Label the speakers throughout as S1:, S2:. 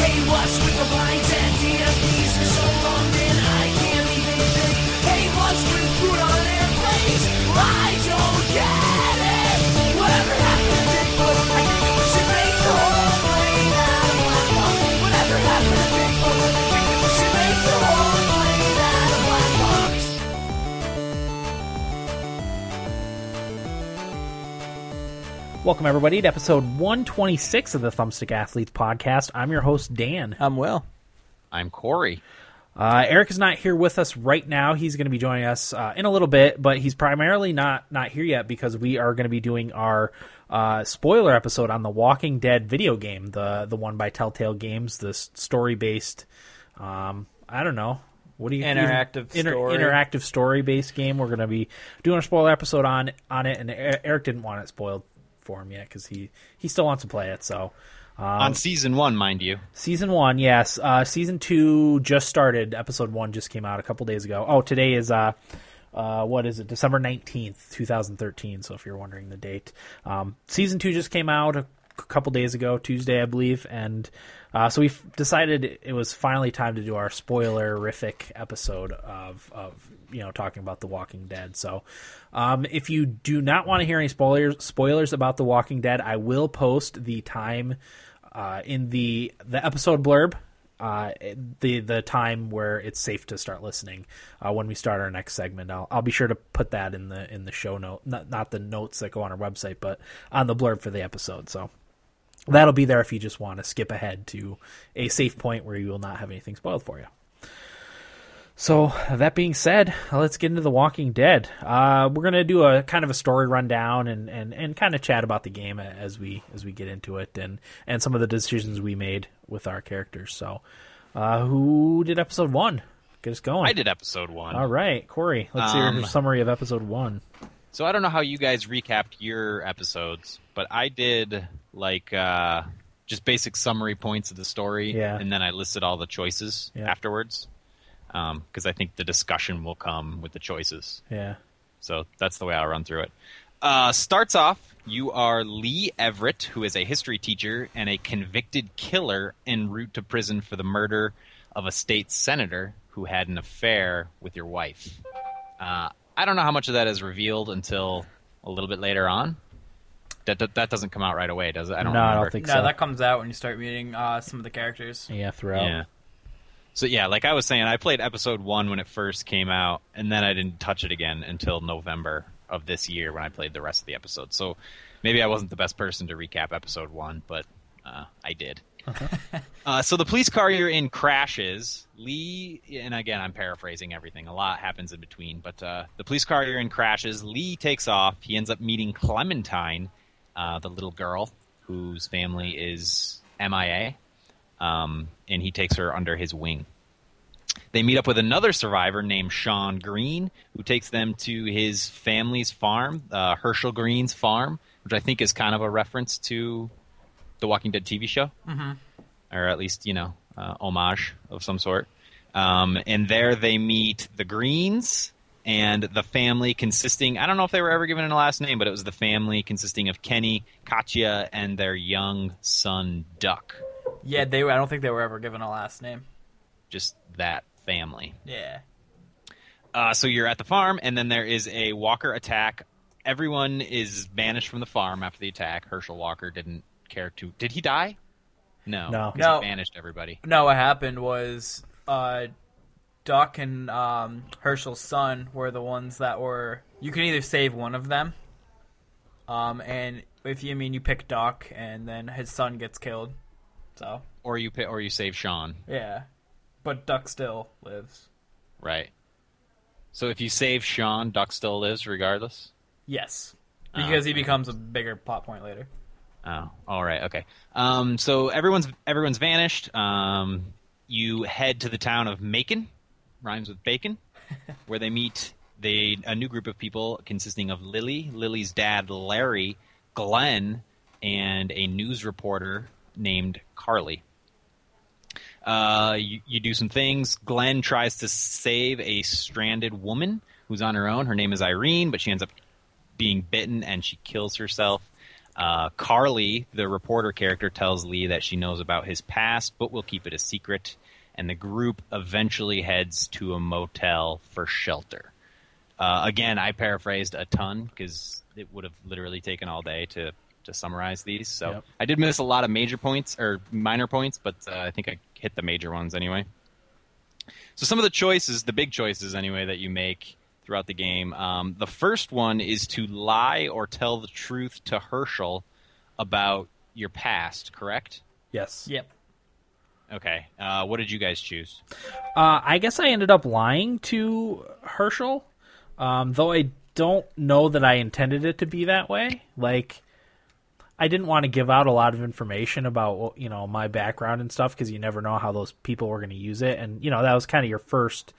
S1: Hey, what's with the blinds at DMPs for so long that I can't even think? Hey, what's with food on airplanes? I don't get it. Whatever happened to Bigfoot? I think that we should make the whole plane out of black box. Whatever happened to Bigfoot? I think that we should make the whole plane out of black box.
S2: Welcome, everybody, to episode 126 of the Thumbstick Athletes podcast. I'm your host, Dan.
S3: I'm Will.
S4: I'm Corey.
S2: Uh, Eric is not here with us right now. He's going to be joining us uh, in a little bit, but he's primarily not not here yet because we are going to be doing our uh, spoiler episode on the Walking Dead video game, the the one by Telltale Games, the story based. Um, I don't know. What do you
S3: Interactive story.
S2: interactive story based game? We're going to be doing a spoiler episode on on it, and E- Eric didn't want it spoiled for him yet because he he still wants to play it. So Um,
S4: On season one, mind you.
S2: Season one, yes. Uh, season two just started. Episode one just came out a couple days ago. Oh, today is uh, uh, what is it? December nineteenth, two thousand thirteen. So if you're wondering the date, um, season two just came out a c- couple days ago, Tuesday, I believe. And uh, so we have decided it was finally time to do our spoilerific episode of of you know talking about The Walking Dead. So um, if you do not want to hear any spoilers spoilers about The Walking Dead, I will post the time uh, in the the episode blurb uh, the the time where it's safe to start listening uh, when we start our next segment. I'll, I'll be sure to put that in the in the show note, not not the notes that go on our website, but on the blurb for the episode. So that'll be there if you just want to skip ahead to a safe point where you will not have anything spoiled for you. So that being said, let's get into The Walking Dead. Uh, we're gonna do a kind of a story rundown and, and, and kind of chat about the game as we as we get into it and and some of the decisions we made with our characters. So, uh, who did episode one? Get us going.
S4: I did episode one.
S2: All right, Corey. Let's hear
S4: Um,
S2: your summary of episode one.
S4: So I don't know how you guys recapped your episodes, but I did like uh, just basic summary points of the story,
S2: Yeah.
S4: and then I listed all the choices
S2: Yeah.
S4: afterwards because I think the discussion will come with the choices.
S2: Yeah.
S4: So that's the way I'll run through it. Uh, starts off, you are Lee Everett, who is a history teacher and a convicted killer en route to prison for the murder of a state senator who had an affair with your wife. Uh, I don't know how much of that is revealed until a little bit later on. That, that, that doesn't come out right away, does it? I don't
S2: no, I
S4: remember.
S2: don't think
S3: No,
S2: so.
S3: that comes out when you start meeting uh, some of the characters.
S2: Yeah, throughout.
S4: Yeah. So yeah, like I was saying, I played episode one when it first came out, and then I didn't touch it again until November of this year when I played the rest of the episode. So maybe I wasn't the best person to recap episode one, but uh, I did. Uh, so the police car you're in crashes. Lee, and again, I'm paraphrasing everything. A lot happens in between, but uh, the police car you're in crashes. Lee takes off. He ends up meeting Clementine, uh, the little girl whose family is MIA, um, and he takes her under his wing. They meet up with another survivor named Sean Green, who takes them to his family's farm, uh, Herschel Green's farm, which I think is kind of a reference to the Walking Dead TV show or at least you know uh, homage of some sort. Um, and there they meet the Greens and the family consisting. I don't know if they were ever given a last name, but it was the family consisting of Kenny, Katya, and their young son Duck.
S3: Yeah, they. were- I don't think they were ever given a last name.
S4: Just that family.
S3: Yeah.
S4: Uh, so you're at the farm, and then there is a Walker attack. Everyone is banished from the farm after the attack. Herschel Walker didn't care to. Did he die? No,
S2: No.
S4: 'cause he
S3: No.
S4: banished everybody.
S3: No, what happened was uh, Duck and um, Herschel's son were the ones that were. You can either save one of them, um, and if you I mean you pick Duck, and then his son gets killed. So
S4: Or you pi- or you save Sean.
S3: yeah, but Duck still lives.
S4: Right. So if you save Sean, Duck still lives regardless?
S3: Yes, because
S2: Ah,
S3: he becomes a bigger plot point later.
S4: Oh, all right, okay. Um, so everyone's everyone's vanished. Um, you head to the town of Macon, rhymes with bacon, where they meet they a new group of people consisting of Lily, Lily's dad Larry, Glenn, and a news reporter named Carly. Uh, you, you do some things. Glenn tries to save a stranded woman who's on her own. Her name is Irene, but she ends up being bitten and she kills herself. Uh, Carly, the reporter character, tells Lee that she knows about his past, but will keep it a secret. And the group eventually heads to a motel for shelter. Uh, again, I paraphrased a ton because it would have literally taken all day to to summarize these. So
S2: Yep.
S4: I did miss a lot of major points or minor points, but uh, I think I hit the major ones anyway. So some of the choices, the big choices anyway, that you make throughout the game. Um, the first one is to lie or tell the truth to Herschel about your past. Correct?
S2: Yes.
S3: Yep.
S4: Okay. Uh, what did you guys choose?
S2: Uh, I guess I ended up lying to Herschel, um, though I don't know that I intended it to be that way. Like, I didn't want to give out a lot of information about you know my background and stuff because you never know how those people were going to use it, and you know that was kind of your first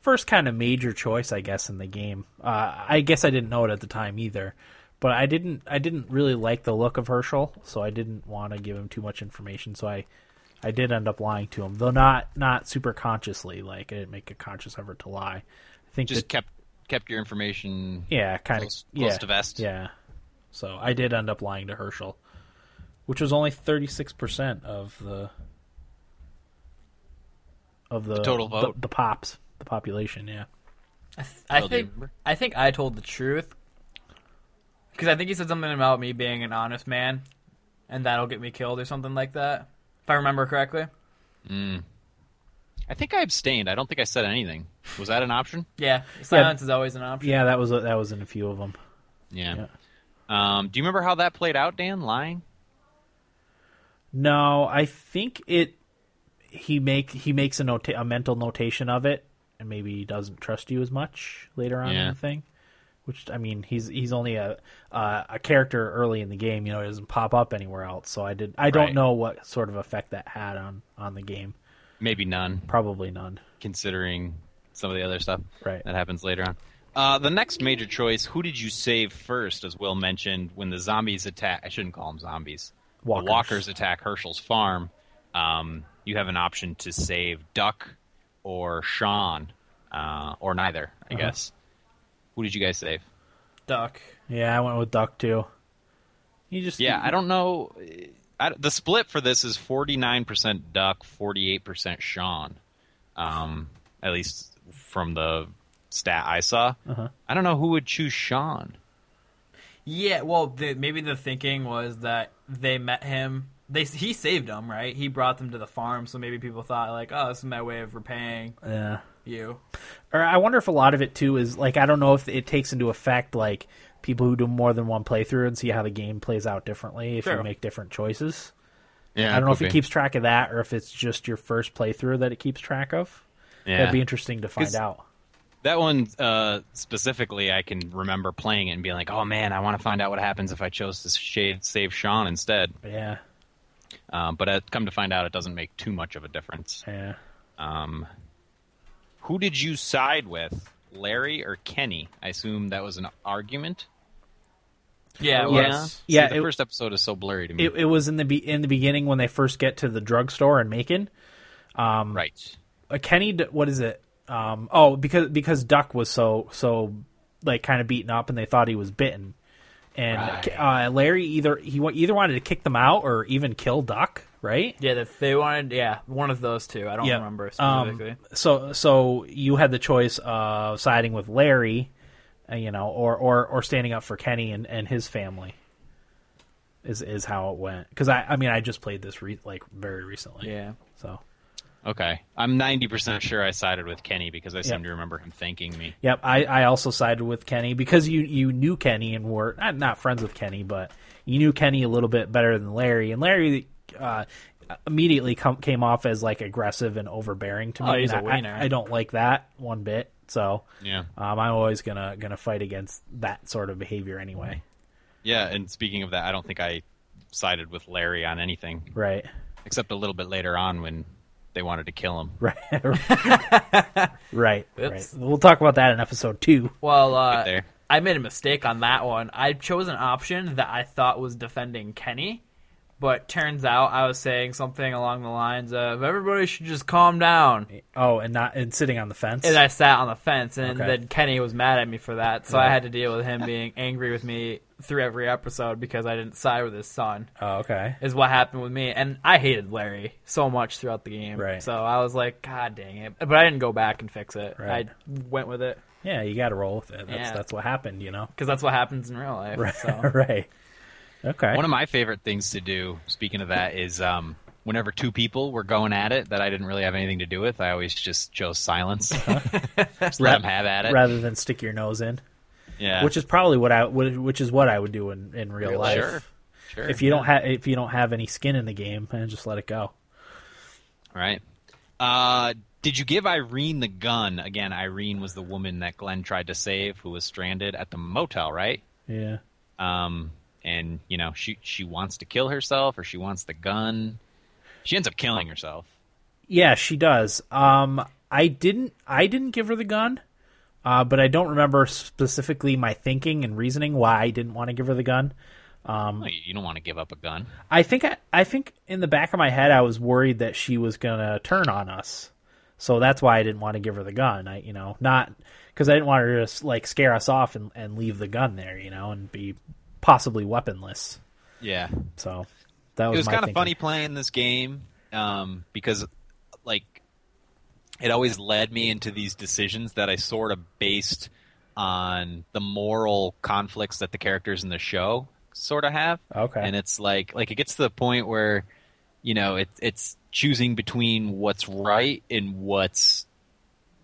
S2: first kind of major choice, I guess, in the game. Uh, I guess I didn't know it at the time either, but I didn't I didn't really like the look of Herschel, so I didn't want to give him too much information. So I I did end up lying to him, though not not super consciously. Like I didn't make a conscious effort to lie. I think
S4: Just
S2: that-
S4: kept kept your information.
S2: yeah, kind
S4: close-
S2: of
S4: close
S2: yeah,
S4: to vest.
S2: Yeah, so I did end up lying to Herschel, which was only thirty six percent of the of the,
S4: total
S2: the-
S4: vote?
S2: the pops, the population. Yeah.
S4: Oh,
S3: I
S4: do you
S3: think
S4: remember?
S3: I think I told the truth because I think he said something about me being an honest man, and that'll get me killed or something like that. If I remember correctly.
S4: I think I abstained. I don't think I said anything. Was that an option?
S3: Yeah, silence is always an option.
S2: Yeah, that was a, that was in a few of them.
S4: Yeah. Um, do you remember how that played out, Dan? Lying?
S2: No, I think it. He make he makes a nota- a mental notation of it, and maybe he doesn't trust you as much later on in
S4: Yeah.
S2: the thing. Which I mean, he's he's only a uh, a character early in the game. You know, it doesn't pop up anywhere else. So I did. I don't
S4: Right.
S2: know what sort of effect that had on on the game.
S4: Maybe none,
S2: Probably none.
S4: considering some of the other stuff
S2: Right.
S4: that happens later on. Uh, the next major choice: who did you save first? As Will mentioned, when the zombies attack, I shouldn't call them zombies. The
S2: Walkers.
S4: walkers attack Herschel's farm. Um, you have an option to save Duck or Sean, uh, or neither,
S2: Uh-huh.
S4: I guess. Who did you guys save?
S3: Duck.
S2: Yeah, I went with Duck too. You just
S4: Yeah, I don't know. eh, I, the split for this is 49% Duck, 48% Sean. Um, at least from the stat I saw.
S2: Uh-huh.
S4: I don't know who would choose Sean.
S3: Yeah. Well, the, maybe the thinking was that they met him. They he saved them, right? He brought them to the farm, so maybe people thought like, "Oh, this is my way of repaying
S2: Yeah.
S3: you."
S2: or I wonder if a lot of it too is like I don't know if it takes into effect like people who do more than one playthrough and see how the game plays out differently if you
S3: True.
S2: make different choices.
S4: Yeah,
S2: I don't know if it keeps track of that or if it's just your first playthrough that it keeps track of. That'd be interesting to find
S4: 'Cause-
S2: out.
S4: That one uh, specifically, I can remember playing it and being like, "Oh man, I want to find out what happens if I chose to shade, save Sean instead."
S2: Yeah,
S4: Um, but uh, come to find out, it doesn't make too much of a difference.
S2: yeah.
S4: Um, who did you side with, Larry or Kenny? I assume that was an argument.
S3: Yeah. It
S2: Yeah.
S3: Was.
S4: See,
S2: Yeah,
S4: the
S2: it-
S4: first episode is so blurry to me.
S2: It, it was in the be- in the beginning when they first get to the drugstore in Macon.
S4: right.
S2: uh, Kenny, d- what is it? Um, oh, because because Duck was so so like kind of beaten up, and they thought he was bitten. And
S4: Right.
S2: uh, Larry either he wa- either wanted to kick them out or even kill Duck, right?
S3: Yeah, that they wanted. Yeah, one of those two. I don't
S2: Yeah.
S3: remember
S2: Um,
S3: specifically.
S2: So so you had the choice of siding with Larry, uh, you know, or or or standing up for Kenny and, and his family. Is is how it went? Because I I mean I just played this re- like very recently.
S3: yeah.
S2: So
S4: Okay. I'm 90% sure I sided with Kenny because I seem
S2: Yep.
S4: to remember him thanking me.
S2: Yep, I, I also sided with Kenny because you, you knew Kenny and were not, not friends with Kenny, but you knew Kenny a little bit better than Larry, and Larry uh, immediately come, came off as like aggressive and overbearing to me.
S3: Oh, he's
S2: and
S3: a
S2: I-
S3: wiener.
S2: I, I don't like that one bit. So
S4: Yeah.
S2: um, I'm always gonna gonna fight against that sort of behavior anyway.
S4: Yeah. And speaking of that, I don't think I sided with Larry on anything
S2: Right.
S4: except a little bit later on when they wanted to kill him.
S2: Right. right. Right.
S3: Oops.
S2: We'll talk about that in episode two.
S3: Well, uh,
S4: there.
S3: I made a mistake on that one. I chose an option that I thought was defending Kenny,
S5: But turns out I was saying something along the lines of everybody should just calm down.
S2: Oh, and not and sitting on the fence.
S5: And I sat on the fence, and
S2: Okay.
S5: then Kenny was mad at me for that, so I had to deal with him being angry with me through every episode because I didn't side with his son.
S2: oh, okay.
S5: Is what happened with me, and I hated Larry so much throughout the game.
S2: Right.
S5: So I was like, God dang it! But I didn't go back and fix it.
S2: Right.
S5: I went with it
S2: Yeah, you got to roll with it. That's
S5: Yeah.
S2: that's what happened, you know.
S5: because that's what happens in real life.
S2: Right.
S5: So.
S2: right. Okay.
S4: One of my favorite things to do, speaking of that, is um, whenever two people were going at it that I didn't really have anything to do with, I always just chose silence. just let them have at it.
S2: Uh-huh. rather than stick your nose in,
S4: yeah.
S2: which is probably what I would- which is what I would do in in real
S4: Sure,
S2: life.
S4: Sure.
S2: If you don't have if you don't have any skin in the game, then just let it go.
S4: Right. Uh, did you give Irene the gun? Again, Irene was the woman that Glenn tried to save who was stranded at the motel, right?
S2: Yeah.
S4: Um, and, you know, she, she wants to kill herself or she wants the gun. She ends up killing herself.
S2: Yeah, she does. Um, I didn't. I didn't give her the gun, uh, but I don't remember specifically my thinking and reasoning why I didn't want to give her the gun.
S4: Well, Oh, you you don't want to give up a gun.
S2: I think. I, I think in the back of my head, I was worried that she was gonna turn on us, so that's why I didn't want to give her the gun. I, you know, not because I didn't want her to just, like scare us off and, and leave the gun there, you know, and be possibly weaponless.
S4: Yeah.
S2: So that was,
S4: it was
S2: my
S4: kind of
S2: thinking.
S4: funny playing this game um, because like it always led me into these decisions that i sort of based on the moral conflicts that the characters in the show sort of have
S2: Okay.
S4: and it's like like it gets to the point where you know it, it's choosing between what's right and what's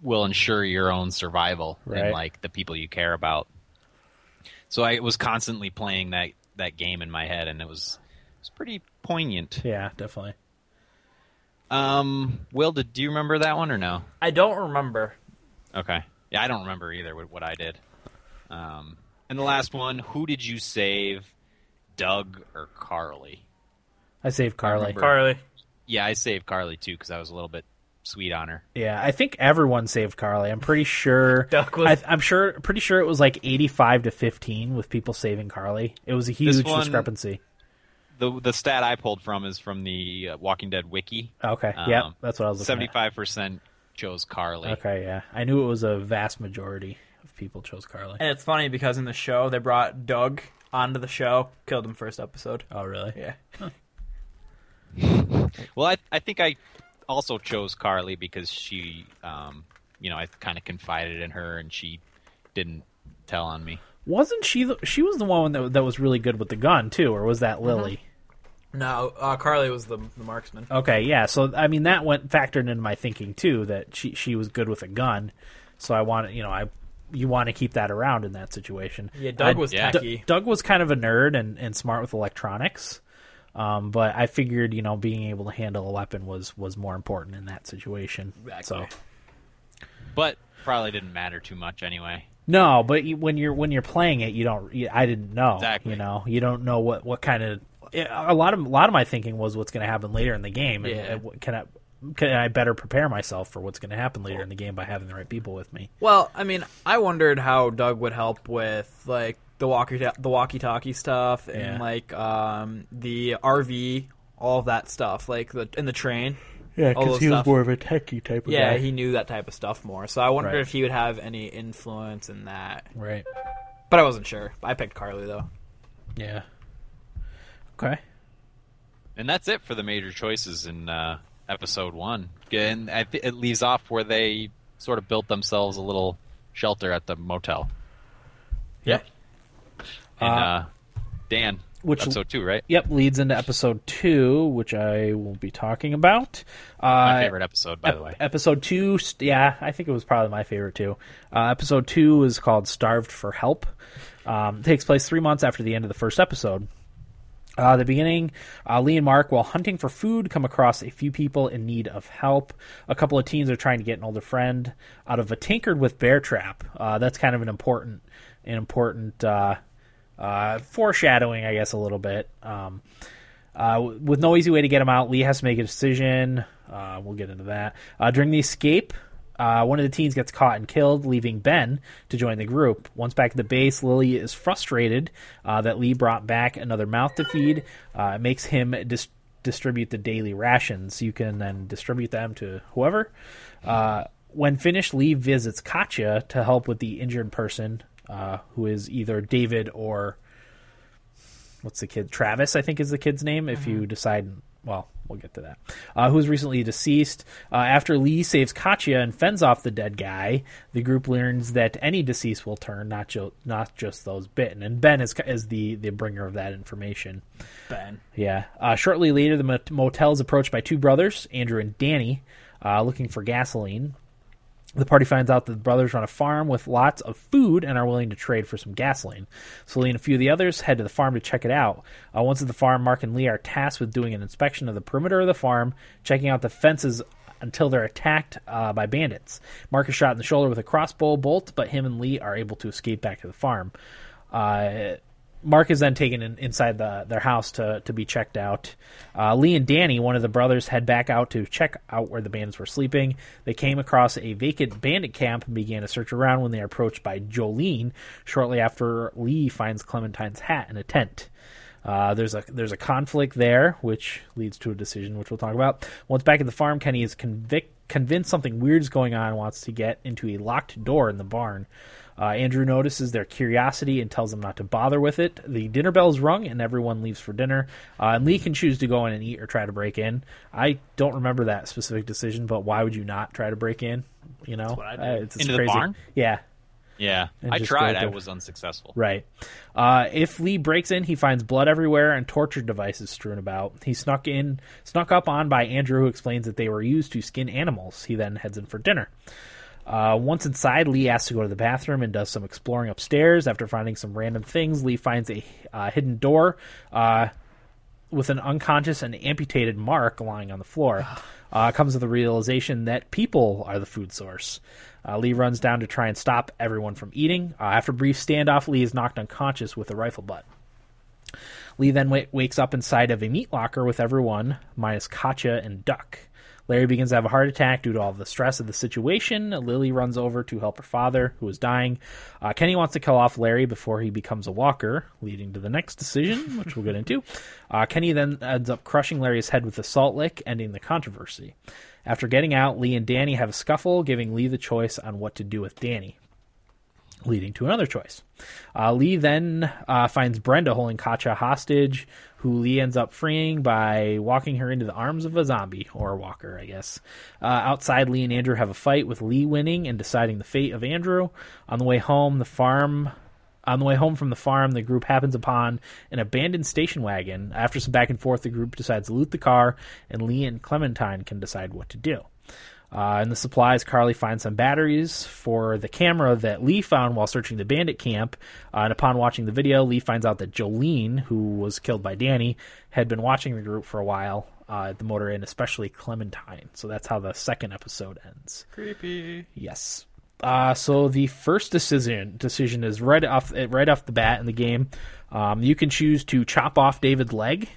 S4: will ensure your own survival
S2: Right.
S4: and like the people you care about so i was constantly playing that that game in my head and it was it was pretty poignant
S2: Yeah, definitely.
S4: um, Will, did do you remember that one or no?
S5: I don't remember.
S4: Okay. Yeah, I don't remember either what, what I did. Um, and the last one, who did you save, Doug or Carly?
S2: I saved Carly.
S4: remember.
S5: Carly.
S4: Yeah, I saved Carly too because I was a little bit sweet on her.
S2: Yeah, I think everyone saved Carly. I'm pretty sure.
S5: Duck was-
S2: I, I'm sure. Pretty sure it was like 85 to 15 with people saving Carly. It was a huge
S4: one-
S2: discrepancy.
S4: The the stat I pulled from is from the uh, Walking Dead wiki.
S2: Okay,
S4: Um,
S2: yeah, that's what I was looking
S4: Seventy five percent chose Carly.
S2: at. Okay, yeah, I knew it was a vast majority of people chose Carly.
S5: And it's funny because in the show they brought Doug onto the show, killed him first episode.
S2: Oh, really?
S5: Yeah.
S4: Well, I I think I also chose Carly because she, um, you know, I kind of confided in her and she didn't tell on me.
S2: Wasn't she? The, she was the one that that was really good with the gun too, or was
S5: Uh-huh.
S2: that Lily?
S5: No, uh, Carly was the, the marksman.
S2: Okay, yeah. So I mean, that went factored into my thinking too that she she was good with a gun. So I want you know I you want to keep that around in that situation.
S5: Yeah, Doug
S2: I-
S5: was
S4: yeah.
S5: techie.
S2: D- Doug was kind of a nerd and, and smart with electronics, um, but I figured you know being able to handle a weapon was was more important in that situation. So
S5: Exactly.
S4: But probably didn't matter too much anyway.
S2: no, but you, when you're when you're playing it, you don't. You, I didn't know.
S4: Exactly.
S2: You know, you don't know what what kind of a lot of a lot of my thinking was what's going to happen later in the game. and-
S5: Yeah.
S2: and what- can I can I better prepare myself for what's going to happen later in the game by having the right people with me?
S5: Well, I mean, I wondered how Doug would help with like the walkie the walkie talkie stuff and
S2: Yeah.
S5: like um, the RV, all of that stuff, like the in the train.
S2: Yeah,
S5: 'cause All those he was stuff. more
S2: of a techie type of
S5: Yeah, he knew that type of stuff more. So I wondered
S2: Right.
S5: if he would have any influence in that.
S2: right.
S5: But I wasn't sure. I picked Carly though.
S2: Yeah. Okay.
S4: And that's it for the major choices in uh, episode one. And I thi- it leaves off where they sort of built themselves a little shelter at the motel.
S2: Yep.
S4: And uh, Dan,
S2: which-
S4: episode two, right?
S2: Yep, leads into episode two, which I will be talking about. Uh,
S4: My favorite episode, by the way.
S2: Episode two, st- yeah, I think it was probably my favorite too. Uh, episode two is called "Starved for Help." Um, takes place three months after the end of the first episode. Uh, the beginning, uh, Lee and Mark, while hunting for food, come across a few people in need of help. A couple of teens are trying to get an older friend out of a tinkered with bear trap. Uh, that's kind of an important, an important uh, uh, foreshadowing, I guess, a little bit. Um, uh, w- with no easy way to get him out, Lee has to make a decision. Uh, we'll get into that. Uh, during the escape, Uh, one of the teens gets caught and killed, leaving Ben to join the group. Once back at the base, Lily is frustrated uh, that Lee brought back another mouth to feed. Uh, it makes him dis- distribute the daily rations. You can then distribute them to whoever. Uh, when finished, Lee visits Katya to help with the injured person, uh, who is either David or what's the kid Travis I think is the kid's name if you decide well we'll get to that uh, who's recently deceased uh, after Lee saves Katya and fends off the dead guy the group learns that any deceased will turn not jo- not just those bitten and Ben is is the the bringer of that information
S3: Ben.
S2: yeah. Uh, shortly later, the mot- motel is approached by two brothers, Andrew and Danny, uh, looking for gasoline. The party finds out that the brothers run a farm with lots of food and are willing to trade for some gasoline. So Lee and a few of the others head to the farm to check it out. Uh, once at the farm, Mark and Lee are tasked with doing an inspection of the perimeter of the farm, checking out the fences until they're attacked uh, by bandits. Mark is shot in the shoulder with a crossbow bolt, but him and Lee are able to escape back to the farm. Uh, Mark is then taken in, inside the, their house to, to be checked out. Uh, Lee and Danny, one of the brothers, head back out to check out where the bandits were sleeping. They came across a vacant bandit camp and began to search around when they are approached by Jolene shortly after Lee finds Clementine's hat in a tent. Uh, there's a there's a conflict there, which leads to a decision, which we'll talk about. Once back at the farm, Kenny is convic- convinced something weird's going on and wants to get into a locked door in the barn. Uh, Andrew notices their curiosity and tells them not to bother with it. The dinner bell's rung and everyone leaves for dinner. Uh, and Lee can choose to go in and eat or try to break in. I don't remember that specific decision, but why would you not try to break in? You know,
S3: what I did.
S2: Uh, it's, it's
S4: Into the
S2: crazy.
S4: barn?
S2: Yeah,
S4: Yeah,
S2: And
S4: I
S2: just
S4: tried.
S2: go
S4: I
S2: there.
S4: was unsuccessful.
S2: Right. Uh, if Lee breaks in, he finds blood everywhere and torture devices strewn about. He snuck in, snuck up on by Andrew, who explains that they were used to skin animals. He then heads in for dinner. Uh, once inside, Lee asks to go to the bathroom and does some exploring upstairs. After finding some random things, Lee finds a uh, hidden door uh, with an unconscious and amputated Mark lying on the floor. Uh, comes to the realization that people are the food source. Uh, Lee runs down to try and stop everyone from eating. Uh, after a brief standoff, Lee is knocked unconscious with a rifle butt. Lee then w- wakes up inside of a meat locker with everyone, minus Katya and Duck. Larry begins to have a heart attack due to all the stress of the situation. Lily runs over to help her father, who is dying. Uh, Kenny wants to kill off Larry before he becomes a walker, leading to the next decision, which we'll get into. Uh, Kenny then ends up crushing Larry's head with a salt lick, ending the controversy. After getting out, Lee and Danny have a scuffle, giving Lee the choice on what to do with Danny leading to another choice. Uh, Lee then uh, finds Brenda holding Katya hostage, who Lee ends up freeing by walking her into the arms of a zombie or a walker, I guess. Uh, outside, Lee and Andrew have a fight, with Lee winning and deciding the fate of Andrew. On the way home, the farm. On the way home from the farm, the group happens upon an abandoned station wagon. After some back and forth, the group decides to loot the car, and Lee and Clementine can decide what to do. Uh, in the supplies, Carly finds some batteries for the camera that Lee found while searching the bandit camp. Uh, and upon watching the video, Lee finds out that Jolene, who was killed by Danny, had been watching the group for a while uh, at the motor inn, especially Clementine. So that's how the second episode ends.
S3: Creepy.
S2: Yes. Uh, so the first decision decision is right off right off the bat in the game. Um, you can choose to chop off David's leg,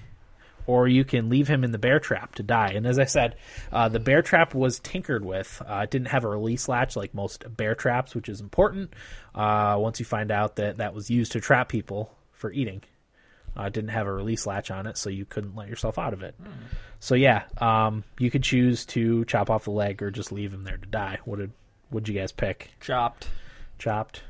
S2: or you can leave him in the bear trap to die. And as I said, uh, the bear trap was tinkered with. Uh, it didn't have a release latch like most bear traps, which is important. Uh, once you find out that that was used to trap people for eating, uh, it didn't have a release latch on it, so you couldn't let yourself out of it. So yeah, um, you could choose to chop off the leg or just leave him there to die. What did would you guys pick?
S3: Chopped.
S2: Chopped?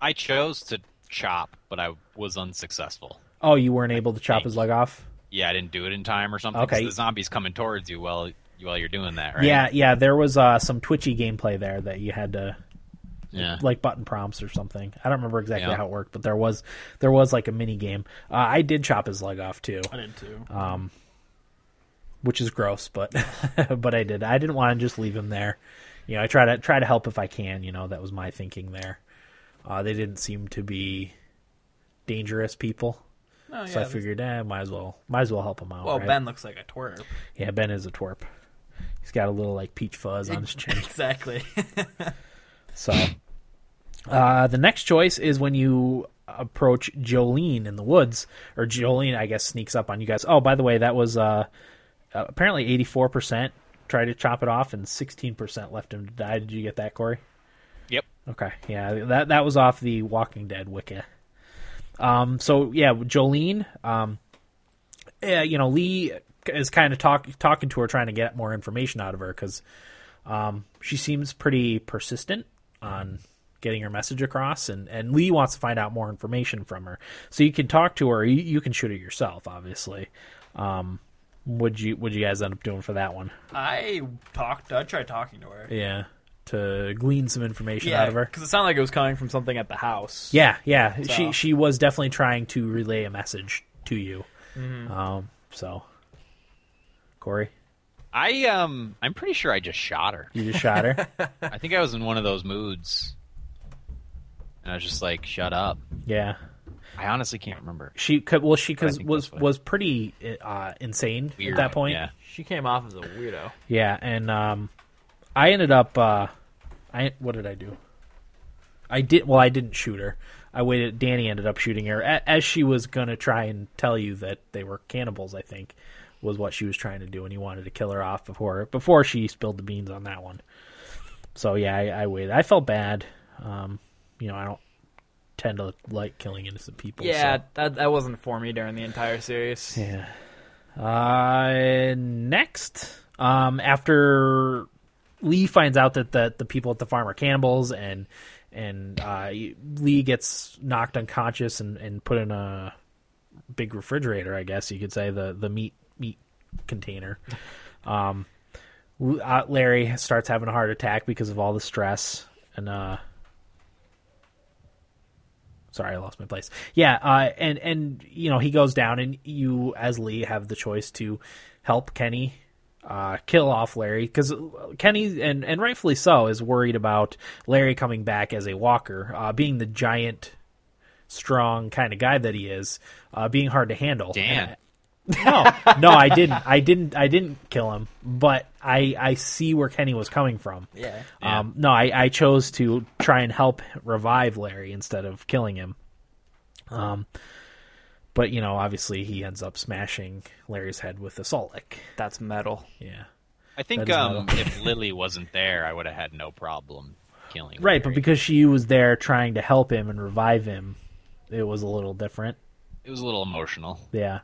S4: I chose to chop, but I was unsuccessful.
S2: Oh, you weren't able to chop his leg off.
S4: Yeah, I didn't do it in time or something. 'cause
S2: Okay.
S4: the zombies coming towards you while while you're doing that, right?
S2: Yeah, yeah. There was uh, some twitchy gameplay there that you had to
S4: yeah.
S2: like button prompts or something. I don't remember exactly
S4: Yeah.
S2: how it worked, but there was there was like a mini game. Uh, I did chop his leg off too,
S3: I did too.
S5: Oh,
S2: which is gross, but but I did. I didn't want to just leave him there. You know, I try to try to help if I can. You know, that was my thinking there. Uh, they didn't seem to be dangerous people,
S3: oh, yeah,
S2: so I
S3: that's-
S2: figured, eh, might as well might as well help him out.
S3: Well,
S2: right?
S3: Ben looks like a twerp.
S2: Yeah, Ben is a twerp. He's got a little like peach fuzz on his chin.
S3: Exactly.
S2: So, uh, the next choice is when you approach Jolene in the woods, or Jolene, I guess, sneaks up on you guys. Oh, by the way, that was uh, apparently eighty-four percent tried to chop it off, and 16% left him to die. Did you get that, Corey?
S4: Yep.
S2: Okay, yeah, that that was off the Walking Dead wiki. Um, so yeah, Jolene, um, yeah, you know, Lee is kind of talk, talking to her, trying to get more information out of her because um, she seems pretty persistent on getting her message across, and, and Lee wants to find out more information from her. So you can talk to her, you, you can shoot it yourself, obviously. Um, would you would you guys end up doing for that one?
S3: I talked. I tried talking to her.
S2: Yeah, to glean some information out
S3: Yeah,
S2: of her.
S3: because it sounded like it was coming from something at the house.
S2: Yeah, yeah. She
S3: So-
S2: she was definitely trying to relay a message to you. Um, so, Corey,
S4: I um I'm pretty sure I just shot her.
S2: you just shot her.
S4: I think I was in one of those moods. And I was just like, shut up.
S2: yeah,
S4: I honestly can't remember.
S2: she could. Well, she 'cause
S4: think
S2: was
S4: that's what-
S2: was pretty uh, insane
S4: Weird.
S2: at that point.
S4: Yeah.
S3: She came off as a weirdo.
S2: Yeah, and um, I ended up. Uh, I what did I do? I did. Well, I didn't shoot her. I waited. Danny ended up shooting her a- as she was gonna try and tell you that they were cannibals. I think was what she was trying to do, and he wanted to kill her off before before she spilled the beans on that one. So yeah, I, I waited. I felt bad. Um, you know, I don't tend to like killing innocent people.
S3: Yeah,
S2: so-
S3: that that wasn't for me during the entire series.
S2: yeah. Uh, next, um, after Lee finds out that the, the people at the farm are cannibals, and and uh, Lee gets knocked unconscious and, and put in a big refrigerator, I guess you could say the the meat meat container. Um, L- uh, Larry starts having a heart attack because of all the stress and uh sorry i lost my place yeah uh and and you know he goes down and you as lee have the choice to help kenny uh kill off larry because kenny and and rightfully so is worried about larry coming back as a walker uh being the giant strong kind of guy that he is uh being hard to handle
S4: Dan.
S2: And I- no no i didn't i didn't i didn't kill him but i i see where kenny was coming from
S3: Yeah.
S2: um, no, I, I chose to try and help revive Larry instead of killing him. Um, but you know, obviously, he ends up smashing Larry's head with a salt lick.
S3: That's metal.
S2: Yeah,
S4: I think
S2: That is not
S4: um if Lily wasn't there, I would have had no problem killing
S2: right. But
S4: Larry.
S2: because she was there trying to help him and revive him, it was a little different.
S4: it was a little emotional.
S2: Yeah.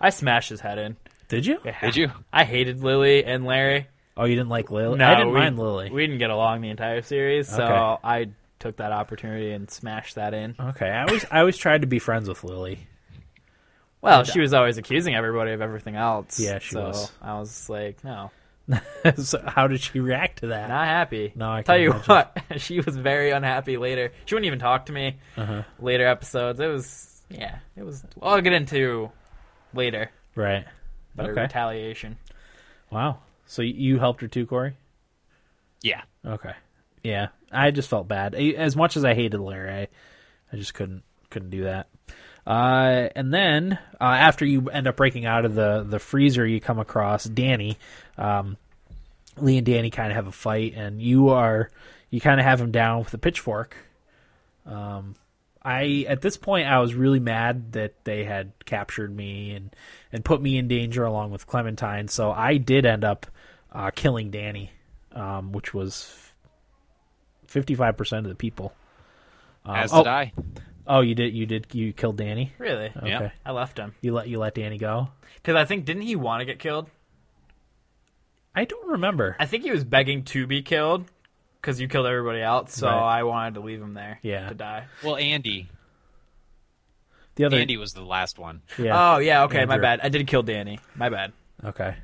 S3: I smashed his head in.
S2: Did you?
S4: Did you?
S3: I hated Lily and Larry.
S2: Oh, you didn't like Lily?
S3: No,
S2: I didn't
S3: we-
S2: mind Lily.
S3: We didn't get along the entire series, so
S2: Okay.
S3: I took that opportunity and smashed that in.
S2: Okay, I always I always tried to be friends with Lily.
S3: Well, she was always accusing everybody of everything else.
S2: Yeah, she
S3: so
S2: was.
S3: I was like, no,
S2: so how did she react to that?
S3: not happy.
S2: No, I can
S3: tell you
S2: imagine.
S3: what, she was very unhappy later. She wouldn't even talk to me
S2: Uh-huh.
S3: later episodes. It was yeah, it was. Well, I'll get into later,
S2: Right.
S3: but
S2: Okay.
S3: retaliation.
S2: Wow. So you helped her too, Corey?
S4: Yeah.
S2: Okay. Yeah, I just felt bad. I- As much as I hated Larry, I, I just couldn't couldn't do that. Uh, and then uh, after you end up breaking out of the the freezer, you come across Danny. Um, Lee and Danny kind of have a fight, and you are you kind of have him down with a pitchfork. Um, I at this point I was really mad that they had captured me and and put me in danger along with Clementine. So I did end up uh, killing Danny, um, which was fifty five percent of the people.
S4: As
S2: oh.
S4: did I.
S2: Oh, you did you did you killed Danny?
S3: Really,
S4: Yeah.
S2: Okay.
S3: I left him
S2: You let you let Danny go?
S3: because I think didn't he want to get killed?
S2: I don't remember.
S3: I think he was begging to be killed because you killed everybody else. So
S2: Right.
S3: I wanted to leave him there,
S2: Yeah.
S3: to die.
S4: Well Andy.
S2: The other
S4: Andy was Ah. the last one.
S2: yeah.
S3: Oh yeah, okay, my
S2: Andrew.
S3: bad. I did kill Danny. My bad.
S2: Okay.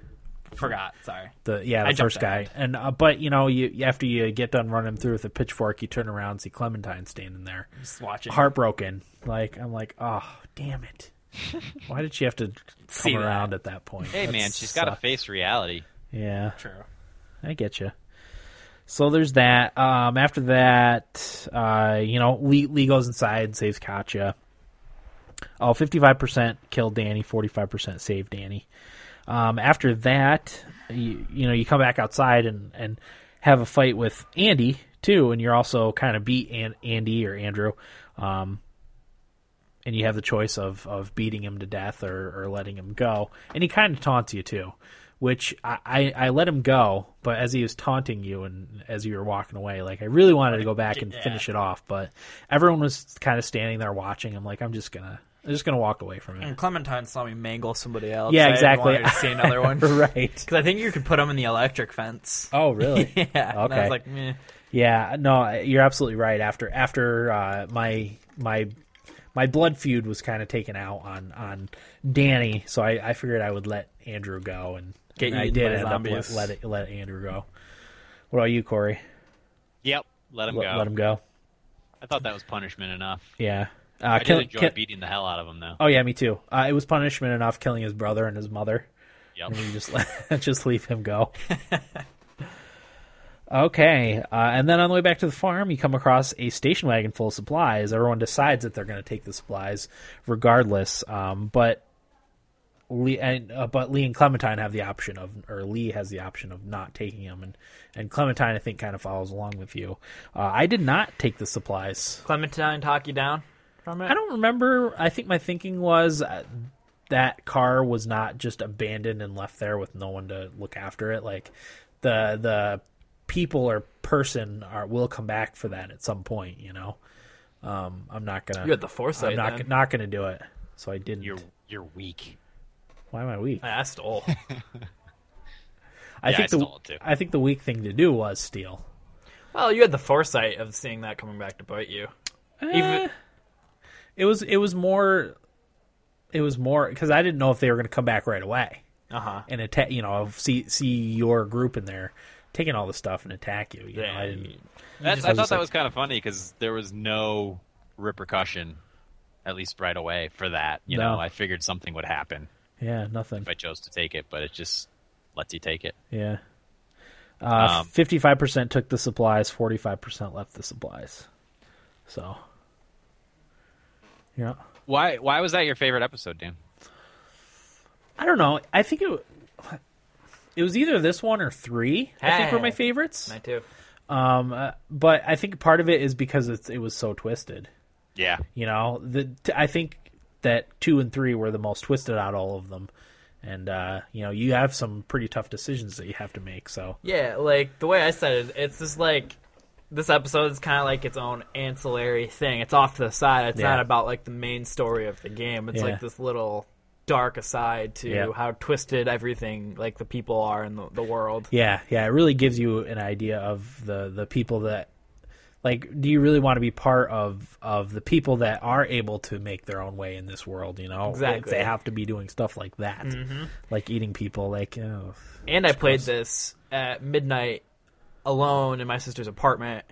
S3: Forgot. Sorry.
S2: The yeah, the
S3: I jumped
S2: first guy.
S3: ahead.
S2: And uh, but you know, you after you get done running through with a pitchfork, you turn around and see Clementine standing there.
S3: Just watching.
S2: Heartbroken. Like I'm like, "Oh, damn it." Why did she have to come
S3: See that.
S2: around at that point?
S4: Hey
S2: That
S4: man, she's gotta
S2: sucked.
S4: face reality.
S2: Yeah.
S3: True.
S2: I get you. So there's that. Um, after that, uh, you know, Lee, Lee goes inside, saves Katya. Oh, 55% killed Danny, 45% saved Danny. Um, after that, you, you know, you come back outside and, and have a fight with Andy, too, and you're also kind of beat An- Andy or Andrew. Um, and you have the choice of, of beating him to death or, or letting him go. And he kind of taunts you, too, which I, I, I let him go, but as he was taunting you and as you were walking away, like I really wanted to go back and
S5: Yeah.
S2: finish it off, but everyone was kind of standing there watching. I'm like, I'm just gonna, I'm just gonna walk away from it.
S5: And Clementine saw me mangle somebody else.
S2: Yeah,
S5: I didn't want
S2: exactly.
S5: her to see another one. Because
S2: right.
S5: I think you could put them in the electric fence.
S2: Oh, really?
S5: Yeah. And I
S2: Okay.
S5: was like, meh.
S2: Yeah, no, you're absolutely right. After after uh, my my my blood feud was kind of taken out on on Danny, so I, I figured I would let Andrew go, and,
S5: Get
S2: and I
S5: eaten
S2: did
S5: by
S2: end up let,
S5: zombies.
S2: let it, let Andrew go. What about you, Corey?
S4: Yep, let him
S2: Let,
S4: go.
S2: let him go.
S4: I thought that was punishment enough.
S2: Yeah. Uh,
S4: I
S2: kill-
S4: did enjoy
S2: kill-
S4: beating the hell out of him though.
S2: oh yeah, me too. Uh, it was punishment enough killing his brother and his mother.
S4: Yep.
S2: You just let, just leave him go. okay, uh, and then on the way back to the farm, you come across a station wagon full of supplies. Everyone decides that they're going to take the supplies, regardless. Um, but Lee and uh, but Lee and Clementine have the option of, or Lee has the option of not taking them, and and Clementine I think kind of follows along with you. Uh, I did not take the supplies.
S5: Clementine talk you down from it?
S2: I don't remember. I think my thinking was uh, that car was not just abandoned and left there with no one to look after it. Like the the people or person are will come back for that at some point. You know, um, I'm not gonna.
S5: You had the foresight.
S2: I'm not
S5: then.
S2: not gonna do it. So I didn't.
S4: You're you're weak.
S2: Why am I weak?
S5: I asked all.
S2: I
S4: yeah,
S2: think
S4: I
S2: the
S4: stole it too.
S2: I think the weak thing to do was steal.
S5: well, you had the foresight of seeing that coming back to bite you. Eh. Even,
S2: It was it was more. It was more because I didn't know if they were going to come back right away.
S5: uh huh.
S2: and attack. You know, see see your group in there taking all the stuff and attack you. you know, I
S5: Yeah,
S2: didn't-
S5: you-
S4: That,
S5: just-
S4: I
S5: I was
S4: thought
S5: just
S4: that
S5: like-
S4: was kind of funny because there was no repercussion, at least right away, for that. You
S2: No.
S4: know, I figured something would happen
S2: yeah, nothing.
S4: if I chose to take it, but it just lets you take it.
S2: Yeah.
S4: Um,
S2: Fifty five percent took the supplies. Forty five percent left the supplies. So. Yeah.
S4: why why was that your favorite episode, Dan?
S2: I don't know. I think it. wa- It was either this one or three. I think were my
S5: Hey.
S2: favorites.
S5: I too.
S2: Um, uh, but I think part of it is because it's, it was so twisted.
S4: Yeah,
S2: You know, the t- I think that two and three were the most twisted out of all of them, and uh, you know you have some pretty tough decisions that you have to make. So
S5: Yeah, like the way I said it, it's just like this episode is kind of like its own ancillary thing. It's off to the side. It's
S2: Yeah.
S5: not about like the main story of the game. It's
S2: Yeah.
S5: like this little dark aside to
S2: Yeah.
S5: how twisted everything like the people are in the, the world.
S2: yeah, yeah, it really gives you an idea of the the people that like. Do you really want to be part of of the people that are able to make their own way in this world? You know,
S5: Exactly. Mm-hmm.
S2: They have to be doing stuff like that, like eating people, like you know,
S5: And I played this at midnight alone in my sister's apartment.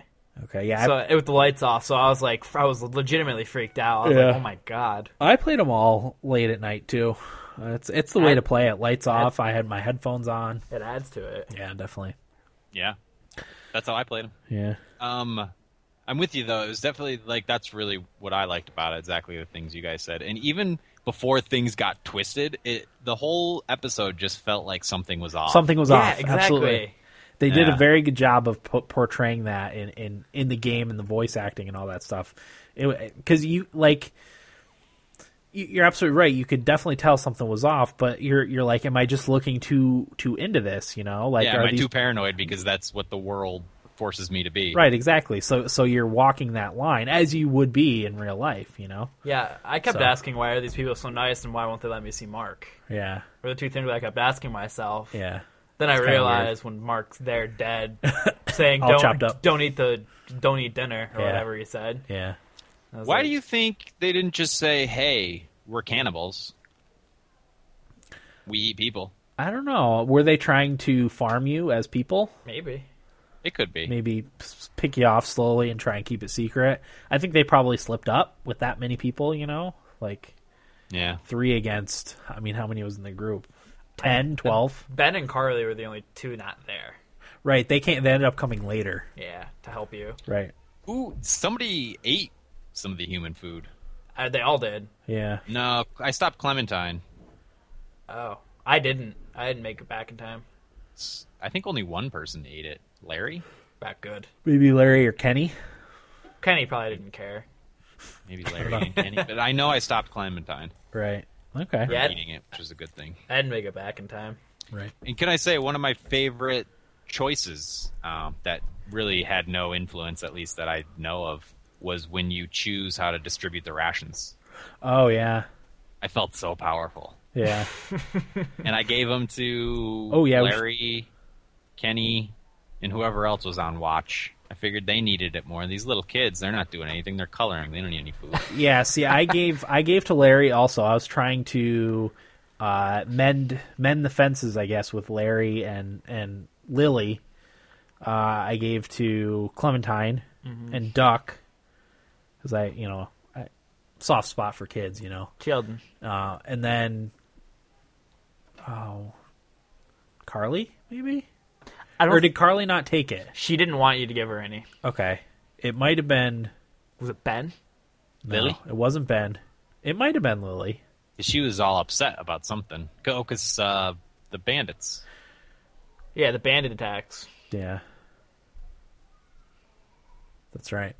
S2: okay, yeah. I-
S5: So it with the lights off, so I was like, I was legitimately freaked out. I was
S2: Yeah.
S5: like, oh my god.
S2: I played them all late at night too. Uh, It's it's the way
S5: I-
S2: to play it. Lights off. I had my headphones on.
S5: It adds to it.
S2: Yeah, definitely.
S4: yeah, that's how I played him.
S2: Yeah.
S4: Um, I'm with you though. It was definitely like that's really what I liked about it. Exactly the things you guys said, and even before things got twisted, it the whole episode just felt like something was off.
S2: something was
S5: yeah,
S2: off.
S5: exactly.
S2: Absolutely, they did a
S4: Yeah.
S2: very good job of po- portraying that in, in in the game and the voice acting and all that stuff. Because you like, you- you're absolutely right. You could definitely tell something was off, but you're you're like, am I just looking too too into this? You know, like
S4: yeah,
S2: are
S4: am I
S2: these
S4: too paranoid because that's what the world forces me to be?
S2: right? Exactly. So so you're walking that line as you would be in real life. You know.
S5: Yeah, I kept
S2: So-
S5: asking why are these people so nice and why won't they let me see Mark?
S2: Yeah.
S5: Were the two things I kept asking myself.
S2: Yeah.
S5: Then I
S2: kinda weird.
S5: realized when Mark's there dead, saying
S2: All chopped
S5: don't
S2: up.
S5: don't eat the don't eat dinner or
S2: Yeah.
S5: whatever he said.
S2: Yeah.
S5: I was
S4: Why
S5: like,
S4: do you think they didn't just say, "Hey, we're cannibals. We eat people."
S2: I don't know. Were they trying to farm you as people?
S5: maybe?
S4: It could be.
S2: maybe s- pick you off slowly and try and keep it secret. I think they probably slipped up with that many people, you know, like
S4: Yeah.
S2: three against. I mean, how many was in the group? 10, 12?
S5: Ben and Carly were the only two not there.
S2: Right. They can't. They ended up coming later.
S5: Yeah, to help you.
S2: Right.
S4: Ooh, somebody ate some of the human food.
S5: Uh, they all did.
S2: Yeah.
S4: No, I stopped Clementine.
S5: Oh, I didn't. I didn't make it back in time.
S4: S- I think only one person ate it. Larry?
S5: Back good.
S2: Maybe Larry or Kenny.
S5: Kenny probably didn't care.
S4: Maybe Larry and Kenny. But I know I stopped Clementine
S2: Right. Okay.
S4: from
S5: Yeah.
S4: eating it, which is a good thing.
S5: I didn't make it back in time.
S2: Right.
S4: And can I say one of my favorite choices um, that really had no influence, at least that I know of, was when you choose how to distribute the rations.
S2: Oh yeah.
S4: I felt so powerful,
S2: Yeah.
S4: and I gave them to
S2: Oh, yeah, we-
S4: Larry, Kenny, and whoever else was on watch. I figured they needed it more. These little kids—they're not doing anything. They're coloring. They don't need any food.
S2: Yeah, see, I gave I gave to Larry also. I was trying to uh, mend mend the fences, I guess, with Larry and and Lily. Uh, I gave to Clementine
S5: Mm-hmm.
S2: and Duck because I, you know, I, soft spot for kids, you know.
S5: Children.
S2: Uh, and then, oh, Carly maybe,
S5: I don't.
S2: or did Carly not take it?
S5: she didn't want you to give her any.
S2: Okay, it might have been
S5: Was it Ben?
S2: no,
S4: Lily?
S2: It wasn't Ben. It might have been Lily.
S4: she was all upset about something. Go, because uh, the bandits.
S5: Yeah, the bandit attacks.
S2: Yeah. That's right.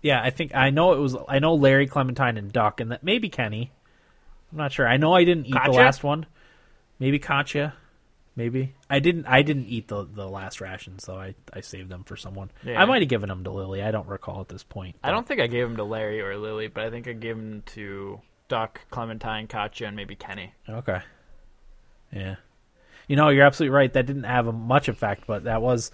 S2: Yeah, I think I know it was I know Larry Clementine and Duck and that maybe Kenny. I'm not sure. I know I didn't eat
S5: Katya?
S2: the last one. Maybe Katya. Maybe. I didn't I didn't eat the the last rations though. I I saved them for someone.
S5: Yeah.
S2: I might have given them to Lily. I don't recall at this point.
S5: I don't think I gave him to Larry or Lily, but I think I gave him to Duck, Clementine, Katya, and maybe Kenny.
S2: Okay. Yeah. You know, you're absolutely right. That didn't have a much effect, but that was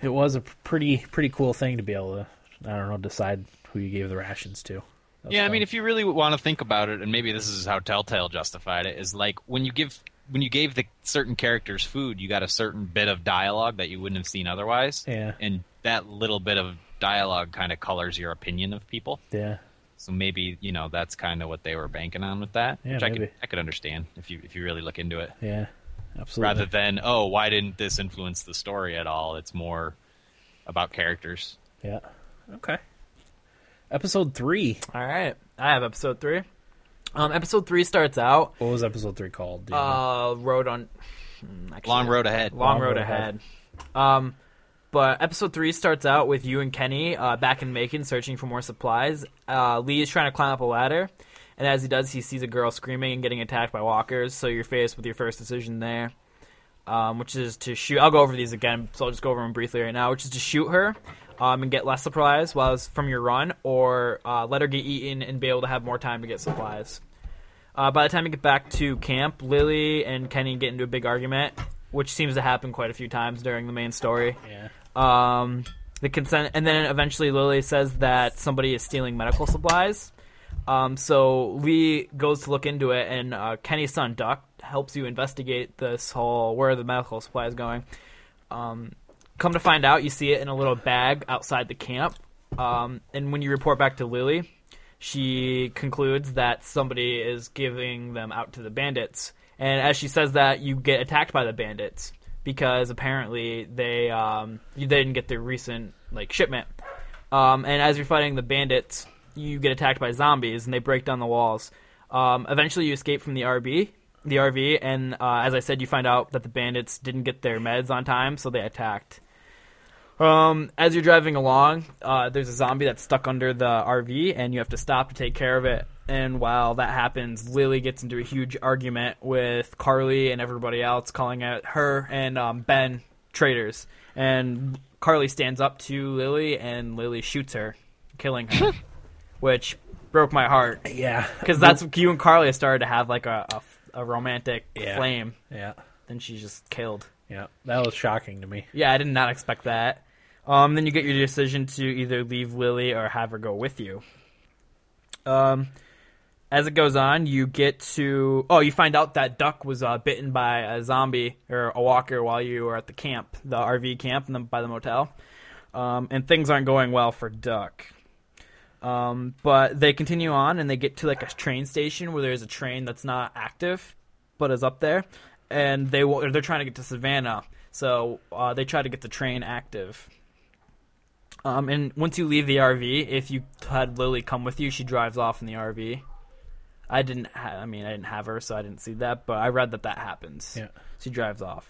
S2: it was a pretty pretty cool thing to be able to I don't know decide who you gave the rations to. That's
S4: yeah, I
S2: fun.
S4: mean, if you really want to think about it, and maybe this is how Telltale justified it, is like when you give when you gave the certain characters food, you got a certain bit of dialogue that you wouldn't have seen otherwise.
S2: Yeah.
S4: and that little bit of dialogue kind of colors your opinion of people.
S2: yeah,
S4: So maybe you know that's kind of what they were banking on with that,
S2: Yeah,
S4: which I could
S2: maybe.
S4: I could understand if you if you really look into it.
S2: yeah, absolutely.
S4: Rather than oh, why didn't this influence the story at all? It's more about characters.
S2: yeah. Okay. Episode three.
S5: All right, I have episode three. Um, episode three starts out
S2: What was episode three called? Do you know?
S5: uh, road on Hmm, actually,
S4: Long road ahead.
S5: long, road, ahead. Um, but episode three starts out with you and Kenny uh, back in Macon searching for more supplies. Uh, Lee is trying to climb up a ladder, and as he does, he sees a girl screaming and getting attacked by walkers. So you're faced with your first decision there, um, which is to shoot. I'll go over these again, so I'll just go over them briefly right now. Which is to shoot her um, and get less supplies while it's from your run, or uh, let her get eaten and be able to have more time to get supplies. Uh, by the time you get back to camp, Lily and Kenny get into a big argument, which seems to happen quite a few times during the main story.
S2: yeah.
S5: Um, the consent, and then eventually Lily says that somebody is stealing medical supplies. Um, so Lee goes to look into it, and uh, Kenny's son Duck helps you investigate this whole where the medical supply is going. Um, come to find out, you see it in a little bag outside the camp. Um, and when you report back to Lily, she concludes that somebody is giving them out to the bandits. And as she says that, you get attacked by the bandits because apparently they um, they didn't get their recent like shipment. Um, and as you're fighting the bandits, you get attacked by zombies and they break down the walls. Um, eventually, you escape from the RB, the RV, and uh, as I said, you find out that the bandits didn't get their meds on time, so they attacked. Um, as you're driving along, uh, there's a zombie that's stuck under the RV, and you have to stop to take care of it. And while that happens, Lily gets into a huge argument with Carly and everybody else, calling out her and um, Ben traitors. And Carly stands up to Lily, and Lily shoots her, killing her, which broke my heart
S2: Yeah.
S5: because that's you and Carly started to have like a a, a romantic
S2: Yeah.
S5: flame.
S2: Yeah.
S5: Then she's just killed.
S2: Yeah. That was shocking to me.
S5: Yeah, I did not expect that. Um, then you get your decision to either leave Lily or have her go with you. Um, as it goes on, you get to oh, you find out that Duck was uh, bitten by a zombie or a walker while you were at the camp, the RV camp, and then by the motel. Um, and things aren't going well for Duck. Um, but they continue on and they get to like a train station where there's a train that's not active, but is up there, and they wa- they're trying to get to Savannah, so uh, they try to get the train active. Um, and once you leave the RV, if you had Lily come with you, she drives off in the RV. I didn't. Ha- I mean, I didn't have her, so I didn't see that. But I read that that happens.
S2: Yeah.
S5: She drives off.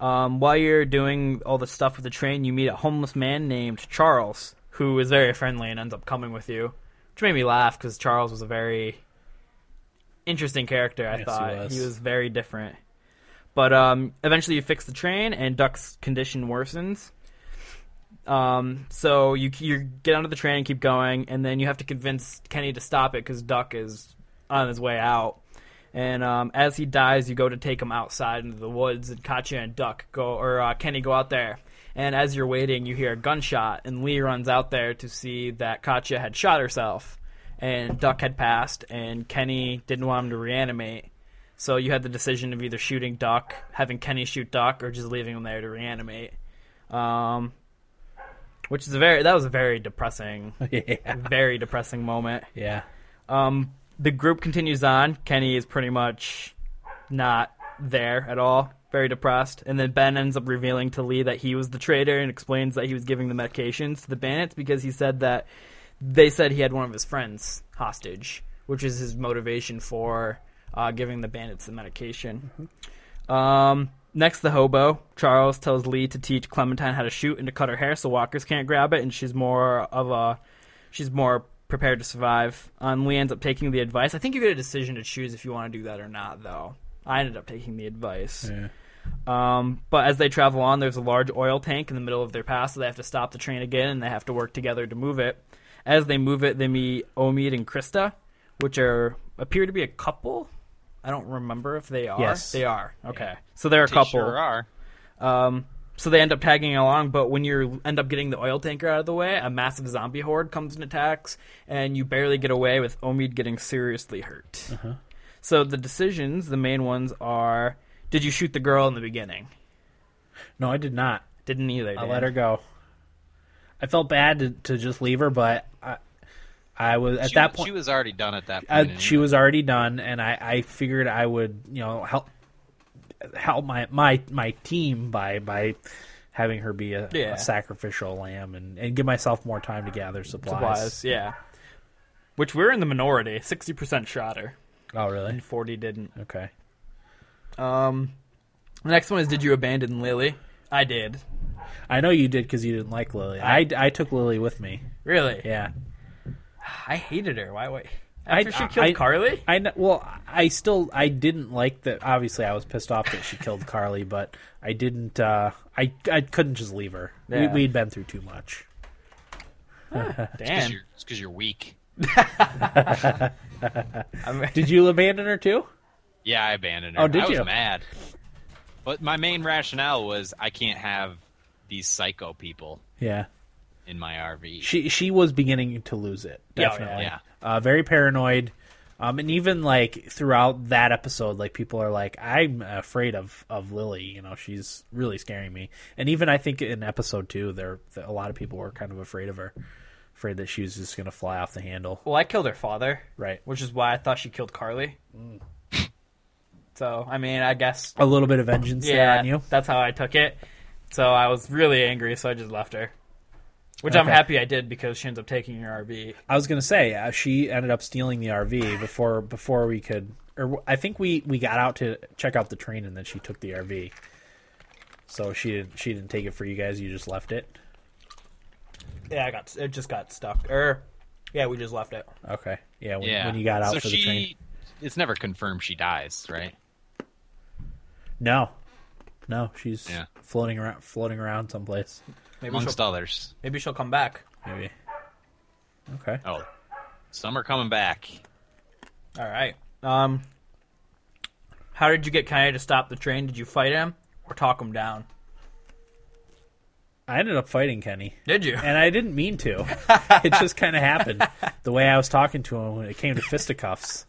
S5: Um, while you're doing all the stuff with the train, you meet a homeless man named Charles, who is very friendly and ends up coming with you, which made me laugh because Charles was a very interesting character. I
S2: Yes, he
S5: thought
S2: was.
S5: he was very different. But um, eventually, you fix the train, and Duck's condition worsens. Um, so you you get onto the train and keep going, and then you have to convince Kenny to stop it because Duck is on his way out. And um, as he dies, you go to take him outside into the woods, and Katya and Duck go or uh, Kenny go out there. And as you're waiting, you hear a gunshot, and Lee runs out there to see that Katya had shot herself, and Duck had passed, and Kenny didn't want him to reanimate. So you had the decision of either shooting Duck, having Kenny shoot Duck, or just leaving him there to reanimate. Um, which is a very that was a very depressing,
S2: yeah.
S5: very depressing moment.
S2: Yeah.
S5: Um, the group continues on. Kenny is pretty much not there at all, very depressed. And then Ben ends up revealing to Lee that he was the traitor and explains that he was giving the medications to the bandits because he said that they said he had one of his friends hostage, which is his motivation for uh, giving the bandits the medication. Um, next, the hobo. Charles tells Lee to teach Clementine how to shoot and to cut her hair so walkers can't grab it, and she's more of a she's more prepared to survive. Um, Lee ends up taking the advice. I think you get a decision to choose if you want to do that or not, though. I ended up taking the advice. Um, but as they travel on, there's a large oil tank in the middle of their path, so they have to stop the train again and they have to work together to move it. As they move it, they meet Omid and Krista, which are appear to be a couple. I don't remember if they are.
S2: Yes.
S5: They are. Okay. So they're a
S4: They
S5: couple.
S4: sure are.
S5: Um, so they end up tagging along, but when you end up getting the oil tanker out of the way, a massive zombie horde comes and attacks, and you barely get away with Omid getting seriously hurt. So the decisions, the main ones are: Did you shoot the girl in the beginning?
S2: No, I did not.
S5: Didn't either.
S2: I
S5: Dan.
S2: let her go. I felt bad to, to just leave her, but I, I was at
S4: She
S2: that
S4: was-
S2: point.
S4: she was already done at that point.
S2: uh,
S4: anyway.
S2: she was already done, and I, I figured I would, you know, help help my my my team by by having her be a, a
S5: Yeah.
S2: sacrificial lamb and, and give myself more time to gather supplies.
S5: Supplies, yeah. Which we're in the minority. Sixty percent shot her,
S2: Oh, really?
S5: and forty didn't.
S2: Okay.
S5: Um, the next one is: Did you abandon Lily? I did.
S2: I know you did because you didn't like Lily. I, I took Lily with me.
S5: Really?
S2: Yeah.
S5: I hated her. Why? Wait.
S2: I-
S5: After she killed
S2: I-
S5: Carly.
S2: I kn- well, I still I didn't like that. Obviously, I was pissed off that she killed Carly, but I didn't. Uh, I I couldn't just leave her. We,
S5: Yeah.
S2: we'd been through too much.
S5: Damn.
S4: It's because you're weak.
S2: Did you abandon her too?
S4: Yeah, I abandoned her.
S2: Oh, did
S4: I
S2: you?
S4: was mad. But my main rationale was I can't have these psycho people
S2: Yeah.
S4: in my RV.
S2: she she was beginning to lose it
S5: Yeah,
S2: definitely
S4: yeah,
S2: Uh, very paranoid um, and even like throughout that episode like people are like i'm afraid of of lily you know she's really scaring me and even i think in episode two there a lot of people were kind of afraid of her afraid that she was just gonna fly off the handle
S5: Well, I killed her father,
S2: right
S5: which is why I thought she killed Carly. so, I mean, I guess
S2: a little bit of vengeance there
S5: yeah,
S2: on you
S5: that's how I took it. So I was really angry, so I just left her, which I'm
S2: Okay.
S5: happy I did because she ends up taking her RV.
S2: I was gonna say uh, she ended up stealing the RV before before we could, or w- I think we we got out to check out the train and then she took the RV. So she didn't she didn't take it for you guys. You just left it.
S5: Yeah, I got it. Just got stuck, or yeah, we just left it.
S2: Okay, yeah. When,
S4: yeah.
S2: when you got out
S4: so
S2: for
S4: she,
S2: the train,
S4: It's never confirmed she dies, right?
S2: no, no, she's
S4: Yeah.
S2: floating around floating around someplace.
S5: Maybe she'll,
S4: Amongst others.
S5: maybe she'll come back.
S2: Maybe. Okay.
S4: Oh, some are coming back.
S5: All right. Um, how did you get Kanye to stop the train? Did you fight him or talk him down?
S2: I ended up fighting Kenny.
S5: Did you?
S2: and I didn't mean to. It just kind of happened the way I was talking to him when it came to fisticuffs.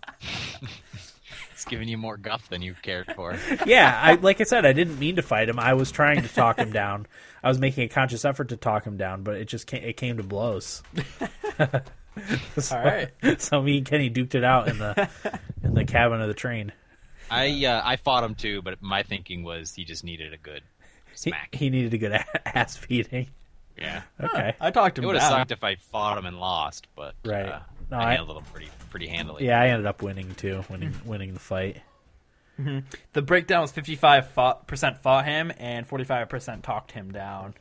S4: It's giving you more guff than you cared for.
S2: yeah, I like I said, I didn't mean to fight him. I was trying to talk him down. I was making a conscious effort to talk him down, but it just came, it came to blows. so,
S5: All right.
S2: so me and Kenny duked it out in the in the cabin of the train.
S4: I uh, I fought him too, but my thinking was he just needed a good
S2: He,
S4: smack.
S2: he needed a good a- ass beating.
S4: yeah.
S2: Okay.
S5: I talked
S4: It
S5: him
S4: would
S5: down.
S4: have sucked if I fought him and lost, but
S2: Right.
S4: uh,
S2: No, I-
S4: I handled him pretty pretty handily.
S2: Yeah, I ended up winning too, winning
S5: Hmm.
S2: winning the fight.
S5: The breakdown was 55% fought, fought him and 45% talked him down.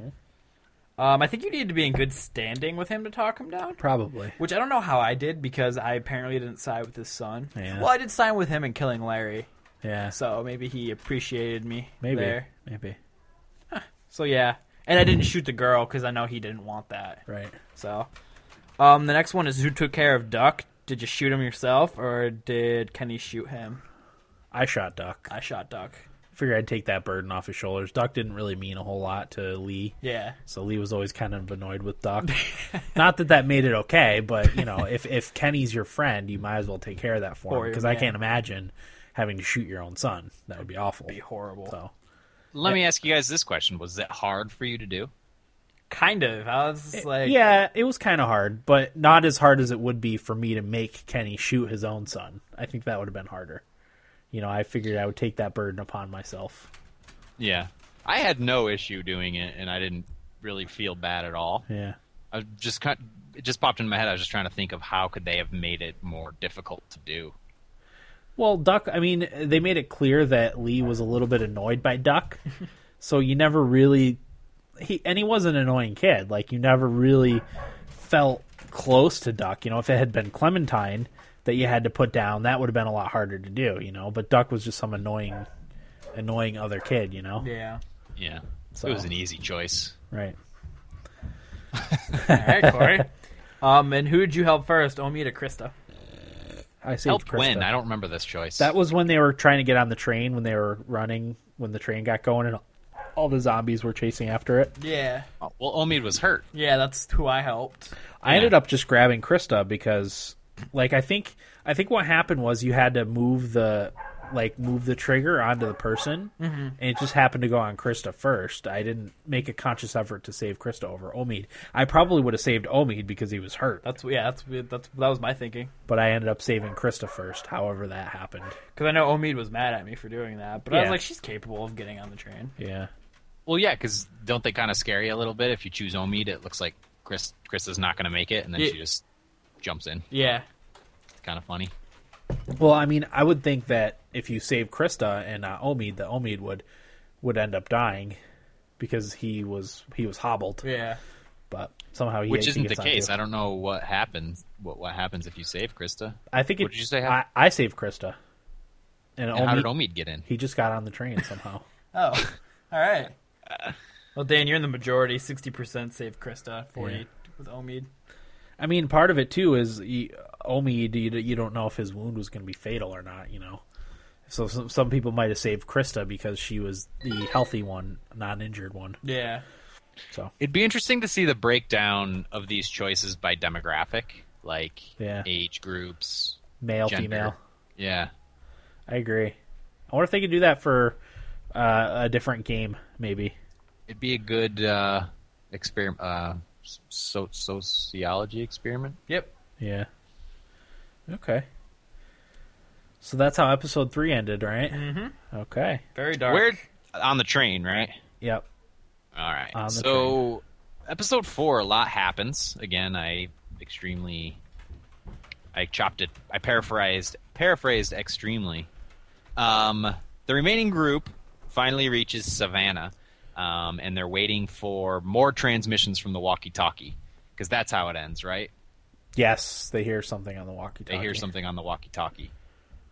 S5: Um, I think you need to be in good standing with him to talk him down,
S2: Probably.
S5: which I don't know how I did because I apparently didn't side with his son.
S2: Yeah.
S5: Well, I did side with him in killing Larry.
S2: Yeah.
S5: So maybe he appreciated me
S2: Maybe.
S5: there.
S2: Maybe.
S5: So yeah, and I didn't shoot the girl because I know he didn't want that.
S2: Right.
S5: So, um, the next one is who took care of Duck? Did you shoot him yourself, or did Kenny shoot him?
S2: I shot Duck. I
S5: I shot Duck.
S2: figured I'd take that burden off his shoulders. Duck didn't really mean a whole lot to Lee.
S5: Yeah,
S2: So Lee was always kind of annoyed with Duck. Not that that made it okay, but you know, if if Kenny's your friend, you might as well take care of that for
S5: Or
S2: him
S5: your
S2: because I
S5: man.
S2: can't imagine having to shoot your own son. That would be awful.
S5: be horrible.
S2: So
S4: Let me ask you guys this question: Was it hard for you to do?
S5: Kind of. I was just like,
S2: yeah, it was kind of hard, but not as hard as it would be for me to make Kenny shoot his own son. I think that would have been harder. You know, I figured I would take that burden upon myself.
S4: Yeah, I had no issue doing it, and I didn't really feel bad at all.
S2: Yeah.
S4: I was just kind it just popped into my head. I was just trying to think of how could they have made it more difficult to do.
S2: Well, Duck, I mean, they made it clear that Lee was a little bit annoyed by Duck. so you never really he and he was an annoying kid. Like you never really felt close to Duck. You know, if it had been Clementine that you had to put down, that would have been a lot harder to do, you know, but Duck was just some annoying annoying other kid, you know.
S5: yeah.
S4: Yeah,
S2: So-
S4: it was an easy choice.
S2: Right.
S5: All right, Corey. um, and who did you help first, Omi or Krista?
S2: I see.
S4: Helped when? I don't remember this choice.
S2: That was when they were trying to get on the train when they were running when the train got going and all the zombies were chasing after it.
S5: Yeah,
S4: well, Omid was hurt.
S5: yeah. That's who I helped.
S2: I ended up just grabbing Krista because like I think I think what happened was you had to move the like move the trigger onto the person
S4: Mm-hmm.
S2: and it just happened to go on Krista first. I didn't make a conscious effort to save Krista over Omid. I probably would have saved Omid because he was hurt,
S5: That's yeah. That's that's that was my thinking.
S2: but I ended up saving Krista first, however that happened.
S5: Because I know Omid was mad at me for doing that, but I was
S2: Yeah.
S5: like, she's capable of getting on the train.
S2: Yeah.
S4: Well, yeah, because don't they kind of scare you a little bit if you choose Omid? It looks like Chris Chris is not going to make it, and then
S5: Yeah.
S4: she just jumps in.
S5: Yeah,
S4: It's kind of funny.
S2: Well, I mean, I would think that if you save Krista and uh, Omid, that Omid would would end up dying because he was he was hobbled,
S5: yeah.
S2: but somehow he
S4: Which
S2: he
S4: isn't the
S2: gets
S4: case.
S2: onto it.
S4: I don't know what happens. What what happens if you save Krista?
S2: I think it,
S4: What did you say
S2: I,
S4: happened?
S2: I saved Krista, and,
S4: And how
S2: Omid,
S4: did Omid get in?
S2: he just got on the train somehow.
S5: Oh, all right. Well, Dan, you're in the majority. Sixty percent save Krista, forty
S2: Yeah.
S5: with Omid.
S2: I mean, part of it too is he, Omid. You, you don't know if his wound was going to be fatal or not. You know, so some, some people might have saved Krista because she was the healthy one, non-injured one.
S5: Yeah,
S2: So
S4: It'd be interesting to see the breakdown of these choices by demographic, like
S2: Yeah.
S4: age groups,
S2: male,
S4: gender.
S2: female.
S4: Yeah,
S2: I agree. I wonder if they could do that for uh, a different game, maybe.
S4: it'd be a good uh, experiment, uh, so- sociology experiment.
S5: yep.
S2: Yeah. Okay. So that's how episode three ended, right? Mm-hmm. Okay.
S5: Very dark.
S4: We're on the train, right?
S2: Yep.
S4: All right.
S2: On the
S4: so, episode four, a lot happens. Again, I extremely, I chopped it. I paraphrased, paraphrased extremely. Um, the remaining group finally reaches Savannah, um, and they're waiting for more transmissions from the walkie-talkie because that's how it ends, right?
S2: Yes, they hear something on the walkie-talkie.
S4: They hear something on the walkie-talkie.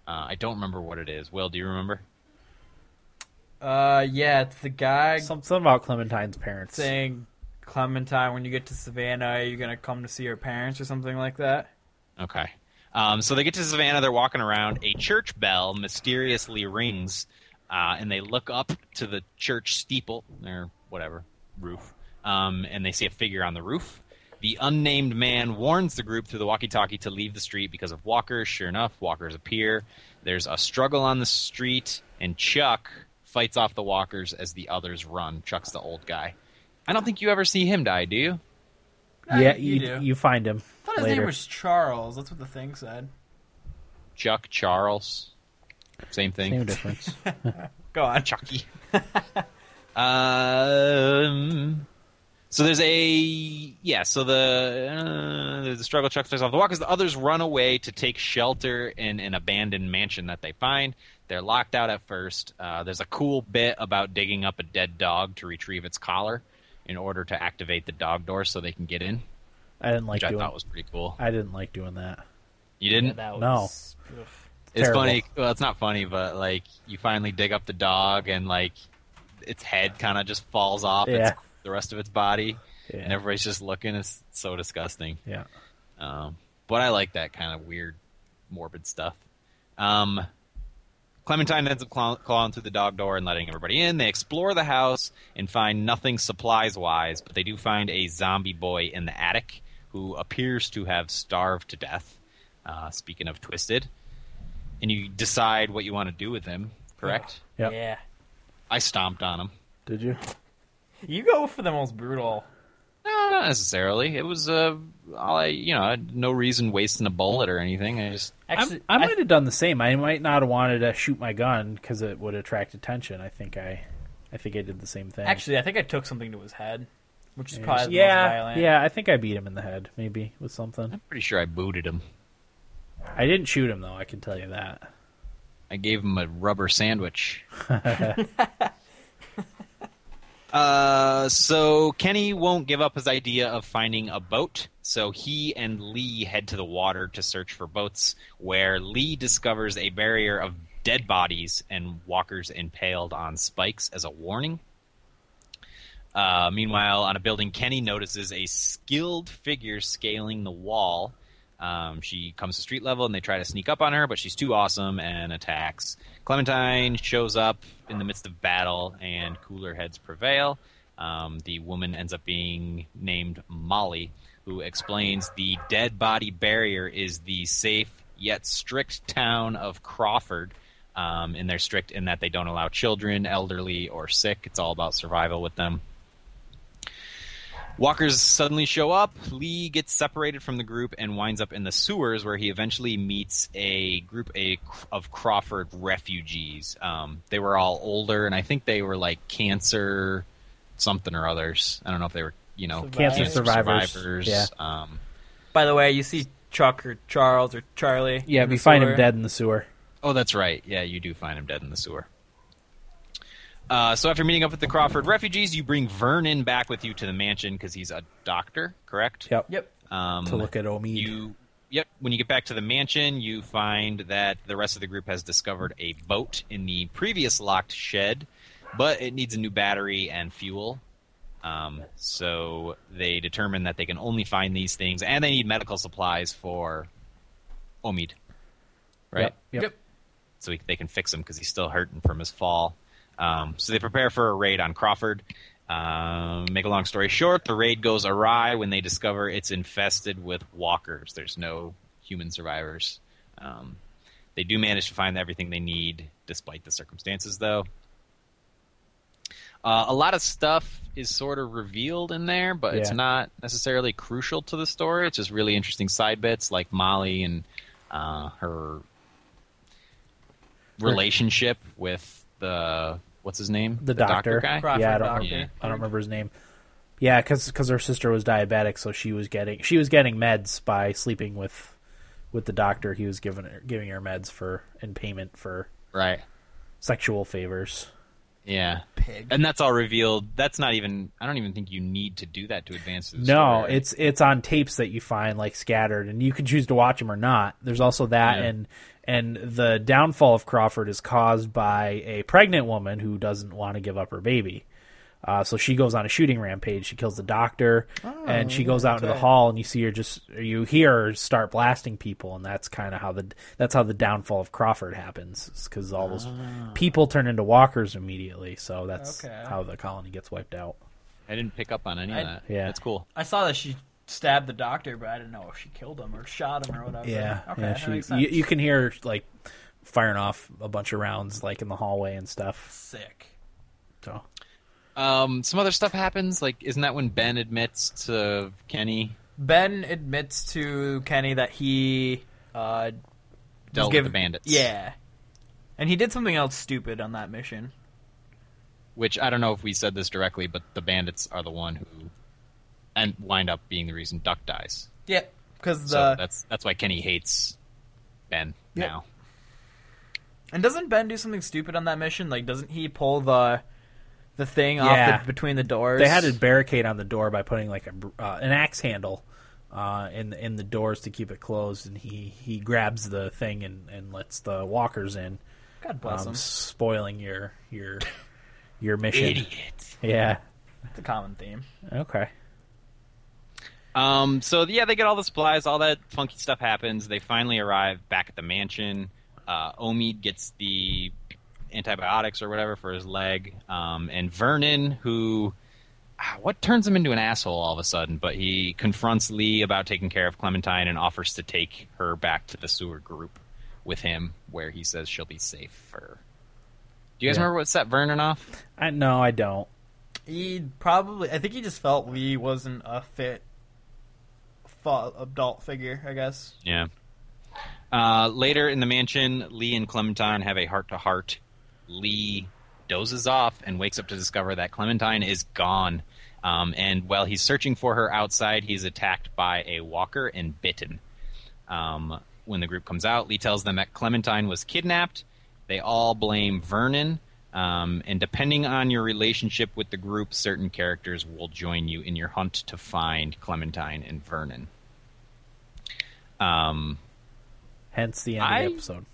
S4: Uh, I don't remember what it is. Will, do you remember?
S5: Uh, yeah, it's the guy
S2: Some- Something about Clementine's parents.
S5: saying, "Clementine, when you get to Savannah, you're gonna come to see your parents or something like that."
S4: Okay. Um, so they get to Savannah. They're walking around. A church bell mysteriously rings, uh, and they look up to the church steeple or whatever roof, um, and they see a figure on the roof. The unnamed man warns the group through the walkie-talkie to leave the street because of walkers. Sure enough, walkers appear. There's a struggle on the street, and Chuck fights off the walkers as the others run. Chuck's the old guy. I don't think you ever see him die, do you?
S2: yeah,
S5: you
S2: you,
S5: do.
S2: you find him
S5: I thought his
S2: later.
S5: name was Charles. That's what the thing said.
S4: Chuck Charles, same thing.
S2: Same difference.
S5: Go on.
S4: Chucky. um, so there's a yeah. So the uh, there's a struggle. Chuck flies off the walkers. The others run away to take shelter in an abandoned mansion that they find. They're locked out at first. Uh, there's a cool bit about digging up a dead dog to retrieve its collar in order to activate the dog door so they can get in,
S2: I didn't like
S4: which I
S2: doing.
S4: thought was pretty cool.
S2: I didn't like doing that.
S4: You didn't?
S5: That
S2: No.
S5: was, Ugh.
S4: It's
S2: Terrible.
S4: funny. Well, it's not funny, but like you finally dig up the dog and like its head kind of just falls off
S2: Yeah.
S4: its, the rest of its body,
S2: Yeah.
S4: and everybody's just looking. It's so disgusting.
S2: Yeah.
S4: Um, but I like that kind of weird, morbid stuff. Um, Clementine ends up claw- clawing through the dog door and letting everybody in. They explore the house and find nothing supplies wise, but they do find a zombie boy in the attic who appears to have starved to death. Uh, speaking of twisted, and you decide what you want to do with him. Correct?
S2: Yep.
S5: Yeah.
S4: I stomped on him.
S2: Did you?
S5: You go for the most brutal.
S4: No, not necessarily. It was uh, all I, you know, I had no reason wasting a bullet or anything. I just
S5: Actually,
S2: I, I
S5: I-
S2: might have done the same. I might not have wanted to shoot my gun because it would attract attention. I think I, I think I did the same thing.
S5: actually, I think I took something to his head, which is probably the most
S2: yeah,
S5: violent.
S2: yeah. I think I beat him in the head, maybe with something.
S4: I'm pretty sure I booted him.
S2: I didn't shoot him though. I can tell you that.
S4: I gave him a rubber sandwich. uh, so Kenny won't give up his idea of finding a boat, so he and Lee head to the water to search for boats, where Lee discovers a barrier of dead bodies and walkers impaled on spikes as a warning. Uh, meanwhile, on a building, Kenny notices a skilled figure scaling the wall. Um, she comes to street level and they try to sneak up on her, but she's too awesome and attacks. Clementine shows up in the midst of battle, and cooler heads prevail. Um, the woman ends up being named Molly, who explains the dead body barrier is the safe yet strict town of Crawford. Um, and they're strict in that they don't allow children, elderly, or sick. It's all about survival with them. Walkers suddenly show up. Lee gets separated from the group and winds up in the sewers, where he eventually meets a group a- of Crawford refugees. Um, they were all older, and I think they were like cancer something or others. I don't know if they were, you know,
S2: Cancer survivors. Yeah.
S4: Um,
S5: By the way, you see Chuck or Charles or Charlie.
S2: Yeah,
S5: in
S2: we
S5: the
S2: find
S5: sewer.
S2: him dead in the sewer.
S4: Oh, that's right. Yeah, you do find him dead in the sewer. Uh, so after meeting up with the Crawford refugees, you bring Vernon back with you to the mansion because he's a doctor, correct?
S2: Yep.
S5: Yep.
S4: Um,
S2: To look at Omid.
S4: you. Yep. When you get back to the mansion, you find that the rest of the group has discovered a boat in the previous locked shed, but it needs a new battery and fuel. Um, so they determine that they can only find these things, and they need medical supplies for Omid. Right.
S2: Yep. Yep.
S5: Yep.
S4: so he, they can fix him because he's still hurting from his fall. Um, so they prepare for a raid on Crawford. Um, make a long story short, the raid goes awry when they discover it's infested with walkers. There's no human survivors. Um, they do manage to find everything they need despite the circumstances, though. Uh, a lot of stuff is sort of revealed in there, but it's
S2: Yeah.
S4: not necessarily crucial to the story. It's just really interesting side bits like Molly and uh, her relationship with the what's his name?
S2: The, doctor.
S4: guy.
S5: Crawford
S2: yeah, I don't,
S5: doctor.
S2: Remember,
S4: Yeah.
S2: I don't remember his name. Yeah, because her sister was diabetic, so she was getting she was getting meds by sleeping with with the doctor. He was giving her giving her meds for in payment for
S4: Right.
S2: sexual favors.
S4: Yeah.
S5: Pig.
S4: And that's all revealed. That's not even. I don't even think you need to do that to advance. through The
S2: No,
S4: story.
S2: it's it's on tapes that you find like scattered, and you can choose to watch them or not. There's also that,
S4: Yeah.
S2: and and the downfall of Crawford is caused by a pregnant woman who doesn't want to give up her baby. Uh, so she goes on a shooting rampage. She kills the doctor,
S4: Oh,
S2: and she goes out into the hall, and you see her just you hear her start blasting people, and that's kind of how the that's how the downfall of Crawford happens, because all those
S4: Ah.
S2: people turn into walkers immediately. So that's
S5: Okay.
S2: how the colony gets wiped out.
S4: I didn't pick up on any
S5: I-
S4: of that.
S2: yeah.
S4: That's cool.
S5: I saw that she stabbed the doctor, but I didn't know if she killed him or shot him or whatever.
S2: Yeah,
S5: Okay.
S2: yeah.
S5: that
S2: She,
S5: makes sense.
S2: you, you can hear her, like firing off a bunch of rounds like in the hallway and stuff.
S5: Sick.
S2: So
S4: Um, some other stuff happens. Like, isn't that when Ben admits to Kenny
S5: Ben admits to Kenny that he uh,
S4: dealt
S5: give-
S4: with the bandits?
S5: Yeah. And he did something else stupid on that mission.
S4: Which I don't know if we said this directly, but the bandits are the one who, and wind up being the reason Duck dies.
S5: Yep. Because
S4: So
S5: the
S4: that's that's why Kenny hates Ben
S5: Yep.
S4: now.
S5: and doesn't Ben do something stupid on that mission? Like, doesn't he pull the the thing
S2: Yeah.
S5: off the, between the doors?
S2: they had a barricade on the door by putting like a br- uh, an axe handle uh, in the, in the doors to keep it closed, and he, he grabs the thing and, and lets the walkers in,
S5: God bless
S2: um,
S5: him.
S2: spoiling your your your mission. Yeah.
S5: It's a common theme.
S2: Okay.
S4: Um, so yeah, they get all the supplies, all that funky stuff happens. They finally arrive back at the mansion. Uh, Omid gets the antibiotics or whatever for his leg, um, and Vernon, who ah, what turns him into an asshole all of a sudden, but he confronts Lee about taking care of Clementine and offers to take her back to the sewer group with him, where he says she'll be safer. Do you guys
S2: Yeah.
S4: remember what set Vernon off?
S2: I no, I don't.
S5: He probably, I think he just felt Lee wasn't a fit fa- adult figure. I guess.
S4: Yeah. Uh, later in the mansion, Lee and Clementine have a heart to heart. Lee dozes off and wakes up to discover that Clementine is gone. Um, and while he's searching for her outside, he's attacked by a walker and bitten. Um, when the group comes out, Lee tells them that Clementine was kidnapped. They all blame Vernon. Um, and depending on your relationship with the group, certain characters will join you in your hunt to find Clementine and Vernon. Um,
S2: Hence the end of
S4: I-
S2: the episode.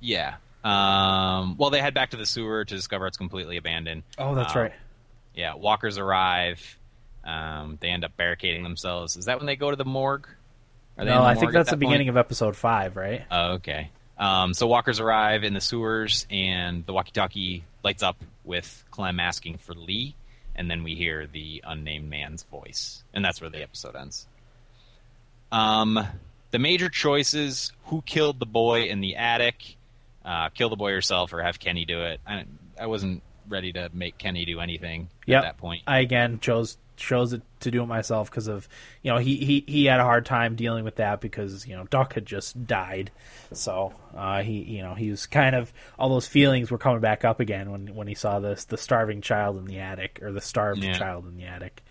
S4: yeah. Um, well, they head back to the sewer to discover it's completely abandoned.
S2: Oh, that's
S4: Um,
S2: right.
S4: Yeah, walkers arrive. Um, they end up barricading themselves. Is that when they go to the morgue? Are they in
S2: No, I
S4: morgue
S2: think
S4: at
S2: that's
S4: that
S2: the beginning
S4: point?
S2: of episode five, right?
S4: Oh, okay. Um, so walkers arrive in the sewers, and the walkie-talkie lights up with Clem asking for Lee, and then we hear the unnamed man's voice, and that's where the episode ends. Um, the major choices: who killed the boy in the attic? Uh, kill the boy yourself, or have Kenny do it. I, I wasn't ready to make Kenny do anything
S2: Yep.
S4: at that point.
S2: I again chose chose it to do it myself because of you know he, he he had a hard time dealing with that because you know Doc had just died, so uh, he you know he was kind of all those feelings were coming back up again when when he saw this the starving child in the attic or the starved
S4: Yeah.
S2: child in the attic.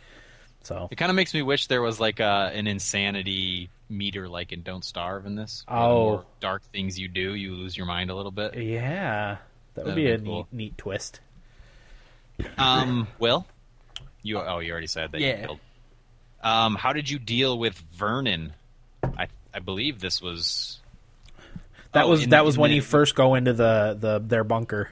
S2: So
S4: It kind of makes me wish there was like a, an insanity meter, like in Don't Starve, in this. where the
S2: Oh.
S4: more dark things you do, you lose your mind a little bit.
S2: yeah, that would
S4: That'd
S2: be,
S4: be
S2: a
S4: cool.
S2: neat neat twist.
S4: Um, Will, you oh, you already said that. You
S5: Yeah.
S4: killed. Um, how did you deal with Vernon? I I believe this was
S2: That
S4: Oh,
S2: was
S4: in-
S2: that was
S4: in
S2: when
S4: the-
S2: you first go into the the their bunker.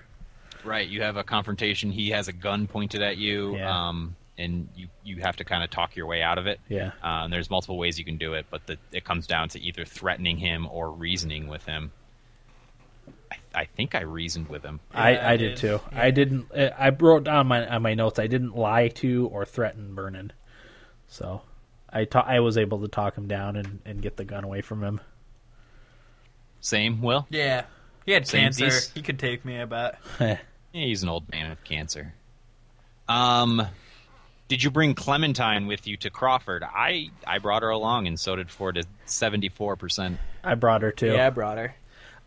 S4: right. You have a confrontation. He has a gun pointed at you.
S2: Yeah.
S4: Um, and you you have to kind of talk your way out of it.
S2: Yeah.
S4: Uh, and there's multiple ways you can do it, but the, it comes down to either threatening him or reasoning with him. I, I think I reasoned with him.
S2: I, I did too. I didn't. uh, I wrote down my on my notes. I didn't lie to or threaten Vernon, so I ta- I was able to talk him down and, and get the gun away from him.
S4: Same, Will?
S5: Yeah. He had
S4: Same
S5: cancer.
S4: piece.
S5: He could take me. I bet.
S4: Yeah, he's an old man with cancer. Um, did you bring Clementine with you to Crawford? I I brought her along, and so did four to seventy four percent.
S2: I brought her too.
S5: Yeah, I brought her.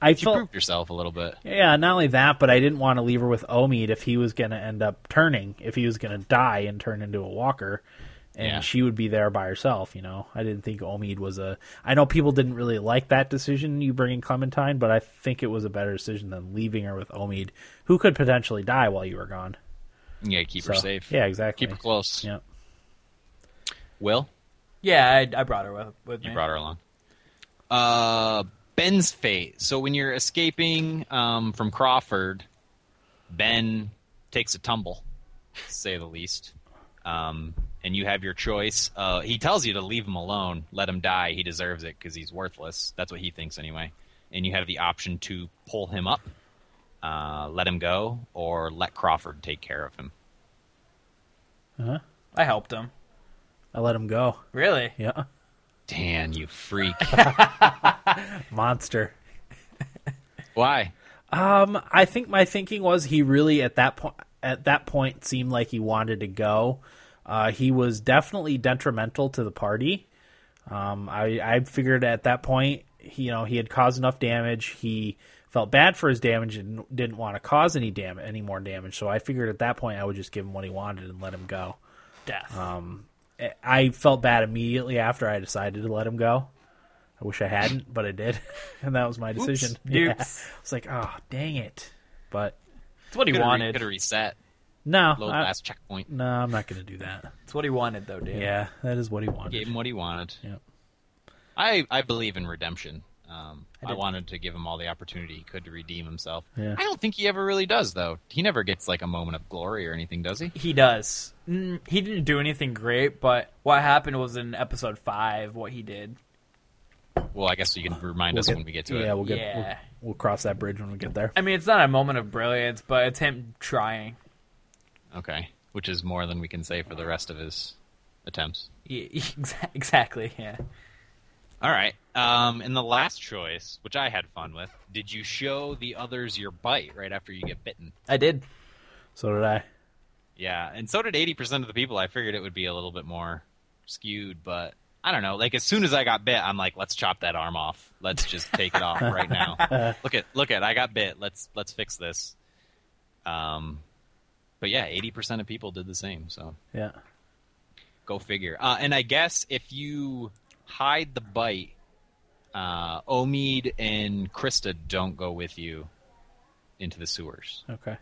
S2: I
S4: You
S2: felt
S4: proved yourself a little bit.
S2: yeah. Not only that, but I didn't want to leave her with Omid if he was going to end up turning, if he was going to die and turn into a walker, and
S4: Yeah.
S2: she would be there by herself. You know, I didn't think Omid was a. I know people didn't really like that decision you bringing Clementine, but I think it was a better decision than leaving her with Omid, who could potentially die while you were gone.
S4: Yeah, keep her
S2: So,
S4: safe.
S2: Yeah, exactly.
S4: keep her close.
S2: Yep.
S4: Will,
S5: Yeah, I, I brought her with, with
S4: you
S5: me.
S4: brought her along. Uh, Ben's fate. So when you're escaping um, from Crawford, Ben takes a tumble, to say the least. Um, and you have your choice. Uh, he tells you to leave him alone, let him die. He deserves it because he's worthless. That's what he thinks anyway. And you have the option to pull him up, uh, let him go, or let Crawford take care of him.
S5: I helped him.
S2: I let him go.
S5: Really?
S2: Yeah.
S4: Dan, you freak!
S2: Monster.
S4: Why?
S2: Um, I think my thinking was he really at that point at that point seemed like he wanted to go. Uh, he was definitely detrimental to the party. Um, I I figured at that point, he, you know, he had caused enough damage. He felt bad for his damage and didn't want to cause any dam any more damage. So I figured at that point I would just give him what he wanted and let him go. Eh,
S5: Death.
S2: I felt bad immediately after I decided to let him go. I wish I hadn't, but I did, and that was my decision. Yeah.
S5: Oops.
S2: I was like, oh, dang it! But
S5: it's what he
S4: Could
S5: wanted.
S4: Could have reset.
S2: no,
S4: Load
S2: I-
S4: last checkpoint.
S2: no, I'm not going to do that.
S5: It's what he wanted, though, dude.
S2: Yeah, that is what he wanted.
S4: Gave him what he wanted.
S2: Yep.
S4: I, I believe in redemption. Um, I, wanted to give him all the opportunity he could to redeem himself.
S2: Yeah.
S4: I don't think he ever really does, though. He never gets like a moment of glory or anything, does he?
S5: He does. Mm, he didn't do anything great, but what happened was in episode five, what he did.
S4: Well, I guess you can remind us when we get to
S2: yeah,
S4: it.
S2: we'll get we'll,
S5: Yeah.
S2: we'll cross that bridge when we get there.
S5: I mean, it's not a moment of brilliance, but it's him trying.
S4: Okay, which is more than we can say for the rest of his attempts.
S5: Yeah, E, exa- exactly. Yeah.
S4: All right. Um, and the last choice, which I had fun with, did you show the others your bite right after you get bitten?
S6: I did.
S2: So did I.
S4: Yeah, and so did 80% of the people. I figured it would be a little bit more skewed, but I don't know. Like as soon as I got bit, I'm like, let's chop that arm off. Let's just take it off right now. Look at look at I got bit. Let's let's fix this. Um but yeah, 80% of people did the same, so
S2: Yeah.
S4: go figure. Uh, and I guess if you hide the bite, uh, Omid and Krista don't go with you into the sewers.
S2: Okay.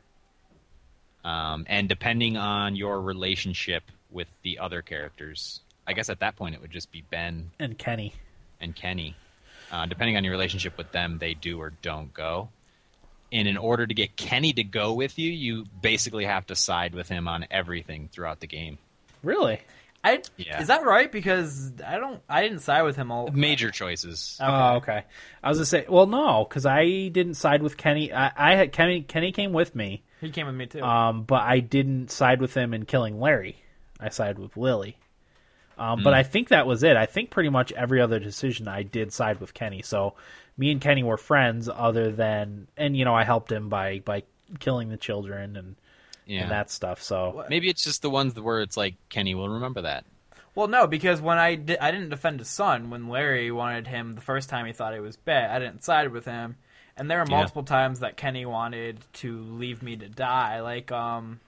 S4: Um, and depending on your relationship with the other characters, I guess at that point it would just be Ben
S2: And Kenny.
S4: and Kenny. Uh, depending on your relationship with them, they do or don't go. And in order to get Kenny to go with you, you basically have to side with him on everything throughout the game.
S2: Really?
S5: I
S4: Yeah.
S5: is that right? Because I don't. I didn't side with him all.
S4: Major choices.
S2: Oh, okay. I was gonna say, well, no, because I didn't side with Kenny. I, I had Kenny. Kenny came with me,
S5: He came with me too.
S2: um, but I didn't side with him in killing Larry. I sided with Lily. Um,
S4: Hmm.
S2: But I think that was it. I think pretty much every other decision I did side with Kenny. So me and Kenny were friends, other than and you know I helped him by by killing the children and
S4: Yeah.
S2: and that stuff. So
S4: Maybe it's just the ones where it's like Kenny will remember that.
S5: well, no, because when I di- I didn't defend his son when Larry wanted him the first time. He thought it was bet. I didn't side with him. And there were
S4: Yeah.
S5: multiple times that Kenny wanted to leave me to die. Like um,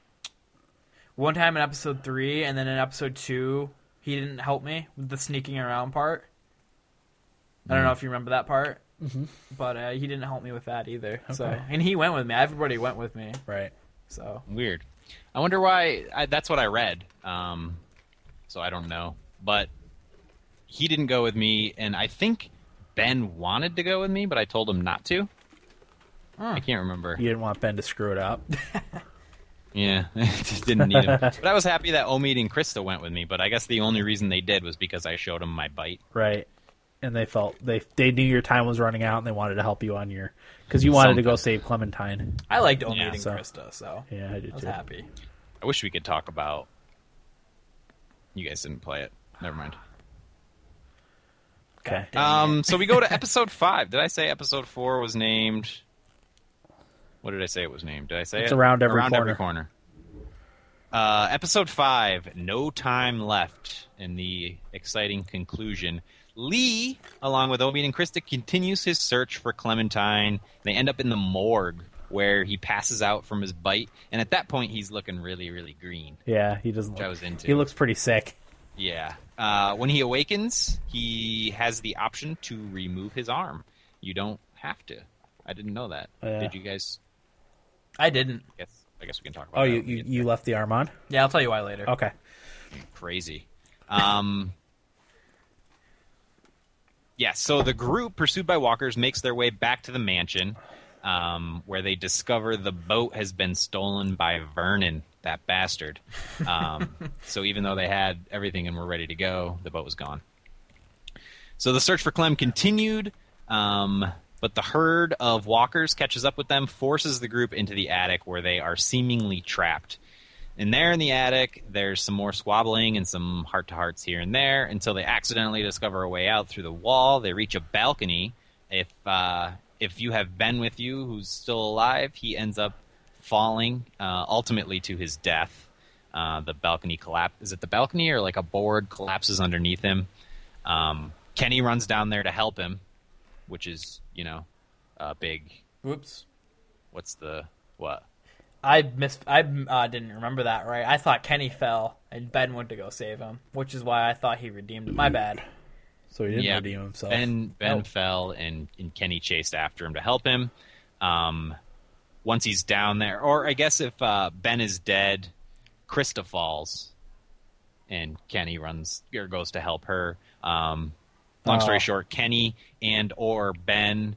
S5: one time in episode three, and then in episode two, he didn't help me with the sneaking around part. I don't know if you remember that part, mm-hmm. but uh, he didn't help me with that either. So,
S2: Okay.
S5: and he went with me. Everybody went with me.
S2: right.
S5: So
S4: Weird. I wonder why. I, that's what I read. Um, so I don't know. But he didn't go with me, and I think Ben wanted to go with me, but I told him not to. I can't remember.
S2: You didn't want Ben to screw it up.
S4: Yeah, just didn't need him. but I was happy that Omid and Krista went with me. But I guess the only reason they did was because I showed them my bite.
S2: right and they felt they they knew your time was running out and they wanted to help you on your because you wanted to go
S4: Something.
S2: save clementine
S5: I liked Omid
S4: Yeah,
S5: and
S2: so-
S5: Krista, so
S2: yeah i did
S5: I was
S2: too
S5: happy.
S4: I wish we could talk about. You guys didn't play it. Never mind.
S2: okay
S4: Um, so we go to episode five. Did I say episode four was named? What did I say it was named? Did I say
S2: It's
S4: it?
S2: Around Every
S4: around every
S2: Corner.
S4: corner? Uh, episode five, no time left, and the exciting conclusion. Lee, along with Obi and Krista, continues his search for Clementine. They end up in the morgue where he passes out from his bite, and at that point, he's looking really, really green.
S2: yeah he doesn't
S4: Which
S2: look,
S4: I was into.
S2: he looks pretty sick
S4: Yeah. Uh, when he awakens, he has the option to remove his arm. You don't have to. I didn't know that.
S2: Oh, Yeah.
S4: Did you guys?
S5: I didn't.
S4: I guess, I guess we can talk about.
S2: oh
S4: that
S2: you
S4: when we
S2: you,
S4: get
S2: you left the arm on
S5: Yeah, I'll tell you why later.
S2: okay
S4: crazy. Um, yeah, so the group pursued by walkers makes their way back to the mansion, um, where they discover the boat has been stolen by Vernon, that bastard. Um, so even though they had everything and were ready to go, the boat was gone. So the search for Clem continued, um, but the herd of walkers catches up with them, forces the group into the attic where they are seemingly trapped. And there in the attic, there's some more squabbling and some heart to hearts here and there until they accidentally discover a way out through the wall. They reach a balcony. If uh, if you have Ben with you who's still alive, he ends up falling uh, ultimately to his death. Uh, the balcony collapse. Is it the balcony or like a board collapses underneath him? Um, Kenny runs down there to help him, which is you know a big.
S5: Whoops.
S4: What's the what?
S5: I missed. I uh, didn't remember that right. I thought Kenny fell and Ben went to go save him, which is why I thought he redeemed. My bad.
S2: so he didn't
S4: Yeah.
S2: redeem himself
S4: Ben Ben
S2: Oh.
S4: fell and, and Kenny chased after him to help him. Um, once he's down there, or I guess if uh, Ben is dead, Krista falls, and Kenny runs or goes to help her. Um, Long story short, Kenny and or Ben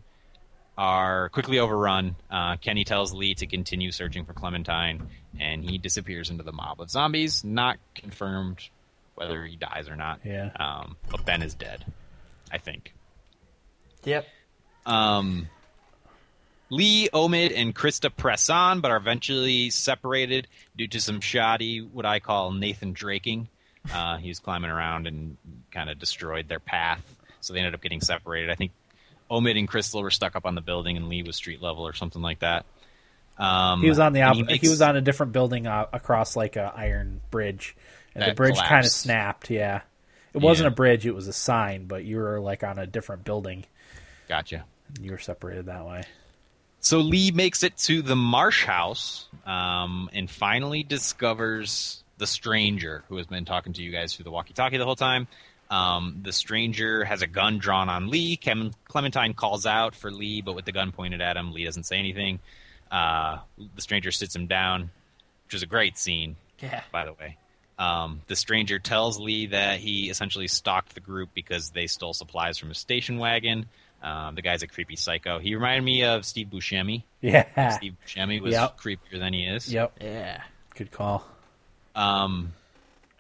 S4: are quickly overrun. Uh, Kenny tells Lee to continue searching for Clementine, and he disappears into the mob of zombies. Not confirmed whether he dies or not.
S2: Yeah.
S4: Um, but Ben is dead, I think.
S5: Yep.
S4: Um, Lee, Omid, and Krista press on, but are eventually separated due to some shoddy, what I call Nathan Draking. Uh, he was climbing around and kind of destroyed their path, so they ended up getting separated. I think Omid and Crystal were stuck up on the building, and Lee was street level or something like that. Um,
S2: He was on the op-
S4: and
S2: he,
S4: makes-
S2: was on a different building uh, across like a iron bridge, and the
S4: That
S2: bridge kind of
S4: collapsed.
S2: snapped. Yeah, it wasn't
S4: Yeah.
S2: a bridge; it was a sign. But you were like on a different building,
S4: Gotcha.
S2: and you were separated that way.
S4: So Lee makes it to the Marsh house um, and finally discovers the stranger who has been talking to you guys through the walkie talkie the whole time. Um, the stranger has a gun drawn on Lee. Clem- Clementine calls out for Lee, but with the gun pointed at him, Lee doesn't say anything. Uh, the stranger sits him down, which is a great scene,
S5: Yeah.
S4: by the way. Um, the stranger tells Lee that he essentially stalked the group because they stole supplies from a station wagon. Um, the guy's a creepy psycho. He reminded me of Steve Buscemi.
S2: Yeah.
S4: Steve Buscemi was
S2: Yep.
S4: creepier than he is.
S2: Yep.
S5: Yeah.
S2: Good call.
S4: Um,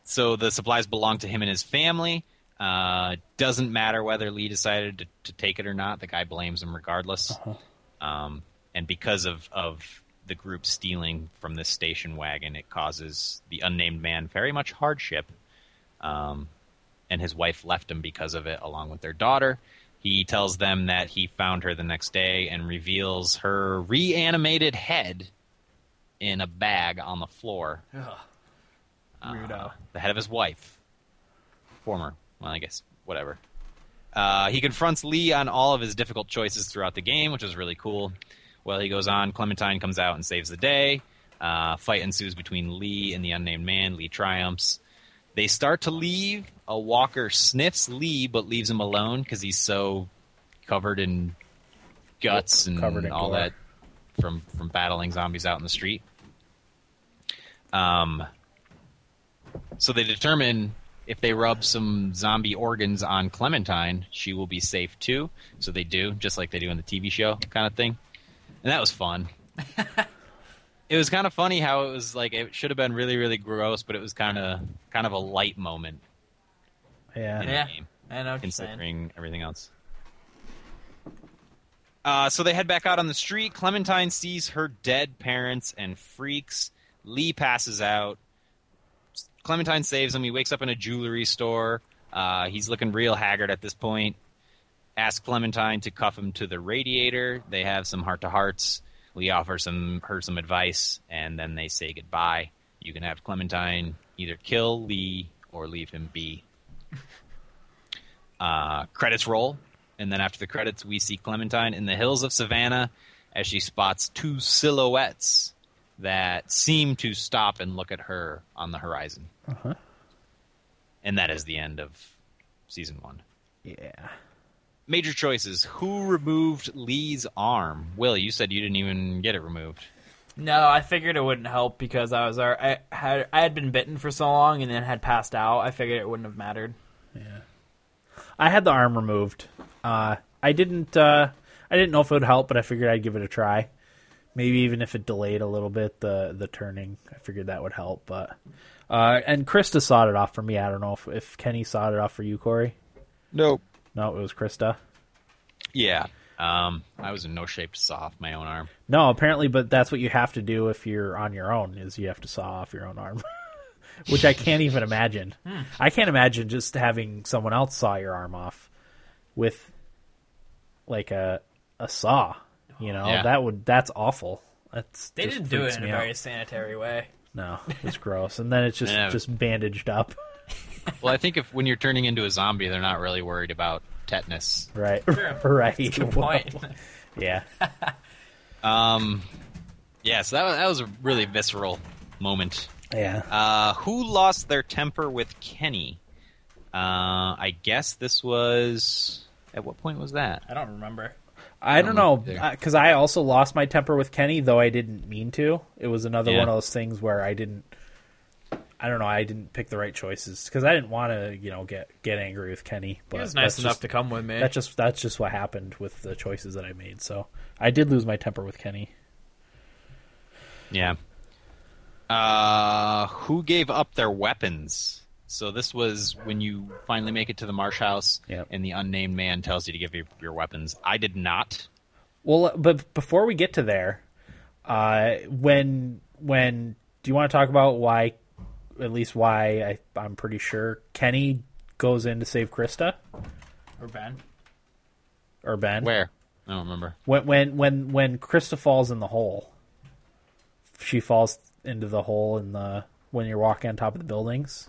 S4: so the supplies belong to him and his family. Uh, doesn't matter whether Lee decided to, to take it or not. The guy blames him regardless. Um, and because of, of the group stealing from this station wagon, it causes the unnamed man very much hardship. Um, and his wife left him because of it, along with their daughter. He tells them that he found her the next day and reveals her reanimated head in a bag on the floor
S5: Weirdo.
S4: the head of his wife. Former. Well, I guess whatever. Uh, he confronts Lee on all of his difficult choices throughout the game, which is really cool. Well, he goes on. Clementine comes out and saves the day. Uh, fight ensues between Lee and the unnamed man. Lee triumphs. They start to leave. A walker sniffs Lee, but leaves him alone because he's so covered in guts and
S2: Covered in
S4: all
S2: gore.
S4: that from from battling zombies out in the street. Um, so they determine if they rub some zombie organs on Clementine, she will be safe too. So they do, just like they do in the TV show kind of thing. And that was fun. it was kind of funny how it was like it should have been really really gross, but it was kind of kind of a light moment
S2: Yeah.
S4: in
S5: Yeah.
S4: the game
S5: I know what you're saying.
S4: considering everything else. Uh, so they head back out on the street. Clementine sees her dead parents and freaks. Lee passes out. Clementine saves him. He wakes up in a jewelry store. Uh, he's looking real haggard at this point. Asks Clementine to cuff him to the radiator. They have some heart to hearts. Lee offers some, her some advice, and then they say goodbye. You can have Clementine either kill Lee or leave him be uh, credits roll, and then after the credits, we see Clementine in the hills of Savannah as she spots two silhouettes that seem to stop and look at her on the horizon. And that is the end of season one.
S2: Yeah.
S4: Major choices: Who removed Lee's arm? Will, you said you didn't even get it removed.
S5: No, I figured it wouldn't help because I was al- I had I had been bitten for so long and then had passed out. I figured it wouldn't have mattered.
S2: I had the arm removed. Uh, I didn't. Uh, I didn't know if it would help, but I figured I'd give it a try. Maybe even if it delayed a little bit the the turning, I figured that would help. But uh, and Krista sawed it off for me. I don't know if, if Kenny sawed it off for you, Corey.
S4: Nope.
S2: No, it was Krista.
S4: Yeah. Um, I was in no shape to saw off my own arm.
S2: No, apparently, but that's what you have to do if you're on your own is you have to saw off your own arm, which I can't even imagine.
S5: Hmm.
S2: I can't imagine just having someone else saw your arm off with like a a saw. You know
S4: Yeah.
S2: that would that's awful. That's
S5: They
S2: just
S5: didn't do
S2: freaks
S5: it in a
S2: me out.
S5: very sanitary way.
S2: no. It's gross, and then it's just
S4: Yeah.
S2: just bandaged up,
S4: Well, I think if when you're turning into a zombie, they're not really worried about tetanus.
S2: right? right.
S5: Good
S2: Well,
S5: point.
S2: Yeah.
S4: Um, yeah, so that was, that was a really visceral moment.
S2: Yeah.
S4: Uh, who lost their temper with Kenny? Uh, I guess this was. At what point was that?
S5: I don't remember.
S2: I don't know
S4: either.
S2: because I also lost my temper with Kenny, though I didn't mean to. It was another
S4: Yeah.
S2: one of those things where I didn't. I don't know. I didn't pick the right choices because I didn't want to, you know, get get angry with Kenny. But
S3: He was
S2: that's
S3: nice enough
S2: just-
S3: to come with me.
S2: That's just that's just what happened with the choices that I made. So I did lose my temper with Kenny.
S4: Yeah. Uh, who gave up their weapons? So this was when you finally make it to the marsh house,
S2: Yep.
S4: and the unnamed man tells you to give up your weapons. I did not.
S2: Well, uh, but before we get to there, uh, when when do you want to talk about why? At least why I, I'm pretty sure Kenny goes in to save Krista
S3: or Ben.
S2: or Ben.
S4: Where? I don't remember.
S2: when when when when Krista falls in the hole, she falls into the hole in the when you're walking on top of the buildings.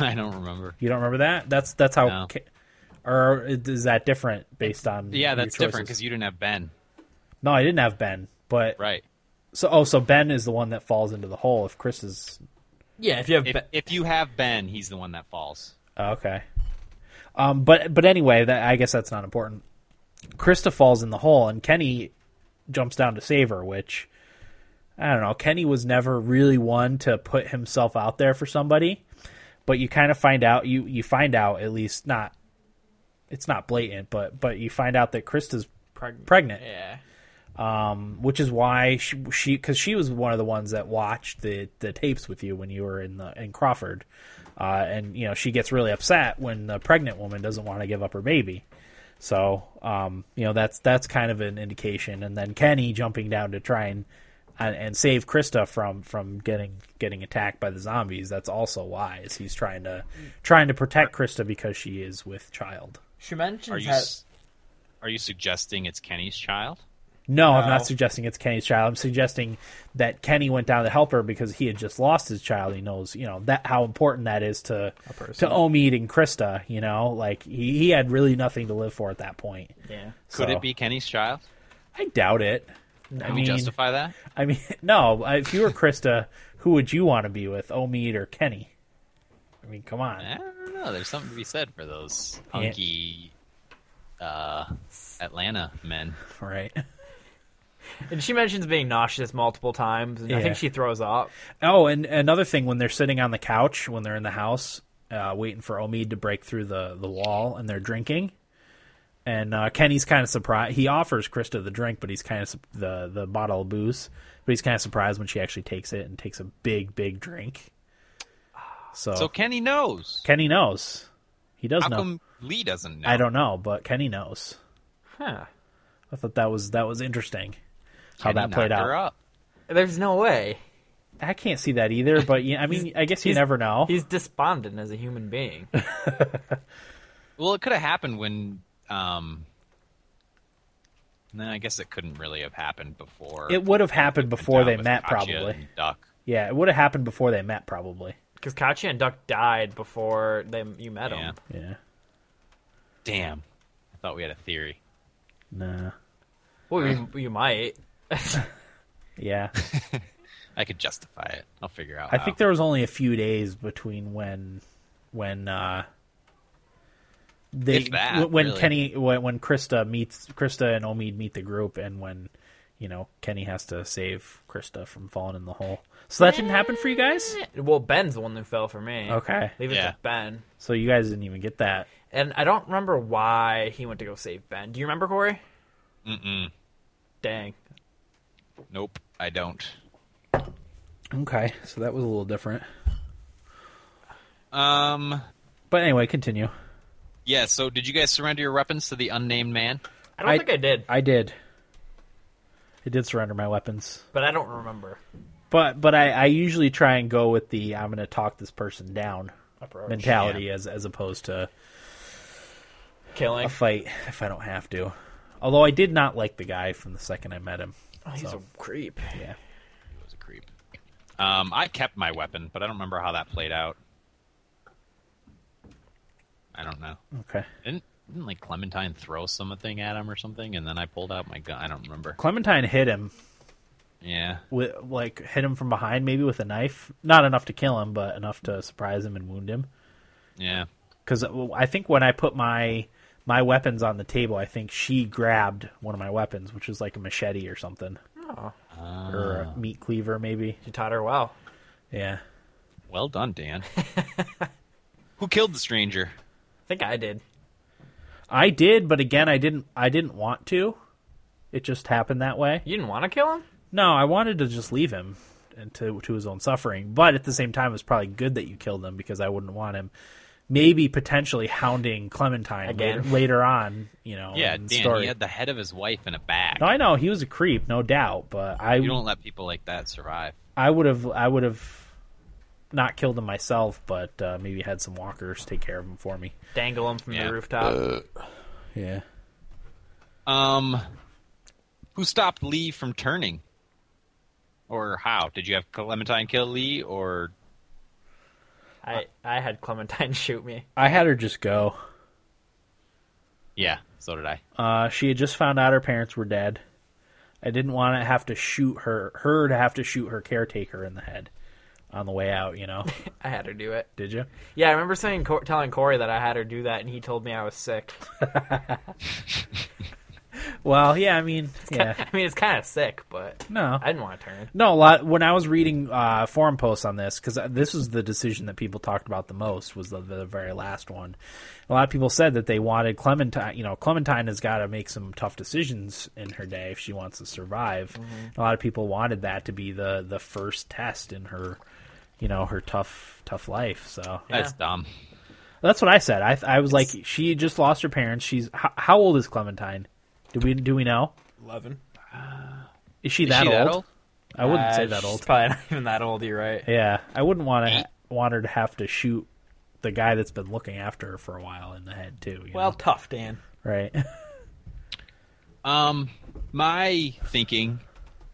S4: I don't remember.
S2: You don't remember that? That's that's how.
S4: No.
S2: Ke- Or is that different based on?
S4: Yeah, that's
S2: your
S4: different
S2: choices?
S4: because you didn't have Ben,
S2: no, I didn't have Ben, but
S4: right?
S2: so oh, so Ben is the one that falls into the hole if Chris is
S5: Yeah, if you have
S4: If,
S5: Ben-
S4: if you have Ben, he's the one that falls.
S2: Oh, Okay. Um, but but anyway, that I guess that's not important. Krista falls in the hole, and Kenny jumps down to save her. Which I don't know. Kenny was never really one to put himself out there for somebody, but you kind of find out you you find out at least not. It's not blatant, but but you find out that Krista's
S5: Pregnant.
S2: pregnant,
S3: Yeah.
S2: which is why she she because she was one of the ones that watched the the tapes with you when you were in the in Crawford, uh, and you know she gets really upset when the pregnant woman doesn't want to give up her baby. So um, you know that's that's kind of an indication, and then Kenny jumping down to try and and, and save Krista from from getting getting attacked by the zombies. That's also why is he's trying to trying to protect Krista because she is with child.
S3: She
S4: Are
S3: mentions
S4: you
S3: that
S4: s- are you suggesting it's Kenny's child?
S2: No, I'm
S3: No.
S2: not suggesting it's Kenny's child. I'm suggesting that Kenny went down to help her because he had just lost his child. He knows, you know, that how important that is to to Omid and Krista. You know, like he, he had really nothing to live for at that point.
S5: yeah.
S4: Could
S2: So,
S4: it be Kenny's child?
S2: I doubt it. I
S4: Can we
S2: mean,
S4: justify that?
S2: I mean, no. I- If you were Krista, who would you want to be with, Omid or Kenny? I mean, come on.
S4: I don't know. There's something to be said for those hunky uh, Atlanta men.
S2: All right.
S5: And she mentions being nauseous multiple times, and I
S2: Yeah.
S5: think she throws up.
S2: Oh, and another thing, when they're sitting on the couch, when they're in the house, uh, waiting for Omid to break through the, the wall, and they're drinking, and uh, Kenny's kind of surprised. He offers Krista the drink, but he's kind of su- the the bottle of booze, but he's kind of surprised when she actually takes it and takes a big, big drink. So,
S4: So Kenny knows.
S2: Kenny knows. He does
S4: How
S2: know.
S4: come Lee doesn't know?
S2: I don't know, but Kenny knows.
S5: Huh.
S2: I thought that was that was interesting. How
S4: Kenny
S2: that played
S4: knocked
S2: out.
S4: her up.
S5: There's no way.
S2: I can't see that either, but yeah, I mean, I guess you
S5: he's-
S2: never know.
S5: He's despondent as a human being.
S4: Well, it could have happened when. Um, no, I guess it couldn't really have happened before.
S2: It would have happened before
S4: Down
S2: they
S4: with
S2: met,
S4: Katya
S2: probably.
S4: and Duck.
S2: Yeah, it would have happened before they met, probably.
S5: Because Katya and Duck died before they you met
S4: Yeah.
S5: him.
S2: Yeah.
S4: Damn. I thought we had a theory.
S2: Nah.
S5: Well, you, you might.
S2: Yeah.
S4: I could justify it. I'll figure out.
S2: I
S4: how.
S2: think there was only a few days between when, when, uh, they,
S4: If that,
S2: when- when
S4: really.
S2: Kenny, when, when Krista meets, Krista and Omid meet the group and when, you know, Kenny has to save Krista from falling in the hole. So that didn't happen for you guys?
S5: Well, Ben's the one who fell for me.
S2: Okay.
S5: Leave it
S4: Yeah.
S5: to Ben.
S2: So you guys didn't even get that.
S5: And I don't remember why he went to go save Ben. Do you remember, Corey?
S4: Mm-mm.
S5: Dang.
S4: Nope, I don't.
S2: Okay. So that was a little different.
S4: Um.
S2: But anyway, continue.
S4: Yeah. So, did you guys surrender your weapons to the unnamed man?
S5: I don't
S2: I-
S5: think I did,
S2: I did. I did surrender my weapons.
S5: but I don't remember.
S2: But but I, I usually try and go with the I'm going to talk this person down
S5: Approach.
S2: mentality as as opposed to
S5: Killing.
S2: a fight if I don't have to. Although I did not like the guy from the second I met him.
S5: Oh, he's
S2: so-
S5: a creep.
S2: Yeah.
S4: It was a creep. Um, I kept my weapon, but I don't remember how that played out. I don't know.
S2: Okay.
S4: Didn't, didn't like Clementine throw something at him or something, and then I pulled out my gun. I don't remember.
S2: Clementine hit him
S4: Yeah,
S2: with like hit him from behind maybe with a knife. Not enough to kill him, but enough to surprise him and wound him.
S4: yeah.
S2: Cuz I think when I put my my weapons on the table, I think she grabbed one of my weapons, which was like a machete or something
S5: Oh,
S2: or a meat cleaver maybe.
S5: you taught her well.
S2: Yeah.
S4: Well done, Dan. Who killed the stranger?
S5: I think I did.
S2: I did, but again, I didn't. I didn't want to. It just happened that way.
S5: You didn't want to kill him?
S2: No, I wanted to just leave him and to to his own suffering. But at the same time, it was probably good that you killed him because I wouldn't want him. Maybe potentially hounding Clementine
S5: Again.
S2: later, later on, you know.
S4: Yeah,
S2: in
S4: Dan.
S2: the story.
S4: He had the head of his wife in a bag.
S2: No, I know he was a creep, no doubt. But I,
S4: You don't let people like that survive.
S2: I would have, I would have not killed him myself, but uh, maybe had some walkers take care of him for me.
S5: Dangle him from
S4: Yeah.
S5: the rooftop.
S2: Yeah.
S4: Um, who stopped Lee from turning? Or how? Did you have Clementine kill Lee, or
S5: I, I had Clementine shoot me.
S2: I had her just go.
S4: yeah? So did I.
S2: Uh, she had just found out her parents were dead. I didn't want to have to shoot her, her to have to shoot her caretaker in the head on the way out. You know?
S5: I had her do it.
S2: Did you?
S5: Yeah, I remember saying Cor- telling Corey that I had her do that, and he told me I was sick.
S2: Well, yeah. I mean, yeah.
S5: I mean, it's kind of sick, but
S2: No,
S5: I didn't want to turn.
S2: No, a lot. When I was reading uh, forum posts on this, because this was the decision that people talked about the most, was the, the very last one. A lot of people said that they wanted Clementine. You know, Clementine has got to make some tough decisions in her day if she wants to survive. A
S4: Mm-hmm.
S2: lot of people wanted that to be the the first test in her, you know, her tough tough life. So
S4: That's dumb.
S2: that's what I said. I I was like, she just lost her parents. She's how, how old is Clementine? Do we do we know?
S3: Eleven.
S2: Is she,
S4: Is
S2: that,
S4: she
S2: old?
S4: that old? Uh,
S2: I wouldn't say that old.
S3: Probably not even that old. You're right.
S2: Yeah, I wouldn't want to want her to have to shoot the guy that's been looking after her for a while in the head too. you
S3: Well,
S2: know?
S3: tough, Dan.
S2: right?
S4: Um, my thinking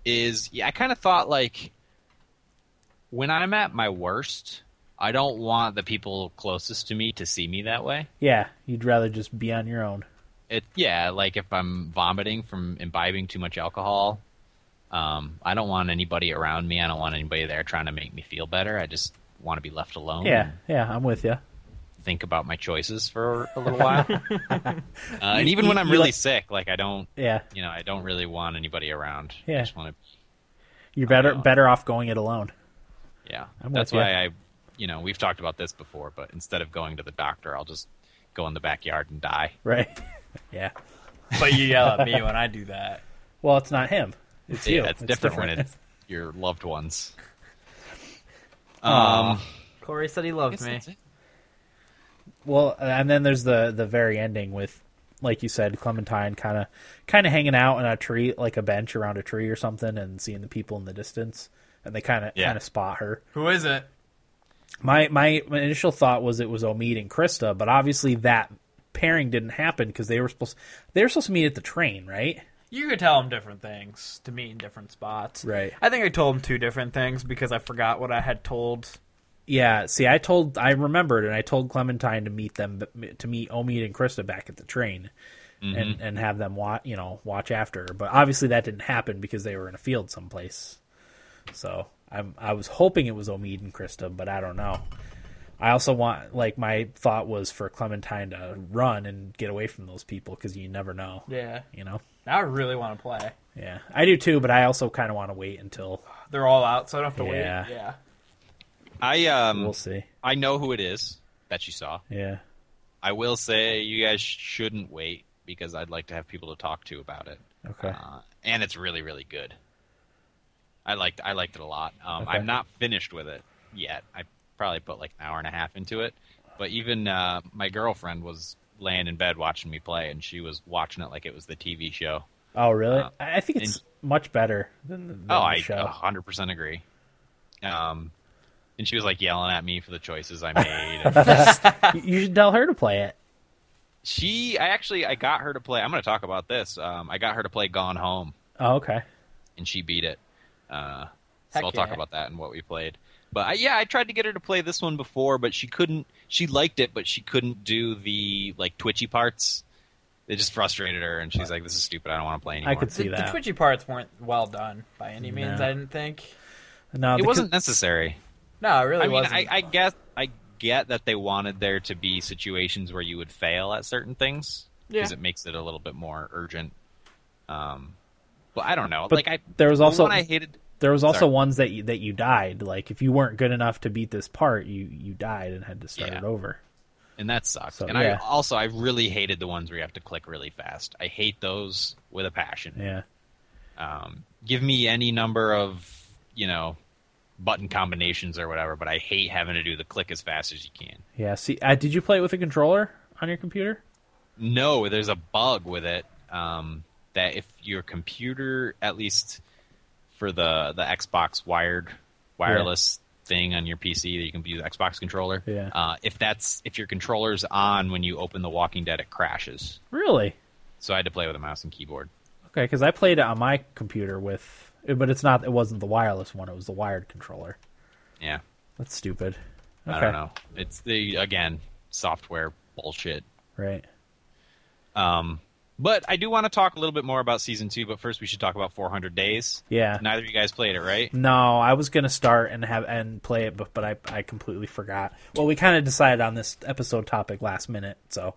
S4: is, yeah, I kind of thought like when I'm at my worst, I don't want the people closest to me to see me that way.
S2: yeah, you'd rather just be on your own.
S4: It, yeah, like if I'm vomiting from imbibing too much alcohol, um, I don't want anybody around me. I don't want anybody there trying to make me feel better. I just want to be left alone.
S2: Yeah,
S4: and
S2: yeah, I'm with you.
S4: think about my choices for a little while. uh, and even
S2: you-
S4: when I'm
S2: you
S4: really
S2: like-
S4: sick, like I don't,
S2: Yeah,
S4: you know, I don't really want anybody around.
S2: Yeah.
S4: I just want to
S2: you're better
S4: know.
S2: better off going it alone.
S4: Yeah,
S2: I'm
S4: that's
S2: with ya.
S4: why I, you know, we've talked about this before, but instead of going to the doctor, I'll just go in the backyard and die.
S2: Right? yeah.
S3: But you yell at me when I do that.
S2: Well, it's not him. It's you.
S4: yeah, it's, different, when it's your loved ones.
S5: Corey said he loved me.
S2: well, and then there's the the very ending with, like you said, Clementine kind of kind of hanging out on a tree, like a bench around a tree or something, and seeing the people in the distance, and they kind of
S4: Yeah.
S2: kind of spot her.
S3: Who is it?
S2: My, my my initial thought was it was Omid and Krista, but obviously that pairing didn't happen because they were supposed they were supposed to meet at the train, right?
S3: You could tell him different things to meet in different spots.
S2: Right.
S3: I think I told him two different things because I forgot what I had told.
S2: Yeah. See, I told I remembered, and I told Clementine to meet them to meet Omid and Krista back at the train, and and have them watch you know watch after. her. But obviously that didn't happen because they were in a field someplace. So I'm I was hoping it was Omid and Krista, but I don't know. I also want like my thought was for Clementine to run and get away from those people because you never know.
S3: Yeah.
S2: you know
S3: Now I really want to play.
S2: yeah i do too but i also kind of want to wait until
S3: They're all out, so I don't have to
S2: Yeah.
S3: wait. Yeah.
S4: I um,
S2: we'll see
S4: I know who it is that you saw.
S2: yeah
S4: I will say you guys shouldn't wait because I'd like to have people to talk to about it.
S2: okay
S4: Uh, and it's really really good. I liked I liked it a lot. Um,
S2: Okay.
S4: I'm not finished with it yet. I probably put like an hour and a half into it. But even uh, my girlfriend was laying in bed watching me play, and she was watching it like it was the TV show.
S2: oh really
S4: uh,
S2: i I think it's much better than, than
S4: oh,
S2: the
S4: I
S2: show
S4: 100 percent agree. Um, and she was like yelling at me for the choices I made. And
S2: You- you should tell her to play it
S4: she, I actually, I got her to play. I'm going to talk about this. Um, I got her to play Gone Home.
S2: oh okay
S4: and she beat it. Uh, so
S5: Heck
S4: I'll talk
S5: yeah.
S4: about that and what we played. But I, yeah, I tried to get her to play this one before, but she couldn't. She liked it, but she couldn't do the like twitchy parts. It just frustrated her, and she's like, "This is stupid. I don't want to play anymore."
S2: i could see
S3: The, the
S2: that
S3: twitchy parts weren't well done by any means.
S2: No.
S3: I didn't think.
S2: no
S4: It
S2: the-
S4: wasn't necessary.
S3: No, it really
S4: I mean,
S3: wasn't.
S4: I, I guess I get that they wanted there to be situations where you would fail at certain things because
S5: Yeah.
S4: it makes it a little bit more urgent. Um, but I don't know.
S2: but
S4: like I,
S2: there was
S4: the
S2: also
S4: one I hated.
S2: There was also
S4: Sorry.
S2: ones that you, that you died. Like if you weren't good enough to beat this part, you you died and had to start
S4: Yeah.
S2: it over.
S4: and that sucks.
S2: So,
S4: and
S2: yeah.
S4: I also I really hated the ones where you have to click really fast. I hate those with a passion.
S2: Yeah.
S4: Um, give me any number of you know button combinations or whatever, but I hate having to do the click as fast as you can.
S2: Yeah. See, uh, did you play it with a controller on your computer?
S4: No, there's a bug with it um, that if your computer, at least for the the Xbox wired wireless thing on your PC, that you can use Xbox controller.
S2: Yeah.
S4: Uh, if that's if your controller's on when you open The Walking Dead, it crashes.
S2: Really?
S4: So I had to play with a mouse and keyboard.
S2: Okay, because I played it on my computer with, but it's not. It wasn't the wireless one. It was the wired controller.
S4: Yeah,
S2: That's stupid. Okay.
S4: I don't know. It's the again software bullshit.
S2: Right.
S4: Um, but I do want to talk a little bit more about season two. But first, we should talk about 400 Days.
S2: Yeah.
S4: Neither of you guys played it, right?
S2: No, I was gonna start and have and play it, but but I I completely forgot. Well, we kind of decided on this episode topic last minute, so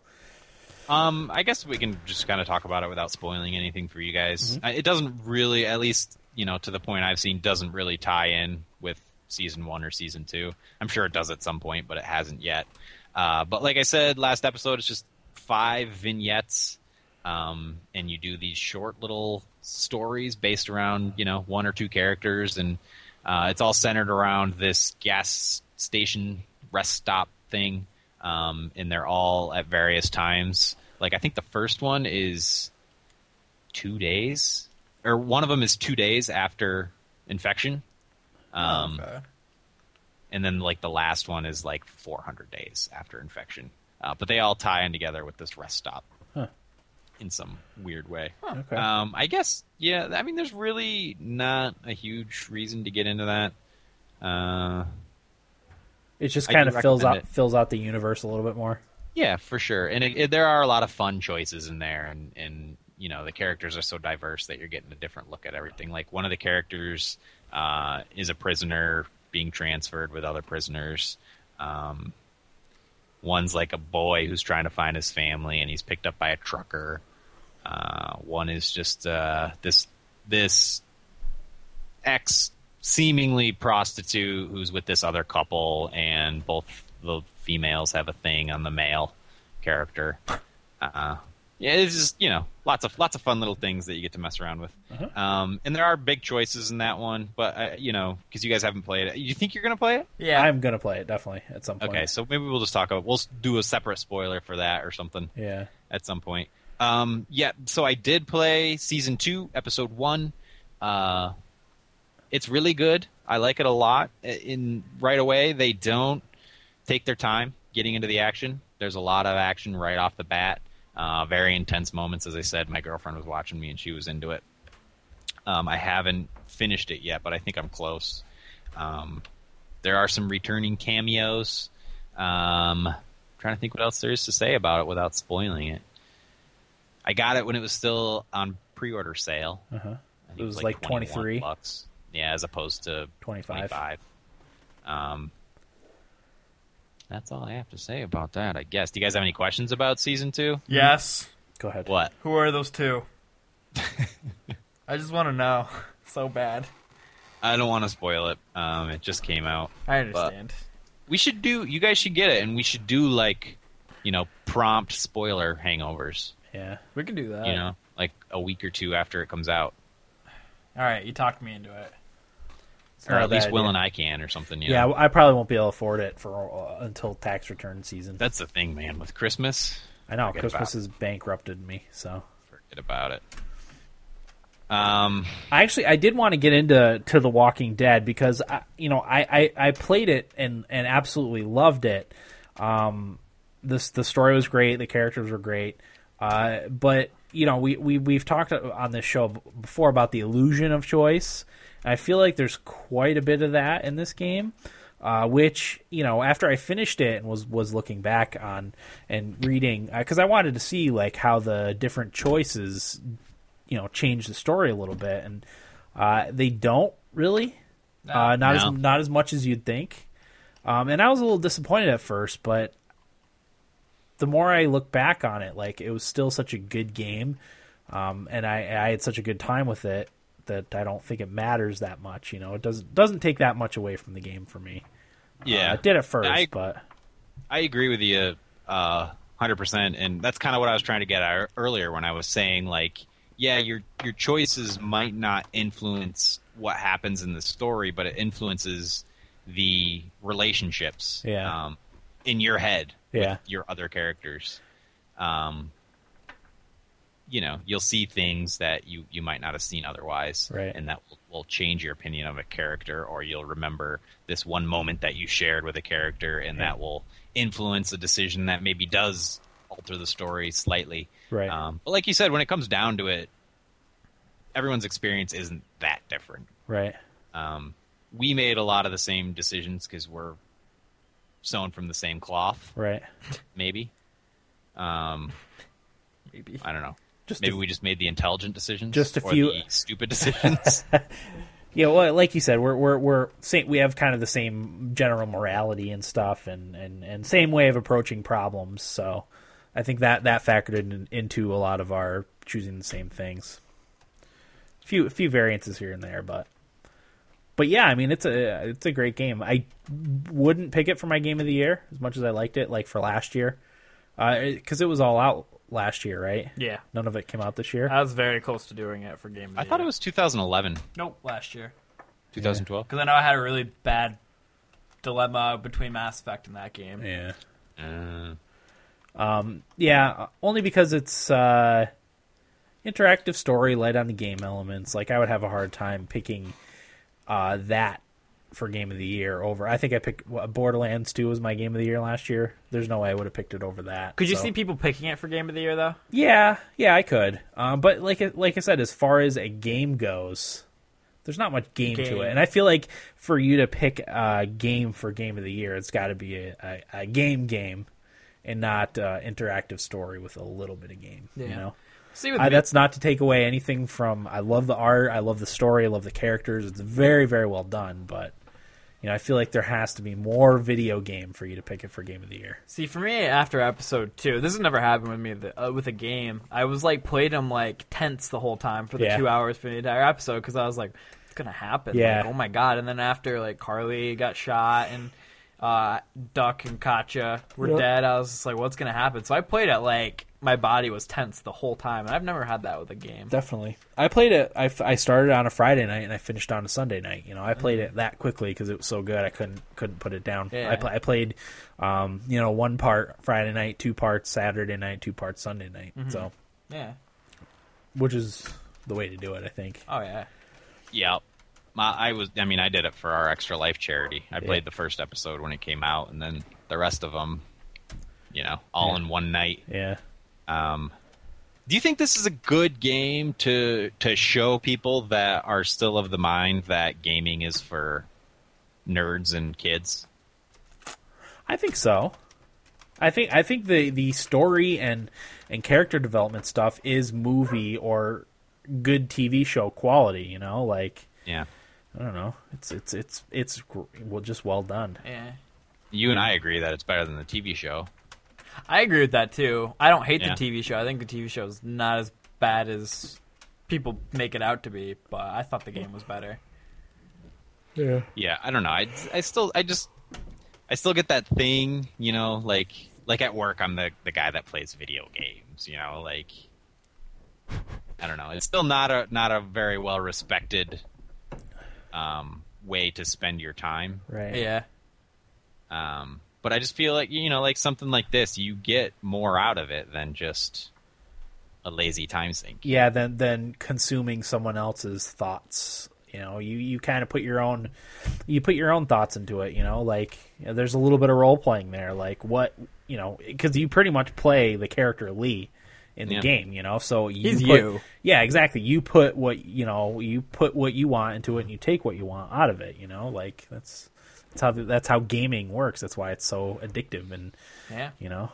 S4: Um, I guess we can just kind of talk about it without spoiling anything for you guys. Uh, It doesn't really, at least you know, to the point I've seen, doesn't really tie in with season one or season two. I'm sure it does at some point, but it hasn't yet. Uh, but like I said last episode, it's just five vignettes, um, and you do these short little stories based around you know one or two characters, and uh, it's all centered around this gas station rest stop thing um, and they're all at various times. Like I think the first one is two days, or one of them is two days after infection, um, and then like the last one is like 400 days after infection. Uh, but they all tie in together with this rest stop in some weird way.
S2: okay.
S4: Um, I guess, yeah. I mean, there's really not a huge reason to get into that. Uh,
S2: it just
S4: I
S2: kind
S4: do
S2: of fills out
S4: recommend it.
S2: fills out the universe a little bit more.
S4: Yeah, for sure. And it, it, there are a lot of fun choices in there, and and you know the characters are so diverse that you're getting a different look at everything. Like one of the characters uh, is a prisoner being transferred with other prisoners. Um, one's like a boy who's trying to find his family, and he's picked up by a trucker. Uh, one is just uh, this this ex seemingly prostitute who's with this other couple, and both the females have a thing on the male character. Uh, yeah, it's just you know lots of lots of fun little things that you get to mess around with.
S2: Mm-hmm.
S4: Um, and there are big choices in that one, but uh, you know because you guys haven't played it, you think you're gonna play it?
S5: Yeah.
S2: I'm gonna play it definitely at some point.
S4: Okay, so maybe we'll just talk about we'll s- do a separate spoiler for that or something
S2: yeah,
S4: at some point. Um, yeah, so I did play season two, episode one. Uh, it's really good. I like it a lot. Uh, In right away, they don't take their time getting into the action. There's a lot of action right off the bat. Uh, very intense moments, as I said. My girlfriend was watching me, and she was into it. Um, I haven't finished it yet, but I think I'm close. Um, there are some returning cameos. Um, trying to think what else there is to say about it without spoiling it. I got it when it was still on pre-order sale.
S2: uh-huh.
S4: I think
S2: It was like
S4: 21
S2: 23.
S4: bucks. Yeah, as opposed to
S2: 25.
S4: 25. Um, that's all I have to say about that, I guess. Do you guys have any questions about season two?
S5: Yes.
S2: Go ahead.
S4: What?
S5: Who are those two? I just want to know so bad.
S4: I don't want to spoil it. Um, it just came out.
S5: I understand.
S4: We should do. You guys should get it, and we should do like, you know, prompt spoiler hangovers.
S2: Yeah,
S5: we can do that.
S2: Uh,
S4: you know, like a week or two after it comes out,
S5: All right, you talked me into it.
S2: It's
S4: or
S2: not a
S4: at least
S2: bad
S4: Will
S2: idea.
S4: and I can, or something. You
S2: Yeah,
S4: know?
S2: I probably won't be able to afford it for uh, until tax return season.
S4: that's the thing, man. With Christmas,
S2: I know
S4: forget
S2: Christmas
S4: about it.
S2: has bankrupted me, so
S4: forget about it. Um,
S2: I actually I did want to get into to The Walking Dead because I, you know I, I I played it and and absolutely loved it. Um, this the story was great, the characters were great, uh, but you know we we we've talked on this show b- before about the illusion of choice. I feel like there's quite a bit of that in this game. Uh, which you know, after I finished it and was was looking back on and reading, because I wanted to see like how the different choices you know change the story a little bit, and uh, they don't really, uh, not
S4: No.
S2: as not as much as you'd think. Um, and I was a little disappointed at first, but the more I look back on it, like it was still such a good game, um, and I I had such a good time with it that I don't think it matters that much. You know, it doesn't doesn't take that much away from the game for me.
S4: Yeah,
S2: Uh, it did at first,
S4: I-
S2: but
S4: I agree with you, uh, hundred percent, and that's kind of what I was trying to get at earlier when I was saying like, yeah, your your choices might not influence what happens in the story, but it influences the relationships,
S2: Yeah.
S4: um, in your head,
S2: Yeah.
S4: with your other characters. Um, you know, you'll see things that you you might not have seen otherwise,
S2: Right.
S4: and that will, will change your opinion of a character, or you'll remember this one moment that you shared with a character, and that will influence a decision that maybe does alter the story slightly.
S2: Right.
S4: Um, but like you said, when it comes down to it, everyone's experience isn't that different.
S2: right,
S4: Um, we made a lot of the same decisions because we're sewn from the same cloth,
S2: right.
S4: maybe. Um,
S5: Maybe.
S4: I don't know.
S2: Just
S4: maybe
S2: a-
S4: we just made the intelligent decisions,
S2: Just a
S4: or
S2: few-
S4: the stupid decisions.
S2: Yeah, well, like you said, we're we're we're same, we have kind of the same general morality and stuff, and, and, and same way of approaching problems. So, I think that that factored in, into a lot of our choosing the same things. Few few variances here and there, but but yeah, I mean it's a it's a great game. I wouldn't pick it for my game of the year as much as I liked it, like for last year, because it was all out last year, right?
S5: Yeah.
S2: None of it came out this year.
S5: I was very close to doing it for Game of the
S4: I thought it
S5: Year.
S4: was 2011,
S3: Nope, last year.
S4: 2012.
S3: Because I know I had a really bad dilemma between Mass Effect and that game.
S2: yeah.
S4: Uh,
S2: Yeah, uh, only because it's uh, interactive story, light on the game elements. Like I would have a hard time picking uh, that for game of the year over. I think I picked what, Borderlands Two was my game of the year last year. There's no way I would have picked it over that.
S5: Could you
S2: so-
S5: see people picking it for Game of the Year though?
S2: Yeah, yeah, I could. Um, but like I- like I said, as far as a game goes, there's not much game, to
S5: Game.
S2: it, and I feel like for you to pick a game for game of the year, it's got to be a, a, a game game, and not uh, interactive story with a little bit of game. You
S5: Yeah.
S2: know,
S5: See with
S2: I,
S5: me,
S2: that's not to take away anything from. I love the art, I love the story, I love the characters. It's very very well done, but. You know, I feel like there has to be more video game for you to pick it for game of the year.
S5: See, for me, after episode two, this has never happened with me the, uh, with a game. I was like played them like tense the whole time for the
S2: Yeah.
S5: two hours for the entire episode because I was like, "It's gonna happen."
S2: Yeah.
S5: Like, oh my god! And then after like Carly got shot and uh, Duck and Katya were
S2: Yep.
S5: dead, I was just like, "What's gonna happen?" So I played it like my body was tense the whole time, and I've never had that with a game.
S2: Definitely. I played it. I, f- I started on a Friday night and I finished on a Sunday night. You know, I played it that quickly because it was so good. I couldn't couldn't put it down.
S5: Mm. Yeah.
S2: I, pl- I played, um, you know, one part Friday night, two parts Saturday night, two parts Sunday night.
S5: Mm-hmm.
S2: So,
S5: Yeah.
S2: which is the way to do it, I think.
S5: Oh yeah.
S4: yeah, my, I was. I mean, I did it for our Extra Life charity. I played the first episode when it came out, and then the rest of them, you know, all
S2: Yeah.
S4: in one night.
S2: Yeah.
S4: Um, do you think this is a good game to to show people that are still of the mind that gaming is for nerds and kids?
S2: I think so. I think I think the the story and and character development stuff is movie or good TV show quality. You know, like
S4: Yeah,
S2: I don't know. It's it's it's it's gr- well just well done.
S5: Yeah.
S4: you and I agree that it's better than the TV show.
S5: I agree with that too. I don't hate the
S4: Yeah.
S5: TV show. I think the TV show is not as bad as people make it out to be, but I thought the game was better.
S4: Yeah, I don't know. I I still I just I still get that thing, you know, like like at work I'm the the guy that plays video games, you know, like I don't know. It's still not a not a very well respected um way to spend your time.
S2: Right.
S5: Yeah.
S4: Um, but I just feel like you know, like something like this, you get more out of it than just a lazy time sink.
S2: yeah than than consuming someone else's thoughts you know you you kind of put your own you put your own thoughts into it you know like you know, there's a little bit of role playing there like what you know because you pretty much play the character lee in the
S4: Yeah.
S2: game you know so you
S5: He's
S2: put-
S5: you.
S2: yeah exactly you put what you know you put what you want into it and you take what you want out of it you know like that's that's how that's how gaming works that's why it's so addictive and
S5: Yeah.
S2: you know.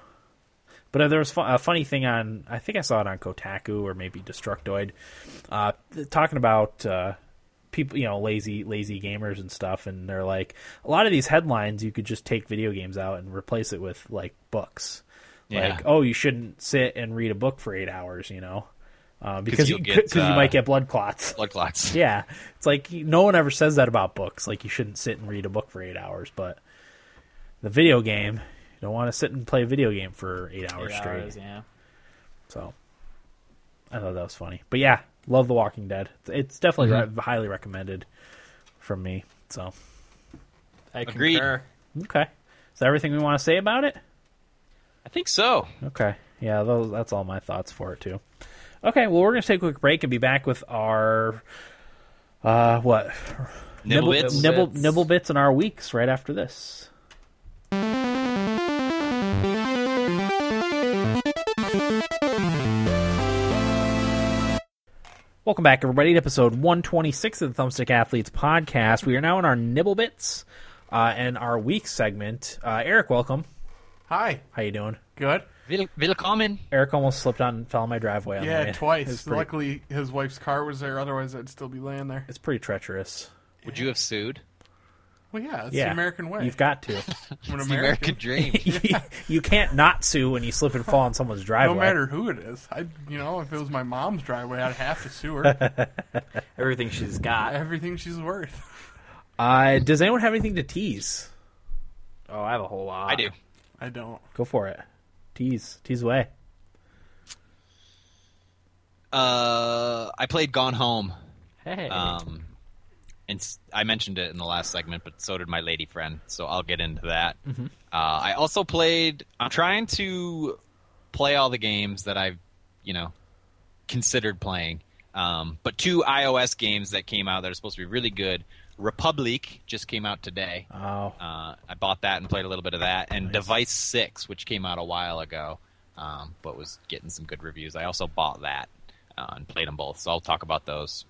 S2: But uh, there was fu- a funny thing on, I think I saw it on Kotaku or maybe Destructoid, uh, th- talking about uh, people, you know, lazy lazy gamers and stuff, and they're like, a lot of these headlines you could just take video games out and replace it with like oh, books,
S4: Yeah.
S2: like oh you shouldn't sit and read a book for eight hours, you know. uh, because you,
S4: you'll
S2: cause
S4: get,
S2: you
S4: uh,
S2: might get blood clots.
S4: blood clots.
S2: Yeah, it's like no one ever says that about books. Like you shouldn't sit and read a book for eight hours, but the video game, you don't want to sit and play a video game for eight hours
S3: Eight
S2: straight.
S3: hours, yeah.
S2: So I thought that was funny, but yeah, love The Walking Dead. It's- It's definitely
S3: Mm-hmm.
S2: re- highly recommended from me. So
S3: I
S4: Agreed.
S3: concur.
S2: okay, is that everything we want to say about it?
S4: I think so.
S2: Okay. Yeah, those, that's all my thoughts for it too. Okay, well we're gonna take a quick break and be back with our uh what
S4: Nibble bits.
S2: nibble
S3: bits.
S2: nibble bits in our weeks right after this. Welcome back, everybody, to episode 126 of the Thumbstick Athletes podcast. We are now in our nibble bits uh, and our week segment. Uh, Eric, welcome.
S7: Hi.
S2: How you doing?
S7: Good.
S4: Will- Willkommen.
S2: Eric almost slipped on and fell in my driveway. On the
S7: Yeah,
S2: way. It was
S7: twice.
S2: pretty-
S7: Luckily, his wife's car was there. Otherwise, I'd still be laying there.
S2: it's pretty treacherous.
S4: Would you have sued?
S7: Well, yeah, it's
S2: yeah,
S7: the American way.
S2: You've got to.
S7: I'm an
S4: It's the American dream.
S2: you can't not sue when you slip and fall on someone's driveway.
S7: No matter who it is, I you know if it was my mom's driveway, I'd have to sue her.
S5: Everything she's got.
S7: Everything she's worth.
S2: Uh, does anyone have anything to tease?
S5: Oh, I have a whole lot.
S4: I do.
S7: I don't.
S2: Go for it. Tease. Tease away.
S4: Uh, I played Gone Home.
S5: Hey.
S4: Um, and s- I mentioned it in the last segment, but so did my lady friend. So I'll get into that. Uh, I also played. I'm trying to play all the games that I've, you know, considered playing. Um, but two iOS games that came out that are supposed to be really good. Republic just came out today.
S2: Oh,
S4: Uh, I bought that and played a little bit of that, and Device Six, which came out a while ago, um, but was getting some good reviews. I also bought that uh, and played them both, so I'll talk about those.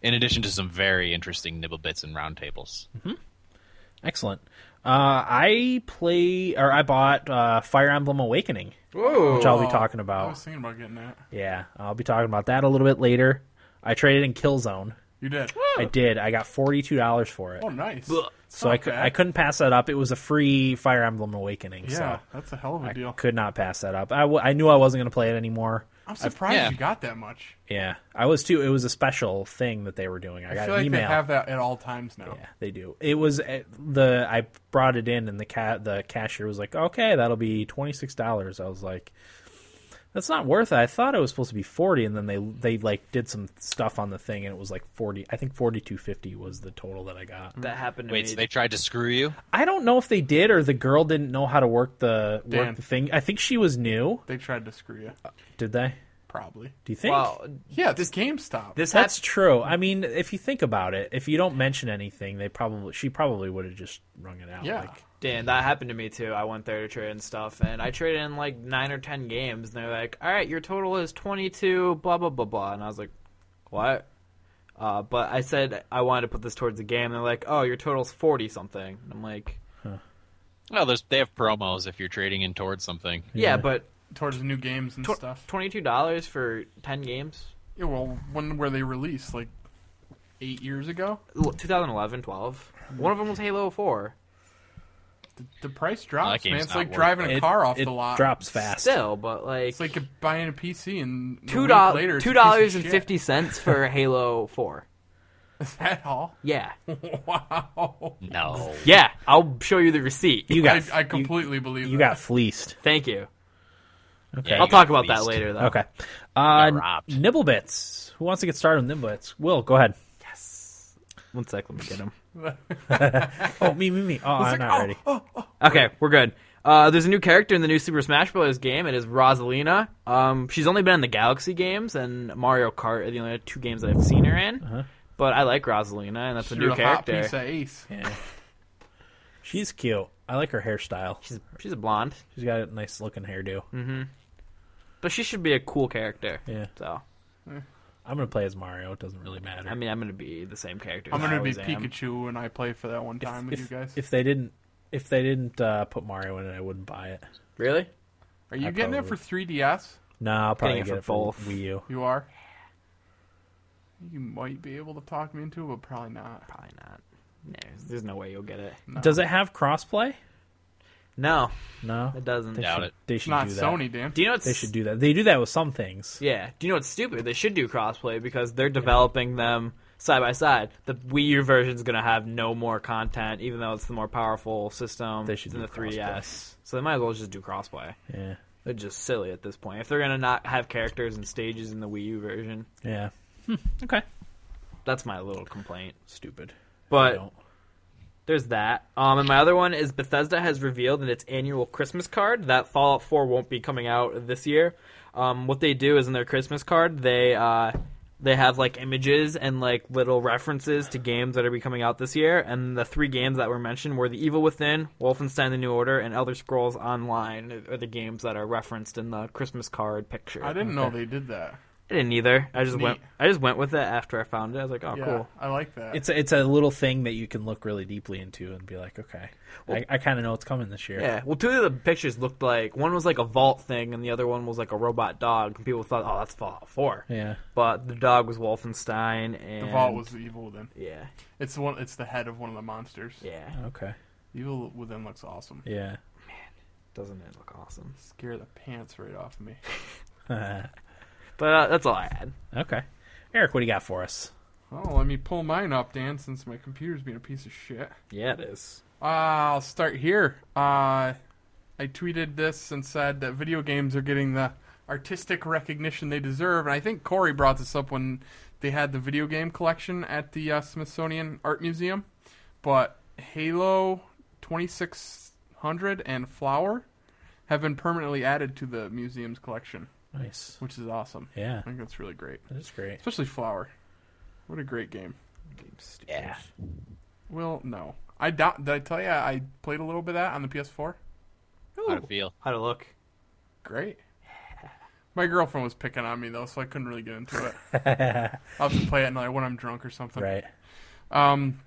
S4: In addition to some very interesting nibble bits and roundtables.
S2: excellent. Uh, I play or I bought uh, Fire Emblem Awakening, which I'll be talking
S7: I
S2: about.
S7: was thinking about getting that.
S2: Yeah, I'll be talking about that a little bit later. I traded in Killzone.
S7: You did.
S2: I did. I got forty two dollars for it.
S7: Oh, nice.
S2: So I, cou-
S7: Okay.
S2: I couldn't pass that up. It was a free Fire Emblem Awakening,
S7: Yeah,
S2: so
S7: that's a hell of a deal.
S2: could not pass that up. I, w- I knew I wasn't going to play it anymore.
S7: I'm surprised
S4: yeah.
S7: you got that much.
S2: Yeah, I was too. It was a special thing that they were doing. I,
S7: I
S2: got
S7: feel like
S2: an email.
S7: they have that at all times now.
S2: Yeah, they do. It was uh, the I brought it in, and the cat the cashier was like, "Okay, that'll be twenty six dollars." I was like, "That's not worth it." I thought it was supposed to be forty, and then they they like did some stuff on the thing, and it was like forty. I think forty two fifty was the total that I got.
S5: that happened to
S4: Wait,
S5: me.
S4: so they tried to screw you?
S2: I don't know if they did or the girl didn't know how to work the work
S7: Dan.
S2: the thing. I think she was new.
S7: They tried to screw you,
S2: Did they?
S7: probably.
S2: Do you think?
S5: well,
S7: Yeah, this GameStop.
S5: this
S2: That's
S5: hap-
S2: true. I mean, if you think about it, if you don't mention anything, they probably she probably would have just rung it out.
S7: yeah,
S2: Like,
S5: Dan, that happened to me too. I went there to trade and stuff, and I traded in like nine or ten games, and they're like, "All right, your total is twenty-two, blah blah blah blah," and I was like, "What?" Uh, but I said I wanted to put this towards the game, and they're like, "Oh, your total's forty something," and I'm like,
S4: Well, there's, they have promos if you're trading in towards something.
S5: "Yeah, but
S7: towards new games and stuff.
S5: twenty-two dollars for ten games."
S7: Yeah, well, when were they released? Like eight years ago.
S5: L- 2011, 12. One of them was Halo 4.
S7: The, the price
S4: Well,
S7: drops,
S4: that
S7: man.
S4: game's
S7: It's
S4: not
S7: like
S4: worth
S7: driving a
S2: it-
S7: car off
S2: it
S7: the lot.
S2: drops fast.
S5: Still, but like,
S7: It's like buying a PC and
S5: two
S7: dollars later.
S5: dollars, two dollars
S7: it's a piece of
S5: and
S7: shit.
S5: fifty cents for Halo 4.
S7: Is that all?
S5: Yeah,
S7: Wow.
S4: No.
S5: yeah. I'll show you the receipt.
S2: You
S7: I,
S2: got
S7: I completely believe
S2: you
S7: that.
S2: got fleeced.
S5: Thank you.
S4: Okay.
S5: I'll talk about that later, though.
S2: Okay. Uh,
S4: robbed.
S2: Nibblebits. Who wants to get started with Nibblebits? Will, go ahead.
S5: One sec, let me get him.
S2: Oh, me, me, me. Oh, I'm not ready.
S5: Okay, we're good. Uh, there's a new character in the new Super Smash Bros. game. It is Rosalina. Um, she's only been in the Galaxy games and Mario Kart are the only two games that I've seen her in. But I like Rosalina, and that's a
S7: You're
S5: new
S7: a Uh-huh. hot piece
S5: character.
S7: of ace.
S2: She's cute. I like her hairstyle.
S5: She's, she's a blonde,
S2: She's got a nice looking hairdo.
S5: but she should be a cool character.
S2: Yeah.
S5: So
S2: I'm gonna play as Mario. It doesn't really matter.
S5: I mean, I'm gonna be the same character.
S7: I'm
S5: that I
S7: gonna be
S5: always am.
S7: Pikachu when I play for that one time with
S2: if,
S7: you guys.
S2: if they didn't, if they didn't uh, put Mario in it, I wouldn't buy it.
S5: Really?
S7: Are you
S2: I
S7: getting it for
S2: probably-
S7: 3DS?
S2: No, I'll probably
S5: it
S2: get
S5: for
S2: it for
S5: both.
S2: Wii U.
S7: You are. You might be able to talk me into it, but probably not.
S5: Probably not. There's, there's no way you'll get it.
S2: Does it have crossplay?
S5: No,
S2: No,
S5: it doesn't.
S2: They
S4: Doubt
S2: should-
S4: it.
S2: They should
S7: Not
S2: do that.
S7: Sony, Dan.
S5: Do you know what's
S2: They should do that. They do that with some things.
S5: Yeah. Do you know what's stupid? They should do crossplay because they're developing them side by side. The Wii U version is going to have no more content, even though it's the more powerful system
S2: They should
S5: than
S2: do
S5: the 3DS. So they might as well just do crossplay.
S2: Yeah,
S5: They're just silly at this point. If they're going to not have characters and stages in the Wii U version,
S2: yeah. Okay.
S5: that's my little complaint.
S2: Stupid. I
S5: But
S2: don't-
S5: there's that. Um, and my other one is Bethesda has revealed in its annual Christmas card that Fallout 4 won't be coming out this year. Um, what they do is in their Christmas card they uh, they have like images and like little references to games that are be coming out this year. And the three games that were mentioned were The Evil Within, Wolfenstein: The New Order, and Elder Scrolls Online are the games that are referenced in the Christmas card picture.
S7: I didn't know they did that.
S5: I didn't either. I just
S7: Neat.
S5: went. I just went with it after I found it. I was like, oh,
S7: yeah,
S5: cool.
S7: I like that.
S2: It's a, it's a little thing that you can look really deeply into and be like, okay, I, I kind of know what's coming this year.
S5: Yeah. Well, two of the pictures looked like one was like a vault thing, and the other one was like a robot dog. And people thought, "Oh, that's Fallout 4.
S2: Yeah.
S5: But the dog was Wolfenstein, and
S7: the vault was the evil within.
S5: yeah,
S7: It's the one. It's the head of one of the monsters.
S5: yeah.
S2: Okay.
S7: Evil within looks awesome.
S2: Yeah.
S5: Doesn't it look awesome?
S7: Scare the pants right off me.
S5: But uh, that's all I had.
S2: okay. Eric, what do you got for us?
S7: Oh, let me pull mine up, Dan, since my computer's being a piece of shit.
S5: Yeah, it is.
S7: Uh, I'll start here. Uh, I tweeted this and said that video games are getting the artistic recognition they deserve, and I think Corey brought this up when they had the video game collection at the uh, Smithsonian Art Museum. But Halo 2600 and Flower have been permanently added to the museum's collection,
S2: Nice.
S7: which is awesome.
S2: Yeah,
S7: I think that's really great,
S2: that's great.
S7: especially Flower. What a great game.
S4: Yeah.
S7: Well, no. I doubt. Did I tell you I played a little bit of that on the PS4?
S4: How'd it feel?
S5: How to look?
S7: Great. My girlfriend was picking on me though, so I couldn't really get into it. I'll have to play it another when I'm drunk or something.
S2: Right.
S7: Um,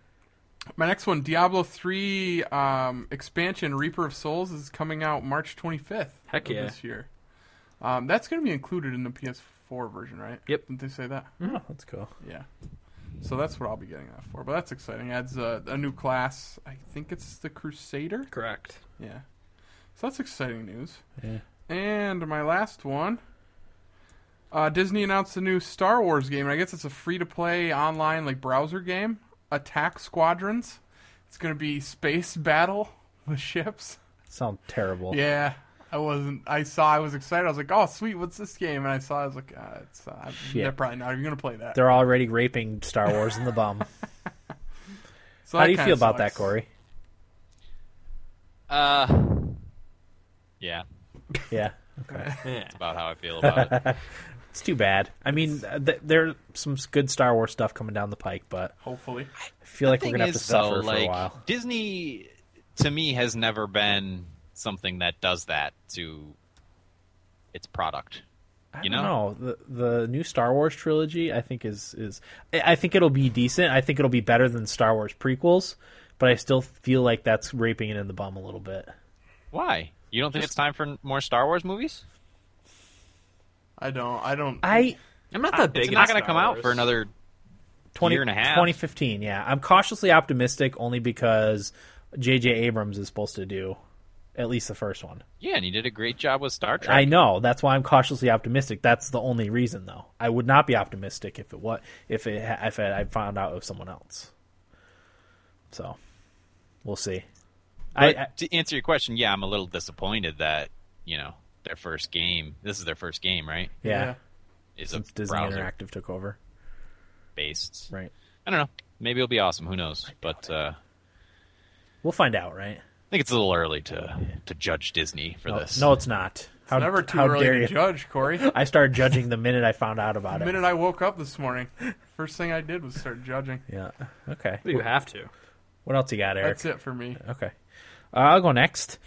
S7: my next one, Diablo three um, expansion, Reaper of Souls, is coming out March 25th.
S5: Heck
S7: of
S5: yeah.
S7: This year. Um, that's going to be included in the PS4 version, right?
S5: Yep.
S7: Didn't they say that?
S2: Oh, that's cool.
S7: Yeah. So that's what I'll be getting that for. But that's exciting. Adds uh, a, a new class. I think it's the Crusader.
S5: Correct.
S7: Yeah. So that's exciting news.
S2: Yeah.
S7: And my last one. Uh, Disney announced a new Star Wars game, and I guess it's a free to play online like browser game. Attack Squadrons. It's gonna be space battle with ships.
S2: Sound terrible.
S7: Yeah. I wasn't. I saw. I was excited. I was like, "Oh, sweet! What's this game?" And I saw. I was like, uh, "It's uh, I'm
S2: Shit.
S7: they're probably not even gonna play that."
S2: They're already raping Star Wars in the bum.
S7: So
S2: How
S7: that
S2: do you
S7: kinda
S2: feel about that,
S7: sucks.
S2: Corey?
S4: Uh, yeah.
S2: Yeah. Okay.
S5: Yeah.
S4: That's about how I feel about it.
S2: It's too bad. I mean, uh, th- there's some good Star Wars stuff coming down the pike, but
S7: Hopefully,
S2: I feel like we're
S4: Thing
S2: gonna have
S4: is,
S2: to suffer
S4: though,
S2: for a
S4: like,
S2: while.
S4: Disney, to me, has never been something that does that to its product. You know?
S2: No, the the new Star Wars trilogy, I think is is I I think it'll be decent. I think it'll be better than Star Wars prequels, but I still feel like that's raping it in the bum a little bit.
S4: Why? You don't think it's time for more Star Wars movies?
S7: I don't. I don't.
S2: I
S5: I'm not that big.
S4: It's not
S5: into
S4: going to come
S5: Star
S4: out for
S5: Wars.
S4: another
S2: 20,
S4: year and a half.
S2: 2015, yeah. I'm cautiously optimistic only because J.J. Abrams is supposed to do at least the first one.
S4: Yeah, and he did a great job with Star Trek.
S2: I know. That's why I'm cautiously optimistic. That's the only reason, though. I would not be optimistic if it was if it ha- if I found out of someone else. So, we'll see. I,
S4: But
S2: I
S4: to answer your question, yeah, I'm a little disappointed that you know their first game. This is their first game, right?
S2: yeah.
S4: Is a
S2: Since Disney
S4: browser
S2: Interactive took over,
S4: based.
S2: right?
S4: I don't know. Maybe it'll be awesome. Who knows? But uh, I
S2: We'll find out, right?
S4: think it's a little early to to judge Disney for
S2: No,
S4: this.
S2: no, it's not. How,
S7: never too
S2: how
S7: early
S2: dare
S7: to
S2: you?
S7: judge, Corey.
S2: I started judging the minute I found out about
S7: The
S2: it.
S7: minute I woke up this morning, first thing I did was start judging.
S2: Yeah. Okay.
S5: You have to.
S2: What else you got, Eric?
S7: That's it for me.
S2: Okay. Uh, I'll go next.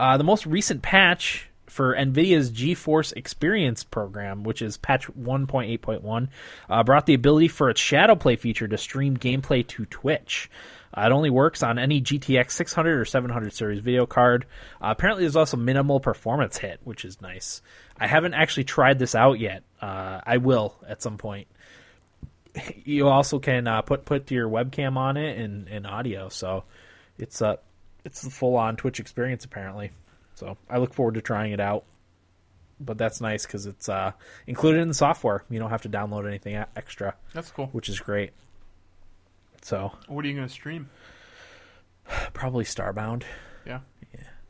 S2: Uh, the most recent patch for NVIDIA's GeForce Experience program, which is patch 1.8.1, uh, brought the ability for its Shadow Play feature to stream gameplay to Twitch. Uh, it only works on any GTX 600 or 700 series video card. Uh, apparently, there's also minimal performance hit, which is nice. I haven't actually tried this out yet. Uh, I will at some point you also can uh, put put your webcam on it and, and audio. So it's uh, it's the full on Twitch experience apparently. So I look forward to trying it out. But that's nice because it's uh, included in the software. You don't have to download anything e- extra,
S7: That's cool.
S2: which is great. So
S7: What are you going to stream?
S2: probably Starbound.
S7: Yeah,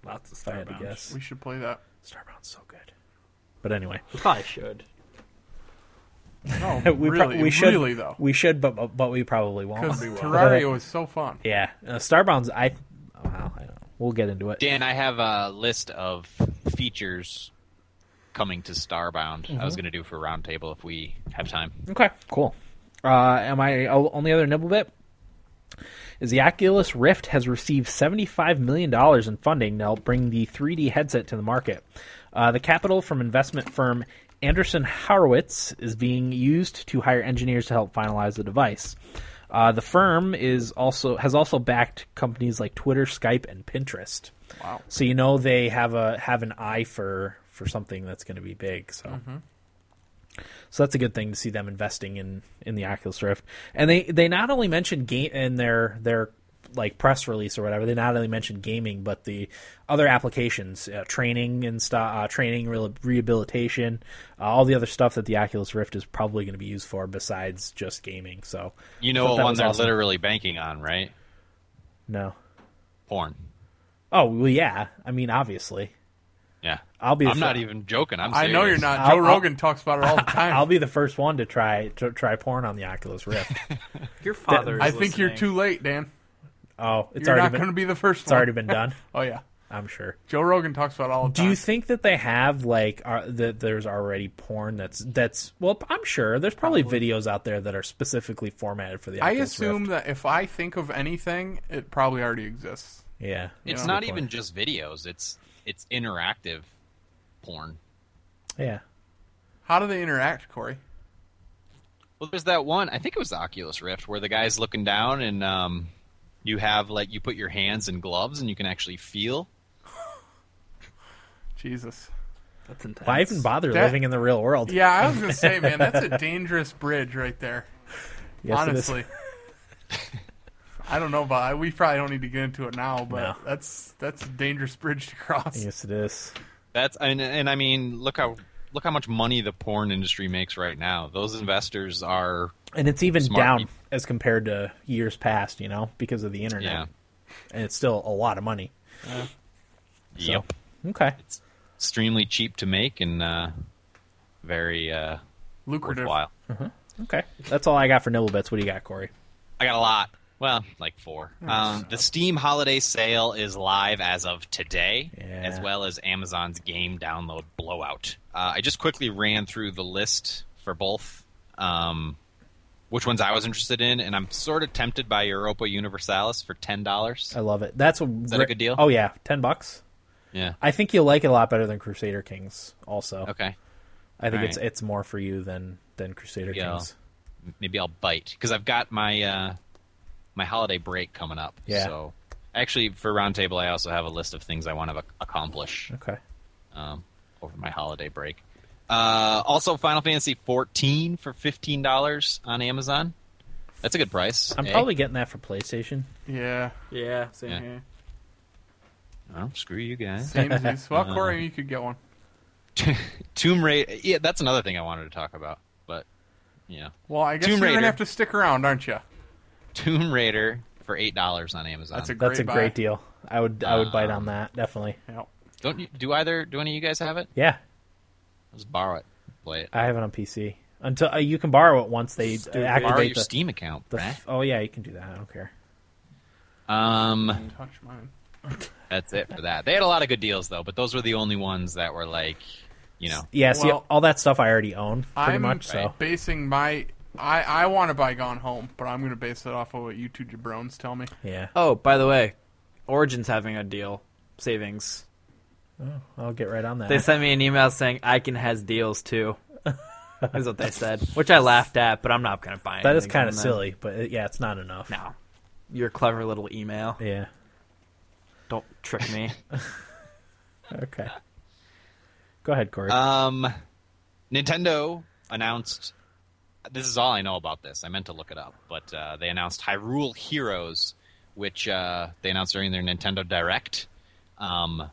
S2: Lots of Starbound. I had to guess.
S7: we should play that.
S2: Starbound's so good. But anyway,
S5: We probably should.
S7: No,
S2: we, pro-
S7: really,
S2: we should
S7: really though,
S2: we should, but but, but we probably won't.
S7: because Terraria was so fun.
S2: Yeah, uh, Starbound's. I well, I don't know. We'll get into it.
S4: Dan, I have a list of features coming to Starbound. I
S2: Mm-hmm.
S4: was going to do for roundtable if we have time.
S2: Okay, cool. Uh, am I o- only other nibble bit? Is the Oculus Rift has received seventy-five million dollars in funding to help bring the three D headset to the market. Uh, the capital from investment firm Anderson Horowitz is being used to hire engineers to help finalize the device. Uh, the firm is also has also backed companies like Twitter, Skype, and Pinterest. Wow! So you know they have a have an eye for for something that's going to be big. So.
S4: Mm-hmm.
S2: So that's a good thing to see them investing in in the Oculus Rift. And they they not only mentioned game in their their like press release or whatever, they not only mentioned gaming, but the other applications, uh, training and stuff, uh, training re- rehabilitation, uh, all the other stuff that the Oculus Rift is probably going to be used for besides just gaming. So
S4: You
S2: I
S4: know
S2: thought
S4: what
S2: that
S4: one
S2: was
S4: they're
S2: awesome.
S4: literally banking on, right?
S2: no.
S4: Porn.
S2: Oh well, yeah. I mean, obviously,
S4: Yeah.
S2: I'll be. The
S4: I'm not
S2: fir-
S4: even joking. I'm
S7: I know you're
S4: serious.
S7: not.
S2: I'll-
S7: Joe
S2: I'll-
S7: Rogan talks about it all the time.
S2: I'll be the first one to try to try porn on the Oculus Rift.
S5: Your father.
S7: I
S5: is
S7: think you're
S5: listening.
S7: too late, Dan.
S2: oh, it's
S7: you're
S2: already
S7: not
S2: been
S7: going to be the first
S2: it's
S7: one.
S2: already been done.
S7: Oh yeah,
S2: I'm sure.
S7: Joe Rogan talks about it all the
S2: Do
S7: time.
S2: you think that they have like are, that? There's already porn that's that's well. I'm sure there's probably, videos out there that are specifically formatted for the.
S7: I
S2: Oculus
S7: assume
S2: Rift.
S7: that if I think of anything, it probably already exists.
S2: Yeah,
S4: It's
S7: Yeah.
S4: not
S2: Good
S4: even
S2: point.
S4: just videos. It's it's interactive porn.
S2: yeah.
S7: How do they interact, Corey?
S4: Well, there's that one. I think it was the Oculus Rift where the guy's looking down and um, you have like you put your hands in gloves and you can actually feel.
S7: Jesus.
S5: That's intense.
S2: Why even bother
S7: That-
S2: living in the real world?
S7: Yeah, I was gonna say, man, that's a dangerous bridge right there.
S2: Yes, it is.
S7: honestly, I don't know, but we probably don't need to get into it now. But
S2: No.
S7: that's that's a dangerous bridge to cross.
S2: yes, it is.
S4: That's and, and I mean look how look how much money the porn industry makes right now. Those investors are
S2: And it's even
S4: Smart
S2: down
S4: people.
S2: as compared to years past, you know, because of the internet.
S4: yeah.
S2: And it's still a lot of money.
S4: Yep.
S2: Okay.
S4: It's extremely cheap to make and uh, very uh,
S7: Lucrative.
S4: worthwhile.
S2: Okay. That's all I got for Nibblebits. What do you got, Corey?
S4: I got a lot. Well, like four. Um, the Steam holiday sale is live as of today,
S2: Yeah.
S4: as well as Amazon's game download blowout. Uh, I just quickly ran through the list for both, um, which ones I was interested in, and I'm sort of tempted by Europa Universalis for ten dollars.
S2: I love it. That's a,
S4: that a
S2: re-
S4: good deal?
S2: Oh yeah, ten bucks.
S4: Yeah.
S2: I think you'll like it a lot better than Crusader Kings. Also,
S4: Okay.
S2: I think
S4: All
S2: it's
S4: right.
S2: it's more for you than than Crusader
S4: Yeah.
S2: Kings.
S4: Maybe I'll bite because I've got my uh, my holiday break coming up.
S2: Yeah.
S4: So actually, for roundtable, I also have a list of things I want to ac- accomplish.
S2: Okay.
S4: um, over my holiday break. Uh, also, Final Fantasy 14 for fifteen dollars on Amazon. That's a good price.
S2: I'm
S4: eh?
S2: probably getting that for PlayStation.
S7: Yeah.
S5: Yeah, same
S4: Yeah.
S5: here.
S4: Oh, screw you guys.
S7: Same as well, Corey, you could get one.
S4: Tomb Raider. Yeah, that's another thing I wanted to talk about. But yeah,
S7: Well, I guess
S4: Tomb
S7: you're gonna
S4: Raider.
S7: have to stick around, aren't you?
S4: Tomb Raider for eight dollars on Amazon.
S7: That's a
S2: That's a
S7: buy.
S2: great deal. I would I would bite
S4: Um,
S2: on that definitely.
S7: Yeah.
S4: Don't you, do either? Do any of you guys have it?
S2: Yeah,
S4: Let's borrow it. Play it.
S2: I have it on PC. Until uh, you can borrow it once they uh,
S4: Borrow your
S2: activate the,
S4: Steam account.
S2: the
S4: eh?
S2: f- Oh yeah, you can do that. I don't care.
S4: um.
S7: Touch mine.
S4: That's it for that. They had a lot of good deals though, but those were the only ones that were like, you know,
S2: Yeah, see
S7: Well,
S2: all that stuff I already own pretty
S7: I'm
S2: much. So
S7: basing my. I, I want to buy Gone Home, but I'm going to base it off of what you two jabrones tell me.
S2: yeah,
S5: Oh, by the way, Origin's having a deal. Savings.
S2: I'll get right on that.
S5: They sent me an email saying Iken has deals too. is what they said, which I laughed at, but I'm not gonna buy it.
S2: that is kind of silly, but it, yeah, it's not enough.
S5: No, your clever little email.
S2: Yeah.
S5: Don't trick me.
S2: Okay. Go ahead, Corey.
S4: Um, Nintendo announced. This is all I know about this. I meant to look it up, but uh, they announced Hyrule Heroes which uh, they announced during their Nintendo Direct. Um,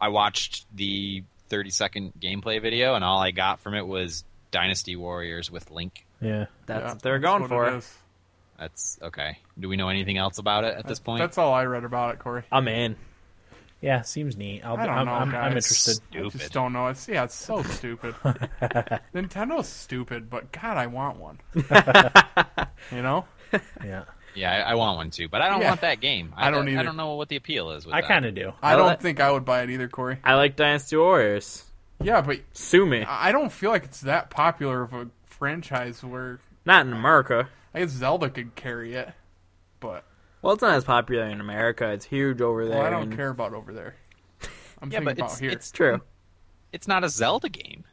S4: I watched the 30 second gameplay video, and all I got from it was Dynasty Warriors with Link.
S2: Yeah.
S5: That's
S7: Yeah,
S5: what they're
S7: that's
S5: going
S7: what
S5: for.
S7: it is.
S4: That's okay. Do we know anything else about it at this point?
S7: That's all I read about it, Corey.
S5: I'm in.
S2: Yeah, seems neat. I'll,
S7: I don't
S2: I'm,
S7: know,
S2: I'm, I'm
S7: guys.
S2: interested.
S7: I
S4: Stupid.
S7: just don't know. It's yeah, it's so stupid. Nintendo's stupid, but God, I want one. you know,
S2: Yeah.
S4: Yeah, I, I want one too, but I don't
S7: Yeah.
S4: want that game.
S7: I don't
S4: I
S7: either.
S4: don't know what the appeal is. With
S2: I
S4: that.
S2: kind of do.
S7: I don't
S5: that-
S7: think I would buy it either, Corey.
S5: I like Dynasty Warriors.
S7: Yeah, but
S5: Sue me.
S7: I I don't feel like it's that popular of a franchise where
S5: Not in America.
S7: I guess Zelda could carry it, but
S5: Well, it's not as popular in America. It's huge over there.
S7: well, I don't
S5: and-
S7: care about over there. I'm
S4: Yeah,
S7: thinking
S4: but
S7: about
S4: it's,
S7: here.
S4: it's
S5: True.
S4: it's not a Zelda game.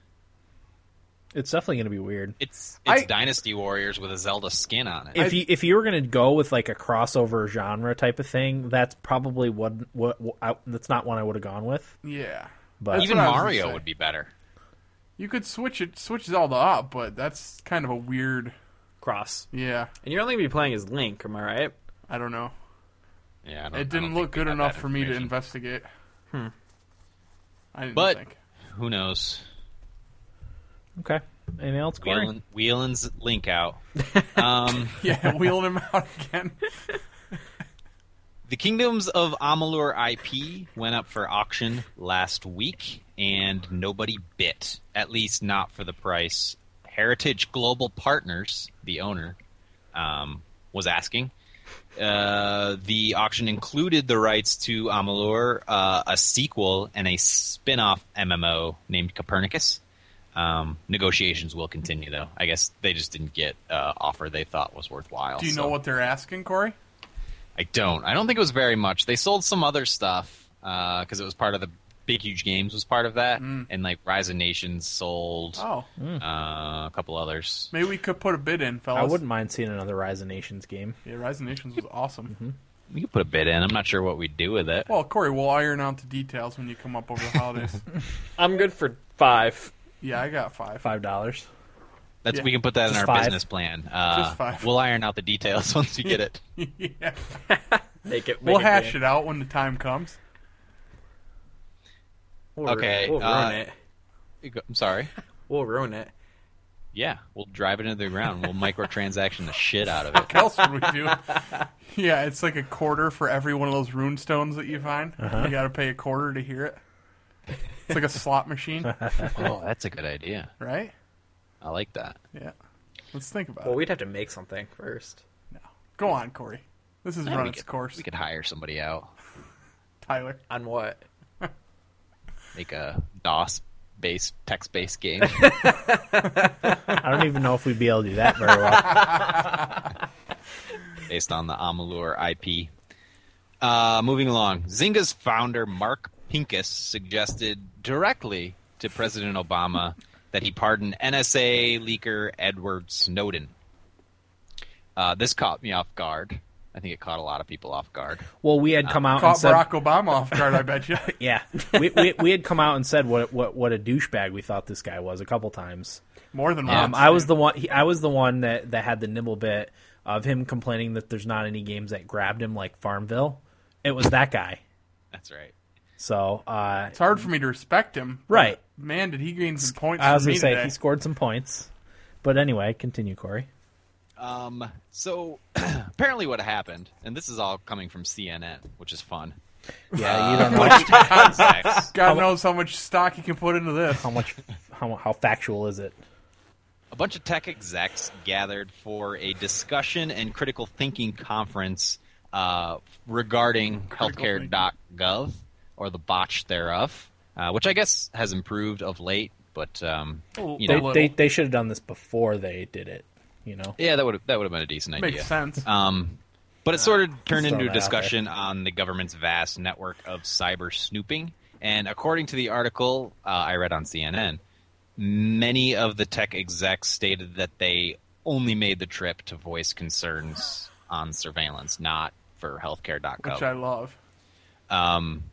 S2: It's definitely going to be weird.
S4: It's it's
S7: I-
S4: Dynasty Warriors with a Zelda skin on it.
S2: If you if you were going to go with like a crossover genre type of thing, that's probably what what, what I, that's not one I would have gone with.
S7: yeah,
S2: But
S4: Even
S7: what I was gonna
S4: Mario
S7: say.
S4: would be better.
S7: you could switch it, switch Zelda up, but that's kind of a weird.
S5: Cross.
S7: Yeah,
S5: And you're only gonna be playing as Link, am I right?
S7: I don't know.
S4: Yeah, I don't- I
S7: It
S4: don't
S7: didn't
S4: think
S7: look
S4: we
S7: good
S4: got
S7: enough
S4: that
S7: for me to
S4: information. Hmm.
S7: investigate. I didn't
S4: But-
S7: think.
S4: Who knows?
S2: okay. Anything else, Corey?
S4: Wheeling, wheeling's Link out. Um,
S7: Yeah, wheeling him out again.
S4: the Kingdoms of Amalur IP went up for auction last week, and nobody bit. At least not for the price. Heritage Global Partners, the owner, um, was asking. Uh, the auction included the rights to Amalur, uh, a sequel, and a spin off MMO named Copernicus. Um, negotiations will continue, though. I guess they just didn't get uh, offer they thought was worthwhile.
S7: Do you know
S4: so-
S7: what they're asking, Corey?
S4: I don't. I don't think it was very much. They sold some other stuff because it was part of the Big Huge Games was part of that, and like Rise of Nations sold
S7: Mm. Oh,
S4: uh, a couple others.
S7: maybe we could put a bid in, fellas.
S2: I wouldn't mind seeing another Rise of Nations game.
S7: Yeah, Rise of Nations was awesome.
S4: We could put a bid in. I'm not sure what we'd do with it.
S7: Well, Corey, we'll iron out the details when you come up over the holidays.
S5: I'm good for five.
S7: yeah, I got five.
S2: Five dollars.
S4: That's
S7: yeah.
S4: we can put that in
S2: Just
S4: our
S2: five.
S4: business plan. Uh,
S7: Just five.
S4: We'll iron out the details once we get it.
S7: yeah,
S5: Make it.
S7: we'll hash it out when the time comes.
S5: We'll,
S4: Okay,
S5: We'll
S4: uh,
S5: ruin it.
S4: I'm sorry.
S5: We'll ruin it.
S4: Yeah, we'll drive it into the ground. We'll microtransaction the shit out of it.
S7: What else would we do? yeah, it's like a quarter for every one of those rune stones that you find. You got to pay a quarter to hear it. It's like a slot machine,
S4: Oh, that's a good idea.
S7: right?
S4: I like that.
S7: Yeah. Let's think about
S5: Well,
S7: it.
S5: we'd have to make something first.
S7: Go on, Corey. This has
S4: Yeah,
S7: run
S4: we
S7: its
S4: could-
S7: course.
S4: We could hire somebody out,
S7: Tyler.
S5: On what?
S4: make a DOS based text based game.
S2: I don't even know if we'd be able to do that very well.
S4: based on the Amalur IP. Uh, moving along, Zynga's founder Mark Pincus suggested directly to President Obama that he pardon NSA leaker Edward Snowden. Uh, this caught me off guard. I think it caught a lot of people off guard.
S2: Well, we had come out and
S7: Caught
S2: said,
S7: Barack Obama off guard, I bet you.
S2: yeah, we, we we had come out and said what what what a douchebag we thought this guy was a couple times.
S7: More than
S2: Um,
S7: once.
S2: I was the one. He, I was the one that that had the nibble bit of him complaining that there's not any games that grabbed him like Farmville. It was that guy.
S4: That's right.
S2: So uh,
S7: It's hard for me to respect him. but
S2: right,
S7: Man, did he gain some points
S2: I was
S7: for me
S2: gonna say
S7: today.
S2: he scored some points, but anyway, continue, Corey.
S4: Um, so apparently, what happened, and this is all coming from CNN, which is fun. Uh,
S2: Yeah, you don't know
S4: Much to context.
S7: God knows how much stock he can put into this.
S2: how much how how factual is it.
S4: A bunch of tech execs gathered for a discussion and critical thinking conference uh, regarding
S7: Critical
S4: healthcare.gov or the botch thereof, uh, which I guess has improved of late. But um, you
S7: A
S2: They
S4: know,
S7: little.
S2: they, they should have done this before they did it. You know,
S4: yeah, that would that would have been a decent
S7: Makes
S4: idea.
S7: sense.
S4: Um, but it sort of turned
S2: throw
S4: into a
S2: that out there.
S4: discussion on the government's vast network of cyber snooping. And according to the article uh, I read on CNN, many of the tech execs stated that they only made the trip to voice concerns on surveillance, not for healthcare.gov.
S7: which I love.
S4: Um,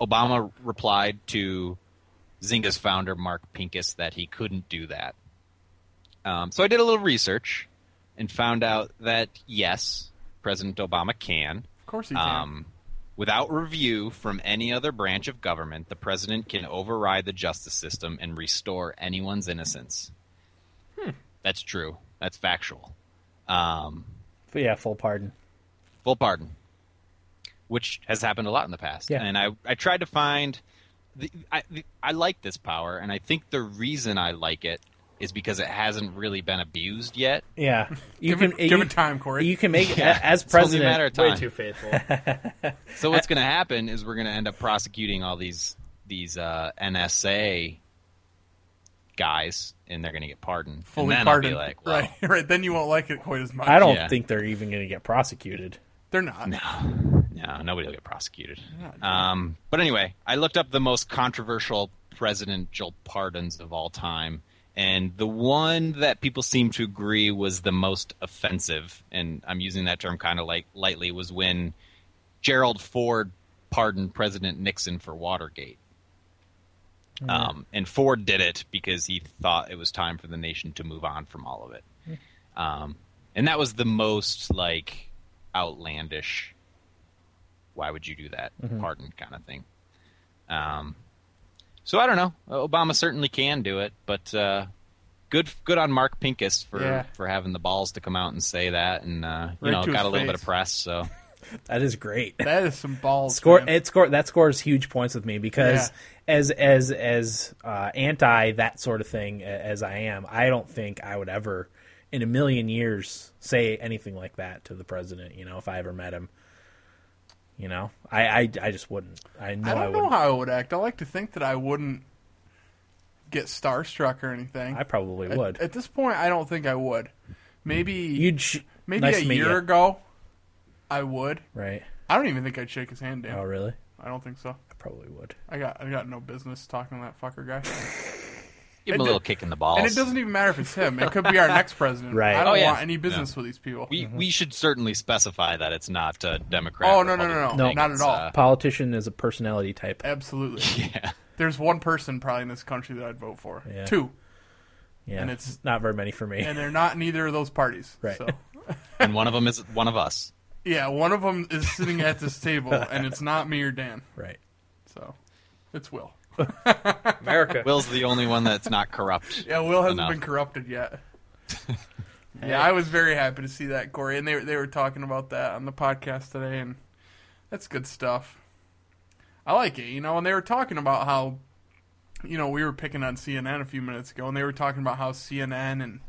S4: Obama replied to Zynga's founder, Mark Pincus, that he couldn't do that. Um, so I did a little research and found out that, yes, President Obama can.
S7: Of course he can.
S4: Um, without review from any other branch of government, the president can override the justice system and restore anyone's innocence. That's true. That's factual. Um,
S2: But yeah, full pardon.
S4: full pardon, which has happened a lot in the past.
S2: Yeah.
S4: And I, I tried to find. The, I, the, I like this power, and I think the reason I like it is because it hasn't really really been abused yet.
S2: Yeah, you
S7: Give it-
S2: can
S7: give
S2: you-
S7: it time, Corey.
S2: You can make
S4: Yeah,
S2: a- as
S4: it's only a matter
S2: president.
S4: of time.
S5: Way too faithful.
S4: So what's going to happen is we're going to end up prosecuting all these these uh, NSA guys, and they're going to get pardoned.
S7: Fully
S4: and then
S7: pardoned.
S4: I'll be like, well,
S7: right, right. Then you won't like it quite as much.
S2: I don't
S4: Yeah.
S2: think they're even going to get prosecuted.
S7: They're not.
S4: no, nobody will get prosecuted. Um, but anyway, I looked up the most controversial presidential pardons of all time, and the one that people seem to agree was the most offensive, and I'm using that term kind of like lightly, was when Gerald Ford pardoned President Nixon for Watergate.
S7: Mm.
S4: Um, and Ford did it because he thought it was time for the nation to move on from all of it.
S7: Mm.
S4: Um, and that was the most like outlandish why would you do that?
S7: Mm-hmm.
S4: Pardon kind of thing. Um, so I don't know. Obama certainly can do it, but uh, good good on Mark Pincus for
S7: Yeah.
S4: for having the balls to come out and say that, and uh, you
S7: Right
S4: know
S7: to
S4: got
S7: his
S4: a little bit
S7: face.
S4: of press. So
S2: That is great.
S7: That is some balls.
S2: Score
S7: man.
S2: it score that scores huge points with me because as as as uh, anti that sort of thing a- as I am, I don't think I would ever in a million years say anything like that to the president. You know, if I ever met him, you know, I I, I just wouldn't. I know
S7: I
S2: I,
S7: don't know
S2: wouldn't.
S7: how I would act. I like to think that I wouldn't get starstruck or anything.
S2: I probably
S7: At-
S2: would.
S7: At, this point, I don't think I would. Maybe
S2: You'd sh-
S7: maybe
S2: nice
S7: a
S2: to meet
S7: year
S2: you.
S7: ago, I would.
S2: right?
S7: I don't even think I'd shake his hand, Dan.
S2: Oh, really?
S7: I don't think so.
S2: I probably would.
S7: I got I got no business talking to that fucker guy.
S4: give him
S7: And
S4: a
S7: the-
S4: little kick in the balls.
S7: And it doesn't even matter if it's him. It could be our next president.
S2: Right.
S7: I don't
S4: Oh, yeah.
S7: want any business with these people.
S4: we we should certainly specify that it's not uh, Democrat.
S7: Mm-hmm. Oh, no, no, no,
S4: Republican
S7: no.
S4: thing.
S7: Not at
S4: It's,
S7: all.
S4: uh,
S2: Politician is a personality type.
S7: Absolutely.
S4: yeah.
S7: There's one person probably in this country that I'd vote for.
S2: Yeah.
S7: Two.
S2: Yeah,
S7: and it's-
S2: not very many for me.
S7: And they're not in either of those parties.
S2: Right.
S7: So
S4: And one of them is one of us.
S7: yeah, one of them is sitting at this table, and it's not me or Dan.
S2: right.
S7: So it's Will.
S5: America.
S4: Will's the only one that's not corrupt.
S7: Yeah, Will hasn't
S4: Enough.
S7: been corrupted yet. yeah, I was very happy to see that, Corey, and they they were talking about that on the podcast today, and that's good stuff. I like it, you know. And they were talking about how, you know, we were picking on CNN a few minutes ago, and they were talking about how CNN and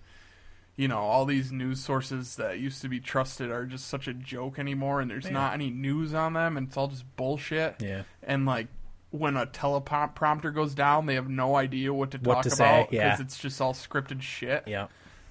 S7: you know all these news sources that used to be trusted are just such a joke anymore, and there's not any news on them, and it's all just bullshit.
S2: Yeah.
S7: and like. When a teleprompter goes down, they have no idea what to
S2: What
S7: talk
S2: to say,
S7: about
S2: yeah.
S7: it's just all scripted shit.
S2: Yeah.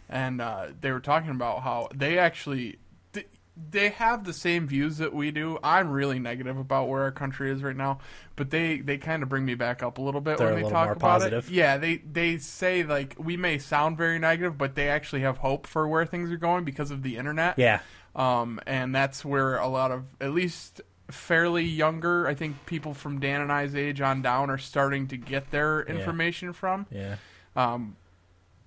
S7: And uh, they were talking about how they actually th- they have the same views that we do. I'm really negative about where our country is right now, but they they kind of bring me back up a little bit
S2: They're a
S7: when they
S2: little
S7: talk
S2: more
S7: about
S2: positive.
S7: it. Yeah, they they say like we may sound very negative, but they actually have hope for where things are going because of the internet.
S2: Yeah.
S7: Um, and that's where a lot of, at least fairly younger, I think people from Dan and I's age on down are starting to get their information from.
S2: Yeah.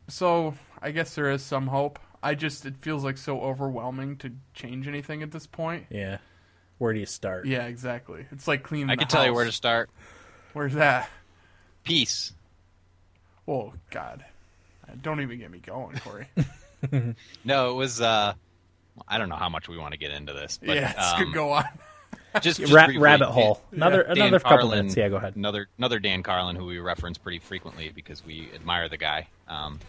S7: So I guess there is some hope. I just, it feels like so overwhelming to change anything at this point.
S2: Yeah. Where do you start?
S7: Yeah, exactly. It's like cleaning
S4: I
S7: the
S4: can tell you
S7: house.
S4: where to start.
S7: Where's that?
S4: Peace.
S7: Oh, God. Don't even get me going, Corey.
S4: No, it was. Uh, I don't know how much we want to get into this, but
S7: yeah, this
S4: um,
S7: could go on.
S4: just, just
S2: Ra-
S4: briefly,
S2: rabbit
S4: Dan-
S2: hole. Another
S4: Dan
S2: another couple
S4: Carlin-
S2: minutes. Yeah, go ahead.
S4: Another another Dan Carlin who we reference pretty frequently because we admire the guy. Um,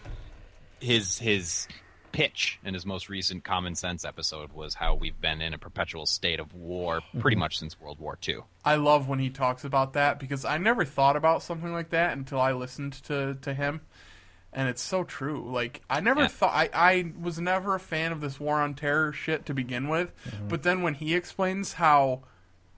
S4: his his pitch in his most recent Common Sense episode was how we've been in a perpetual state of war
S2: Mm-hmm.
S4: pretty much since World War II.
S7: I love when he talks about that because I never thought about something like that until I listened to, to him. And it's so true. Like I never
S4: Yeah.
S7: thought I, I was never a fan of this war on terror shit to begin with. But then when he explains how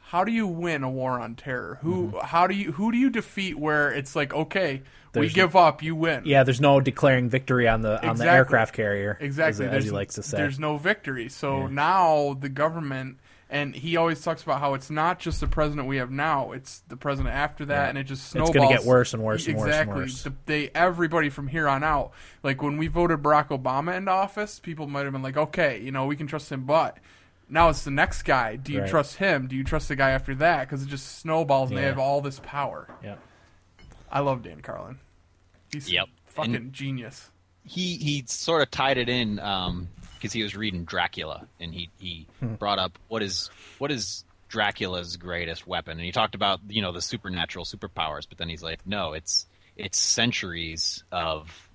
S7: how do you win a war on terror? Who how do you who do you defeat where it's like, okay, we
S2: There's-
S7: give up, you win.
S2: Yeah, there's no declaring victory on the on the
S7: Exactly.
S2: aircraft carrier.
S7: Exactly.
S2: As, as
S7: There's-
S2: he likes to say.
S7: There's no victory. So now the government, and he always talks about how it's not just the president we have now; it's the president after that, and it just
S2: gonna
S7: snowballs.
S2: get worse and worse and worse and
S7: Exactly.
S2: worse.
S7: The- they everybody from here on out. Like when we voted Barack Obama into office, people might have been like, "Okay, you know, we can trust him," but Now it's the next guy. Do you
S2: Right.
S7: trust him? Do you trust the guy after that? Because it just snowballs and they
S2: Yeah.
S7: have all this power.
S2: Yeah.
S7: I love Dan Carlin. He's
S4: Yep.
S7: fucking
S4: And-
S7: genius.
S4: he he sort of tied it in because he was reading Dracula and he he
S2: Hmm.
S4: brought up what is what is Dracula's greatest weapon and he talked about you know the supernatural superpowers but then he's like no it's it's centuries of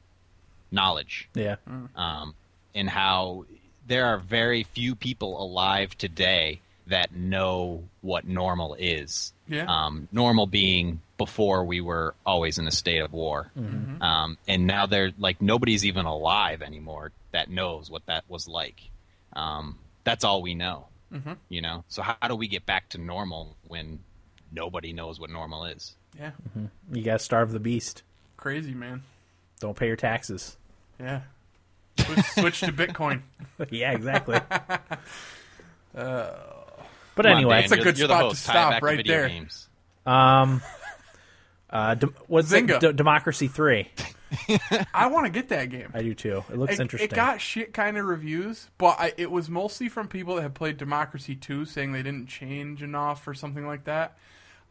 S4: knowledge
S2: Yeah.
S7: Mm.
S4: um, and how there are very few people alive today that know what normal is.
S7: Yeah.
S4: Um, normal being before we were always in a state of war,
S7: Mm-hmm.
S4: um, and now they're like nobody's even alive anymore that knows what that was like. Um, that's all we know.
S7: Mm-hmm.
S4: You know. So how, how do we get back to normal when nobody knows what normal is?
S7: Yeah.
S2: You gotta starve the beast.
S7: Crazy, man.
S2: Don't pay your taxes.
S7: Yeah. Switch, switch to Bitcoin.
S2: yeah, exactly.
S7: Uh,
S2: but anyway,
S7: That's a good spot to stop right there.
S4: Games.
S2: uh, dem- what's it?
S7: Zynga.
S2: D- Democracy Three?
S7: I want to get that game.
S2: I do too. It looks
S7: It,
S2: interesting.
S7: it got shit kind of reviews, but I, it was mostly from people that had played Democracy 2 saying they didn't change enough or something like that.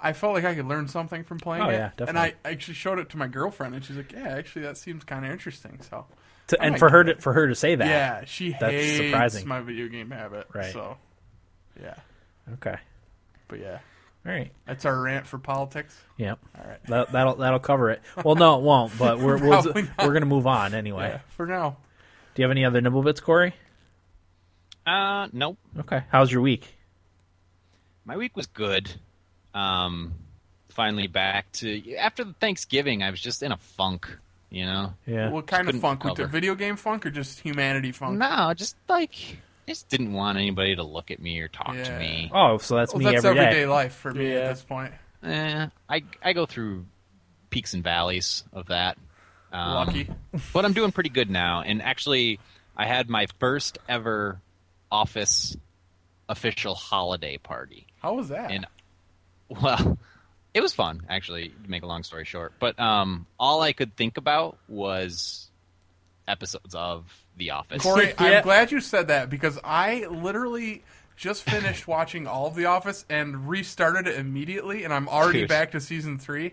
S7: I felt like I could learn something from playing
S2: Oh,
S7: it.
S2: yeah,
S7: And I
S2: definitely.
S7: actually showed it to my girlfriend, and she's like, Yeah, actually, that seems kind of interesting. So,
S2: To-
S7: I
S2: and
S7: might
S2: for her
S7: get
S2: to, for her to say that.
S7: yeah, she
S2: that's
S7: hates
S2: surprising.
S7: my video game habit.
S2: Right.
S7: So, yeah.
S2: Okay.
S7: But yeah,
S2: All right.
S7: that's our rant for politics.
S2: Yeah.
S7: All right.
S2: That, that'll that'll cover it. Well, no, it won't. But we're we'll,
S7: Probably not.
S2: we're gonna move on anyway.
S7: Yeah, for now.
S2: Do you have any other nibble bits, Corey?
S4: Uh, nope.
S2: Okay. How's your week?
S4: my week was good. Um, finally back to after the Thanksgiving, I was just in a funk, you know.
S2: Yeah.
S7: What kind of
S4: couldn't
S7: funk? With the
S4: cover.
S7: video game funk or just humanity funk?
S4: No, just like I just didn't want anybody to look at me or talk
S7: Yeah.
S4: to me.
S2: oh, so that's
S7: well,
S2: me
S7: that's
S2: every
S7: everyday
S2: day.
S7: life for me at
S5: Yeah.
S7: this point.
S4: Eh, I I go through peaks and valleys of that. Um,
S7: Lucky.
S4: but I'm doing pretty good now. And actually, I had my first ever office official holiday party.
S7: How was that?
S4: and well it was fun actually to make a long story short but um all i could think about was episodes of the office
S7: Corey,
S5: Yeah.
S7: I'm glad you said that because I literally just finished watching all of The Office and restarted it immediately, and I'm already
S4: Dude.
S7: back to season three.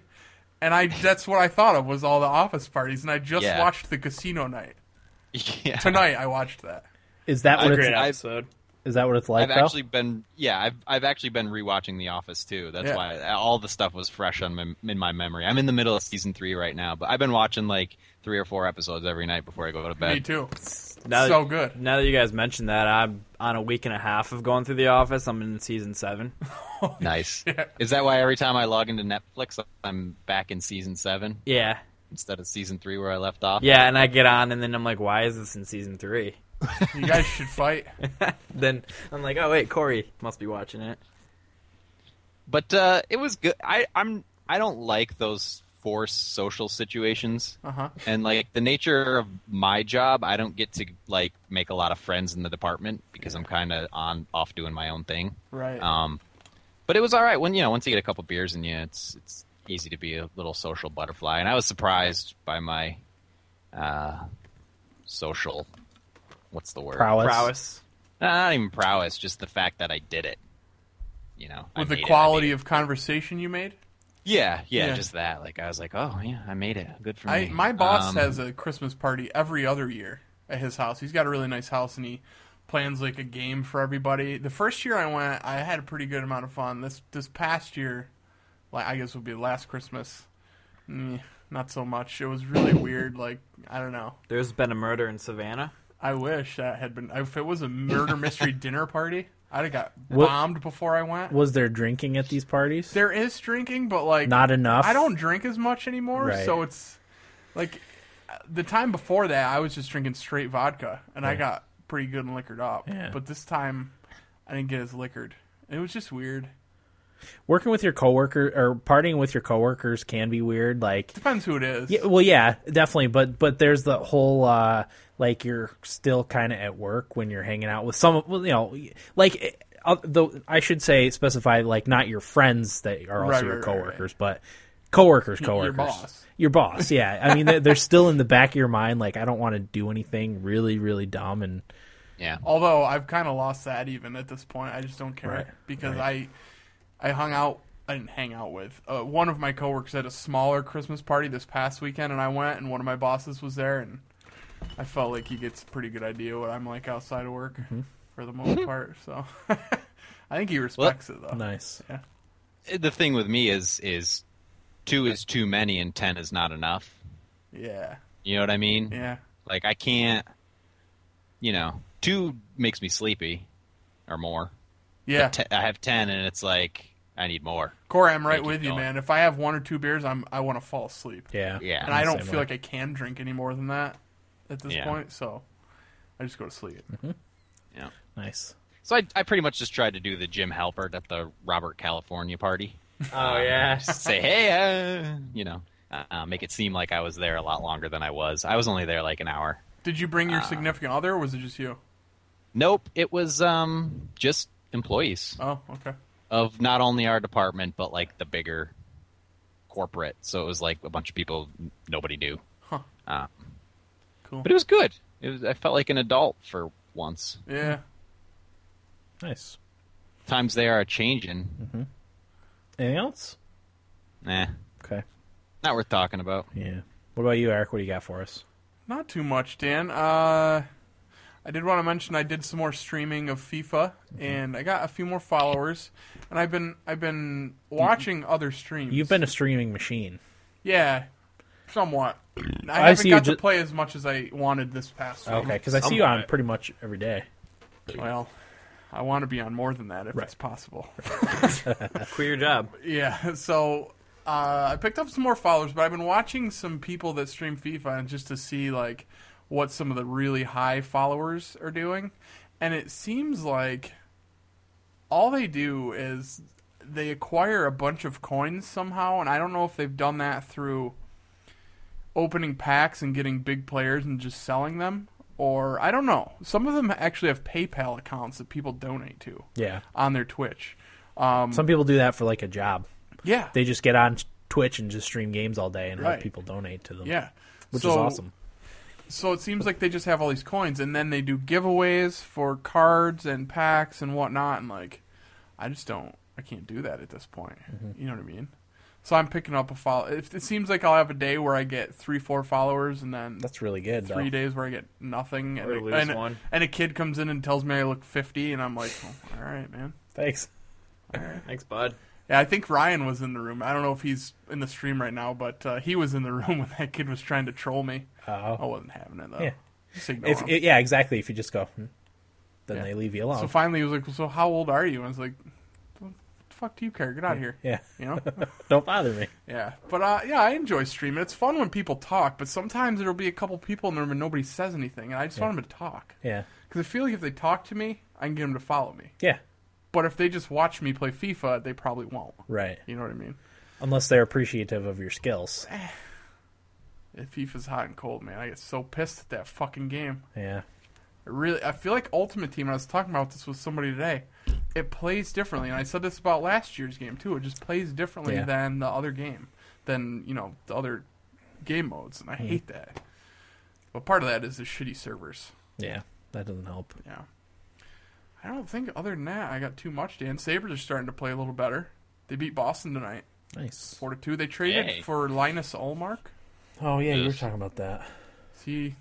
S7: And I that's what I thought of was all the office parties, and I just
S4: Yeah.
S7: watched the casino night
S4: yeah
S7: tonight. I watched that.
S2: Is that what
S5: Great
S2: it's,
S4: I-
S5: episode.
S2: is that what it's like
S4: i've
S2: though?
S4: actually been yeah i've i've actually been rewatching the office too that's
S7: Yeah.
S4: why all the stuff was fresh on my, in my memory i'm in the middle of season 3 right now but i've been watching like 3 or 4 episodes every night before i go to
S7: Me
S4: bed
S7: too.
S5: Now
S7: so
S5: that,
S7: good.
S5: Now that you guys mentioned that, I'm on a week and a half of going through The Office. I'm in season seven.
S4: nice is that why every time i log into netflix i'm back in season 7
S5: Yeah,
S4: instead of season 3 where i left off
S5: yeah. And I get on, and then I'm like, why is this in season three?
S7: You guys should fight.
S5: Then I'm like, oh wait, Corey must be watching it.
S4: but uh, it was good. I I'm I don't like those forced social situations,
S7: Uh huh.
S4: and like the nature of my job, I don't get to like make a lot of friends in the department because I'm kind of on off doing my own thing.
S7: Right.
S4: Um, but it was all right when you know once you get a couple beers in you, it's it's easy to be a little social butterfly, and I was surprised by my uh, social. What's the word?
S2: prowess.
S5: Prowess.
S4: Nah, Not even prowess, just the fact that I did it. You know, I
S7: With the
S4: made it, I
S7: quality
S4: made it.
S7: of conversation you made,
S4: Yeah, yeah,
S7: Yeah.
S4: just that. Like I was like, oh yeah, I made it. Good for
S7: I
S4: me.
S7: my boss
S4: Um,
S7: has a Christmas party every other year at his house. He's got a really nice house and he plans like a game for everybody. The first year I went, I had a pretty good amount of fun. This this past year, like I guess would be last Christmas, mm, not so much. It was really weird. Like I don't know.
S5: There's been a murder in Savannah.
S7: I wish that had been. If it was a murder mystery dinner party, I'd have got
S2: What-
S7: bombed before I went.
S2: Was there drinking at these parties?
S7: There is drinking, but like
S2: Not enough.
S7: I don't drink as much anymore,
S2: Right.
S7: so it's like the time before that I was just drinking straight vodka, and I got pretty good and liquored up.
S2: Yeah.
S7: But this time I didn't get as liquored. It was just weird.
S2: Working with your coworker or partying with your coworkers can be weird. Like
S7: Depends who it is.
S2: Yeah, well, yeah, definitely. But but there's the whole uh, like you're still kind of at work when you're hanging out with some, well, you know, like it- uh, the I should say specify like not your friends that are also
S7: Right,
S2: your
S7: right, right,
S2: coworkers, but coworkers,
S7: your
S2: coworkers,
S7: boss.
S2: Your boss, yeah. I mean, they're, they're still in the back of your mind. Like I don't want to do anything really, really dumb and
S4: Yeah.
S7: Although I've kind of lost that even at this point. I just don't care
S2: Right,
S7: because I I hung out I didn't hang out with uh, one of my coworkers at a smaller Christmas party this past weekend, and I went, and one of my bosses was there, and I felt like he gets a pretty good idea what I'm like outside of work
S2: Mm-hmm.
S7: for the most part. So I think he respects it though.
S2: Nice.
S4: The thing with me is is two is too many and ten is not enough.
S7: Yeah,
S4: You know what I mean?
S7: yeah,
S4: Like I can't. You know, two makes me sleepy, or more.
S7: yeah.
S4: Te- I have ten, and it's like I need more.
S7: Corey, I'm right
S4: keep
S7: with you,
S4: going.
S7: man. If I have one or two beers, I'm I want to fall asleep.
S2: Yeah.
S4: Yeah.
S7: and I
S2: I'm the
S7: don't
S2: same
S7: feel
S2: way.
S7: like I can drink any more than that at this
S4: Yeah.
S7: point. So I just go to sleep.
S4: Yeah.
S2: Nice.
S4: So I, I pretty much just tried to do the Jim Halpert at the Robert California party. Um,
S5: Oh yeah.
S4: Just say hey, uh, you know, uh, uh, make it seem like I was there a lot longer than I was. I was only there like an hour.
S7: Did you bring your
S2: Uh,
S7: significant other, or was it just you?
S4: Nope, it was um just employees
S7: Oh, okay.
S4: of not only our department but like the bigger corporate. So it was like a bunch of people n- nobody knew.
S7: Huh.
S4: Uh,
S7: Cool.
S4: But it was good. It was I felt like an adult for once.
S2: Hmm.
S7: Yeah.
S2: Nice.
S4: Times they are a changing.
S2: Anything else?
S4: Nah,
S2: Okay.
S4: not worth talking about.
S2: Yeah. What about you, Eric? What do you got for us?
S7: Not too much, Dan. Uh, I did want to mention I did some more streaming of FIFA,
S2: Mm-hmm.
S7: and I got a few more followers, and I've been I've been watching other streams.
S2: You've been a streaming machine.
S7: yeah, somewhat. I
S2: I see
S7: haven't
S2: you
S7: got to
S2: ju-
S7: play as much as I wanted this past week.
S2: Okay, because I see you on pretty much every day.
S7: Well, I want to be on more than that if it's possible.
S5: Quit your job.
S7: Yeah, so uh, I picked up some more followers, but I've been watching some people that stream FIFA and just to see like what some of the really high followers are doing, and it seems like all they do is they acquire a bunch of coins somehow, and I don't know if they've done that through opening packs and getting big players and just selling them, or I don't know. Some of them actually have PayPal accounts that people donate to
S2: Yeah.
S7: on their Twitch. Um,
S2: Some people do that for like a job.
S7: Yeah,
S2: They just get on Twitch and just stream games all day and
S7: Right.
S2: have people donate to them.
S7: yeah.
S2: Which is
S7: So-
S2: awesome.
S7: So it seems like they just have all these coins, and then they do giveaways for cards and packs and whatnot. And like, I just don't, I can't do that at this point.
S2: Mm-hmm.
S7: You know what I mean? So I'm picking up a follow. If it seems like I'll have a day where I get three, four followers, and then
S2: That's really good.
S7: three
S2: Though.
S7: days where I get nothing, and,
S5: Or
S7: a-
S5: lose
S7: and, a-
S5: one.
S7: and a kid comes in and tells me I look 50, and I'm like, oh, all right, man.
S2: Thanks.
S5: Thanks, bud.
S7: Yeah, I think Ryan was in the room. I don't know if he's in the stream right now, but uh, he was in the room when that kid was trying to troll me.
S2: Oh.
S7: I wasn't having it though.
S2: Yeah.
S7: Just ignore
S2: If
S7: him.
S2: it, oh. yeah, exactly. If you just go, hmm, then
S7: Yeah.
S2: they leave you alone.
S7: So finally, he was like, "So how old are you?" And I was like, "What the "Fuck, do you care? Get out of here."
S2: yeah,
S7: You know?
S2: don't bother me.
S7: yeah. But uh, yeah, I enjoy streaming. It's fun when people talk, but sometimes there'll be a couple people in the room and nobody says anything, and I just want them to talk
S2: Yeah,
S7: because I feel like if they talk to me, I can get them to follow me.
S2: yeah,
S7: But if they just watch me play FIFA, they probably won't.
S2: right.
S7: You know what I mean?
S2: Unless they're appreciative of your skills.
S7: If FIFA's hot and cold, man, I get so pissed at that fucking game.
S2: Yeah,
S7: It really I feel like Ultimate Team. and I was talking about this with somebody today. It plays differently, and I said this about last year's game too. It just plays differently
S2: Yeah.
S7: than the other game, than you know the other game modes, and I hate that. But part of that is the shitty servers.
S2: yeah, that doesn't help.
S7: Yeah, I don't think other than that I got too much. Dan Sabers are starting to play a little better. They beat Boston tonight,
S2: Nice.
S7: four to two. They traded
S4: Yay.
S7: for Linus Allmark.
S2: Oh yeah, you were
S4: Yes.
S2: talking about that.
S7: See,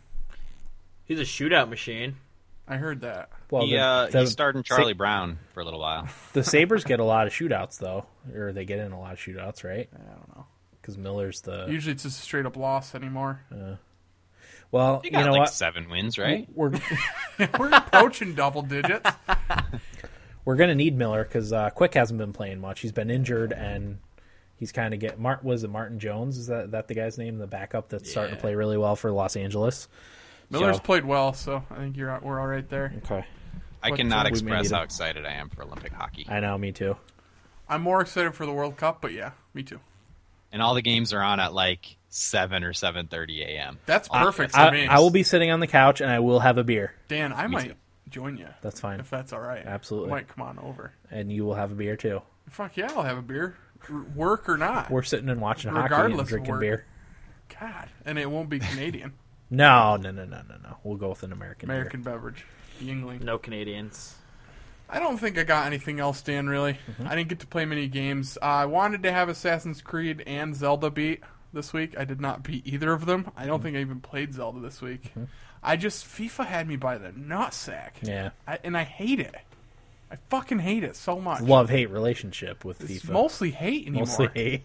S5: He's a shootout machine.
S7: I heard that.
S2: Well,
S4: He,
S2: the,
S4: uh,
S2: the,
S4: he starred in Charlie Brown for a little while.
S2: the Sabers get a lot of shootouts though, or they get in a lot of shootouts, right?
S7: I don't know.
S2: Because Miller's the
S7: Usually it's just a straight up loss anymore.
S2: well.
S4: He
S2: You
S4: got
S2: know
S4: like
S2: what?
S4: seven wins, right?
S2: We're
S7: We're approaching double digits.
S2: we're gonna need Miller because uh, Quick hasn't been playing much. He's been injured and he's kind of get Mart was it Martin Jones? Is that that the guy's name? The backup that's starting to
S5: Yeah.
S2: play really well for Los Angeles.
S7: Miller's
S2: So-
S7: played well, so I think you're we're all right there.
S2: Okay,
S4: I
S7: But,
S4: cannot
S2: we may
S7: uh,
S4: express
S2: need
S4: how
S2: him.
S4: excited I am for Olympic hockey.
S2: I know, me too.
S7: I'm more excited for the World Cup, but yeah, me too.
S4: and all the games are on at like seven or seven thirty a.m.
S7: That's perfect for
S2: I,
S7: me.
S2: I will be sitting on the couch and I will have a beer.
S7: Dan. I might
S4: too.
S7: join you
S2: That's fine,
S7: if that's all right.
S2: Absolutely.
S7: I might come on over.
S2: and you will have a beer too.
S7: Fuck yeah, I'll have a beer, R- work or not.
S2: We're sitting and watching hockey and
S7: Regardless of
S2: drinking
S7: work.
S2: beer.
S7: God, and it won't be Canadian.
S2: No, no, no, no, no, no. We'll go with an American. beer.
S7: American beverage. Yingling.
S5: No Canadians.
S7: I don't think I got anything else, Dan. Really,
S2: Mm-hmm.
S7: I didn't get to play many games. Uh, I wanted to have Assassin's Creed and Zelda beat this week. I did not beat either of them. I
S2: Mm-hmm.
S7: don't think I even played Zelda this week. I just FIFA had me by the nutsack.
S2: Yeah.
S7: I, and I hate it. I fucking hate it so much.
S2: Love hate relationship with
S7: It's
S2: FIFA.
S7: mostly hate anymore.
S2: Mostly hate.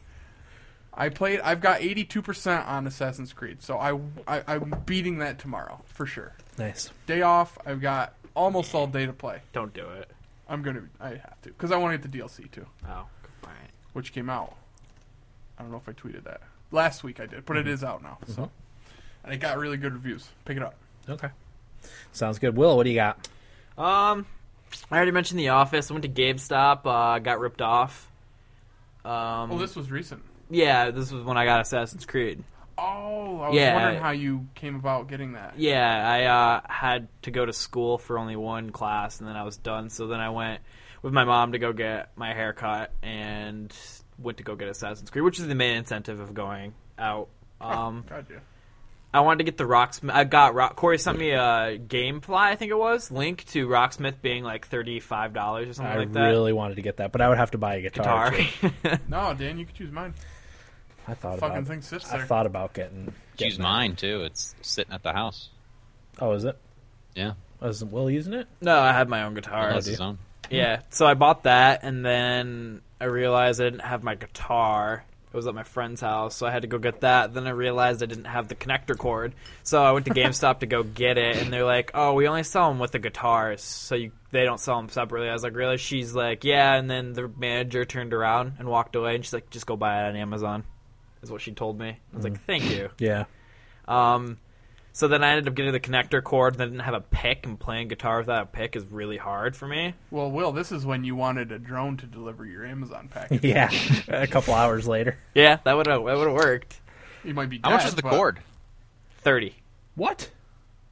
S7: I played. I've got eighty two percent on Assassin's Creed, so I, I I'm beating that tomorrow for sure.
S2: Nice.
S7: Day off. I've got almost all day to play.
S5: Don't do it.
S7: I'm gonna. I have to because I want to get the DLC too.
S5: Oh,
S7: which came out. I don't know if I tweeted that last week. I did, but it
S2: Mm-hmm.
S7: is out now.
S2: Uh-huh.
S7: So, and it got really good reviews. Pick it up.
S2: Okay. Sounds good. Will, what do you got?
S5: Um, I already mentioned the office. I went to GameStop. Uh, got ripped off. Um,
S7: Well, Oh, this was recent.
S5: yeah, this was when I got Assassin's Creed.
S7: Oh, I was
S5: Yeah.
S7: wondering how you came about getting that.
S5: Yeah, I uh, had to go to school for only one class, and then I was done. So then I went with my mom to go get my hair cut, and went to go get Assassin's Creed, which is the main incentive of going out. Um,
S7: God, yeah.
S5: I wanted to get the Rocksmith. I got Rock. Corey sent me a GameFly, I think it was, link to Rocksmith being like thirty five dollars or something
S2: I
S5: like that.
S2: really wanted to get that, but I would have to buy a guitar.
S5: Guitar.
S2: too.
S7: No, Dan, you could choose mine.
S2: I thought
S7: Fucking
S2: about.
S7: thing sits
S2: I
S7: there.
S2: thought about getting.
S4: Choose
S2: getting
S4: mine too. It's sitting at the house.
S2: that. Oh, is it?
S4: Yeah,
S2: Is Will using it?
S5: no, I had my own guitar.
S4: that's his own.
S5: Yeah, so I bought that, and then I realized I didn't have my guitar. It was at my friend's house, so I had to go get that. Then I realized I didn't have the connector cord, so I went to GameStop to go get it, and they're like, "Oh, we only sell them with the guitars, so you, they don't sell them separately." I was like, "Really?" She's like, "Yeah," and then the manager turned around and walked away, and she's like, "Just go buy it on Amazon," is what she told me. I was like, "Thank you."
S2: Yeah.
S5: Um, so then I ended up getting the connector cord, and I didn't have a pick, and playing guitar without a pick is really hard for me.
S7: Well, Will, this is when you wanted a drone to deliver your Amazon package.
S2: Yeah. a couple hours later.
S5: Yeah, that would have that would have worked.
S7: You might be. Dead,
S4: How much is the
S7: but
S4: cord?
S5: Thirty.
S2: What?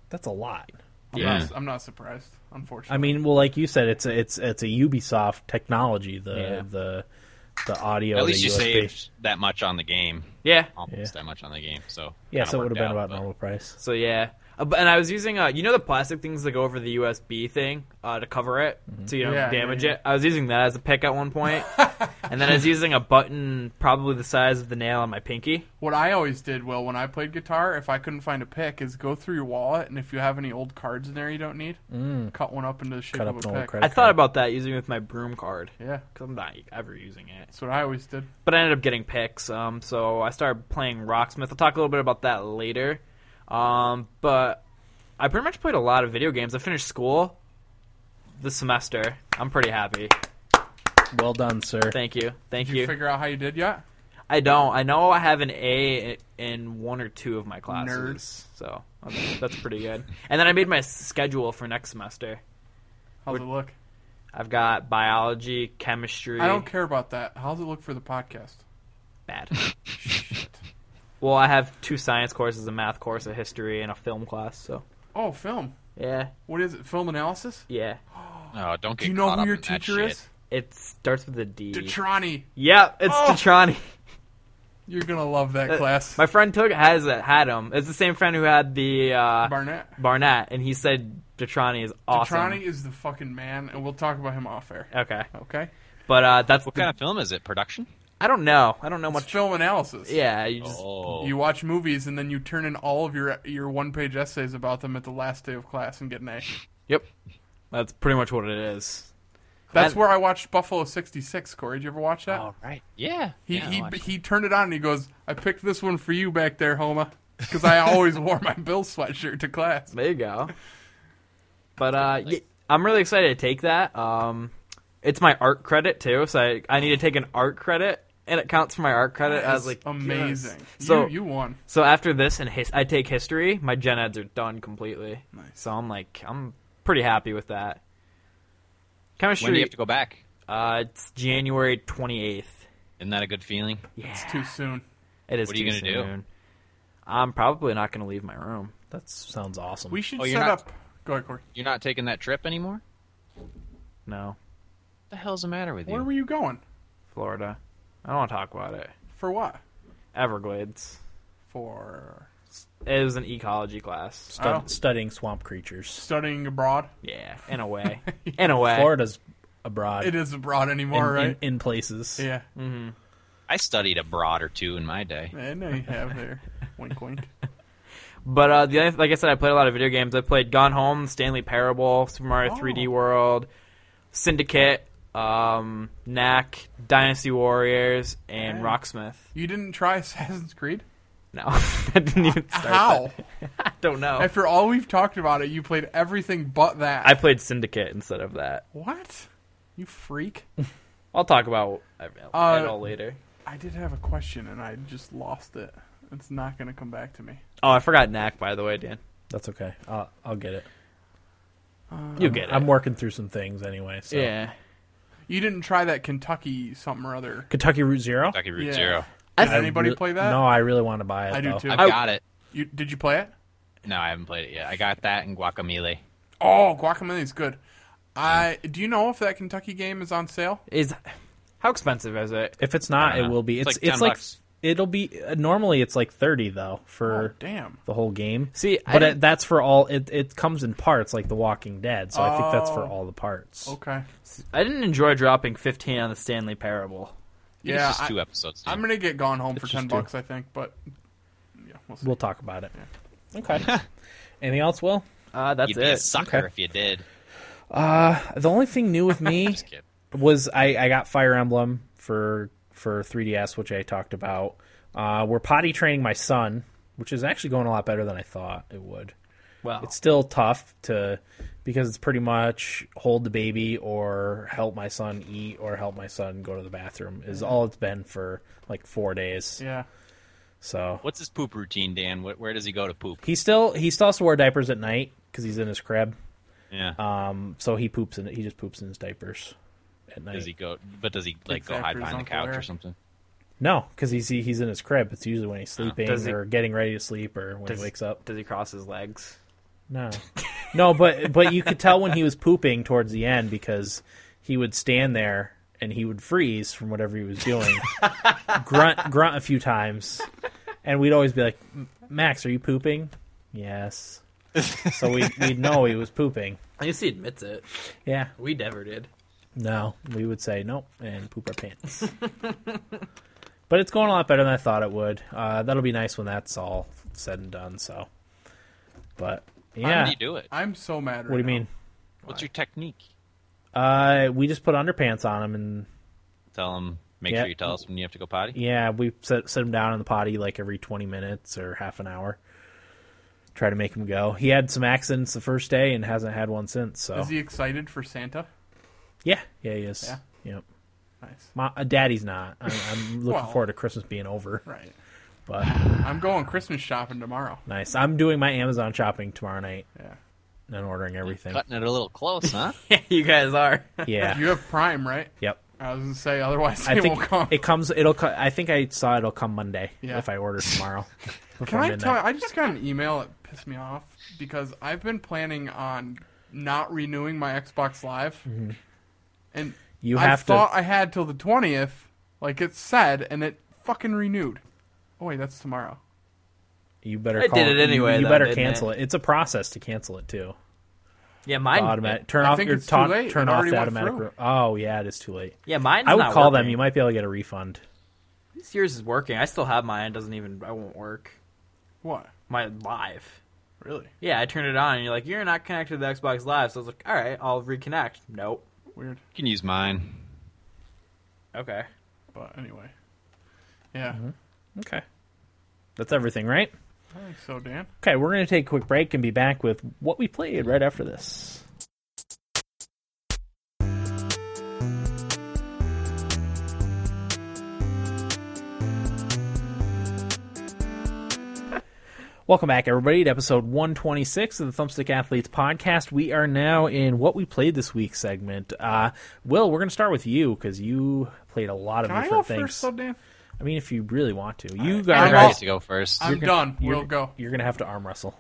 S2: That's a lot.
S7: I'm,
S4: Yeah.
S7: not, I'm not surprised. Unfortunately,
S2: I mean, well, like you said, it's a, it's it's a Ubisoft technology. The
S5: Yeah.
S2: the the audio.
S4: At least
S2: the
S4: you
S2: USB.
S4: saved that much on the game.
S5: Yeah.
S4: Almost
S2: Yeah.
S4: that much on the game. So
S2: Yeah,
S4: kinda
S2: so it would have
S4: worked
S2: been
S4: out,
S2: about
S4: but-
S2: normal price.
S5: So yeah, uh, but- and I was using uh, you know the plastic things that go over the USB thing uh, to cover it, so you don't
S7: Yeah,
S5: damage
S7: yeah, yeah.
S5: it. I was using that as a pick at one point, and then I was using a button probably the size of the nail on my pinky.
S7: What I always did, Will, when I played guitar, if I couldn't find a pick, is go through your wallet, and if you have any old cards in there you don't need, cut one up into the shape
S2: Mm. Cut
S7: of
S2: up
S7: a
S2: an old
S7: pick.
S2: credit.
S5: I thought about that using it with my broom card
S7: Yeah,
S5: because I'm not e-, ever using it.
S7: that's what I always did.
S5: but I ended up getting picks. Um, so I started playing Rocksmith. I'll talk a little bit about that later. Um, but I pretty much played a lot of video games. I finished school this semester. I'm pretty happy.
S2: card. Well done, sir.
S5: Thank you, thank
S7: Did you
S5: you.
S7: figure out how you did yet?
S5: I don't. I know I have an A i- in one or two of my classes. So okay, that's pretty good. And then I made my s- schedule for next semester.
S7: How's it look?
S5: I've got biology, chemistry.
S7: I don't care about that. How's it look for the podcast?
S5: Bad. well, I have two science courses, a math course, a history, and a film class. So
S7: Oh, film.
S5: yeah,
S7: What is it? Film analysis?
S5: Yeah.
S4: Oh, don't get
S7: Do you know
S4: caught
S7: who
S4: up
S7: your
S4: in that
S7: teacher
S4: shit.
S7: is?
S5: It starts with a D.
S7: Detrani.
S5: Yep, it's
S7: Oh!
S5: Detrani.
S7: You're gonna love that
S5: Uh,
S7: class.
S5: My friend took has it, had him. It's the same friend who had the uh,
S7: Barnett.
S5: Barnett, and he said Detrani is awesome.
S7: Detrani is the fucking man, and we'll talk about him off air.
S5: Okay,
S7: Okay.
S5: but uh, that's
S4: What kind of film is it? Production?
S5: I don't know. I don't know
S7: What's
S5: much.
S7: film analysis?
S5: Yeah, you just
S4: Oh,
S7: You watch movies and then you turn in all of your your one page essays about them at the last day of class and get an A.
S5: yep. That's pretty much what it is.
S7: That's
S5: That-
S7: where I watched Buffalo '66. Corey, did you ever watch that?
S4: right. Yeah.
S7: He
S4: yeah, I watched
S7: he he turned it on and he goes, "I picked this one for you back there, Homa, because I always wore my Bill sweatshirt to class."
S5: There you go. But uh, y- I'm really excited to take that. Um, it's my art credit too, so I, I need to take an art credit, and it counts for my art credit
S7: That
S5: as
S7: is
S5: like
S7: amazing.
S5: So-
S7: you, you won.
S5: So after this and his- I take history, my gen eds are done completely.
S7: Nice.
S5: So I'm like, I'm pretty happy with that.
S4: it. When do
S5: Chemistry,
S4: you have to go back?
S5: uh, it's January 28th.
S4: Isn't that a good feeling?
S5: Yeah,
S7: It's too soon.
S5: it is
S4: What are you
S5: too
S4: gonna do?
S5: soon. I'm probably not going to leave my room.
S2: That sounds awesome.
S7: We should
S4: Oh,
S7: set
S4: you're not-
S7: up. Go ahead, Corey.
S4: You're not taking that trip anymore.
S5: No,
S4: What the hell's the matter with you?
S7: Where were you going?
S5: Florida. I don't want to talk about it.
S7: For what?
S5: Everglades.
S7: For
S5: It was an ecology class.
S2: Stud-
S7: Oh.
S2: studying swamp creatures.
S7: Studying abroad.
S5: Yeah, in a way. In a way.
S2: Florida's abroad
S7: It is abroad
S2: in,
S7: anymore, right?
S2: in, in places.
S7: yeah.
S4: I studied abroad or two in my day.
S7: I know you have there. wink, wink.
S5: But uh, the other, like I said, I played a lot of video games. I played Gone Home, Stanley Parable, Super Mario 3D World, Syndicate, um, Knack, Dynasty Warriors, and
S7: Hey.
S5: Rocksmith.
S7: You didn't try Assassin's Creed?
S5: No, I didn't even start.
S7: How?
S5: I don't know.
S7: After all we've talked about it, you played everything but that.
S5: oh. I played Syndicate instead of that.
S7: what? You freak.
S5: I'll talk about it
S7: Uh,
S5: all later.
S7: I did have a question and I just lost it. It's not going to come back to me.
S5: Oh, I forgot Knack, by the way, Dan.
S2: That's okay. I'll, I'll get it.
S5: You get it.
S2: I'm working through some things anyway. So.
S5: yeah.
S7: You didn't try that Kentucky something or other.
S2: Kentucky Route Zero.
S4: Kentucky Route
S7: Yeah.
S4: Zero.
S7: Did
S2: I
S7: anybody
S2: re-
S7: play that?
S2: No, I really want to buy it.
S7: I do
S2: though.
S7: too.
S4: I've
S5: I-
S4: got it.
S7: You, did you play it?
S4: No, I haven't played it yet. I got that and Guacamole.
S7: Oh, guacamole is good. I do you know if that Kentucky game is on sale?
S5: Is how expensive is it?
S2: If it's not,
S4: I
S5: Uh,
S4: don't
S2: it
S4: know.
S2: will be.
S4: It's
S2: It's
S4: like
S2: it's
S4: 10
S2: like
S4: bucks.
S2: it'll be. uh, Normally, it's like thirty though
S7: Oh,
S2: for
S7: damn.
S2: the whole game.
S5: See, I
S2: but
S5: didn't-
S2: it, that's for all. It it comes in parts, like The Walking Dead. So I think that's for
S7: Oh.
S2: all the parts.
S7: Okay.
S5: I didn't enjoy dropping 15 on the Stanley Parable.
S7: Yeah,
S4: it's just
S7: I,
S4: two episodes. dude.
S7: I'm gonna get gone home for
S2: It's
S7: ten
S2: just two.
S7: bucks, I think. But yeah, we'll see.
S2: We'll talk about it. Okay. Anything else, Will?
S5: Uh, that's
S4: You'd be a
S5: it.
S4: sucker
S2: Okay.
S4: if you did.
S2: The only thing new with me
S4: Just kidding.
S2: was I, I got Fire Emblem for for 3DS, which I talked about. Uh, we're potty training my son, which is actually going a lot better than I thought it would.
S5: Well,
S2: It's still tough to because it's pretty much hold the baby or help my son eat or help my son go to the bathroom is
S4: Mm-hmm.
S2: all it's been for like four days.
S7: yeah.
S2: So
S4: What's his poop routine, Dan? Wh- Where does he go to poop?
S2: he still he still has to wear diapers at night because he's in his crib.
S4: Yeah.
S2: Um, so he poops in he just poops in his diapers at night.
S4: does he go? But does he like go
S7: Exactly,
S4: hide
S7: he's
S4: behind the
S7: Uncle
S4: couch or
S7: Eric.
S4: something?
S2: No, because he's he- he's in his crib. It's usually when he's sleeping
S5: Oh, Does he-
S2: or getting ready to sleep or when
S5: does-
S2: he wakes up.
S5: Does he cross his legs?
S2: No, no, but but you could tell when he was pooping towards the end because he would stand there and he would freeze from whatever he was doing, grunt grunt a few times, and we'd always be like, "M- "Max, are you pooping?" Yes. so we we'd know he was pooping.
S5: I guess he admits it.
S2: Yeah.
S5: We never did.
S2: No, we would say nope and poop our pants. but it's going a lot better than I thought it would. Uh, that'll be nice when that's all said and done. So, but
S4: How do
S2: yeah,
S4: you do it?
S7: I'm so mad. Right
S2: what do you
S7: now.
S2: mean?
S4: What's your technique?
S2: Uh, we just put underpants on him, and
S4: Tell him. Make
S2: Yeah.
S4: sure you tell us when you have to go potty.
S2: yeah, we set, set him down in the potty like every twenty minutes or half an hour. Try to make him go. He had some accidents the first day and hasn't had one since. So
S7: Is he excited for Santa?
S2: yeah, yeah, he is.
S7: Yeah.
S2: Yep.
S7: Nice.
S2: My, uh, Daddy's not. I'm, I'm looking
S7: Well.
S2: forward to Christmas being over.
S7: Right.
S2: But
S7: I'm going Christmas shopping tomorrow.
S2: nice. I'm doing my Amazon shopping tomorrow night.
S7: Yeah.
S2: and ordering everything.
S4: Cutting it a little close, huh?
S5: you guys are.
S2: Yeah.
S7: You have Prime, right?
S2: yep.
S7: I was gonna say otherwise they
S2: I think
S7: won't come.
S2: it comes. It'll. Co- I think I saw it'll come Monday
S7: Yeah.
S2: if I order tomorrow.
S7: Can
S2: before
S7: I
S2: midnight.
S7: tell you? I just got an email that pissed me off because I've been planning on not renewing my Xbox Live, and
S2: Mm-hmm. You
S7: I
S2: have to-
S7: thought I had till the twentieth, like it said, and it fucking renewed. Oh wait, that's tomorrow.
S2: You better.
S5: I
S2: call
S5: did it anyway,
S2: You, you
S5: though,
S2: better
S5: didn't
S2: cancel it. It's a process to cancel it too.
S5: Yeah, mine.
S2: automatic. Turn
S7: I
S2: off
S7: think
S2: your
S7: it's too
S2: ta-
S7: late.
S2: turn
S7: It
S2: off
S7: already
S2: the
S7: went
S2: automatic.
S7: through.
S2: re- oh yeah, it is too late.
S5: Yeah, mine's
S2: I would
S5: not
S2: call them.
S5: working.
S2: You might be able to get a refund.
S5: This yours is working. I still have mine. It doesn't even. I won't work.
S7: What?
S5: My live.
S7: Really
S5: Yeah, I turned it on, and you're like, "You're not connected to the Xbox Live." So I was like, "All right, I'll reconnect." Nope.
S7: weird,
S4: You can use mine.
S5: Okay.
S7: but anyway. Yeah.
S2: Mm-hmm. Okay. That's everything, right?
S7: I think so, Dan.
S2: Okay, we're going to take a quick break and be back with what we played right after this. Welcome back, everybody, to episode 126 of the Thumbstick Athletes podcast. We are now in what we played this week segment. Uh, Will, we're going to start with you because you played a lot of
S7: Can I
S2: different
S7: go
S2: things.
S7: first, though, Dan?
S2: I mean, if you really want to, you
S4: I
S2: guys
S7: all-
S4: get
S2: are,
S4: to go 1st
S7: I'm done.
S2: you're-
S7: We'll go.
S2: you're going to have to arm wrestle.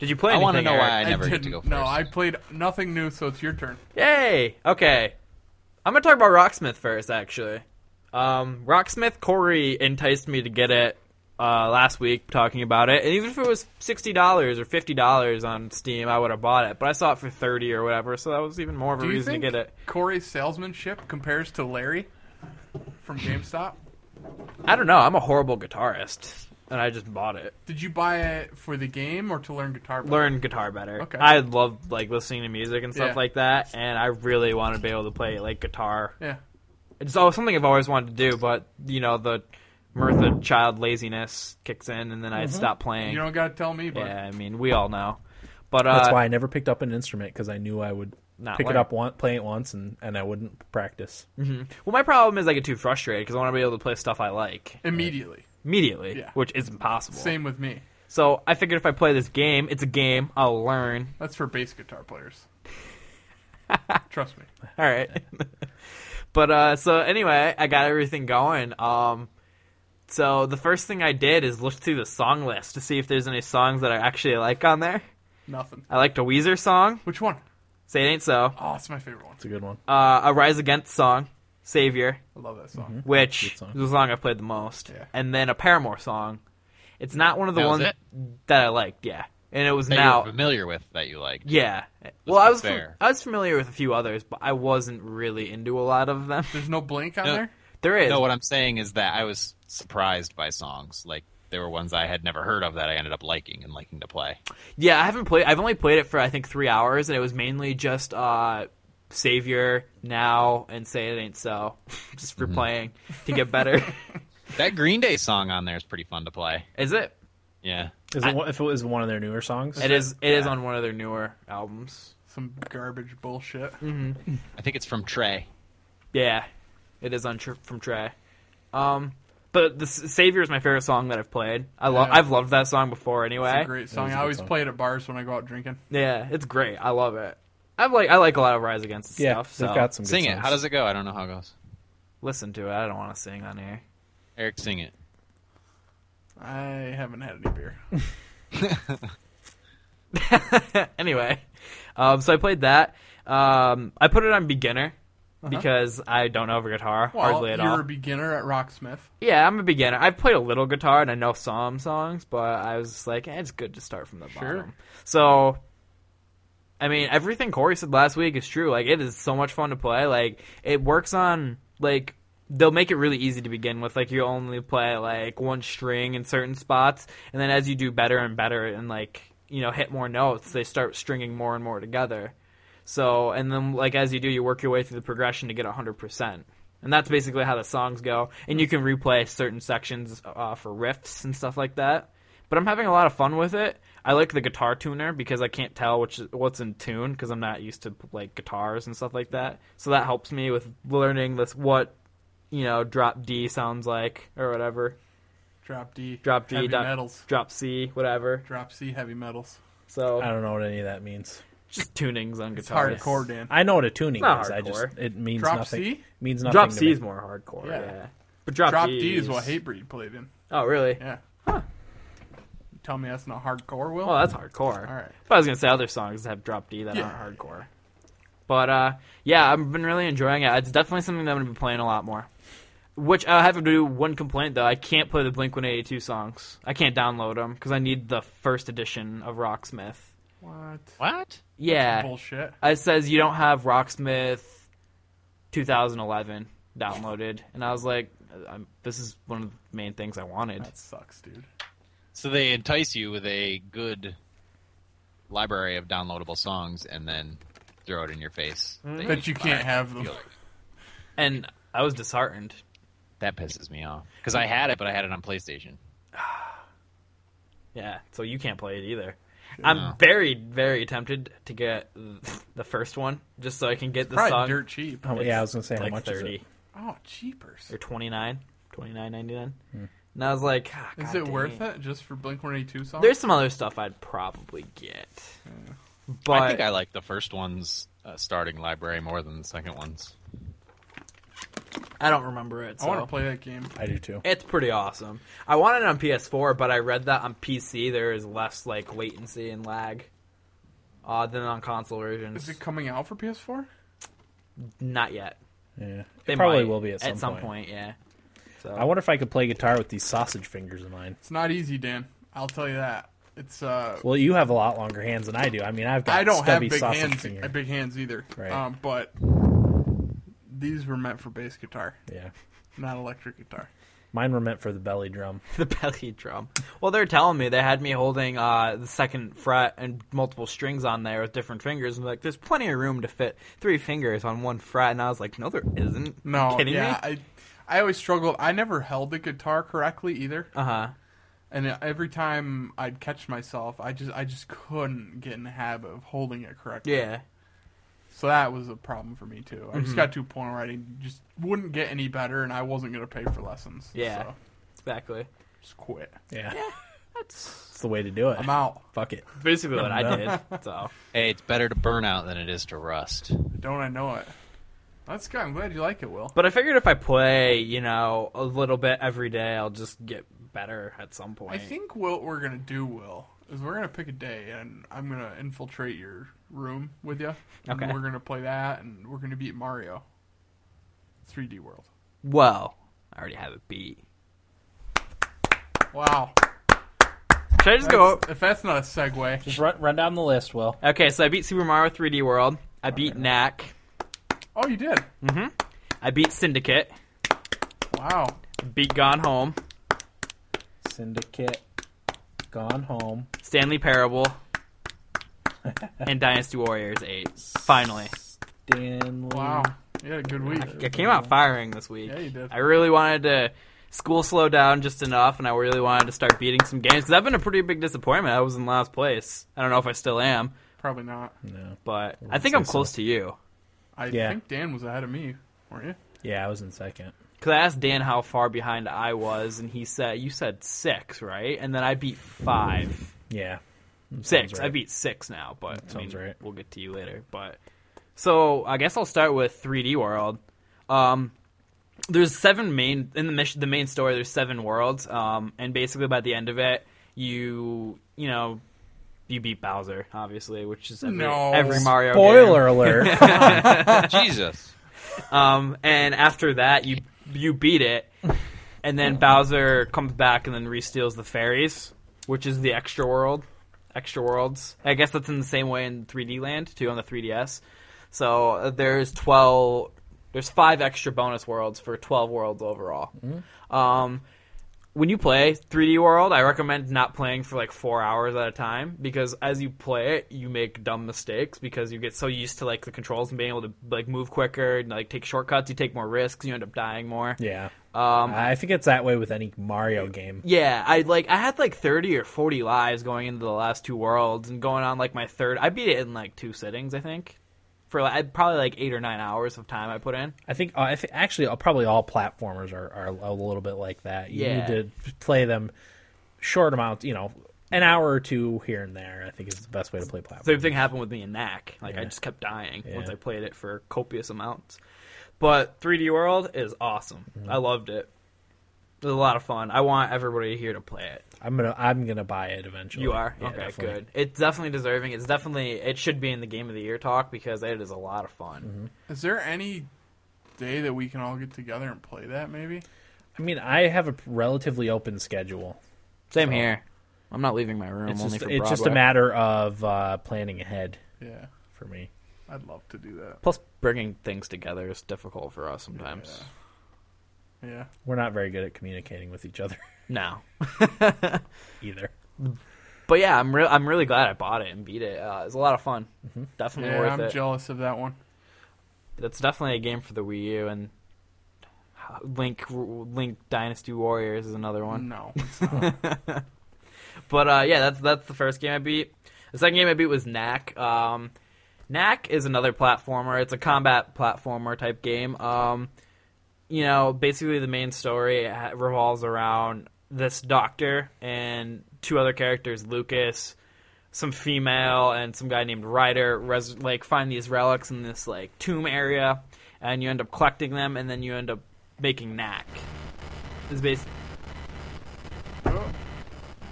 S5: Did you play?
S4: I
S5: want
S4: wanna know why I never get
S7: didn't.
S4: to go
S7: No,
S4: first.
S7: I played nothing new, so it's your turn.
S5: Yay! Okay. I'm gonna talk about Rocksmith first, actually. Um, Rocksmith Corey enticed me to get it uh, last week talking about it, and even if it was sixty dollars or fifty dollars on Steam, I would have bought it. But I saw it for thirty or whatever, so that was even more of a
S7: Do you
S5: reason to
S7: think
S5: get it.
S7: Corey's salesmanship compares to Larry from GameStop?
S5: I don't know. I'm a horrible guitarist, and I just bought it.
S7: Did you buy it for the game or to learn guitar? playing?
S5: Learn guitar better.
S7: Okay.
S5: I love like listening to music and stuff
S7: Yeah.
S5: like that, and I really want to be able to play like guitar
S7: Yeah.
S5: It's always something I've always wanted to do, but you know the Mirtha child laziness kicks in, and then
S2: Mm-hmm.
S5: I stop playing.
S7: You don't got to tell me, but
S5: yeah, I mean we all know, but uh,
S2: That's why I never picked up an instrument because I knew I would
S5: Not
S2: pick
S5: learn.
S2: it up, one, play it once, and, and I wouldn't practice.
S5: well, my problem is I get too frustrated because I want to be able to play stuff I like
S7: immediately.
S5: immediately,
S7: Yeah.
S5: which is impossible.
S7: Same with me.
S5: So I figured if I play this game, it's a game. I'll learn.
S7: That's for bass guitar players. Trust me.
S5: All right. but uh, so anyway, I got everything going. Um, so the first thing I did is look through the song list to see if there's any songs that I actually like on there.
S7: Nothing.
S5: I liked a Weezer song.
S7: Which one?
S5: Say it ain't so.
S7: Oh, it's my favorite one.
S2: It's a good one.
S5: uh, a Rise Against song, Savior,
S7: I love that song.
S5: Mm-hmm. which
S2: song.
S5: is the song I've played the most,
S7: Yeah.
S5: and then a Paramore song. It's not one of the
S4: That was
S5: ones that I liked, yeah. And it was
S4: that
S5: now,
S4: you're familiar with that you like.
S5: yeah. Well, I was fam-
S4: fair.
S5: I was familiar with a few others, but I wasn't really into a lot of them.
S7: There's no blink on
S4: No.
S7: there.
S5: there is
S4: No, what I'm saying is that I was surprised by songs. Like there were ones I had never heard of that I ended up liking and liking to play.
S5: Yeah, I haven't played. I've only played it for I think three hours, and it was mainly just uh, Savior now and Say It Ain't So, just replaying to get better.
S4: That Green Day song on there is pretty fun to play.
S5: is it?
S4: Yeah.
S2: Is it one, if it was one of their newer songs?
S5: It is. It is on one of their newer albums.
S7: Some garbage bullshit.
S4: I think it's from Trey.
S5: Yeah, it is on tr- from Trey. Um, but the S- Savior is my favorite song that I've played. I love.
S7: Yeah.
S5: I've loved that song before.
S7: It's
S5: Anyway,
S7: a great song.
S2: was a
S7: I
S2: good
S7: always
S2: song.
S7: play it at bars when I go out drinking.
S5: yeah, it's great. I love it. I like. I like a lot of Rise Against the
S2: yeah,
S5: stuff. So
S2: they've got some. Good
S4: Sing it.
S2: songs.
S4: How does it go? I don't know how it goes.
S5: listen to it. I don't want to sing on air.
S4: Eric, sing it.
S7: I haven't had any beer.
S5: anyway, um, so I played that. Um, I put it on beginner
S2: Uh-huh.
S5: because I don't know over guitar
S7: Well,
S5: hardly at
S7: you're
S5: all.
S7: a beginner at Rocksmith.
S5: yeah, I'm a beginner. I've played a little guitar and I know some songs, but I was just like, eh, it's good to start from the
S7: Sure.
S5: bottom. So, I mean, everything Corey said last week is true. Like, it is so much fun to play. Like, it works on like they'll make it really easy to begin with. Like, you only play like one string in certain spots, and then as you do better and better, and like you know hit more notes, they start stringing more and more together. So, and then like as you do, you work your way through the progression to get hundred percent. And that's basically how the songs go. And you can replay certain sections uh, for riffs and stuff like that. But I'm having a lot of fun with it. I like the guitar tuner because I can't tell which what's in tune because I'm not used to like guitars and stuff like that. So that helps me with learning this what you know drop D sounds like or whatever
S7: Drop D.
S5: Drop D,
S7: Heavy
S5: dot-
S7: metals.
S5: drop C whatever.
S7: Drop C. Heavy metals.
S5: So
S2: I don't know what any of that means.
S5: just tunings on
S7: It's
S5: guitar.
S7: hardcore, Dan.
S2: I know what a tuning
S5: Not
S2: is. I just
S5: hardcore.
S2: it means
S7: Drop
S2: nothing.
S7: C?
S2: Means nothing.
S5: Drop
S2: to
S5: C
S2: me.
S5: is more hardcore. Yeah.
S7: Yeah.
S5: But drop,
S7: Drop
S5: D,
S7: D is what Hatebreed played in.
S5: Oh really?
S7: Yeah. You tell me that's not hardcore, Will?
S5: Well, Oh, that's hardcore.
S7: All right.
S5: But I was gonna say other songs that have drop D that
S7: Yeah.
S5: aren't hardcore. But uh, yeah, I've been really enjoying it. It's definitely something that I'm gonna be playing a lot more. Which I have to do one complaint though. I can't play the Blink 182 songs. I can't download them because I need the first edition of Rocksmith.
S7: What?
S4: What?
S5: Yeah,
S7: Bullshit.
S5: it says you don't have Rocksmith 2011 downloaded, and I was like, "Uh, I'm, this is one of the main things I wanted.
S7: That sucks, dude.
S4: So they entice you with a good library of downloadable songs and then throw it in your face.
S2: Hmm.
S4: that
S7: That you can't have them.
S4: feel like-
S5: And I was disheartened.
S4: That pisses me off. Because I had it, but I had it on PlayStation.
S5: Yeah, so you can't play it either. I'm very, very tempted to get the first one just so I can get the
S7: Probably
S5: song. Oh,
S7: dirt cheap.
S2: How- yeah, I was gonna say how
S5: like
S2: much is it?
S5: thirty
S7: Oh, cheapers.
S5: or twenty nine, twenty nine ninety nine.
S2: Hmm.
S5: And I was like, ah,
S7: Is
S5: God
S7: it
S5: dang
S7: worth it just for Blink 182 songs?
S5: There's some other stuff I'd probably get, but
S4: I think I like the first one's uh, starting library more than the second one's.
S5: I don't remember it.
S7: I want to
S5: So.
S7: play that game.
S2: I do too.
S5: It's pretty awesome. I wanted it on PS4, but I read that on PC there is less like latency and lag uh, than on console versions.
S7: Is it coming out for PS4?
S5: Not yet.
S2: Yeah,
S5: They
S2: it probably
S5: might,
S2: will be at some,
S5: point. yeah. So
S2: I wonder if I could play guitar with these sausage fingers of mine.
S7: It's not easy, Dan. I'll tell you that. It's uh,
S2: Well, you have a lot longer hands than I do. I mean, I've got
S7: I don't have
S2: stubby
S7: big
S2: sausage
S7: hands, uh,
S2: finger.
S7: big hands either.
S2: Right.
S7: Um, but these were meant for bass guitar,
S2: Yeah,
S7: not electric guitar.
S2: mine were meant for the belly drum.
S5: the belly drum. Well, they're telling me they had me holding uh, the second fret and multiple strings on there with different fingers, and like, there's plenty of room to fit three fingers on one fret, and I was like, no, there isn't.
S7: No,
S5: you kidding
S7: yeah,
S5: me?
S7: I I always struggled. I never held the guitar correctly either,
S5: Uh huh.
S7: and every time I'd catch myself, I just I just couldn't get in the habit of holding it correctly.
S5: Yeah. Mm-hmm.
S7: So that was a problem for me too. I just got to a point where I didn't- just wouldn't get any better, and I wasn't going to pay for lessons.
S5: Yeah.
S7: so
S5: Exactly.
S7: just quit.
S2: Yeah,
S5: That's
S2: it's the way to do it.
S7: I'm out.
S2: Fuck it.
S5: basically what I
S2: No.
S5: did. So
S4: Hey, it's better to burn out than it is to rust.
S7: Don't I know it? That's good. I'm glad you like it, Will.
S5: But I figured if I play, you know, a little bit every day, I'll just get better at some point.
S7: I think what we're gonna do, Will, is we're gonna pick a day, and I'm gonna infiltrate your room with you. And
S5: Okay.
S7: We're gonna play that, and we're gonna beat Mario. 3D World.
S5: Well, I already have it beat.
S7: Wow.
S5: Should I just go?
S7: That's- If that's not a segue.
S2: Just run, run down the list, Will.
S5: Okay, so I beat Super Mario 3D World. I beat Knack.
S7: Oh, you did.
S5: I beat Syndicate.
S7: Wow.
S5: Beat Gone Home.
S2: Syndicate, Gone Home,
S5: Stanley Parable. and Dynasty Warriors 8. Finally.
S2: Stanley.
S7: Wow. You had a good week.
S5: I came out firing this week.
S7: Yeah, you did.
S5: I really wanted to school slow down just enough, and I really wanted to start beating some games because I've been a pretty big disappointment. I was in last place. I don't know if I still am,
S7: Probably not.
S2: No.
S5: but I think I'm
S2: say so.
S5: close to you.
S7: I
S2: Yeah.
S7: think Dan was ahead of me, weren't you?
S2: Yeah, I was in second.
S5: Because I asked Dan how far behind I was, and he said, You said six, right? And then I beat five.
S2: Yeah. That
S5: Six.
S2: sounds
S5: I
S2: right.
S5: beat six now, but I
S2: sounds
S5: mean,
S2: right.
S5: we'll get to you later. But so I guess I'll start with 3D World. Um, there's seven main in the mission, the main story. There's seven worlds, um, and basically by the end of it, you you know you beat Bowser, obviously, which is every,
S7: No.
S5: every Mario. game.
S2: Spoiler alert.
S4: Jesus.
S5: Um, and after that, you you beat it, and then Bowser comes back and then re-steals the fairies, which is the extra world, extra worlds. I guess that's in the same way in 3D Land too on the 3DS. So uh, there's twelve, there's five extra bonus worlds for twelve worlds overall. Um, when you play 3D World, I recommend not playing for like four hours at a time because as you play it, you make dumb mistakes because you get so used to like the controls and being able to like move quicker and like take shortcuts. You take more risks. You end up dying more.
S2: yeah.
S5: Um,
S2: I think it's that way with any Mario game.
S5: yeah, I like I had like thirty or forty lives going into the last two worlds and going on like my third. I beat it in like two sittings, I think, for like, I probably like eight or nine hours of time I put in.
S2: I think uh, I th- actually uh, probably all platformers are, are a little bit like that. You
S5: Yeah.
S2: need to play them short amounts, you know, an hour or two here and there. I think is the best way to play platformers.
S5: Same thing happened with me in Knack. Like I
S2: Yeah.
S5: just kept dying once
S2: Yeah.
S5: I played it for copious amounts. But 3D World is awesome.
S2: Mm-hmm.
S5: I loved it. It was a lot of fun. I want everybody here to play it.
S2: I'm gonna I'm gonna buy it eventually.
S5: You are
S2: Yeah,
S5: okay,
S2: definitely.
S5: good. It's definitely deserving. It's definitely it should be in the game of the year talk because it is a lot of fun.
S2: Mm-hmm.
S7: Is there any day that we can all get together and play that? Maybe.
S2: I mean, I have a relatively open schedule.
S5: Same here. I'm not leaving my room
S2: It's
S5: only
S2: just
S5: for
S2: it's just a
S5: Broadway.
S2: matter of uh, planning ahead
S7: Yeah.
S2: for me.
S7: I'd love to do that.
S5: Plus, bringing things together is difficult for us sometimes.
S7: Yeah.
S2: We're not very good at communicating with each other
S5: No,
S2: either.
S5: but yeah, I'm re- I'm really glad I bought it and beat it. Uh, it's a lot of fun. Definitely
S7: Mm-hmm. Yeah,
S5: worth
S7: I'm
S5: it.
S7: jealous of that one.
S5: That's definitely a game for the Wii U and Link Link Dynasty Warriors is another one.
S7: No.
S5: But uh, yeah, that's that's the first game I beat. The second game I beat was Knack. Um, Knack is another platformer. It's a combat platformer type game. Um, you know, basically the main story ha- revolves around this doctor and two other characters, Lucas, some female, and some guy named Ryder. Res- like find these relics in this like tomb area, and you end up collecting them, and then you end up making Knack. Is basically
S7: Oh.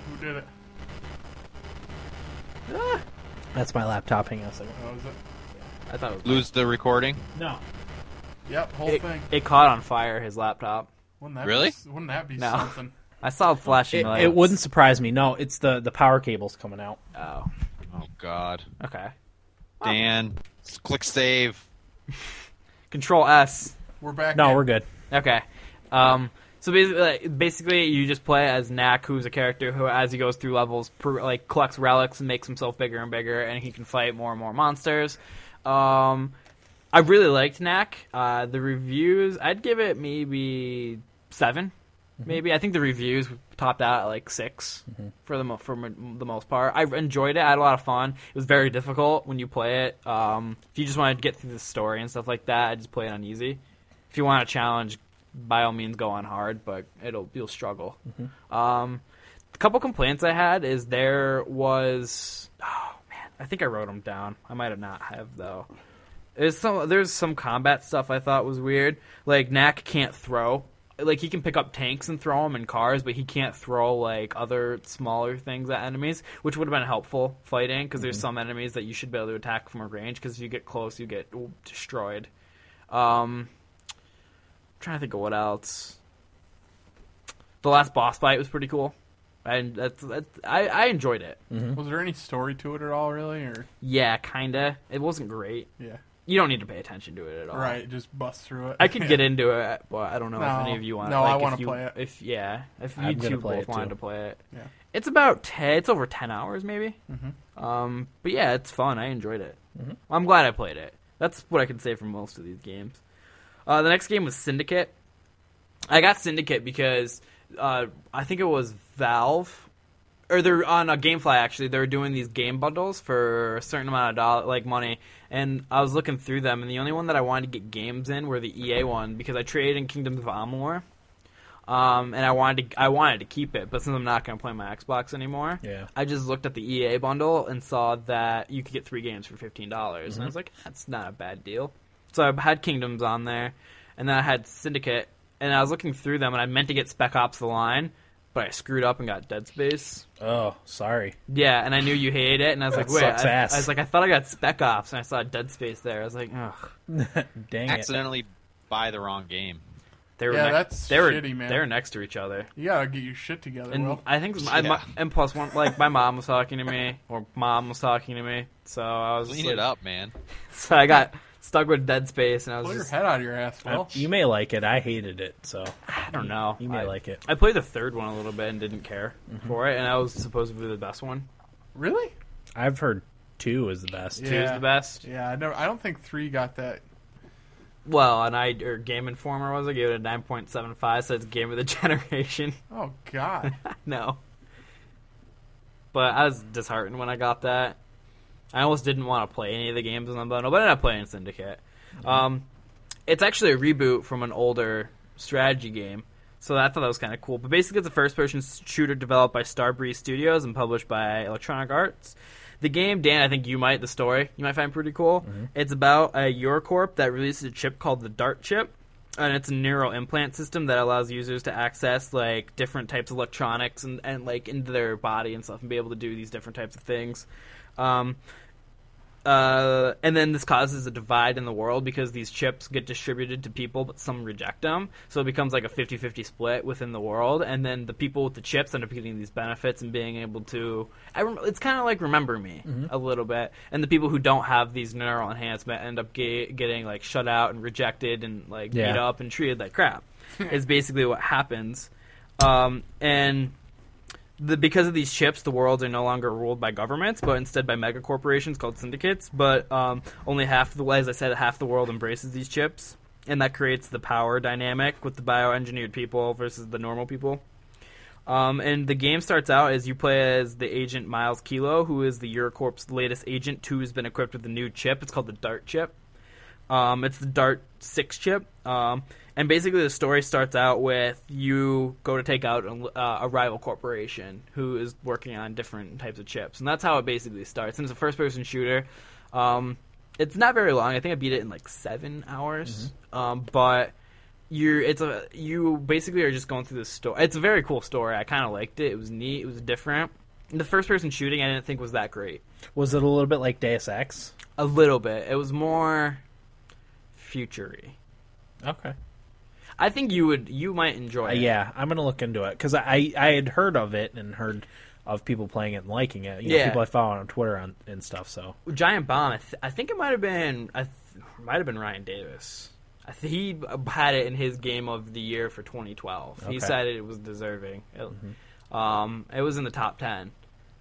S7: Who did it?
S2: That's my laptop. Hang on a second.
S7: That was it.
S5: I thought it was
S4: Lose the recording.
S2: No,
S7: Yep. Whole
S5: it,
S7: thing.
S5: it caught on fire his laptop.
S7: Wouldn't that
S4: Really?
S7: Be, wouldn't that be
S5: No.
S7: something?
S5: I saw it flashing
S2: It,
S5: lights.
S2: it wouldn't surprise me. No, it's the the power cables coming out.
S5: Oh,
S4: Oh God,
S5: okay.
S4: Dan, s- click save.
S5: Control S.
S7: We're back.
S2: No,
S7: in.
S2: we're good.
S5: Okay. Um, so basically, like, basically, you just play as Knack, who's a character who, as he goes through levels, per, like collects relics and makes himself bigger and bigger, and he can fight more and more monsters. Um, I really liked Knack. Uh, the reviews, I'd give it maybe 7 Maybe I think the reviews topped out at like 6 for the mo- for m- the most part. I enjoyed it. I had a lot of fun. It was very difficult when you play it. Um, if you just wanted to get through the story and stuff like that, I just play it on easy if you want a challenge, by all means go on hard, but it'll you'll struggle. Um, a couple complaints I had is there was oh man, I think I wrote them down. I might have not have though. There's some there's some combat stuff I thought was weird. Like Knack can't throw. Like he can pick up tanks and throw them in cars, but he can't throw like other smaller things at enemies, which would have been helpful fighting because there's some enemies that you should be able to attack from a range because if you get close, you get destroyed. Um, trying to think of what else. The last boss fight was pretty cool, and that's, that's I, I enjoyed it.
S7: Was there any story to it at all, really? Or
S5: Yeah, kinda. It wasn't great.
S7: yeah,
S5: You don't need to pay attention to it at all.
S7: right? Just bust through it.
S5: Uh, I could get into it, but I don't know
S7: No.
S5: if any of you want.
S7: No, I
S5: like,
S7: wanna
S5: if you-
S7: play it.
S5: If yeah, if
S2: I'm
S5: you
S2: gonna
S5: two
S2: play
S5: both
S2: it, too.
S5: wanted to play it,
S7: Yeah.
S5: it's about ten. It's over ten hours, maybe. Mm-hmm. Um, but yeah, it's fun. I enjoyed it. I'm glad I played it. That's what I can say for most of these games. Uh, the next game was Syndicate. I got Syndicate because uh, I think it was Valve or they're on a GameFly actually. They were doing these game bundles for a certain amount of dollar, like money. And I was looking through them, and the only one that I wanted to get games in were the EA one because I traded in Kingdoms of Amalur, um, and I wanted to I wanted to keep it, but since I'm not going to play my Xbox anymore,
S2: Yeah.
S5: I just looked at the EA bundle and saw that you could get three games for fifteen dollars, and I was like, that's not a bad deal. So I had Kingdoms on there, and then I had Syndicate, and I was looking through them, and I meant to get Spec Ops: The Line, but I screwed up and got Dead Space.
S2: Oh, sorry.
S5: Yeah, and I knew you hated it, and I was
S2: That
S5: like, wait,
S2: sucks
S5: I,
S2: ass.
S5: I was like, I thought I got Spec Ops, and I saw Dead Space there. I was like, oh. ugh,
S2: Dang it.
S4: Accidentally buy the wrong game.
S5: they were
S7: Yeah,
S5: ne-
S7: that's
S5: they were
S7: shitty, man.
S5: they were next to each other,
S7: You gotta get your shit together.
S5: and
S7: Will.
S5: I think my,
S4: Yeah.
S5: my- and plus one, like my mom was talking to me, or mom was talking to me, so I was
S4: Clean
S5: like-
S4: it up, man.
S5: So I got stuck with Dead Space, and I was
S7: Pull your
S5: just,
S7: head out of your ass, Will.
S2: You may like it. I hated it, so
S5: I don't know,
S2: you may
S5: I,
S2: like it.
S5: I played the third one a little bit and didn't care
S7: Mm-hmm.
S5: for it, and I was supposedly the best one.
S7: really?
S2: I've heard two is the best.
S5: Two is
S7: Yeah.
S5: the best.
S7: Yeah, I, never, I don't think three got that.
S5: Well, and I or Game Informer was I gave it a nine point seven five, so it's game of the generation.
S7: Oh God,
S5: No. But I was disheartened when I got that. I almost didn't want to play any of the games in the bundle, but I ended up playing Syndicate. Um, it's actually a reboot from an older strategy game, so I thought that was kind of cool. But basically, it's a first-person shooter developed by Starbreeze Studios and published by Electronic Arts. The game, Dan, I think you might the story you might find pretty cool. It's about a Eurocorp that releases a chip called the Dart chip, and it's a neural implant system that allows users to access like different types of electronics and, and like into their body and stuff and be able to do these different types of things um, uh, and then this causes a divide in the world because these chips get distributed to people but some reject them so it becomes like a 50-50 split within the world and then the people with the chips end up getting these benefits and being able to I rem- it's kind of like remember me a little bit and the people who don't have these neural enhancement end up ga- getting like shut out and rejected and like
S2: Yeah.
S5: beat up and treated like crap is basically what happens um, and the, because of these chips, the worlds are no longer ruled by governments, but instead by mega corporations called syndicates. But um, only half the, as I said, half the world embraces these chips, and that creates the power dynamic with the bioengineered people versus the normal people. Um, and the game starts out as you play as the agent Miles Kilo, who is the Eurocorp's latest agent, who's been equipped with a new chip. It's called the Dart chip. Um, it's the Dart 6 chip. Um, and basically, the story starts out with you go to take out a, uh, a rival corporation who is working on different types of chips. And that's how it basically starts. And it's a first person shooter. Um, it's not very long. I think I beat it in like seven hours. Um, but you're it's a you basically are just going through this story. It's a very cool story. I kind of liked it. It was neat. It was different. And the first person shooting I didn't think was that great.
S2: Was it a little bit like Deus Ex?
S5: A little bit. It was more futury.
S2: Okay.
S5: I think you would you might enjoy. it.
S2: Uh, Yeah, I'm gonna look into it because I I had heard of it and heard of people playing it and liking it. You know,
S5: Yeah.
S2: people I follow on Twitter on, and stuff. So
S5: Giant Bomb. I, th- I think it might have been I th- might have been Ryan Davis. I th- he had it in his game of the year for 2012.
S2: Okay. Mm-hmm.
S5: He said it was deserving. It, Um, it was in the top ten.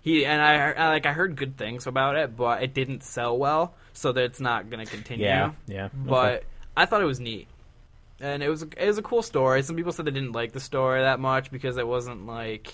S5: He and I, I like I heard good things about it, but it didn't sell well, so that's not going to continue.
S2: Yeah, yeah,
S5: But
S2: okay.
S5: I thought it was neat, and it was it was a cool story. Some people said they didn't like the story that much because it wasn't like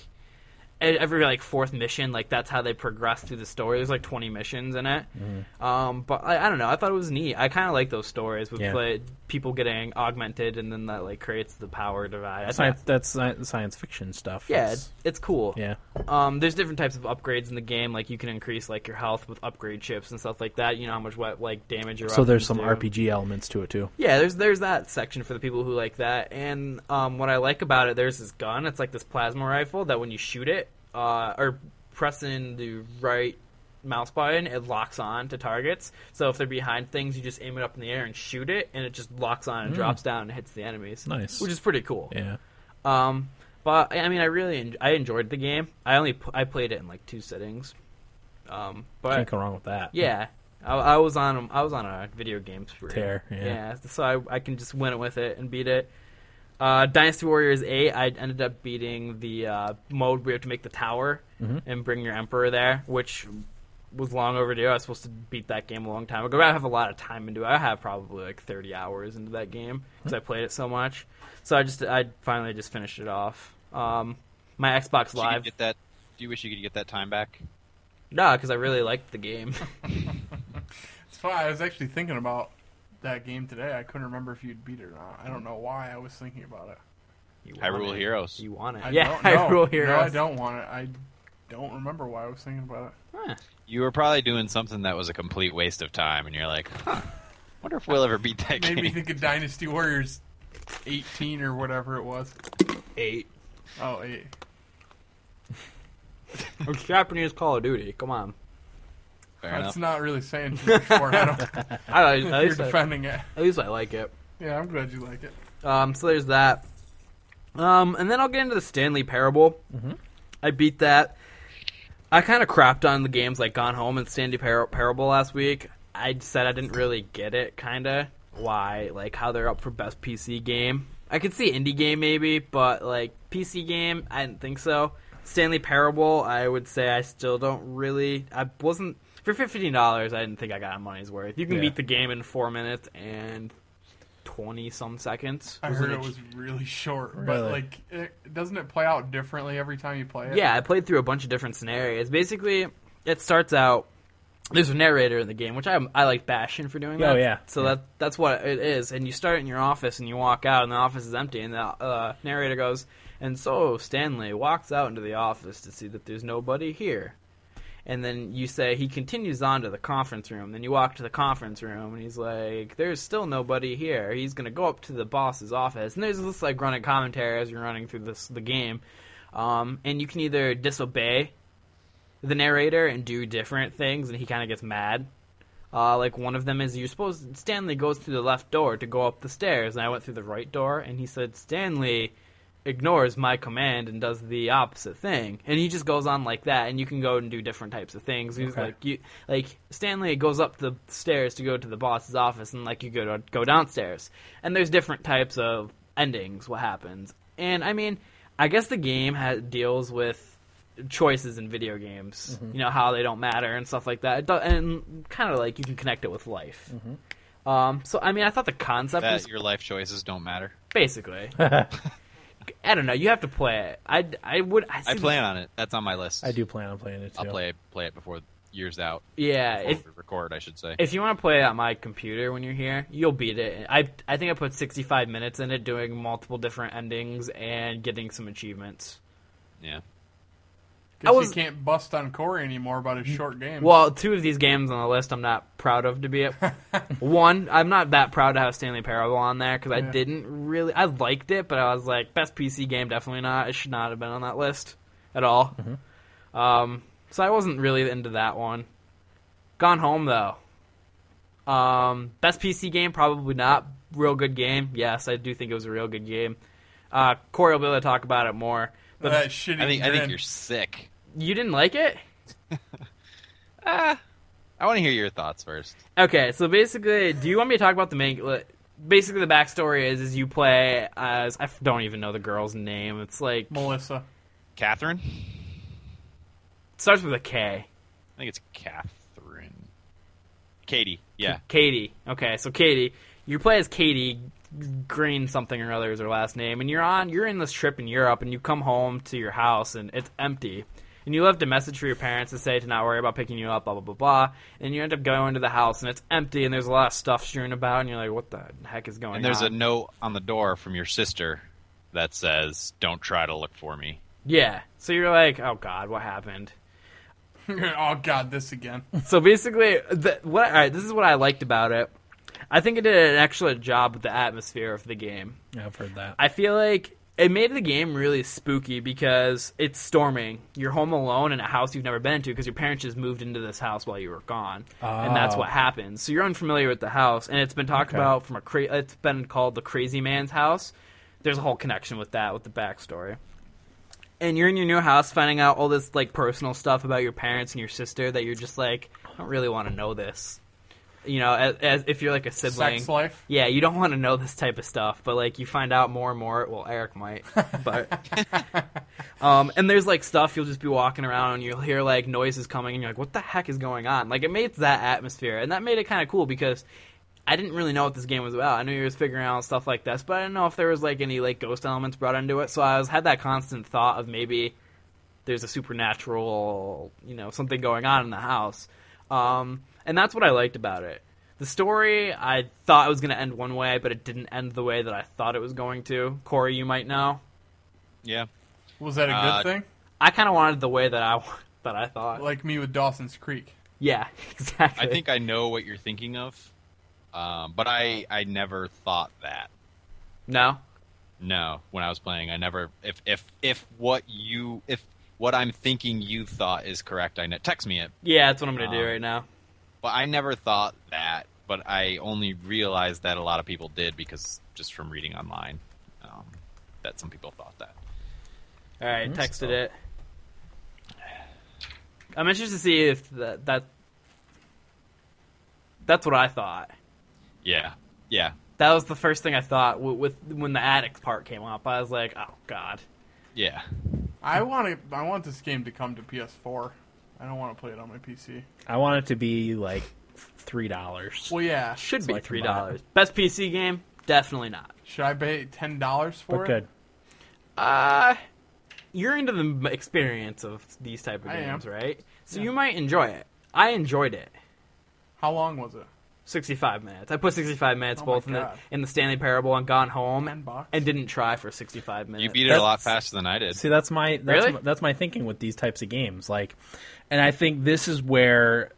S5: e- every like fourth mission, like that's how they progress through the story. There's like 20 missions in it.
S2: Mm-hmm.
S5: Um, but I, I don't know. I thought it was neat. I kind of like those stories with
S2: Yeah.
S5: like, people getting augmented, and then that like creates the power divide. I
S2: science,
S5: thought,
S2: that's sci- science fiction stuff.
S5: yeah,
S2: It's-
S5: it's, it's cool.
S2: yeah.
S5: Um, there's different types of upgrades in the game. Like you can increase like your health with upgrade chips and stuff like that. You know how much what like damage your
S2: So there's
S5: weapons
S2: some
S5: do.
S2: RPG elements to it too.
S5: Yeah, there's there's that section for the people who like that. And um, what I like about it, there's this gun. It's like this plasma rifle that when you shoot it uh, or press in the right mouse button, it locks on to targets. So if they're behind things, you just aim it up in the air and shoot it, and it just locks on and drops down and hits the enemies.
S2: Hmm. Nice.
S5: which is pretty cool.
S2: Yeah.
S5: Um, but I mean, I really en- I enjoyed the game. I only p- I played it in like two settings. Um, but
S2: Can't go wrong with that.
S5: yeah, I, I was on I was on a video game spree.
S2: Tear, yeah.
S5: so I, I can just win it with it and beat it. Uh, Dynasty Warriors Eight, I ended up beating the uh, mode where you have to make the tower
S7: Mm-hmm.
S5: and bring your emperor there, which was long overdue. I was supposed to beat that game a long time ago. I have a lot of time into it. I have probably like 30 hours into that game
S7: Hmm.
S5: because I played it so much. So I just I finally just finished it off. Um, my Xbox
S4: Wish you could
S5: Live,
S4: get that. Do you wish you could get that time back?
S5: no, because I really liked the game.
S7: It's funny. I was actually thinking about that game today. I couldn't remember if you'd beat it or not. I don't know why I was thinking about it.
S5: You want
S4: Hyrule
S5: it.
S4: Heroes.
S5: You want it?
S7: I
S5: yeah,
S7: don't know.
S5: Hyrule Heroes.
S7: No, I don't want it. I don't remember why I was thinking about it.
S5: Huh.
S4: You were probably doing something that was a complete waste of time, and you're like, huh, wonder if we'll ever beat that
S7: Made me
S4: game.
S7: think of Dynasty Warriors 18 or whatever it was.
S5: Eight.
S7: Oh, eight.
S5: It's Japanese Call of Duty. Come on.
S4: Fair
S7: That's
S4: enough.
S7: not really saying too much for it. I don't,
S5: I, at,
S7: you're
S5: least I,
S7: defending it.
S5: at least I like it.
S7: Yeah, I'm glad you like it.
S5: Um, so there's that. Um, and then I'll get into the Stanley Parable. I beat that. I kind of crapped on the games like Gone Home and Stanley Par- Parable last week. I said I didn't really get it, kind of. Why? Like, how they're up for best PC game. I could see indie game maybe, but like PC game, I didn't think so. Stanley Parable, I would say I still don't really. I wasn't. For $15, I didn't think I got my money's worth. You can
S2: Yeah.
S5: beat the game in four minutes and 20 some seconds.
S7: I
S5: Wasn't
S7: heard it
S5: it-
S7: was really short,
S2: Really?
S7: but like, it, doesn't it play out differently every time you play it?
S5: Yeah, I played through a bunch of different scenarios. Basically, it starts out there's a narrator in the game, which I I like bashing for doing
S2: Oh,
S5: that.
S2: yeah.
S5: So that that's what it is. And you start in your office and you walk out, and the office is empty, and the uh, narrator goes, and so Stanley walks out into the office to see that there's nobody here. And then you say he continues on to the conference room. Then you walk to the conference room, and he's like, "There's still nobody here." He's gonna go up to the boss's office, and there's this like running commentary as you're running through this the game. Um, and you can either disobey the narrator and do different things, and he kind of gets mad. Uh, like one of them is you're supposed Stanley goes through the left door to go up the stairs, and I went through the right door, and he said Stanley ignores my command and does the opposite thing, and he just goes on like that, and you can go and do different types of things. He's
S2: Okay.
S5: like you like Stanley goes up the stairs to go to the boss's office, and like you go to, go downstairs, and there's different types of endings. What happens? And I mean, I guess the game ha deals with choices in video games. You know how they don't matter and stuff like that. It do- and kind of like you can connect it with life. Um, so I mean, I thought the concept was
S4: That your life choices don't matter.
S5: basically. I don't know. You have to play it. I I would. I, see
S4: I
S5: the-
S4: plan on it. That's on my list.
S2: I do plan on playing it too.
S4: I'll play it, play it before years out.
S5: Yeah.
S4: Before
S5: If
S4: we record, I should say.
S5: if you want to play it on my computer when you're here, you'll beat it. I I think I put 65 minutes in it, doing multiple different endings and getting some achievements.
S4: yeah.
S5: I
S7: Guess
S5: was- Mm,
S7: you can't bust on Corey anymore about his short game.
S5: Well, two of these games on the list I'm not proud of to be it. One, I'm not that proud to have Stanley Parable on there because I
S7: Yeah.
S5: didn't really. I liked it, but I was like, best PC game, definitely not. It should not have been on that list at all. Um, so I wasn't really into that one. Gone Home though. Um, best PC game, probably not. real good game? Yes, I do think it was a real good game. Uh, Corey will be able to talk about it more. But
S7: that shitty
S4: I think I
S7: grin.
S4: think you're sick.
S5: you didn't like it?
S4: I want to hear your thoughts first.
S5: Okay, so basically, do you want me to talk about the main? li- Basically, the backstory is is you play as I f- don't even know the girl's name. It's like
S7: Melissa.
S4: Catherine?
S5: starts with a K.
S4: I think it's Catherine. Katie. Yeah.
S5: Katie. Okay, so Katie, you play as Katie Green something or other is her last name, and you're on you're in this trip in Europe, and you come home to your house and it's empty, and you left a message for your parents to say to not worry about picking you up, blah blah blah blah, and you end up going to the house and it's empty, and there's a lot of stuff strewn about, and you're like, what the heck is going
S4: And there's a
S5: on?
S4: note on the door from your sister that says, "Don't try to look for me."
S5: yeah, so you're like, oh god, what happened?
S7: oh god, this again.
S5: so basically, the, what? All right, this is what I liked about it. I think it did an excellent job with the atmosphere of the game.
S2: Yeah, I've heard that.
S5: I feel like it made the game really spooky because it's storming. You're home alone in a house you've never been to because your parents just moved into this house while you were gone, and that's
S2: Oh.
S5: what happens. So you're unfamiliar with the house, and it's been talked about from a. Cra- it's been called the Crazy Man's house. There's a whole connection with that with the backstory. And you're in your new house, finding out all this like personal stuff about your parents and your sister that you're just like, I don't really want to know this. You know, as, as if you're like a sibling,
S7: Sex life.
S5: yeah, you don't want to know this type of stuff, but like you find out more and more. Well, Eric might, but um, and there's like stuff you'll just be walking around and you'll hear like noises coming and you're like, what the heck is going on? Like it made that atmosphere and that made it kind of cool because I didn't really know what this game was about. I knew you was figuring out stuff like this, but I didn't know if there was like any like ghost elements brought into it. So I was had that constant thought of maybe there's a supernatural, you know, something going on in the house. Um, and that's what I liked about it. The story, I thought it was going to end one way, but it didn't end the way that I thought it was going to. Corey, you might know.
S4: Yeah.
S7: Was that a good
S4: Uh,
S7: thing?
S5: I kind of wanted the way that I that I thought.
S7: Like me with Dawson's Creek.
S5: yeah, exactly.
S4: I think I know what you're thinking of, um, but I I never thought that.
S5: no.
S4: No, when I was playing, I never if if if what you if what I'm thinking you thought is correct, I ne- text me it.
S5: Yeah, that's what I'm going to do
S4: Um,
S5: right now.
S4: But I never thought that. But I only realized that a lot of people did because just from reading online, um, that some people thought that.
S5: All right, texted
S2: so.
S5: it. I'm interested to see if that, that that's what I thought.
S4: Yeah, yeah,
S5: That was the first thing I thought w- with when the addict part came up. I was like, oh god.
S4: yeah.
S7: I want it, I want this game to come to PS4. I don't want to play it on my PC.
S2: I want it to be like three dollars.
S7: Well, yeah.
S5: Should
S2: So
S5: be
S2: I
S5: three
S2: can buy
S5: dollars. Best PC game? Definitely not.
S7: Should I pay ten dollars for
S2: But
S7: it?
S2: good.
S5: Uh, you're into the m- experience of these type of
S7: I am.
S5: games, right? So you might enjoy it. I enjoyed it.
S7: How long was it?
S5: 65 minutes. I put 65 minutes
S7: Oh my
S5: both in the,
S7: God.
S5: in the Stanley Parable and gone home
S7: Ten bucks.
S5: and didn't try for 65 minutes.
S4: You beat it a lot faster than I did.
S2: See, that's my that's
S5: Really?
S2: my, that's my thinking with these types of games. Like, and I think this is where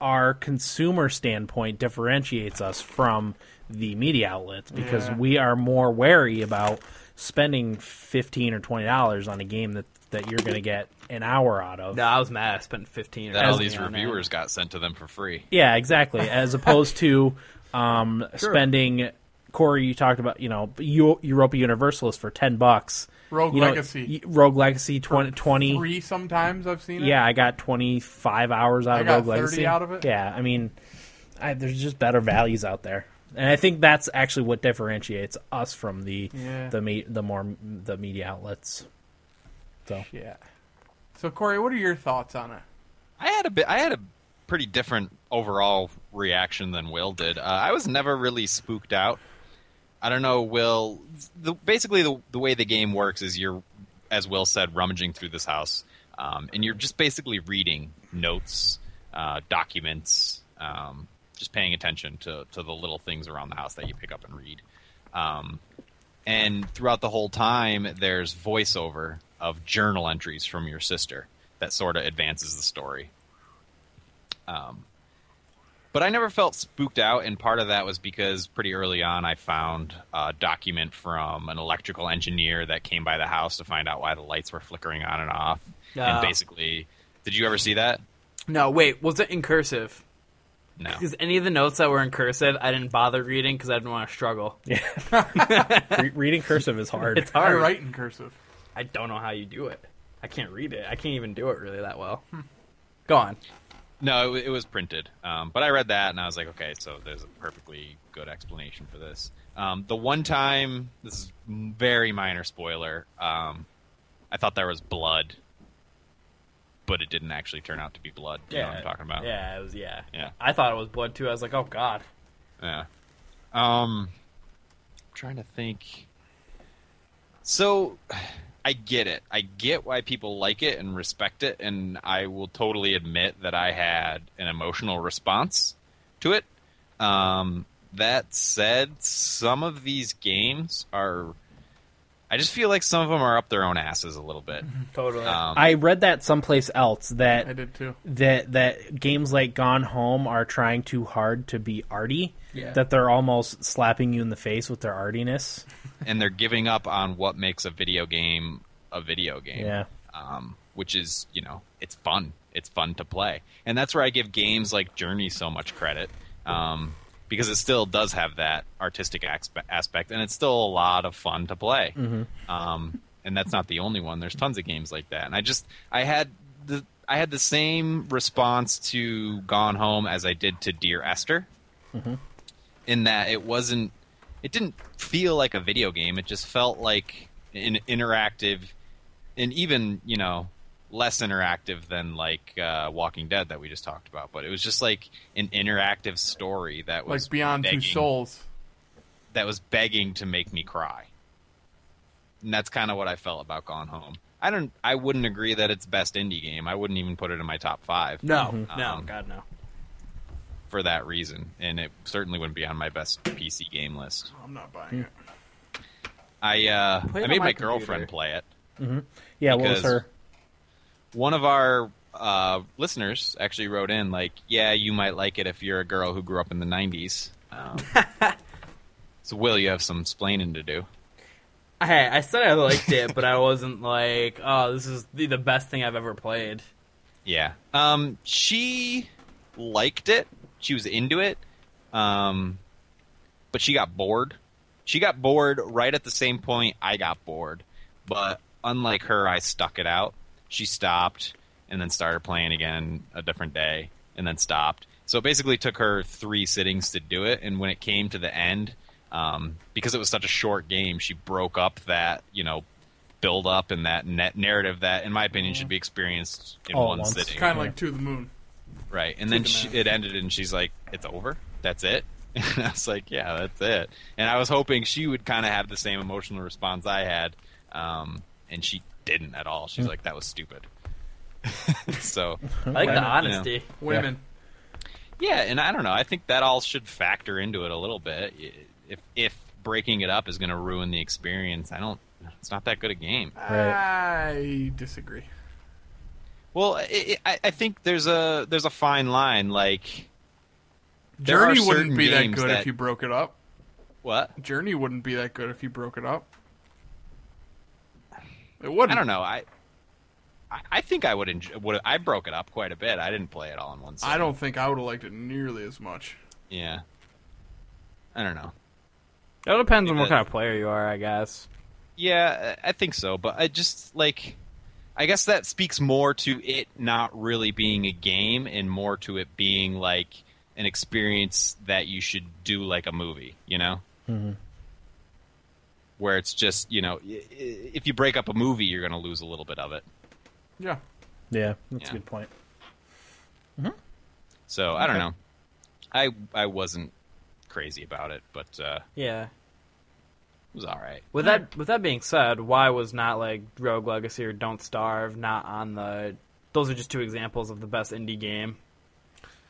S2: our consumer standpoint differentiates us from the media outlets because
S7: Yeah.
S2: we are more wary about spending fifteen or twenty dollars on a game that that you're going to get an hour out of.
S5: No, I was mad. I spent 15.
S4: that
S5: or
S4: all
S5: something
S4: these
S5: on that.
S4: reviewers got sent to them for free.
S2: Yeah, exactly. As opposed to um, spending. Corey, you talked about you know Eu- Europa Universalis for ten bucks.
S7: Rogue
S2: You know,
S7: Legacy.
S2: y- Rogue Legacy 20, 20
S7: Three sometimes I've seen it.
S2: Yeah, I got 25 hours out
S7: I
S2: of
S7: got
S2: Rogue
S7: 30
S2: Legacy.
S7: out of it.
S2: Yeah, I mean, I, there's just better values out there, and I think that's actually what differentiates us from the
S7: Yeah.
S2: the me, the more the media outlets. So
S7: Yeah. So Corey, what are your thoughts on it?
S4: I had a bit. I had a pretty different overall reaction than Will did. Uh, I was never really spooked out. I don't know, Will. The, basically, the the way the game works is you're, as Will said, rummaging through this house, um, and you're just basically reading notes, uh, documents, um, just paying attention to to the little things around the house that you pick up and read. Um, and throughout the whole time there's voiceover of journal entries from your sister that sort of advances the story um, but i never felt spooked out and part of that was because pretty early on i found a document from an electrical engineer that came by the house to find out why the lights were flickering on and off
S5: Ah.
S4: and basically did you ever see that
S5: No, wait. Was it in cursive?
S4: No.
S5: Because any of the notes that were in cursive, I didn't bother reading because I didn't want to struggle.
S2: Re- reading cursive is hard.
S5: It's
S7: I
S5: hard.
S7: write in cursive.
S5: I don't know how you do it. I can't read it. I can't even do it really that well.
S7: Hmm.
S5: Go on.
S4: No, it, wa- it was printed. Um, but I read that and I was like, okay, so there's a perfectly good explanation for this. Um, the one time, this is very minor spoiler. Um, I thought there was blood, but it didn't actually turn out to be blood. You know what I'm talking about?
S5: Yeah, it was. Yeah.
S4: Yeah.
S5: I thought it was blood too. I was like, oh god.
S4: Yeah. Um, I'm trying to think. So, I get it. I get why people like it and respect it, and I will totally admit that I had an emotional response to it. Um, that said, some of these games are. I just feel like some of them are up their own asses a little bit.
S5: Totally.
S4: Um,
S2: I read that someplace else
S7: I
S2: that
S7: did too.
S2: that that games like Gone Home are trying too hard to be arty. That they're almost slapping you in the face with their artiness.
S4: and they're giving up on what makes a video game a video game.
S2: Yeah.
S4: um, which is you know it's fun it's fun to play and that's where i give games like journey so much credit um, because it still does have that artistic aspe- aspect and it's still a lot of fun to play um, and that's not the only one there's tons of games like that and i just i had the i had the same response to gone home as i did to dear esther in that it wasn't it didn't feel like a video game it just felt like an interactive and even you know less interactive than like uh, Walking Dead that we just talked about, but it was just like an interactive story that was
S7: Like Beyond
S4: begging,
S7: Two Souls.
S4: that was begging to make me cry, and that's kind of what I felt about Gone Home. I don't, I wouldn't agree that it's best indie game. I wouldn't even put it in my top five
S5: no, Oh, no,
S4: Um,
S5: God, no.
S4: for that reason, and it certainly wouldn't be on my best PC game list.
S7: I'm not
S2: Hmm.
S7: buying it.
S4: I uh,
S5: it
S4: I
S5: on
S4: made
S5: my
S4: my
S5: computer.
S4: girlfriend play it.
S2: Yeah, what was
S4: Because-
S2: her?
S4: one of our uh, listeners actually wrote in like, "Yeah, you might like it if you're a girl who grew up in the '90s." Um, so, Will, you have some splaining to do.
S5: Hey, I said I liked it, but I wasn't like, oh, this is the, the best thing I've ever played.
S4: Yeah, um, she liked it. She was into it, um, but she got bored. She got bored right at the same point I got bored. But unlike her, I stuck it out. She stopped and then started playing again a different day and then stopped. So it basically took her three sittings to do it. And when it came to the end, um, because it was such a short game, she broke up that, you know, build up and that net narrative that, in my opinion, should be experienced in
S2: All
S4: one
S2: once.
S4: sitting.
S7: Kind of like To the Moon.
S4: Right. And then
S7: Take
S4: she,
S7: 'em out.
S4: it ended, and she's like, "It's over. That's it." And I was like, "Yeah, that's it." And I was hoping she would kind of have the same emotional response I had, um, and she didn't at all.
S7: Hmm.
S4: She's like, "That was stupid." so
S5: I like the
S4: Yeah.
S5: honesty.
S7: Women.
S4: yeah, and I don't know. I think that all should factor into it a little bit. If if breaking it up is going to ruin the experience, I don't. It's not that good a game.
S7: I disagree.
S4: Well, i i I think there's a there's a fine line. Like there are
S7: Journey wouldn't
S4: certain
S7: be that
S4: games
S7: good if you broke it up.
S4: what
S7: Journey wouldn't be that good if you broke it up. It wouldn't.
S4: I don't know. I I, I think I would enjoy. Would I broke it up quite a bit. I didn't play it all in one. Sitting.
S7: I don't think I would have liked it nearly as much.
S4: Yeah. I don't know.
S5: It all depends on
S4: Yeah.
S5: what kind of player you are, I guess.
S4: Yeah, I I think so. But I just like. I guess that speaks more to it not really being a game and more to it being like an experience that you should do like a movie, you know? Where it's just, you know, i- i- if you break up a movie, you're going to lose a little bit of it.
S7: Yeah.
S2: Yeah, that's
S4: Yeah.
S2: a good point.
S4: So I don't know. I I wasn't crazy about it, but uh,
S5: Yeah.
S4: it was all right.
S5: With that, with that being said, why was not like Rogue Legacy or Don't Starve not on the? Those are just two examples of the best indie game.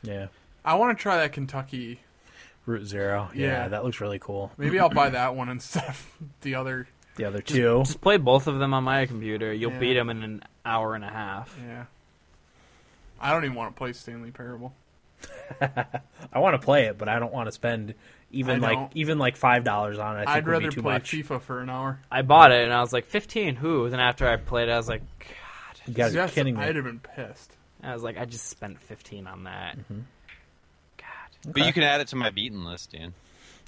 S2: Yeah.
S7: I want to try that Kentucky.
S2: Route Zero. Yeah,
S7: Yeah.
S2: that looks really cool.
S7: Maybe I'll buy that one instead of the other.
S2: The other two.
S5: Just play both of them on my computer. You'll 'em
S7: Yeah.
S5: beat them in an hour and a half.
S7: Yeah. I don't even want to play Stanley Parable.
S2: I want to play it, but I don't want to spend even
S7: I
S2: like
S7: don't.
S2: even like five dollars on it. I think
S7: I'd
S2: would
S7: rather
S2: be too
S7: play
S2: much.
S7: FIFA for an hour.
S5: I bought it and I was like, 15, who? Then after I played it, I was like,
S2: You guys are
S7: Yes,
S2: kidding me.
S7: I'd have been pissed.
S2: Mm-hmm.
S5: I was like, I just spent 15 on that. God.
S4: But you can add it to my beaten list, Dan.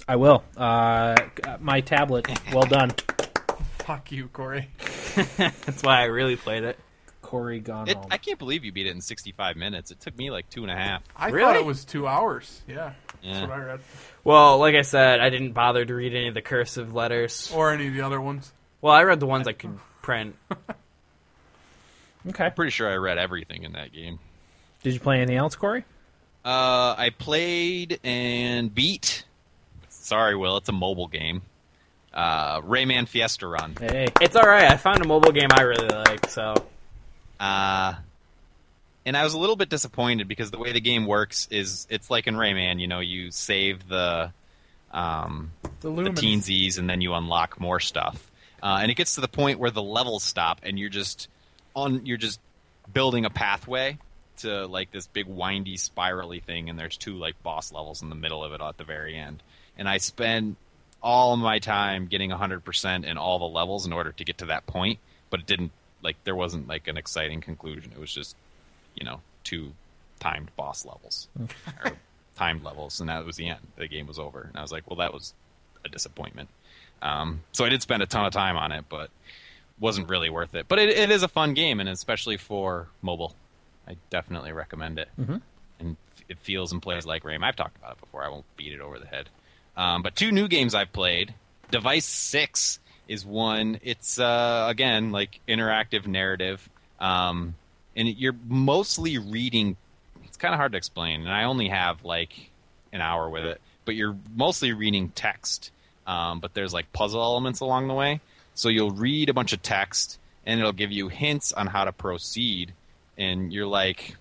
S2: I will. Uh, my tablet. Well done,
S7: Fuck you, Corey.
S5: That's why I really played it.
S2: Corey. Gone
S4: It,
S2: home.
S4: I can't believe you beat it in 65 minutes. It took me like two and a half.
S7: I thought
S5: Really?
S7: it was two hours. Yeah,
S4: Yeah.
S7: that's what I read.
S5: Well, like I said, I didn't bother to read any of the cursive letters.
S7: Or any of the other ones.
S5: Well, I read the ones I could print.
S2: Okay.
S4: Pretty sure I read everything in that game.
S2: Did you play anything else, Corey?
S4: Uh, I played and beat. Sorry, Will. It's a mobile game. Uh, Rayman Fiesta Run.
S2: Hey.
S5: It's all right. I found a mobile game I really like, so
S4: Uh, and I was a little bit disappointed because the way the game works is it's like in Rayman. You know, you save the um,
S7: The
S4: the
S7: Lumens.
S4: teensies, and then you unlock more stuff. Uh, and it gets to the point where the levels stop, and you're just on. You're just building a pathway to like this big windy, spirally thing, and there's two like boss levels in the middle of it at the very end. And I spend all my time getting 100% in all the levels in order to get to that point, but it didn't like there wasn't like an exciting conclusion. It was just you know two timed boss levels or timed levels, and that was the end. The game was over, and I was like, well, that was a disappointment. Um, so I did spend a ton of time on it, but wasn't really worth it. But it, it is a fun game, and especially for mobile, I definitely recommend it. Mm-hmm. And f- it feels and plays like Rayman. I've talked about it before. I won't beat it over the head. Um, but two new games I've played. Device Six is one. It's uh, again like interactive narrative, um, and you're mostly reading. It's kind of hard to explain, and I only have like an hour with it, but you're mostly reading text. Um, but there's like puzzle elements along the way. So you'll read a bunch of text, and it'll give you hints on how to proceed. And you're like,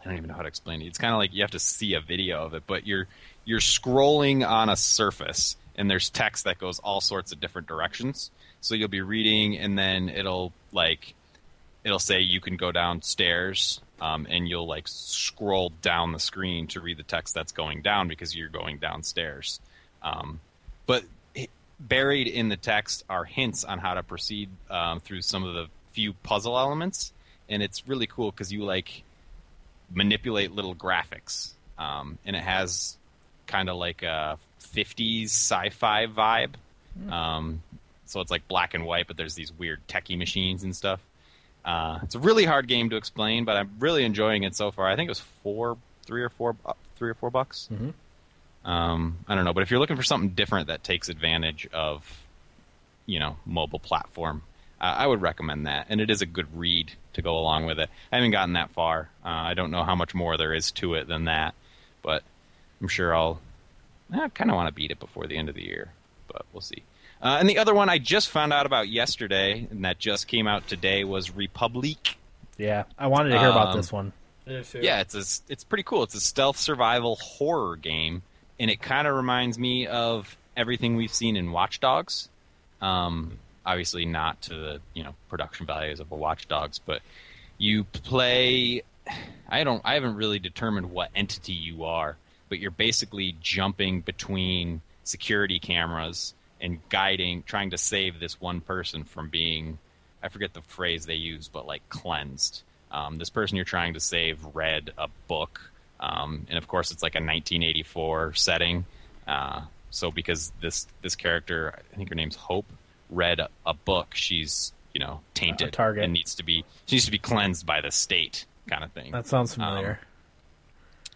S4: I don't even know how to explain it. It's kind of like you have to see a video of it, but you're you're scrolling on a surface, and there's text that goes all sorts of different directions. So you'll be reading, and then it'll like it'll say you can go downstairs um, and you'll like scroll down the screen to read the text that's going down because you're going downstairs um, but h- buried in the text are hints on how to proceed um, through some of the few puzzle elements and it's really cool because you like manipulate little graphics um, and it has kind of like a 50s sci-fi vibe um, so it's like black and white but there's these weird techie machines and stuff uh, it's a really hard game to explain, but I'm really enjoying it so far. I think it was four, three or four, bu- three or four bucks. Um, I don't know, but if you're looking for something different that takes advantage of, you know, mobile platform, uh, I would recommend that. And it is a good read to go along with it. I haven't gotten that far. Uh, I don't know how much more there is to it than that, but I'm sure I'll. I kind of want to beat it before the end of the year, but we'll see. Uh, and the other one I just found out about yesterday, and that just came out today, was Republique.
S2: Yeah, I wanted to hear about
S4: Um,
S2: this one.
S4: Yeah, it's a, s- it's pretty cool. It's a stealth survival horror game, and it kind of reminds me of everything we've seen in Watch Dogs. Um, obviously, not to the you know production values of a Watch Dogs, but you play. I don't. I haven't really determined what entity you are, but you're basically jumping between security cameras and guiding, trying to save this one person from being. I forget the phrase they use, but like cleansed. Um, this person you're trying to save read a book, um, and of course it's like a 1984 setting. Uh, so because this this character, I think her name's Hope, read a, a book, she's you know tainted
S2: target.
S4: and needs to be she needs to be cleansed by the state kind of thing.
S2: That sounds familiar.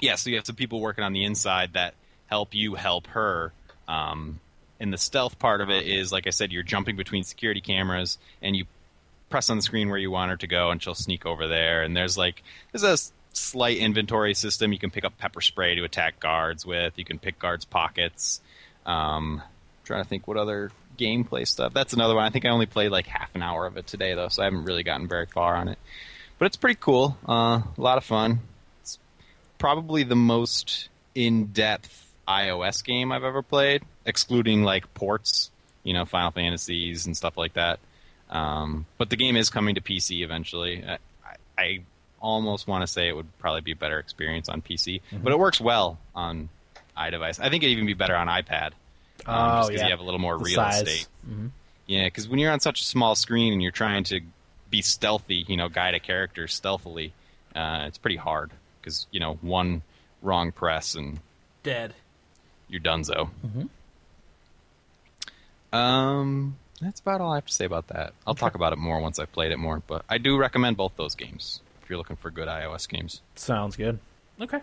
S4: yeah, so you have some people working on the inside that help you help her. Um, and the stealth part of it is, like I said, you're jumping between security cameras and you press on the screen where you want her to go, and she'll sneak over there. And there's like there's a s- slight inventory system. You can pick up pepper spray to attack guards with. You can pick guards' pockets. Um, trying to think what other gameplay stuff. That's another one. I think I only played like half an hour of it today though, so I haven't really gotten very far on it. But it's pretty cool. Uh, a lot of fun. It's probably the most in-depth iOS game I've ever played, excluding like ports, you know, Final Fantasies and stuff like that. Um, but the game is coming to PC eventually. I, I, I almost want to say it would probably be a better experience on PC,
S2: Mm-hmm.
S4: but it works well on iDevice. I think it'd even be better on iPad.
S2: Oh,
S4: Um, just 'cause
S2: yeah.
S4: you have a little more
S2: The
S4: real
S2: size. Mm-hmm.
S4: estate. Yeah, because when you're on such a small screen and you're trying to be stealthy, you know, guide a character stealthily, uh, it's pretty hard. Because you know, one wrong press, and
S5: Dead.
S4: you're donezo.
S2: Mm-hmm.
S4: Um, that's about all I have to say about that. I'll talk about it more once I've played it more, but I do recommend both those games if you're looking for good iOS games.
S2: Sounds good. Okay.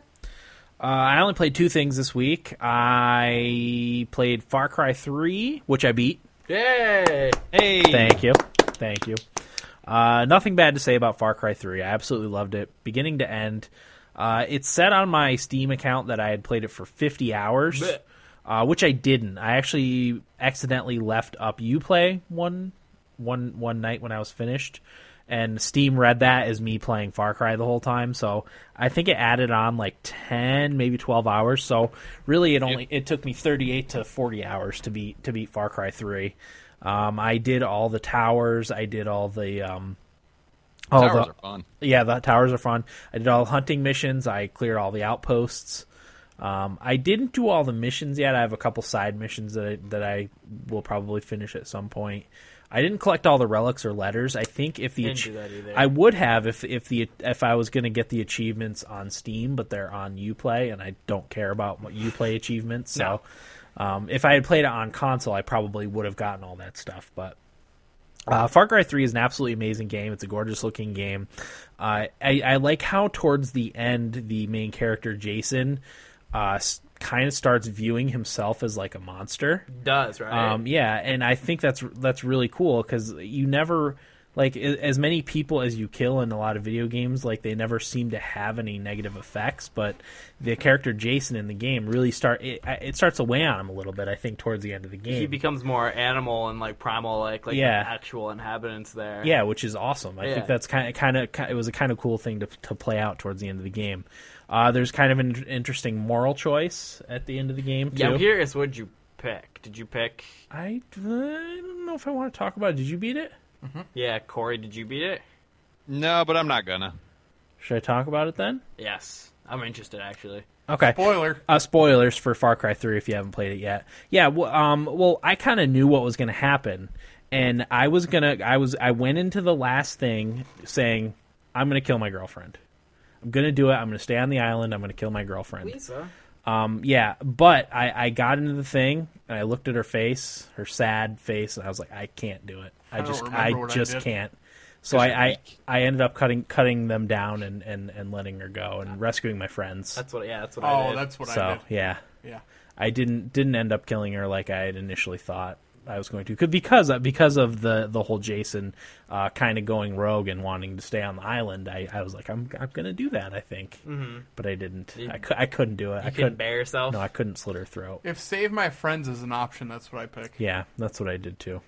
S2: Uh, I only played two things this week. I played Far Cry 3, which I beat.
S5: Yay!
S4: Hey,
S2: Thank you. Thank you. Uh, nothing bad to say about Far Cry 3. I absolutely loved it, beginning to end. Uh, it's said on my Steam account that I had played it for 50 hours,
S5: Blech.
S2: uh, which I didn't. I actually accidentally left up Uplay one, one, one night when I was finished, and Steam read that as me playing Far Cry the whole time. So I think it added on like 10, maybe 12 hours. So really, it only it took me 38 to 40 hours to beat to beat Far Cry 3. Um, I did all the towers. I did all the um, all
S4: towers
S2: the,
S4: are fun.
S2: yeah, the towers are fun. I did all the hunting missions. I cleared all the outposts. Um, I didn't do all the missions yet. I have a couple side missions that I, that I will probably finish at some point. I didn't collect all the relics or letters. I think if the
S5: Didn't do
S2: ach-
S5: that either.
S2: I would have if if the if I was going to get the achievements on Steam, but they're on UPlay, and I don't care about what UPlay achievements. So, um, if I had played it on console, I probably would have gotten all that stuff. But uh, Far Cry 3 is an absolutely amazing game. It's a gorgeous looking game. Uh, I, I like how, towards the end, the main character, Jason, uh, kind of starts viewing himself as like a monster.
S5: Does right?
S2: Um, yeah, and I think that's that's really cool because you never like a- as many people as you kill in a lot of video games, like they never seem to have any negative effects. But the character Jason in the game really start it, it starts to weigh on him a little bit. I think towards the end of the game,
S5: he becomes more animal and like primal, like like
S2: Yeah.
S5: the actual inhabitants there.
S2: Yeah, which is awesome. I
S5: Yeah.
S2: think that's kind of kind of it was a kind of cool thing to to play out towards the end of the game. Uh, there's kind of an in- interesting moral choice at the end of the game too.
S5: Yeah, I'm curious. What'd you pick? Did you pick?
S2: I, uh, I don't know if I want to talk about. it. Did you beat it?
S5: Yeah, Corey, did you beat it?
S4: No, but I'm not gonna.
S2: Should I talk about it then?
S5: Yes, I'm interested actually.
S2: Okay.
S7: Spoiler.
S2: uh, spoilers for Far Cry 3 if you haven't played it yet. Yeah, well, um, well I kind of knew what was going to happen, and I was gonna, I was, I went into the last thing saying, I'm gonna kill my girlfriend. I'm gonna do it. I'm gonna stay on the island. I'm gonna kill my girlfriend.
S5: Lisa.
S2: Um, yeah, but I, I got into the thing and I looked at her face, her sad face, and I was like, I can't do it. I,
S7: don't
S2: just, I
S7: remember what I
S2: just
S7: did.
S2: can't. So I,
S4: you're
S2: I,
S4: weak.
S2: I ended up cutting cutting them down and, and, and letting her go and rescuing my friends.
S5: That's what. Yeah, that's what I
S7: Oh,
S5: did.
S7: that's what I
S2: so
S7: did.
S2: yeah,
S7: Yeah.
S2: I didn't didn't end up killing her like I had initially thought I was going to, 'Cause- because because of the the whole Jason uh, kind of going rogue and wanting to stay on the island. I, I was like, I'm I'm gonna do that. I think, mm-hmm. but I didn't. I, cou- I couldn't do it. I
S5: You couldn't
S2: couldn't.
S5: bear yourself.
S2: No, I couldn't slit her throat.
S7: If save my friends is an option, that's what I pick.
S2: Yeah, that's what I did too.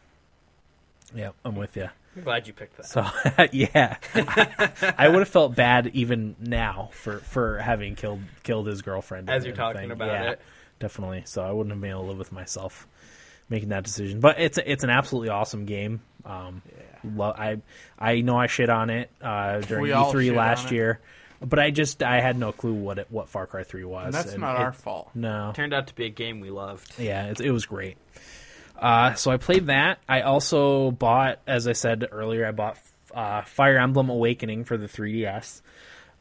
S2: Yeah, I'm with you.
S5: I'm glad you picked that.
S2: So yeah, I would have felt bad even now for for having killed killed his girlfriend.
S5: As
S2: and-
S5: you're
S2: and
S5: talking
S2: thing.
S5: about
S2: Yeah,
S5: it.
S2: Definitely. So I wouldn't have been able to live with myself making that decision. But it's it's an absolutely awesome game. Um, lo- I I know I shit on it uh, during
S7: We all
S2: E3
S7: shit on
S2: last
S7: it.
S2: year, but I just I had no clue what it, what Far Cry Three was.
S7: And that's
S2: and
S7: not
S2: it-
S7: our fault.
S2: No,
S5: Turned out to be a game we loved.
S2: yeah, it, it was great. Uh, so I played that. I also bought, as I said earlier, I bought uh, Fire Emblem Awakening for the 3DS,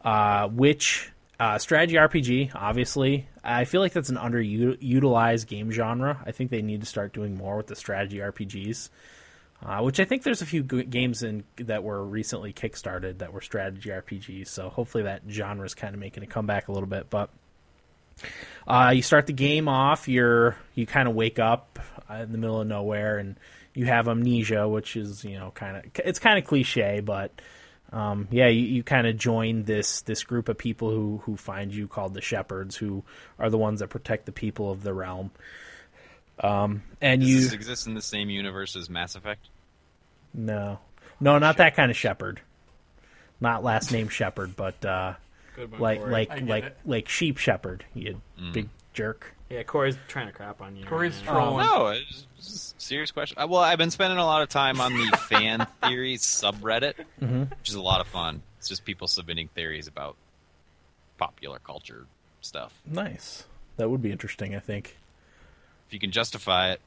S2: uh, which uh, strategy RPG, obviously. I feel like that's an underutilized game genre. I think they need to start doing more with the strategy RPGs. Uh, which I think there's a few g- games in that were recently kickstarted that were strategy RPGs, so hopefully that genre is kind of making a comeback a little bit. But uh, you start the game off. You're you kind of wake up uh, in the middle of nowhere, and you have amnesia, which is you know kind of it's kind of cliche, but um, yeah, you, you kind of join this this group of people who who find you called the shepherds, who are the ones that protect the people of the realm. Um, and
S4: Does
S2: you
S4: this exist in the same universe as Mass Effect?
S2: no, no, not that kind of shepherd. Not last name shepherd, but uh,
S5: Good one,
S2: like
S5: Corey.
S7: I
S2: like
S7: get
S2: like
S7: it.
S2: like sheep shepherd. You big jerk.
S5: yeah, Corey's trying to crap on you.
S7: Corey's
S2: Oh,
S5: man.
S7: trolling.
S4: No, it's just a serious question. Uh, Well, I've been spending a lot of time on the fan theories subreddit,
S2: Mm-hmm.
S4: which is a lot of fun. It's just people submitting theories about popular culture stuff.
S2: Nice. That would be interesting. I think.
S4: If you can justify it,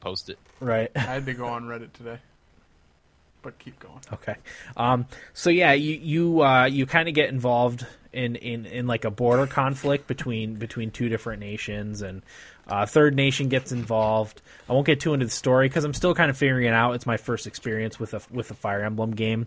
S4: post it.
S2: Right.
S7: I had to go on Reddit today. but keep going.
S2: Okay. Um, so yeah, you you uh, you kind of get involved in, in in like a border conflict between between two different nations, and uh, third nation gets involved. I won't get too into the story because I'm still kind of figuring it out. It's my first experience with a with a Fire Emblem game,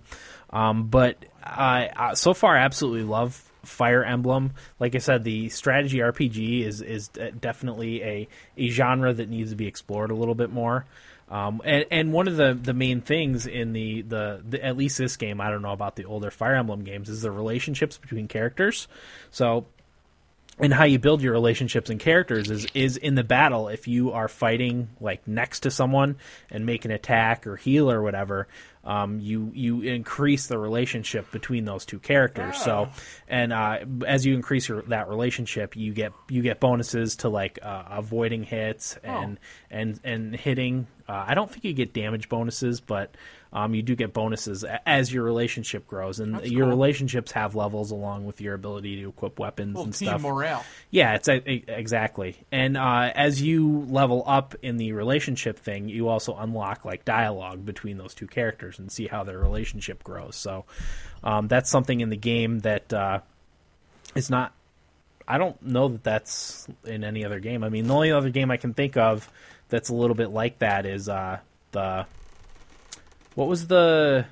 S2: um, but I, I so far absolutely love Fire Emblem. Like I said, the strategy RPG is is de- definitely a a genre that needs to be explored a little bit more. Um, and, and one of the, the main things in the, the, the at least this game, I don't know about the older Fire Emblem games, is the relationships between characters. So and how you build your relationships and characters is is in the battle if you are fighting like next to someone and make an attack or heal or whatever um, you you increase the relationship between those two characters so and uh, as you increase your, that relationship you get you get bonuses to like uh, avoiding hits and and and hitting uh, I don't think you get damage bonuses but um, you do get bonuses a- as your relationship grows and your relationships have levels along with your ability to equip weapons
S7: Little
S2: and
S7: team
S2: stuff
S7: morale.
S2: yeah, it's e- e- exactly. And uh, as you level up in the relationship thing, you also unlock like dialogue between those two characters and see how their relationship grows. So um, that's something in the game that uh, is not. I don't know that that's in any other game. I mean, the only other game I can think of that's a little bit like that is uh, the what was the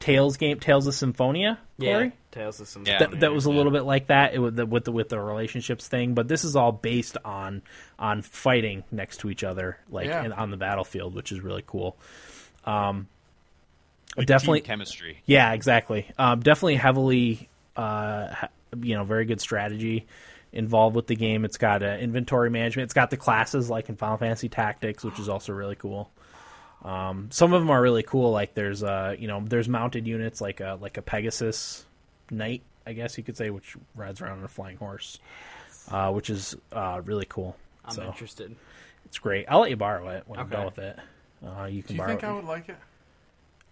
S2: Tales game? Tales of Symphonia. Corey?
S5: Yeah, Tales of some.
S4: Yeah.
S2: that, that was a little bit like that it, with the with the with the relationships thing but this is all based on on fighting next to each other like
S7: Yeah.
S2: in, on the battlefield which is really cool um
S4: Like,
S2: definitely
S4: team chemistry.
S2: yeah exactly um definitely heavily uh ha- you know very good strategy involved with the game it's got uh, inventory management it's got the classes like in final fantasy tactics which is also really cool Um, some of them are really cool. Like there's uh you know there's mounted units like a like a Pegasus knight, I guess you could say, which rides around on a flying horse, uh, which is uh really cool.
S5: I'm
S2: so
S5: interested.
S2: it's great. I'll let you borrow it when I'm
S5: Okay.
S2: done with it. Uh, you
S7: Do
S2: can
S7: you
S2: borrow.
S7: think
S2: it.
S7: I would like it?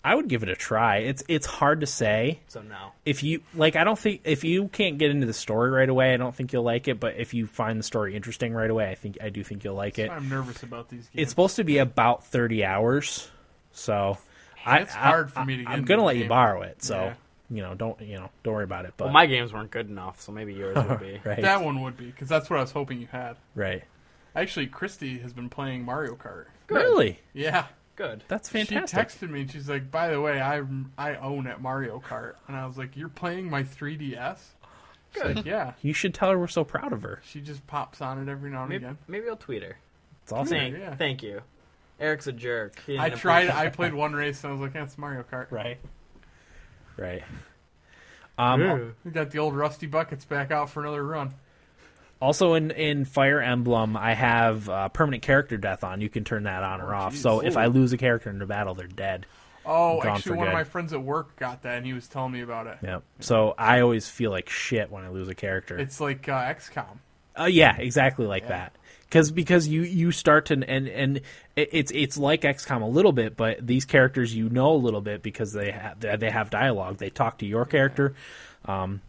S2: I would give it a try. It's it's hard to say
S5: So now,
S2: if you like i don't think if you can't get into the story right away i don't think you'll like it but if you find the story interesting right away i think i do think you'll like it
S7: I'm nervous about these games.
S2: it's supposed to be about 30 hours so I,
S7: It's
S2: I-
S7: hard for me to get
S2: i'm
S7: into
S2: gonna
S7: the
S2: let you
S7: game.
S2: borrow it so
S7: Yeah.
S2: you know don't you know don't worry about it but
S5: well, my games weren't good enough, so maybe yours would be.
S2: right
S7: that one would be because that's what I was hoping you had.
S2: right
S7: Actually, Christy has been playing Mario Kart.
S2: really
S7: Yeah,
S5: Good.
S2: that's fantastic
S7: she texted me and she's like, "By the way, I I own at Mario Kart," and I was like, "You're playing my 3DS?" She's like, "Yeah."
S2: you should tell her we're so proud of her
S7: She just pops on it every now and
S5: Maybe,
S7: again.
S5: maybe I'll tweet her.
S2: it's awesome
S5: Thank,
S7: yeah.
S5: thank you. Eric's a jerk. He
S7: I
S5: ended up-
S7: tried. I played one race and I was like, "That's Mario Kart."
S2: right right um,
S5: Ooh.
S7: We got the old rusty buckets back out for another run.
S2: Also in, in Fire Emblem, I have uh, permanent character death on. You can turn that on or off. So if I lose a character in a battle, they're dead. Gone
S7: Oh,
S2: for
S7: actually, one of
S2: good.
S7: my friends at work got that, and he was telling me about it.
S2: Yeah. So I always feel like shit when I lose a character.
S7: It's like uh, XCOM.
S2: Oh yeah, exactly like that. Because because you you start to and and it- it's it's like XCOM a little bit, but these characters you know a little bit because they have they they have dialogue. They talk to your character. Um,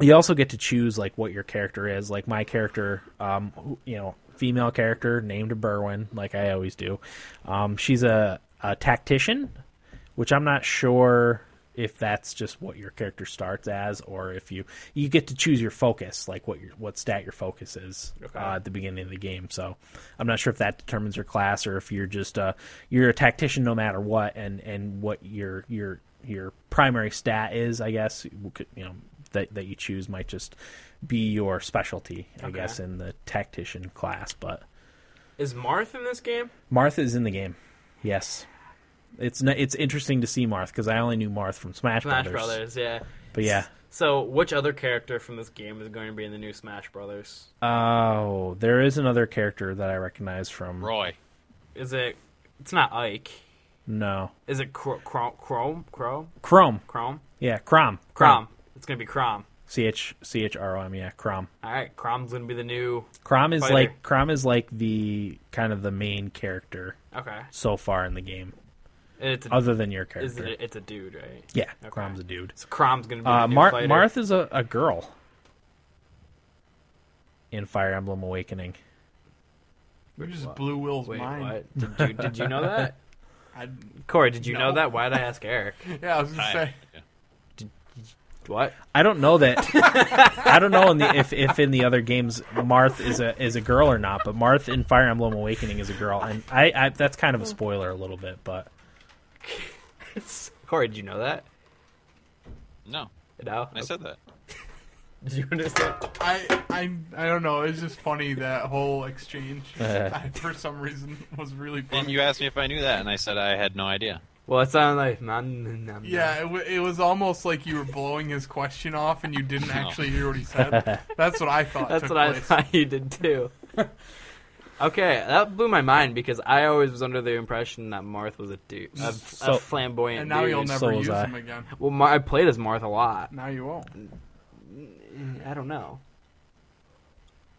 S2: you also get to choose like what your character is. Like my character, um, who- you know, female character named Berwin, like I always do. Um, she's a, a tactician, which I'm not sure if that's just what your character starts as, or if you you get to choose your focus, like what your what stat your focus is uh, at the beginning of the game. So I'm not sure if that determines your class, or if you're just a you're a tactician no matter what, and and what your your your primary stat is, I guess you could- you know that that you choose might just be your specialty, I
S5: Okay.
S2: guess, in the tactician class. But
S5: Is Marth in this game?
S2: Martha is in the game. Yes. It's n it's interesting to see Marth because I only knew Marth from Smash,
S5: Smash
S2: Brothers.
S5: Brothers, yeah.
S2: But yeah,
S5: So, which other character from this game is going to be in the new Smash Brothers?
S2: oh, there is another character that I recognize from.
S4: Roy.
S5: Is it? It's not Ike.
S2: No,
S5: Is it Cro- Cro- Chrome? Chrome?
S2: Chrome.
S5: Chrome?
S2: Yeah, Crom.
S5: Crom. It's gonna be Crom.
S2: C H C H R O M. Yeah, Crom.
S5: All right, Crom's gonna be the new.
S2: Crom is
S5: Fighter.
S2: like Crom is like the kind of the main character
S5: Okay,
S2: so far in the game,
S5: and it's a,
S2: other than your
S5: is
S2: character.
S5: it? It's a dude, right?
S2: yeah,
S5: Okay.
S2: Crom's a dude.
S5: So Crom's gonna be
S2: Uh,
S5: the new
S2: Mar-
S5: fighter.
S2: Marth is a, a girl in Fire Emblem Awakening.
S7: We just blew Will's
S5: Wait,
S7: mind.
S5: what? Did you, did you know that?
S7: I,
S5: Corey, did you know that? Why'd I ask Eric?
S7: yeah, I was gonna say.
S5: What?
S2: I don't know that. I don't know in the, if if in the other games Marth is a is a girl or not, but Marth in Fire Emblem Awakening is a girl, and I, I that's kind of a spoiler a little bit, but
S5: Corey, did you know that?
S4: No,
S5: No.
S4: I said that.
S5: Did you understand?
S7: I, I I don't know. It's just funny that whole exchange. I, for some reason, was really funny.
S4: And you asked me if I knew that, and I said I had no idea.
S5: Well, it sounded like nom, nom,
S7: Yeah, it, w- it was almost like you were blowing his question off and you didn't actually hear what he said. That's what I thought.
S5: That's
S7: took
S5: what I
S7: place.
S5: thought you did too. okay, that blew my mind because I always was under the impression that Marth was a dude, a, a
S2: So-
S5: flamboyant.
S7: And now
S5: dude.
S7: you'll never
S2: so was
S7: use
S2: I.
S7: him again.
S5: Well, Mar- I played as Marth a lot.
S7: Now you won't. Mm.
S5: I don't know.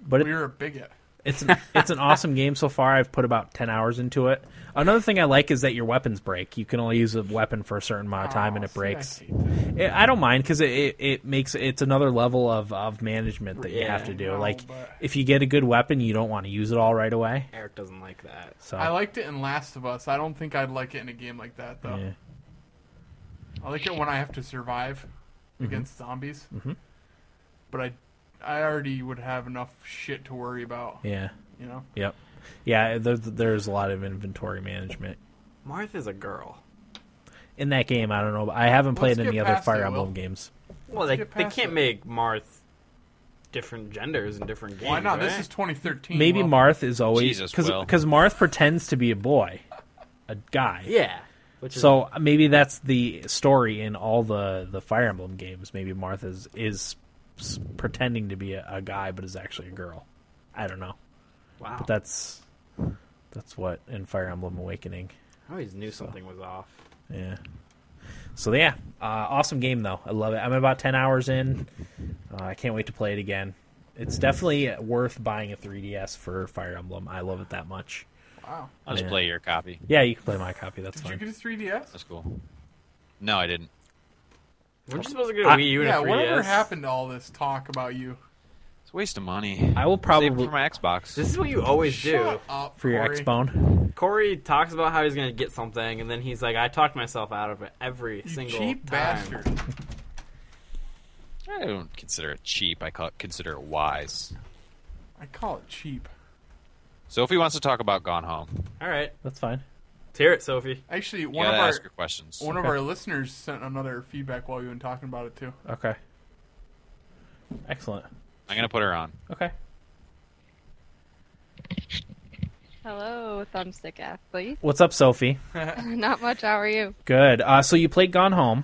S2: but it,
S7: We were a bigot.
S2: It's an, it's an awesome game so far. I've put about ten hours into it. Another thing I like is that your weapons break. You can only use a weapon for a certain amount of time, and
S7: Oh,
S2: it
S7: see, I
S2: breaks.
S7: hate that.
S2: It, I don't mind because it, it, it makes it's another level of, of management that you
S5: Yeah,
S2: have to do.
S7: no,
S2: like
S7: but-
S2: if you get a good weapon, you don't want to use it all right away.
S5: Eric doesn't like that.
S2: So
S7: I liked it in Last of Us. I don't think I'd like it in a game like that though.
S2: yeah.
S7: I like it when I have to survive
S2: Mm-hmm.
S7: against zombies. But I, I already would have enough shit to worry about.
S2: yeah,
S7: You know.
S2: yep, yeah. There's, there's a lot of inventory management
S5: Marth is a girl.
S2: in that game. I don't know. I haven't played
S7: Let's
S2: any
S7: get
S2: other
S7: past
S2: Fire
S7: it,
S2: Emblem
S7: Will.
S2: games.
S5: Well, they,
S7: get
S5: they
S7: past
S5: can't
S7: it.
S5: make Marth different genders in different games.
S7: Why not?
S5: Right?
S7: This is 2013.
S2: Maybe
S7: well,
S2: Marth is always
S4: Jesus,
S2: because
S4: Will.
S2: because Marth pretends to be a boy, a guy.
S5: yeah. Which is
S2: So uh, maybe that's the story in all the the Fire Emblem games. Maybe Martha's is s- pretending to be a, a guy, but is actually a girl. I don't know.
S5: wow.
S2: But that's that's what in Fire Emblem Awakening.
S5: I always knew something was off.
S2: Yeah. So yeah, uh, awesome game though. I love it. I'm about ten hours in. Uh, I can't wait to play it again. It's definitely worth buying a 3DS for Fire Emblem. I love it that much.
S7: Wow.
S4: I'll just
S2: Yeah.
S4: play your copy.
S2: Yeah, you can play my copy. That's
S7: Did
S2: fine.
S7: you get a 3DS?
S4: That's cool. No, I didn't.
S5: Weren't you supposed to get a
S2: I-
S5: Wii U and
S7: Yeah.
S5: a 3DS?
S7: Whatever happened to all this talk about you?
S4: It's a waste of money.
S2: I will
S4: Save it
S2: probably
S4: for my Xbox.
S5: This is what you always do.
S7: Shut up,
S2: for your
S7: Corey.
S2: Xbone.
S5: Corey talks about how he's gonna get something, and then he's like, "I talked myself out of it every
S7: You
S5: single
S7: cheap
S5: time."
S7: bastard.
S4: I don't consider it cheap. I call it, consider it wise.
S7: I call it cheap.
S4: Sophie wants to talk about Gone Home.
S5: All right,
S2: That's fine.
S5: let's hear it, Sophie.
S7: Actually,
S4: You
S7: one
S4: gotta
S7: of our
S4: ask her questions.
S7: one of our listeners sent another feedback while you've been talking about it too.
S2: Okay. Excellent.
S4: I'm gonna put her on.
S2: Okay.
S8: Hello, thumbstick athlete.
S2: What's up, Sophie?
S8: Not much. How are you?
S2: Good. Uh, so you played Gone Home.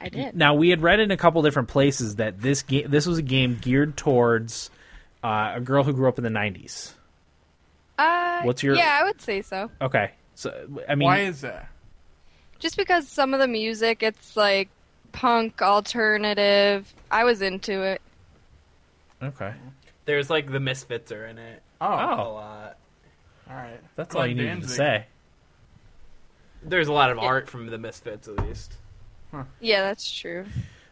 S8: I did.
S2: Now we had read in a couple different places that this game, this was a game geared towards uh, a girl who grew up in the '90s.
S8: Uh,
S2: What's your-
S8: Yeah, I would say so.
S2: Okay. So I mean,
S7: Why is that?
S8: Just because some of the music, it's like punk alternative. I was into it.
S2: okay.
S5: There's like the Misfits are in it
S7: Oh,
S5: a
S2: Oh.
S5: lot.
S7: all right.
S2: That's
S7: Glenn
S2: all you needed to
S7: Danzig.
S2: say.
S5: There's a lot of art from the Misfits, at least.
S8: Yeah, that's true.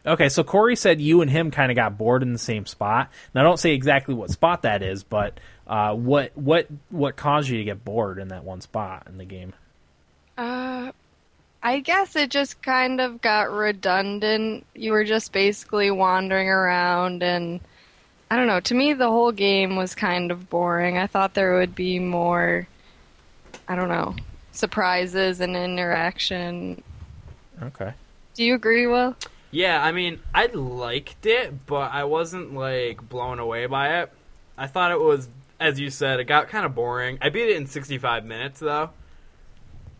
S2: Okay, so Corey said you and him kind of got bored in the same spot. Now, don't say exactly what spot that is, but uh, what what what caused you to get bored in that one spot in the game?
S8: Uh, I guess it just kind of got redundant. You were just basically wandering around, and I don't know. To me, the whole game was kind of boring. I thought there would be more, I don't know, surprises and interaction.
S2: Okay.
S8: Do you agree, Will?
S5: Yeah, I mean, I liked it, but I wasn't like blown away by it. I thought it was, as you said, it got kind of boring. I beat it in 65 minutes though.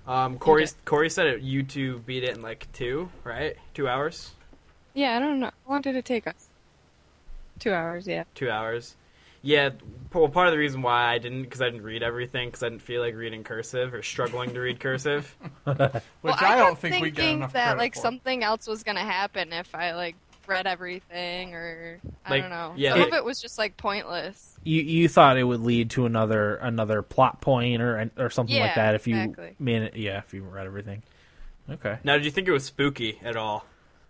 S5: Um, Corey,
S8: Okay.
S5: Corey said it, you two beat it in like two, right? Two hours.
S8: Yeah, I don't know. How long did it take us? Two hours, yeah.
S5: two hours. Yeah, p- well, part of the reason why I didn't because I didn't read everything because I didn't feel like reading cursive or struggling to read cursive.
S7: Which
S8: well,
S7: I, don't
S8: kept
S7: think we get
S8: thinking
S7: enough
S8: that
S7: credit
S8: like
S7: for.
S8: something else was gonna happen if I like read everything or I
S5: Like,
S8: don't know.
S5: yeah,
S8: Some
S5: like-
S8: of it was just like pointless.
S2: you you thought it would lead to another another plot point or or something like
S8: Yeah,
S2: that if you
S8: exactly.
S2: man yeah if you read everything. Okay.
S5: Now, did you think it was spooky at all?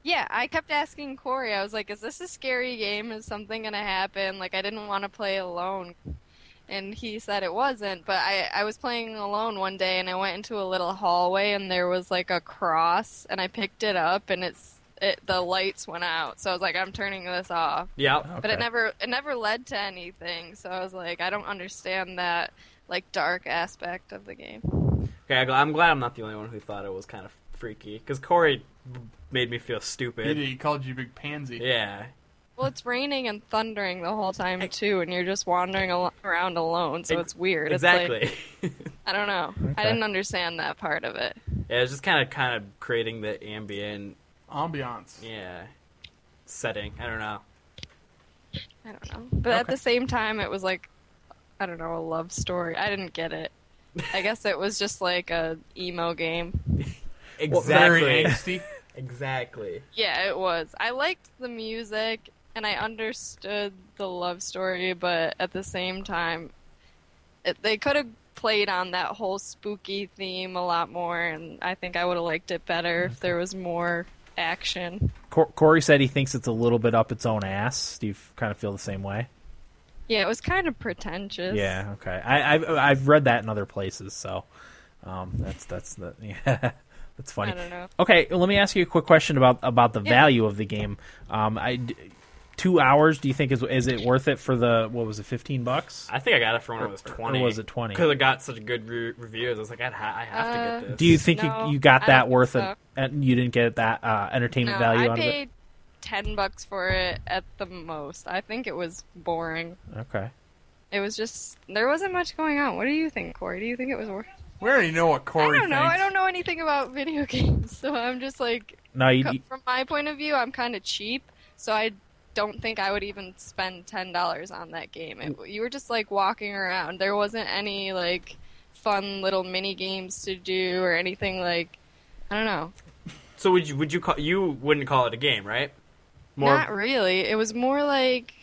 S8: Yeah, I kept asking Corey. I was like, "Is this a scary game? Is something gonna happen?" Like I didn't want to play alone. and he said it wasn't. But I, I was playing alone one day, and I went into a little hallway, and there was like a cross, and I picked it up, and it's it the lights went out, so I was like, I'm turning this off.
S5: Yeah.
S8: But it never it never led to anything, so I was like, I don't understand that like dark aspect of the game.
S5: Okay, I'm gl- I'm glad I'm not the only one who thought it was kind of freaky because Corey made me feel
S7: He,
S5: stupid.
S7: did- he called you Big Pansy.
S5: Yeah.
S8: Well, it's raining and thundering the whole time too, and you're just wandering al- around alone, so
S5: Ex-
S8: it's weird.
S5: Exactly.
S8: It's like, I don't know. I didn't understand that part of it.
S5: yeah, it's just kind of kind of creating the ambient
S7: Ambiance.
S5: yeah setting. I don't know.
S8: I don't know. But at the same time, it was like I don't know a love story. I didn't get it. I guess it was just like a emo game.
S5: Exactly.
S7: Very angsty.
S5: exactly.
S8: Yeah, it was. I liked the music and I understood the love story, but at the same time, it, they could have played on that whole spooky theme a lot more, and I think I would have liked it better if there was more action.
S2: Cor- Corey said he thinks it's a little bit up its own ass. Do you f- kind of feel the same way?
S8: Yeah, it was kind of pretentious.
S2: Yeah. Okay. I, I've I've read that in other places, so um, that's that's the yeah, that's funny.
S8: I don't know.
S2: Okay, let me ask you a quick question about about the
S8: Yeah.
S2: value of the game. Um, I d- two hours. Do you think is is it worth it for the what was it fifteen bucks?
S5: I think I got it for when it was twenty.
S2: was it 20?
S5: Because it got such good re- reviews. I was like, I'd ha- I have
S8: Uh,
S5: to get this.
S2: Do you think
S8: No,
S2: you, you got
S8: I
S2: that
S8: don't
S2: worth
S8: think
S2: it, and you didn't get that uh, entertainment value
S8: I
S2: out
S8: paid ten bucks for it at the most. I think it was boring.
S2: of it? Okay.
S8: It was just there wasn't much going on. What do you think, Corey? Do you think it was worth?
S7: We already know what Corey
S8: I don't know.
S7: thinks.
S8: I don't know anything about video games, so I'm just like,
S2: No, you,
S8: co-
S2: you-
S8: from my point of view, I'm kind of cheap, so I don't think I would even spend ten dollars on that game. It, you were just like walking around. There wasn't any like fun little mini games to do or anything like. I don't know.
S5: so would you would you call you wouldn't call it a game, right? More
S8: Not really. It was more like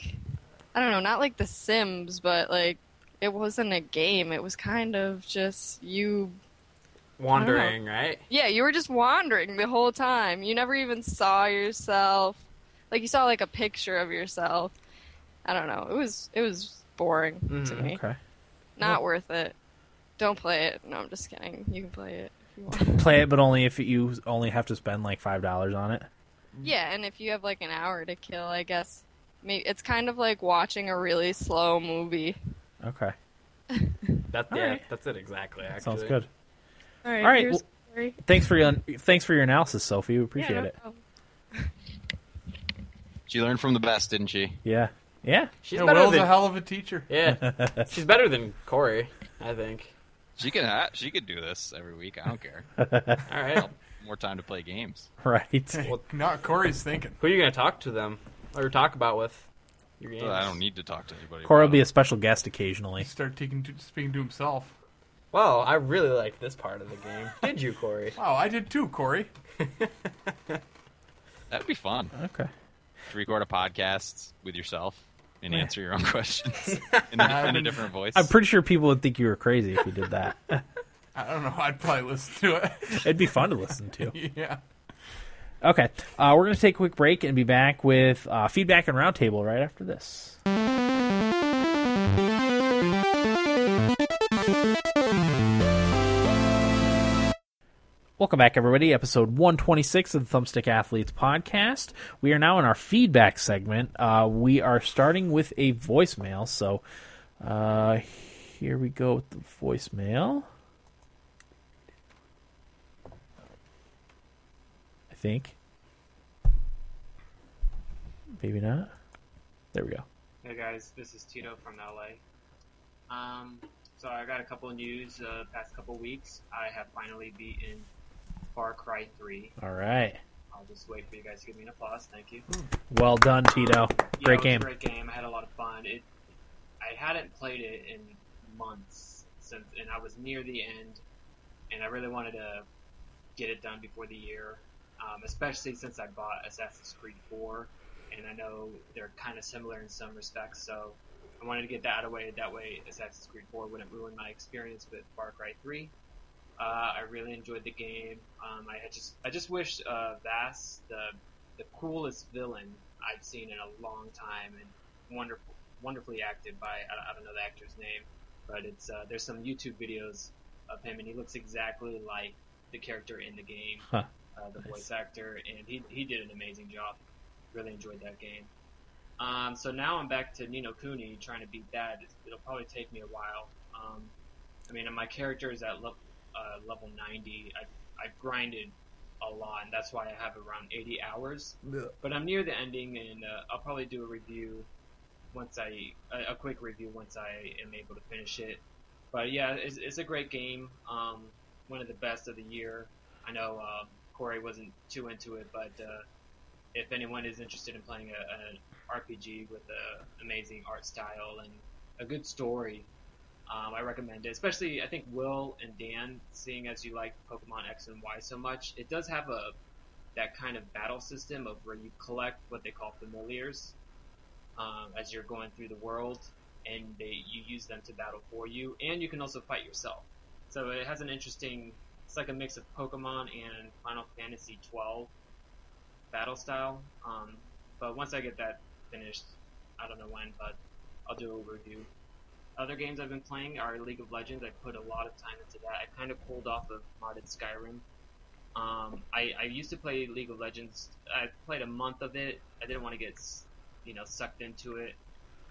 S8: I don't know, not like The Sims, but like it wasn't a game. It was kind of just you
S5: wandering, right?
S8: Yeah, you were just wandering the whole time. You never even saw yourself. Like you saw like a picture of yourself. I don't know. It was it was boring to me.
S2: Mm-hmm, okay.
S8: Not worth it. Don't play it. No, I'm just kidding. You can play it if you want.
S2: Play it, but only if you only have to spend like five dollars on it.
S8: yeah, and if you have like an hour to kill, I guess maybe it's kind of like watching a really slow movie.
S2: Okay,
S5: That,
S2: All
S5: yeah,
S2: right.
S5: that's it exactly. Actually.
S2: sounds good.
S8: All right.
S2: All right,
S8: here's
S2: well- Thanks for your thanks for your analysis, Sophie. We appreciate it.
S8: Oh,
S4: She learned from the best, didn't she?
S2: Yeah, yeah.
S5: She's
S7: Yeah,
S5: better
S7: Will's
S5: than
S7: a hell of a teacher.
S5: yeah. She's better than Corey, I think.
S4: She could ha- she could do this every week. I don't care.
S5: All right.
S4: More time to play games.
S2: Right.
S5: Well-
S7: Not Corey's thinking.
S5: Who are you gonna talk to them or talk about with? Your games?
S4: Well, Uh, I don't need to talk to anybody.
S2: Cora will
S4: about
S2: be
S4: it.
S2: a special guest occasionally.
S7: Start taking to, speaking to himself.
S5: Well, I really liked this part of the game. Did you, Corey?
S7: Wow, Oh, I did too, Corey.
S4: That'd be fun.
S2: Okay.
S4: To record a podcast with yourself and
S2: Yeah.
S4: answer your own questions in, a, in a different voice.
S2: I'm pretty sure people would think you were crazy if you did that.
S7: I don't know. I'd probably listen to
S2: It'd be fun to listen to.
S7: it. yeah.
S2: Okay. Uh, we're going to take a quick break and be back with uh, feedback and roundtable right after this. Welcome back, everybody. Episode 126 of the Thumbstick Athletes podcast. We are now in our feedback segment. Uh, we are starting with a voicemail. So uh, here we go with the voicemail. I think. Maybe not. There we go.
S9: Hey guys, this is Tito from LA. Um, so I got a couple of news uh, past couple of weeks. I have finally beaten Far Cry 3.
S2: All right.
S9: I'll just wait for you guys to give me an applause. Thank you.
S2: Well done,
S9: Yeah,
S2: Tito.
S9: it
S2: Great
S9: was
S2: game.
S9: A great game. I had a lot of fun. It, I hadn't played it in months since, and I was near the end, and I really wanted to get it done before the year, um, especially since I bought Assassin's Creed 4, and I know they're kind of similar in some respects, so I wanted to get that out of the way. That way, Assassin's Creed 4 wouldn't ruin my experience with Far Cry 3. Uh, I really enjoyed the game. Um, I, I just, I just wish uh, Vass, the the coolest villain I've seen in a long time, and wonderful, wonderfully acted by I, I don't know the actor's name,
S8: but it's uh, there's some YouTube videos of him, and he looks exactly like the character in the game,
S10: Huh.
S8: uh, the voice actor, and he he did an amazing job. Really enjoyed that game. Um, so now I'm back to Nino Cooney trying to beat that. It's- It'll probably take me a while. Um, I mean, my character is at le- uh, level 90. I I grinded a lot, and that's why I have around 80 hours. But I'm near the ending, and uh, I'll probably do a review once I a, a quick review once I am able to finish it. But yeah, it's, it's a great game. Um, one of the best of the year. I know uh, Corey wasn't too into it, but uh, if anyone is interested in playing a, an RPG with a amazing art style and a good story, um, I recommend it. Especially, I think Will and Dan, seeing as you like Pokemon X and Y so much, it does have a that kind of battle system of where you collect what they call familiars um, as you're going through the world, and they you use them to battle for you, and you can also fight yourself. So it has an interesting. It's like a mix of Pokemon and Final Fantasy twelve battle style. Um, but once I get that finished, I don't know when, but I'll do a review. Other games I've been playing are League of Legends. I put a lot of time into that. I kind of pulled off of modded Skyrim. Um, I, I used to play League of Legends. I played a month of it. I didn't want to get, s- you know, sucked into it.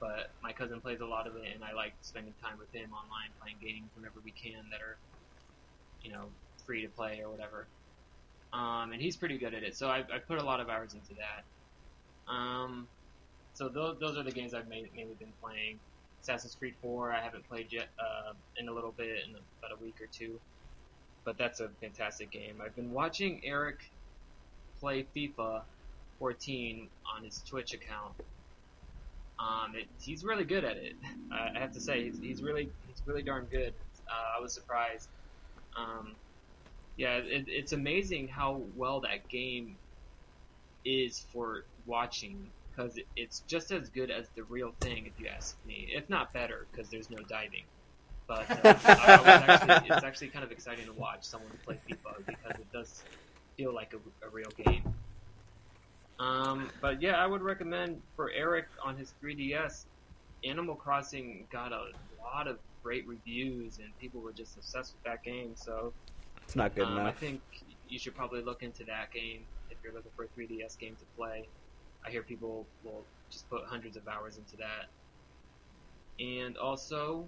S8: But my cousin plays a lot of it, and I like spending time with him online playing games whenever we can that are, you know, free to play or whatever. Um, and he's pretty good at it, so I, I put a lot of hours into that. Um, so those, those are the games I've ma- mainly been playing. Assassin's Creed 4 I haven't played yet uh, in a little bit, in about a week or two. But that's a fantastic game. I've been watching Eric play FIFA 14 on his Twitch account. Um, it, he's really good at it. I I have to say, he's, he's really he's really darn good. Uh, I was surprised. Um, yeah, it, it's amazing how well that game is for watching because it's just as good as the real thing, if you ask me, if not better, because there's no diving. But uh, I was actually, it's actually kind of exciting to watch someone play FIFA because it does feel like a, a real game. Um, but yeah, I would recommend for Eric on his 3DS. Animal Crossing got a lot of great reviews, and people were just obsessed with that game. So
S5: It's not good
S8: um, I
S5: enough.
S8: think you should probably look into that game if you're looking for a 3DS game to play. I hear people will just put hundreds of hours into that. And also,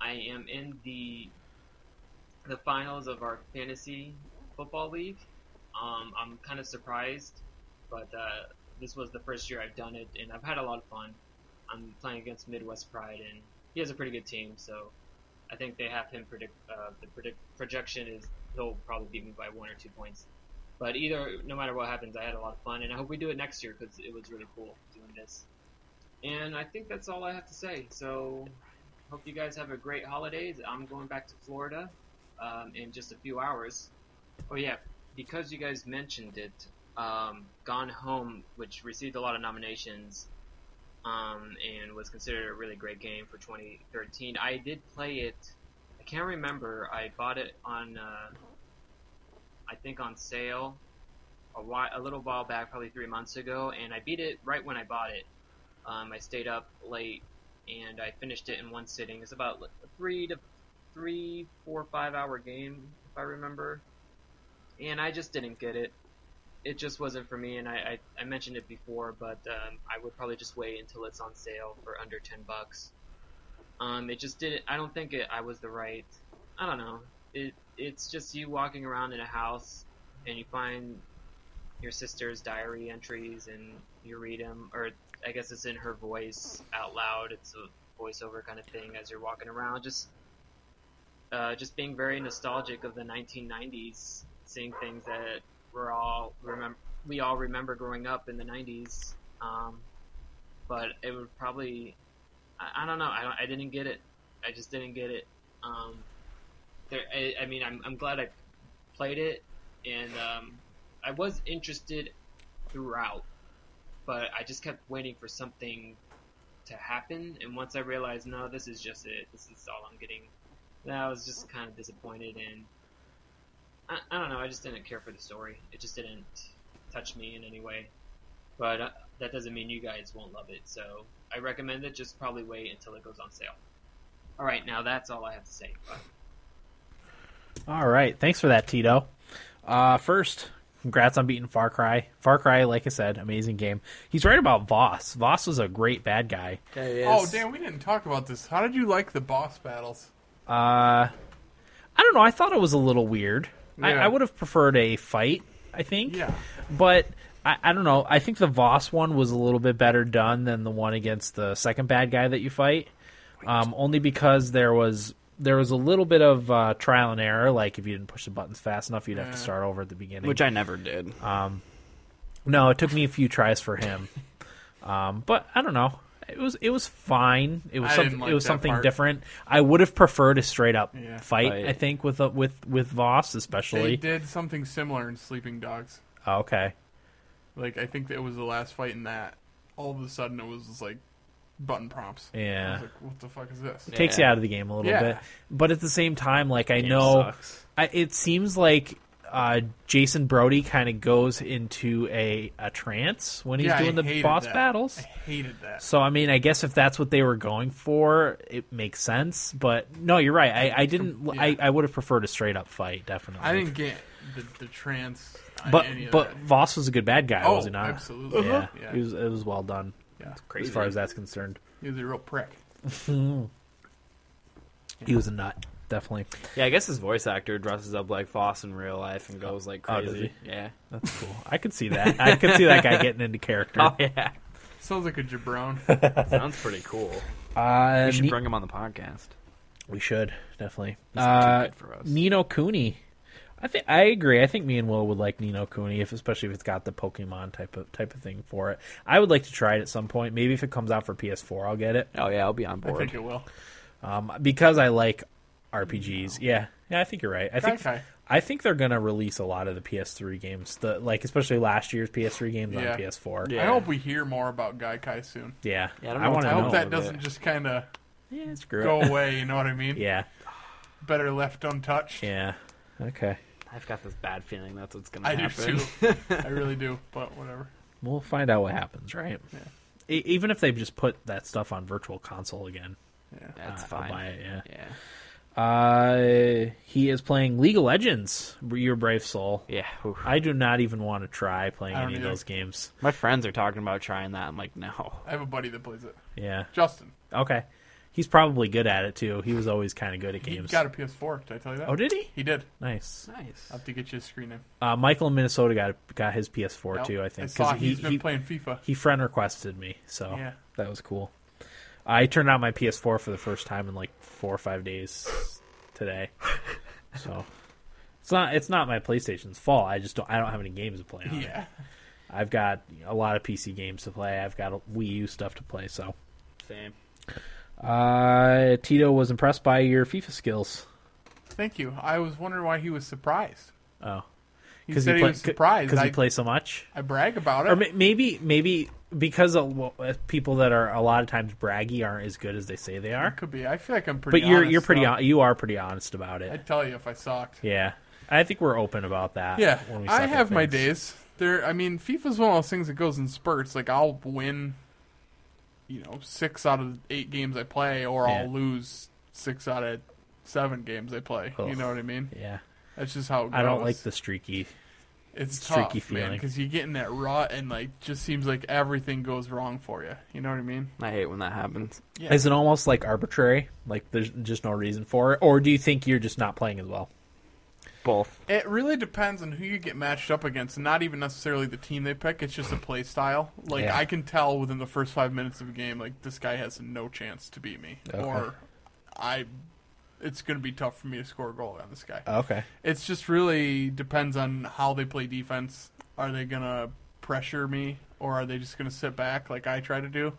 S8: I am in the the finals of our fantasy football league. Um, I'm kind of surprised, but uh, this was the first year I've done it, and I've had a lot of fun. I'm playing against Midwest Pride, and he has a pretty good team, so I think they have him predict. Uh, the predict projection is he'll probably beat me by one or two points. But either, no matter what happens, I had a lot of fun, and I hope we do it next year because it was really cool doing this. And I think that's all I have to say. So, hope you guys have a great holidays. I'm going back to Florida um, in just a few hours. Oh yeah, because you guys mentioned it, um, Gone Home, which received a lot of nominations, um, and was considered a really great game for 2013. I did play it. I can't remember. I bought it on, uh, I think, on sale a while, a little while back, probably three months ago, and I beat it right when I bought it. Um, I stayed up late and I finished it in one sitting. It's about a three to three, four, five hour game, if I remember. And I just didn't get it. It just wasn't for me, and I, I, I mentioned it before, but um, I would probably just wait until it's on sale for under 10 bucks. Um, it just didn't, I don't think it, I was the right, I don't know. It It's just you walking around in a house and you find your sister's diary entries and you read them, or I guess it's in her voice out loud. It's a voiceover kind of thing as you're walking around. Just uh, just being very nostalgic of the 1990s, seeing things that we're all remember we all remember growing up in the 90s. Um, but it would probably I, I don't know I don't I didn't get it I just didn't get it. Um, there I, I mean I'm I'm glad I played it and um, I was interested throughout, but I just kept waiting for something to happen. And once I realized no this is just it this is all I'm getting then I was just kind of disappointed, and I, I don't know. I just didn't care for the story. It just didn't touch me in any way. But uh, that doesn't mean you guys won't love it. So I recommend it. Just probably wait until it goes on sale.
S9: All right, now that's all I have to say. But
S2: All right. Thanks for that, Tito. Uh, first, congrats on beating Far Cry. Far Cry, like I said, amazing game. He's right about Voss. Voss was a great bad guy.
S7: Oh damn, we didn't talk about this. How did you like the boss battles?
S2: I don't know. I thought it was a little weird. I,
S7: Yeah.
S2: I would have preferred a fight, I think.
S7: Yeah.
S2: But I, I don't know. I think the Voss one was a little bit better done than the one against the second bad guy that you fight. Um, only because there was there was a little bit of uh, trial and error. Like if you didn't push the buttons fast enough, you'd have to start over at the beginning.
S11: which I never did.
S2: No, it took me a few tries for him. um, but I don't know. It was it was fine. It was
S7: I
S2: something
S7: didn't like
S2: it was
S7: that
S2: something
S7: part.
S2: different. I would have preferred a straight up
S7: Yeah.
S2: fight,
S11: Fight.
S2: I think with uh, with with Voss
S7: They
S2: especially.
S7: did something similar in Sleeping Dogs.
S2: Oh, okay.
S7: Like I think it was the last fight in that. All of a sudden, it was just like button prompts. I
S2: Yeah.
S7: was like, what the fuck is this?
S2: Takes you out of the game a little
S7: Yeah.
S2: bit. But at the same time like I know
S11: sucks.
S2: I, it seems like uh, Jason Brody kind of goes into a, a trance when he's
S7: Yeah, I
S2: doing the
S7: hated
S2: boss
S7: that.
S2: battles.
S7: I hated that.
S2: So I mean, I guess if that's what they were going for, it makes sense. But no, you're right. I, I didn't. I, I would have preferred a straight up fight, definitely.
S7: I didn't get the, the trance. on
S2: But
S7: any of
S2: but
S7: that.
S2: Voss was a good bad guy,
S7: Oh,
S2: was he not?
S7: absolutely.
S2: Yeah,
S7: Yeah.
S2: It was it was well done
S7: yeah.
S2: as far as that's concerned.
S7: he was a real prick.
S2: He was a nut, definitely.
S11: Yeah, I guess his voice actor dresses up like Foss in real life and goes like
S2: Oh, does
S11: crazy. yeah.
S2: That's cool. I could see that. I could see that guy getting into character.
S11: Oh yeah.
S7: Sounds like a jabron.
S11: Sounds pretty cool.
S2: Uh,
S11: We should
S2: Ne-
S11: bring him on the podcast.
S2: we should definitely.
S11: He's not
S2: Uh,
S11: too good for us.
S2: Nino Cooney. I think I agree. I think me and Will would like Nino Cooney, if especially if it's got the Pokemon type of type of thing for it. I would like to try it at some point. Maybe if it comes out for PS4, I'll get it
S11: oh yeah, I'll be on
S7: I think
S11: board.
S7: it will.
S2: um, because I like RPGs. Yeah, yeah, I think you're right. I think
S7: Gaikai.
S2: I think they're gonna release a lot of the PS3 games, the like especially last year's PS3 games
S7: Yeah.
S2: on PS4.
S11: Yeah.
S7: I hope we hear more about Gaikai soon.
S2: yeah.
S11: Yeah, I don't know
S2: want
S11: what's
S2: to
S7: I
S11: out
S2: know.
S7: hope that
S11: but, uh,
S7: doesn't just kind of
S2: yeah, screw
S7: go
S2: it.
S7: away. You know what I mean?
S2: Yeah,
S7: Better left untouched.
S2: yeah. Okay,
S11: I've got this bad feeling that's what's gonna
S7: I do
S11: happen.
S7: too. I really do. But whatever.
S2: we'll find out what happens, right? E- even if they just put that stuff on Virtual Console again,
S11: That's
S2: uh, I'll buy
S11: fine.
S2: it. Yeah.
S11: Yeah.
S2: Uh, he is playing League of Legends. Your brave soul.
S11: Yeah. oof.
S2: I do not even want to try playing
S7: I don't
S2: any of
S7: either.
S2: those games.
S11: My friends are talking about trying that. I'm like, no.
S7: I have a buddy that plays it.
S2: Yeah.
S7: Justin.
S2: Okay. He's probably good at it too. He was always kind of good at
S7: He
S2: games.
S7: got a PS4. Did I tell you that?
S2: oh, did he?
S7: He did.
S2: Nice.
S11: Nice.
S7: I'll have to get you a screen name.
S2: Uh, Michael in Minnesota got got his PS4 too. I
S7: I
S2: think
S7: saw
S2: because he
S7: he's been
S2: he,
S7: playing FIFA.
S2: he friend requested me, so
S7: Yeah.
S2: that was cool. I turned on my PS4 for the first time in like four or five days today. So it's not it's not my PlayStation's fault. I just don't I don't have any games to play on it.
S7: Yeah.
S2: I've got a lot of PC games to play. I've got Wii U stuff to play. So,
S11: Same.
S2: uh, Tito was impressed by your FIFA skills.
S7: Thank you. I was wondering why he was surprised.
S2: Oh,
S7: He said he was surprised.
S2: because
S7: I,
S2: you play so much,
S7: I brag about it.
S2: or may- maybe maybe because of, well, uh, people that are a lot of times braggy aren't as good as they say they are.
S7: Could be. I feel like I'm pretty.
S2: But you're
S7: honest,
S2: you're pretty
S7: though.
S2: hon- you are pretty honest about
S7: I'd
S2: it.
S7: tell you if I sucked.
S2: Yeah, I think we're open about that.
S7: Yeah,
S2: when we suck
S7: I
S2: at
S7: have my
S2: things.
S7: days. There, I mean, FIFA's one of those things that goes in spurts. Like I'll win, you know, six out of eight games I play, or
S2: Yeah.
S7: I'll lose six out of seven games I play. You
S2: Ugh.
S7: know what I mean?
S2: Yeah,
S7: That's just how it goes.
S2: I don't like the streaky.
S7: it's tough,
S2: streaky
S7: man,
S2: feeling.
S7: because you get in that rut and like just seems like everything goes wrong for you. You know what I mean?
S11: I hate when that happens.
S7: Yeah.
S2: Is it almost like arbitrary? Like there's just no reason for it, or do you think you're just not playing as well?
S11: Both.
S7: It really depends on who you get matched up against. Not even necessarily the team they pick. It's just a play style. Like
S2: Yeah.
S7: I can tell within the first five minutes of a game, like this guy has no chance to beat me, or I, it's going to be tough for me to score a goal on this guy.
S2: Oh, Okay.
S7: It's just really depends on how they play defense. Are they going to pressure me, or are they just going to sit back like I try to do?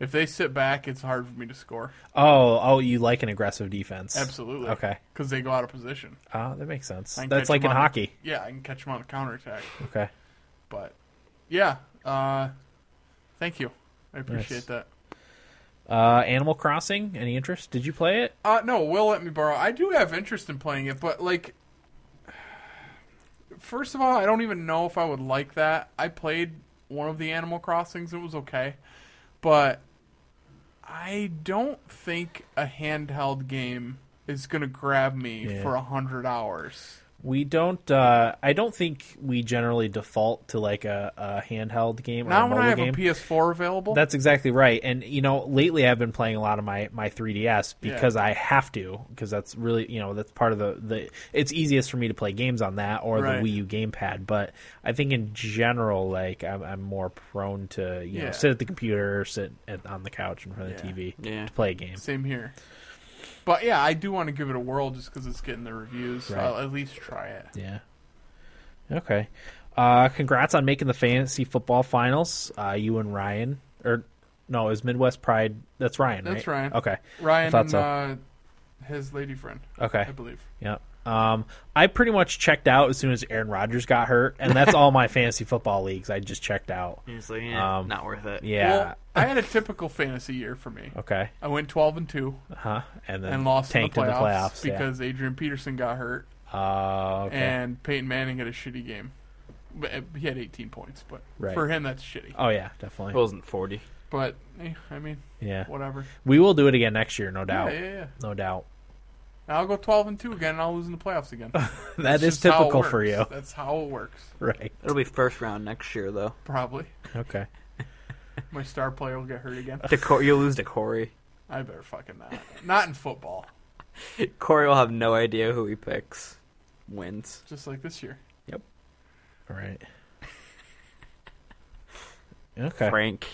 S7: If they sit back, it's hard for me to score.
S2: Oh, oh, you like an aggressive defense?
S7: Absolutely.
S2: Okay.
S7: Because they go out of position.
S2: Uh, that makes sense.
S7: I can catch
S2: That's like
S7: 'em
S2: in
S7: on the-
S2: hockey.
S7: yeah, I can catch them on a counterattack.
S2: Okay.
S7: but yeah uh thank you i appreciate
S2: Nice.
S7: that
S2: Uh, Animal Crossing. Any interest? Did you play it?
S7: uh no will let me borrow i do have interest in playing it but like first of all i don't even know if i would like that i played one of the animal crossings it was okay but I don't think a handheld game is gonna grab me
S2: Yeah.
S7: for a hundred hours.
S2: We don't. Uh, I don't think we generally default to like a, a handheld game or a
S7: Not when
S2: mobile
S7: I have
S2: game.
S7: a PS4 available.
S2: That's exactly right. And you know, lately I've been playing a lot of my my 3DS because I have to because that's really, you know, that's part of the the it's easiest for me to play games on that or
S7: Right.
S2: the Wii U gamepad, but I think in general like I'm I'm more prone to, you
S7: Yeah.
S2: know, sit at the computer, sit at, on the couch in front of the
S7: Yeah.
S2: TV
S5: Yeah.
S2: to play a game.
S7: Same here. But yeah, I do want to give it a whirl just because it's getting the reviews. So
S2: Right.
S7: I'll at least try it.
S2: Yeah. Okay. Uh congrats on making the fantasy football finals. Uh you and Ryan or no, it was Midwest Pride. That's Ryan,
S7: That's
S2: right?
S7: Ryan.
S2: Okay.
S7: Ryan
S2: thought
S7: and
S2: so.
S7: uh, his lady friend,
S2: Okay.
S7: I believe.
S2: Yeah. Um, I pretty much checked out as soon as Aaron Rodgers got hurt, and that's all my fantasy football leagues. I just checked out.
S5: It's like, yeah,
S2: Um,
S5: not worth it.
S2: Yeah.
S7: Well, I had a typical fantasy year for me.
S2: okay.
S7: I went 12 and 2
S2: Uh huh. And then
S7: and lost in the
S2: tanked
S7: playoffs,
S2: yeah.
S7: because Adrian Peterson got hurt
S2: Uh, okay.
S7: and Peyton Manning had a shitty game. But, uh, He had 18 points, but
S2: Right.
S7: for him that's shitty.
S2: oh yeah, definitely.
S5: It wasn't 40.
S7: But eh, I mean,
S2: yeah.
S7: whatever.
S2: We will do it again next year, no
S7: Yeah,
S2: doubt.
S7: yeah, yeah.
S2: No doubt.
S7: And I'll go 12 and 2 again and I'll lose in the playoffs again.
S2: That
S7: That's
S2: is
S7: just how it
S2: typical for
S7: works.
S2: you,
S7: That's how it works.
S2: right?
S5: It'll be first round next year, though.
S7: Probably.
S2: Okay.
S7: My star player will get hurt again.
S5: To Cor- you'll lose to Corey.
S7: I better fucking not. Not in football.
S5: Corey will have no idea who he picks. Wins.
S7: Just like this year.
S2: All right. Okay.
S5: Frank.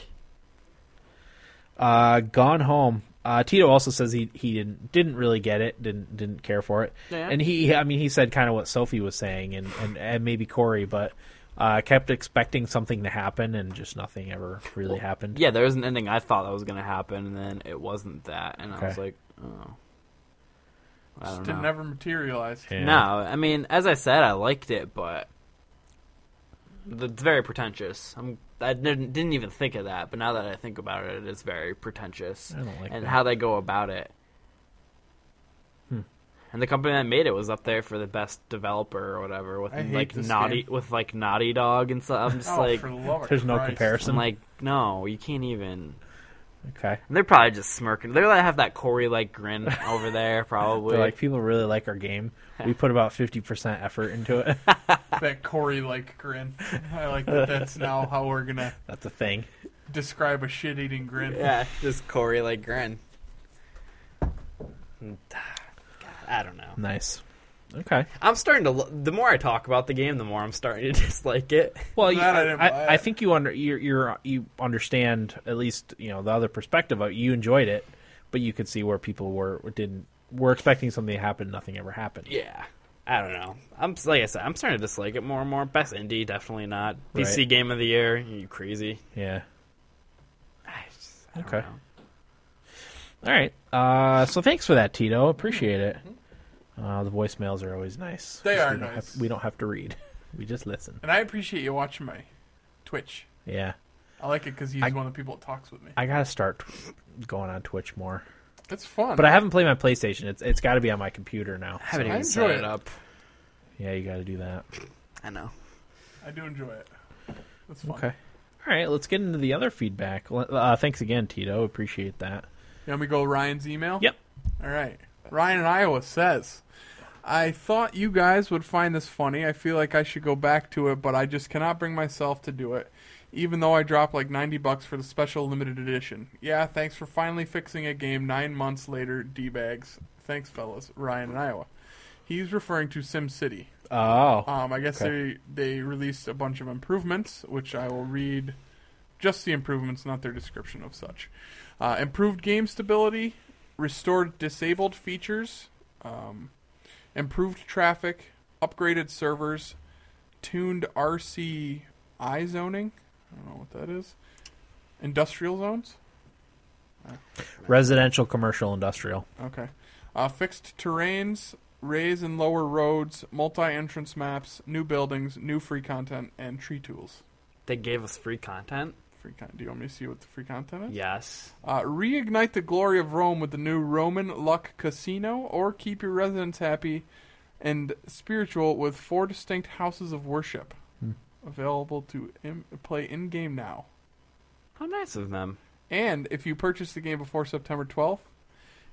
S2: Uh, Gone Home. Uh, Tito also says he, he didn't didn't really get it, didn't didn't care for it,
S5: Yeah.
S2: and he I mean he said kind of what Sophie was saying and, and, and maybe Corey, but uh, kept expecting something to happen and just nothing ever really happened.
S5: Yeah, there was an ending I thought that was going to happen, and then it wasn't that. And I was
S2: Okay.
S5: like, oh. I
S7: Just
S5: don't
S7: didn't
S5: know.
S7: ever materialize.
S2: Yeah.
S5: No, I mean, as I said, I liked it, but it's very pretentious. I'm, I didn't, didn't even think of that, but now that I think about it, it is very pretentious.
S2: I don't like
S5: and
S2: that. Hmm.
S5: how they go about it. And the company that made it was up there for the best developer or whatever with
S7: I hate
S5: like
S7: this
S5: naughty
S7: game.
S5: with like Naughty Dog and stuff. I'm just
S7: Oh,
S5: like,
S7: for the love of
S2: There's no
S7: Christ.
S2: comparison.
S5: I'm like, no, you can't even.
S2: okay,
S5: And they're probably just smirking. They like have that Corey like grin over there, probably.
S2: They're like people really like our game. We put about fifty percent effort into it.
S7: That Corey like grin. I like that that's now how we're gonna
S2: That's a thing.
S7: describe a shit eating grin.
S5: Yeah, just Corey like grin. I don't know.
S2: Nice. Okay.
S5: I'm starting to. lo- The more I talk about the game, the more I'm starting to dislike it.
S2: Well,
S7: I'm
S2: you,
S7: glad I didn't
S2: I,
S7: buy
S2: I,
S7: it.
S2: think you under you're, you're you understand at least you know the other perspective. Of, it. you enjoyed it, but you could see where people were didn't were expecting something to happen. Nothing ever happened.
S5: Yeah, I don't know. I'm like I said, I'm starting to dislike it more and more. Best indie, definitely not. PC
S2: Right.
S5: game of the year, you crazy.
S2: Yeah.
S5: I just- I don't
S2: Okay.
S5: know.
S2: All right. Uh, so thanks for that, Tito. Appreciate it.
S5: Mm-hmm.
S2: Uh, the voicemails are always nice.
S7: They
S2: 'cause
S7: are
S2: we don't
S7: nice.
S2: Have, we don't have to read. We just listen.
S7: And I appreciate you watching my Twitch.
S2: Yeah.
S7: I like it because he's
S2: I-
S7: one of the people that talks with me.
S2: I gotta start going on Twitch more.
S7: It's fun.
S2: But I haven't played my PlayStation. It's it's got to be on my computer now.
S5: I haven't
S7: I
S5: even
S7: enjoy
S5: set it
S7: it.
S5: up.
S2: Yeah, you got to do that.
S5: I know.
S7: I do enjoy it. It's fun.
S2: Okay. All right, let's get into the other feedback. Well, Uh, thanks again, Tito. Appreciate that.
S7: You want me to go Ryan's email?
S2: Yep.
S7: All right. Ryan in Iowa says, I thought you guys would find this funny. I feel like I should go back to it, but I just cannot bring myself to do it, even though I dropped like 90 bucks for the special limited edition. Yeah, thanks for finally fixing a game nine months later, D bags. Thanks, fellas. Ryan in Iowa. He's referring to SimCity.
S2: Oh,
S7: Um, I guess
S2: Okay.
S7: they they released a bunch of improvements, which I will read. Just the improvements, not their description of such. Uh, improved game stability, restored disabled features, um, improved traffic, upgraded servers, tuned RCI zoning. I don't know what that is. Industrial zones.
S2: residential, commercial, industrial.
S7: Okay. Uh, fixed terrains, raise and lower roads, multi-entrance maps, new buildings, new free content, and tree tools.
S5: They gave us free content.
S7: Free con- Do you want me to see what the free content is?
S5: Yes.
S7: Uh, reignite the glory of Rome with the new Roman Luck Casino, or keep your residents happy and spiritual with four distinct houses of worship. Available to im- play in game now.
S5: How nice of them.
S7: And if you purchase the game before September 12th,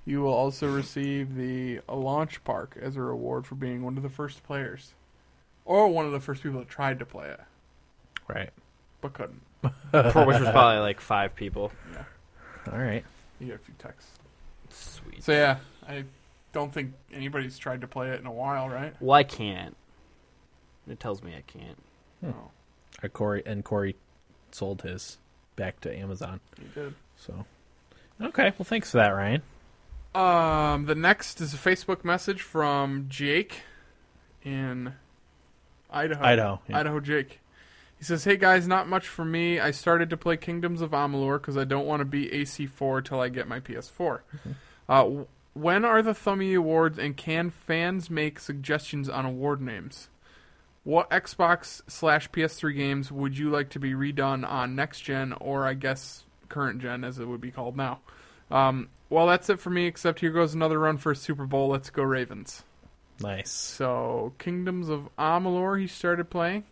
S7: you will also receive the a launch park as a reward for being one of the first players, or one of the first people that tried to play it
S2: Right.
S7: but couldn't.
S11: For which was probably like five people.
S2: All right.
S7: You get a few texts.
S11: Sweet.
S7: So yeah, I don't think anybody's tried to play it in a while, right?
S11: Well, I can't. It tells me I can't.
S7: No,
S2: Uh, Corey and Corey sold his back to Amazon.
S7: you did.
S2: So okay. Well, thanks for that, Ryan.
S7: Um, the next is a Facebook message from Jake in Idaho.
S2: Idaho, yeah.
S7: Idaho Jake. He says, "Hey guys, not much for me. I started to play Kingdoms of Amalur because I don't want to be AC4 till I get my PS4.
S2: Mm-hmm.
S7: Uh, w- when are the Thummy Awards, and can fans make suggestions on award names? What Xbox slash PS3 games would you like to be redone on next gen, or I guess current gen as it would be called now?" Um, well, that's it for me, except here goes another run for a Super Bowl. Let's go, Ravens.
S2: Nice.
S7: So, Kingdoms of Amalur, he started playing.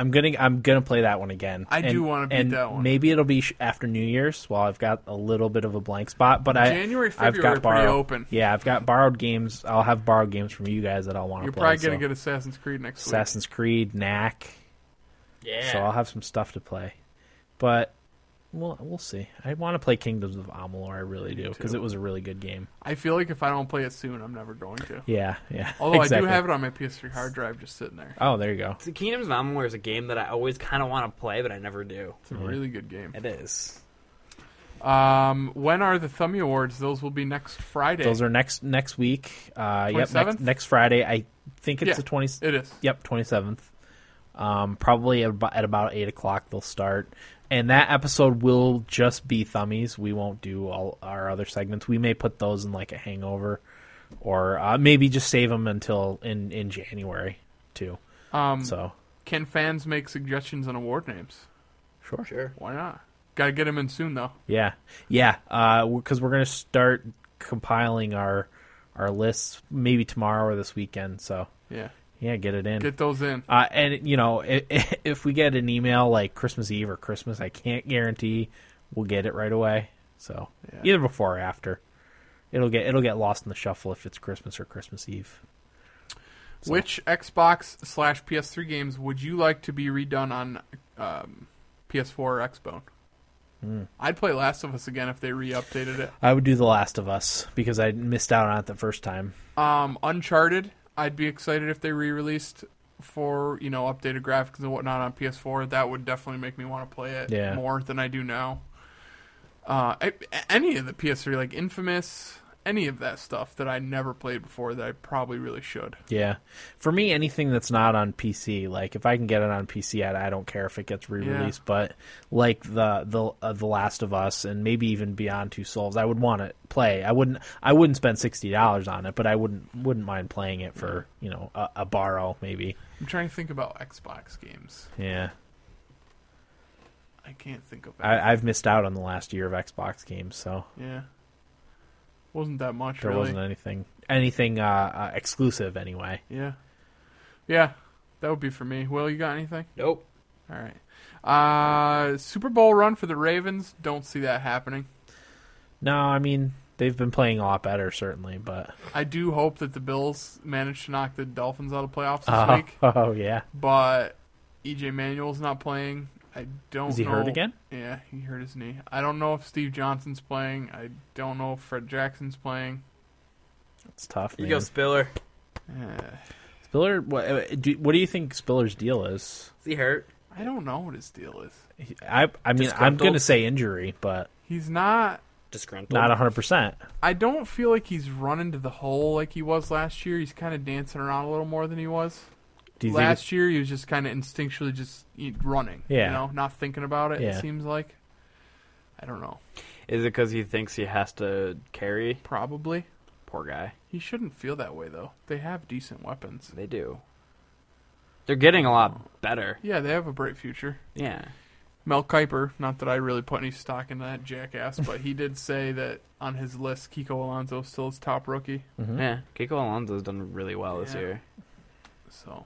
S2: I'm gonna I'm gonna play that one again.
S7: I do wanna beat
S2: and
S7: that one.
S2: Maybe it'll be sh- after New Year's. While I've got a little bit of a blank spot, but I
S7: January,
S2: I've
S7: February are
S2: got
S7: pretty
S2: borrowed.
S7: open.
S2: Yeah, I've got borrowed games. I'll have borrowed games from you guys that I'll want to
S7: You're
S2: play.
S7: probably going
S2: so.
S7: to get Assassin's Creed next
S2: Assassin's Creed, Knack.
S11: Yeah.
S2: So I'll have some stuff to play, but we'll we'll see. I want to play Kingdoms of Amalur. I really do because it was a really good game.
S7: week. I feel like if I don't play it soon, I'm never going to.
S2: Yeah, yeah.
S7: Although
S2: exactly.
S7: I do have it on my PS3 hard drive just sitting there.
S2: Oh, there you go.
S11: So Kingdoms of Amalur is a game that I always kind of want to play, but I never do.
S7: It's a really good game.
S11: It is.
S7: Um, when are the Thummy Awards? Those will be next Friday.
S2: Those are next next week. Uh, yep, next,
S7: 27th?
S2: next Friday. I think it's
S7: Yeah,
S2: the twenty.
S7: It is.
S2: Yep, twenty seventh. Um, probably at about, at about eight o'clock they'll start, and that episode will just be thummies. We won't do all our other segments. We may put those in like a hangover, or uh, maybe just save them until in in January too.
S7: Um,
S2: So
S7: Can fans make suggestions on award names?
S2: sure,
S11: Sure.
S7: Why not? Got to get them in soon, though.
S2: yeah, yeah, because we're gonna start compiling our our lists maybe tomorrow or this weekend. So
S7: Yeah.
S2: yeah, get it in.
S7: Get those in.
S2: Uh, and you know, i- i- if we get an email like Christmas Eve or Christmas, I can't guarantee we'll get it right away. So either before or after, it'll get it'll get lost in the shuffle if it's Christmas or Christmas Eve.
S7: Which Xbox slash PS3 games would you like to be redone on um, PS4 or Xbone?
S2: Hmm.
S7: I'd play Last of Us again if they re-updated it.
S2: I would do The Last of Us because I missed out on it the first time.
S7: Um, Uncharted, I'd be excited if they re-released for you know updated graphics and whatnot on PS4. That would definitely make me want to play it
S2: Yeah.
S7: more than I do now. Uh, I, any of the PS3, like Infamous, any of that stuff that I never played before that I probably really should.
S2: Yeah, for me, anything that's not on PC, like if I can get it on PC, I, I don't care if it gets re-released. But like the the uh, the Last of Us and maybe even Beyond Two Souls, I would want to play. I wouldn't I wouldn't spend sixty dollars on it, but I wouldn't wouldn't mind playing it for you know a, a borrow maybe.
S7: I'm trying to think about Xbox games.
S2: Yeah,
S7: I can't think of. It.
S2: I, I've missed out on the last year of Xbox games, so
S7: Yeah, wasn't that much
S2: there
S7: really.
S2: wasn't anything anything uh, uh, exclusive anyway.
S7: Yeah. Yeah. That would be for me. Will, you got anything?
S11: Nope.
S7: All right. Uh Super Bowl run for the Ravens. Don't see that happening.
S2: No, I mean they've been playing a lot better certainly, but
S7: I do hope that the Bills manage to knock the Dolphins out of playoffs this
S2: oh,
S7: week,
S2: oh yeah,
S7: but EJ Manuel's not playing. I don't
S2: is he
S7: know.
S2: hurt again?
S7: Yeah, he hurt his knee. I don't know if Steve Johnson's playing. I don't know if Fred Jackson's playing.
S2: It's tough.
S11: You
S2: Man.
S11: go, Spiller.
S7: Eh,
S2: Spiller, what, uh, do, what do you think Spiller's deal is?
S11: Is he hurt?
S7: I don't know what his deal is.
S2: He- I, I mean, I'm
S11: Disgruntled?
S2: going to say injury, but
S7: He's not
S11: Disgruntled.
S2: not 100%.
S7: I don't feel like he's run into the hole like he was last year. He's kind of dancing around a little more than he was.
S2: Do you think?
S7: last year, he was just kind of instinctually just you- running.
S2: Yeah.
S7: You know, not thinking about it,
S2: Yeah.
S7: it seems like. I don't know.
S11: Is it because he thinks he has to carry?
S7: Probably.
S11: Poor guy.
S7: He shouldn't feel that way, though. They have decent weapons.
S11: They do. They're getting a lot better.
S7: Yeah, they have a bright future.
S11: Yeah.
S7: Mel Kiper, not that I really put any stock in that jackass, but he did say that on his list, Kiko Alonso is still his top rookie.
S2: Mm-hmm.
S11: Yeah. Kiko Alonso's done really well this
S7: Yeah.
S11: year.
S7: So,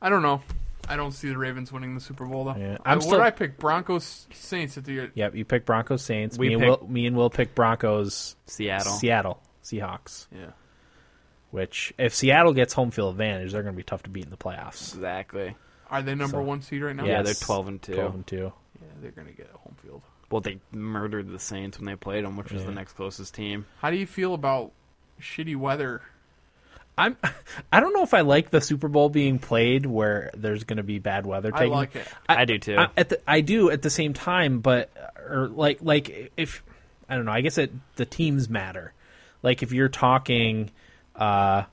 S7: I don't know. I don't see the Ravens winning the Super Bowl though.
S2: Yeah,
S7: i
S2: I'm
S7: what
S2: still-
S7: did I pick? Broncos Saints at the
S2: Yep, you pick Broncos Saints.
S5: We
S2: me,
S5: pick-
S2: and Will, me and Will pick Broncos
S5: Seattle.
S2: Seattle Seahawks.
S7: Yeah.
S2: Which if Seattle gets home field advantage, they're going to be tough to beat in the playoffs.
S5: Exactly.
S7: Are they number
S2: So-
S7: one seed right now?
S5: Yeah, they're
S2: Yes.
S5: 12 and 2.
S2: 12 and 2.
S7: Yeah, they're gonna get home field.
S5: Well, they murdered the Saints when they played them, which was the next closest team.
S7: How do you feel about shitty weather?
S2: I'm I don't know if I like the Super Bowl being played where there's going to be bad weather
S7: I
S2: taking
S7: like it.
S5: I, do too.
S2: I, at the, I do at the same time, but or like like if I don't know, I guess it the teams matter. Like if you're talking, uh,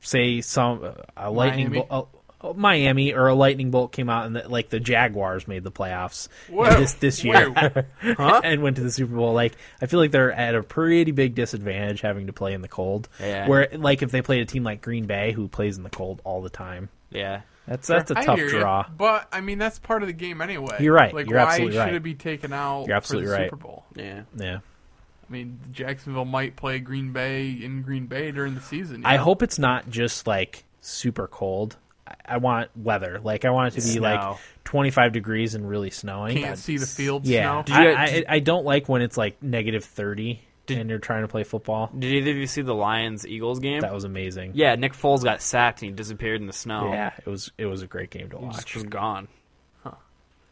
S2: say some a lightning
S7: Miami?
S2: bolt. A, Miami or a lightning bolt came out and the, like the Jaguars made the playoffs
S7: Whoa.
S2: this this year
S7: Whoa.
S2: and went to the Super Bowl. Like I feel like they're at a pretty big disadvantage having to play in the cold.
S5: Yeah.
S2: Where like if they played a team like Green Bay who plays in the cold all the time,
S5: yeah.
S2: that's that's a
S7: I
S2: tough
S7: hear ya,
S2: draw.
S7: but I mean that's part of the game anyway.
S2: You're right,
S7: Like
S2: you're
S7: why
S2: absolutely
S7: should
S2: right.
S7: it be taken out
S2: You're
S7: for the
S2: absolutely right.
S7: Super Bowl?
S5: Yeah.
S2: Yeah.
S7: I mean, Jacksonville might play Green Bay in Green Bay during the season.
S2: I hope it's not just like super cold. I, I want weather. Like I want it to be like
S5: Snow.
S2: 25 degrees and really snowing.
S7: you can't see the field
S2: yeah,
S7: snow.
S5: you-
S2: I, I, I don't like when it's like negative 30 and you're trying to play football.
S5: Did either of you see the Lions Eagles game?
S2: That was amazing.
S5: yeah, Nick Foles got sacked and he disappeared in the snow.
S2: Yeah, it was it was a great game to
S5: He just
S2: watch.
S5: was gone.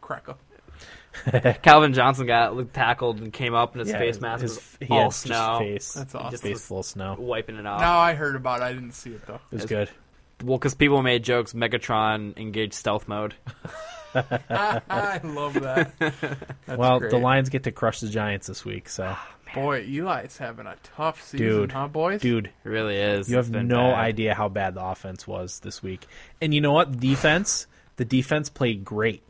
S7: Crack up.
S5: Calvin Johnson got tackled and came up, and his
S2: Yeah,
S5: face mask
S2: his-
S5: was
S2: he had
S5: all
S2: just
S5: snow.
S2: Face,
S7: That's awesome.
S2: Just face full of snow.
S5: Wiping it
S2: Oh.
S5: off.
S7: No, I heard about it. I didn't see it though.
S2: It was good.
S5: Well, because people made jokes, Megatron engaged stealth mode.
S7: I love that.
S2: well, the
S7: great.
S2: Lions get to crush the Giants this week, so
S5: Ah.
S7: Boy, Eli's having a tough season,
S2: Dude.
S7: huh, boys?
S2: dude,
S5: It really is.
S2: You
S5: It's
S2: have
S5: been
S2: no
S5: bad.
S2: idea how bad the offense was this week. And you know what? Defense, the defense played great.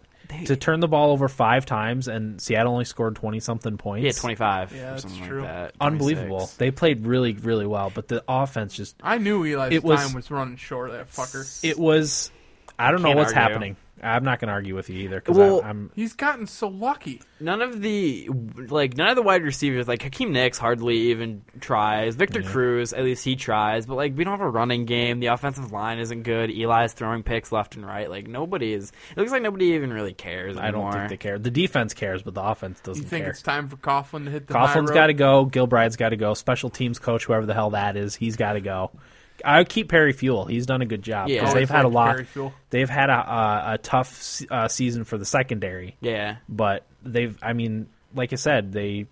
S2: To turn the ball over five times and Seattle only scored twenty something points.
S5: Yeah, 25
S7: Yeah,
S5: or
S7: that's
S5: something
S7: true.
S5: like that. 26.
S2: Unbelievable. They played really, really well, but the offense just
S7: I knew Eli's
S2: It was-
S7: time was running short. That fucker.
S2: it was I don't know
S5: Can't
S2: what's
S5: argue.
S2: happening. I'm not gonna argue with you either because
S5: Well-
S2: I'm
S7: He's gotten so lucky.
S5: None of the like none of the wide receivers like Hakeem Nicks hardly even tries. Victor Cruz at least he tries, but like we don't have a running game. The offensive line isn't good. Eli's throwing picks left and right. Like nobody is. It looks like nobody even really cares.
S2: I don't
S5: anymore.
S2: think they care. The defense cares, but the offense
S7: You
S2: doesn't
S7: think
S2: care.
S7: it's time for Coughlin to hit the high
S2: Coughlin's
S7: road?
S2: got to go. Gilbride's got to go. Special teams coach, whoever the hell that is, he's got to go. I keep Perry Fuel. He's done a good job. 'cause
S5: Yeah.
S2: they've
S7: Always
S2: had a
S7: liked
S2: lot.
S7: Perry Fuel.
S2: They've had a a, a tough se- uh, season for the secondary,
S5: Yeah,
S2: but they've. I mean, like I said, they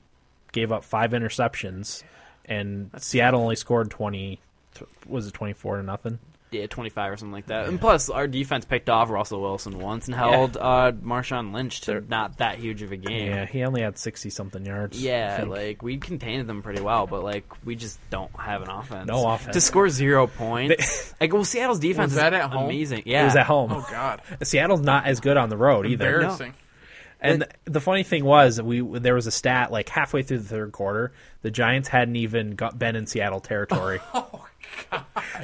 S2: gave up five interceptions, and Seattle only scored twenty. th- Was it twenty four to nothing?
S5: yeah, twenty five or something like that. And plus, our defense picked off Russell Wilson once and held uh, Marshawn Lynch to not that huge of a game.
S2: Yeah, he only had sixty something yards. I
S5: Yeah,
S2: think.
S5: like we contained them pretty well, but like we just don't have an offense.
S2: No offense.
S5: to score zero points. like well, Seattle's defense
S7: Was that
S5: is
S7: at home?
S5: amazing. Yeah,
S2: it was at home.
S7: Oh God,
S2: Seattle's not as good on the road either.
S7: embarrassing.
S2: And the funny thing was, we there was a stat like halfway through the third quarter, the Giants hadn't even got, been in Seattle territory.
S7: Oh,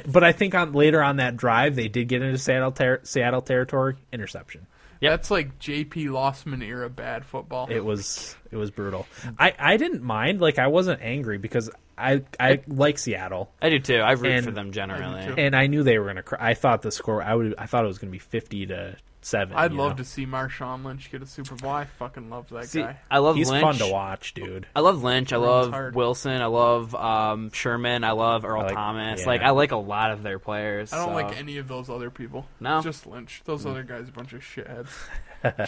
S2: But I think on later on that drive, they did get into Seattle ter- Seattle territory interception.
S7: That's like J.P. Lossman era bad football.
S2: It was it was brutal. I, I didn't mind like I wasn't angry because I I like Seattle
S5: I do too. I root
S2: And-
S5: for them generally.
S7: too.
S2: and I knew they were gonna. Cr- I thought the score I would I thought it was gonna be fifty to seven.
S7: I'd
S2: you
S7: love
S2: know?
S7: to see Marshawn Lynch get a Super Bowl. I fucking love that
S5: See,
S7: guy.
S5: I love
S2: He's
S5: Lynch. Oh,
S2: fun to watch, dude.
S5: I love Lynch. I love
S7: hard.
S5: Wilson. I love um, Sherman. I love Earl
S2: I like-
S5: Thomas.
S2: yeah.
S5: Like I like a lot of their players.
S7: I don't
S5: so-
S7: like any of those other people.
S5: No?
S7: just Lynch. Those
S2: Mm.
S7: other guys, are a bunch of shitheads,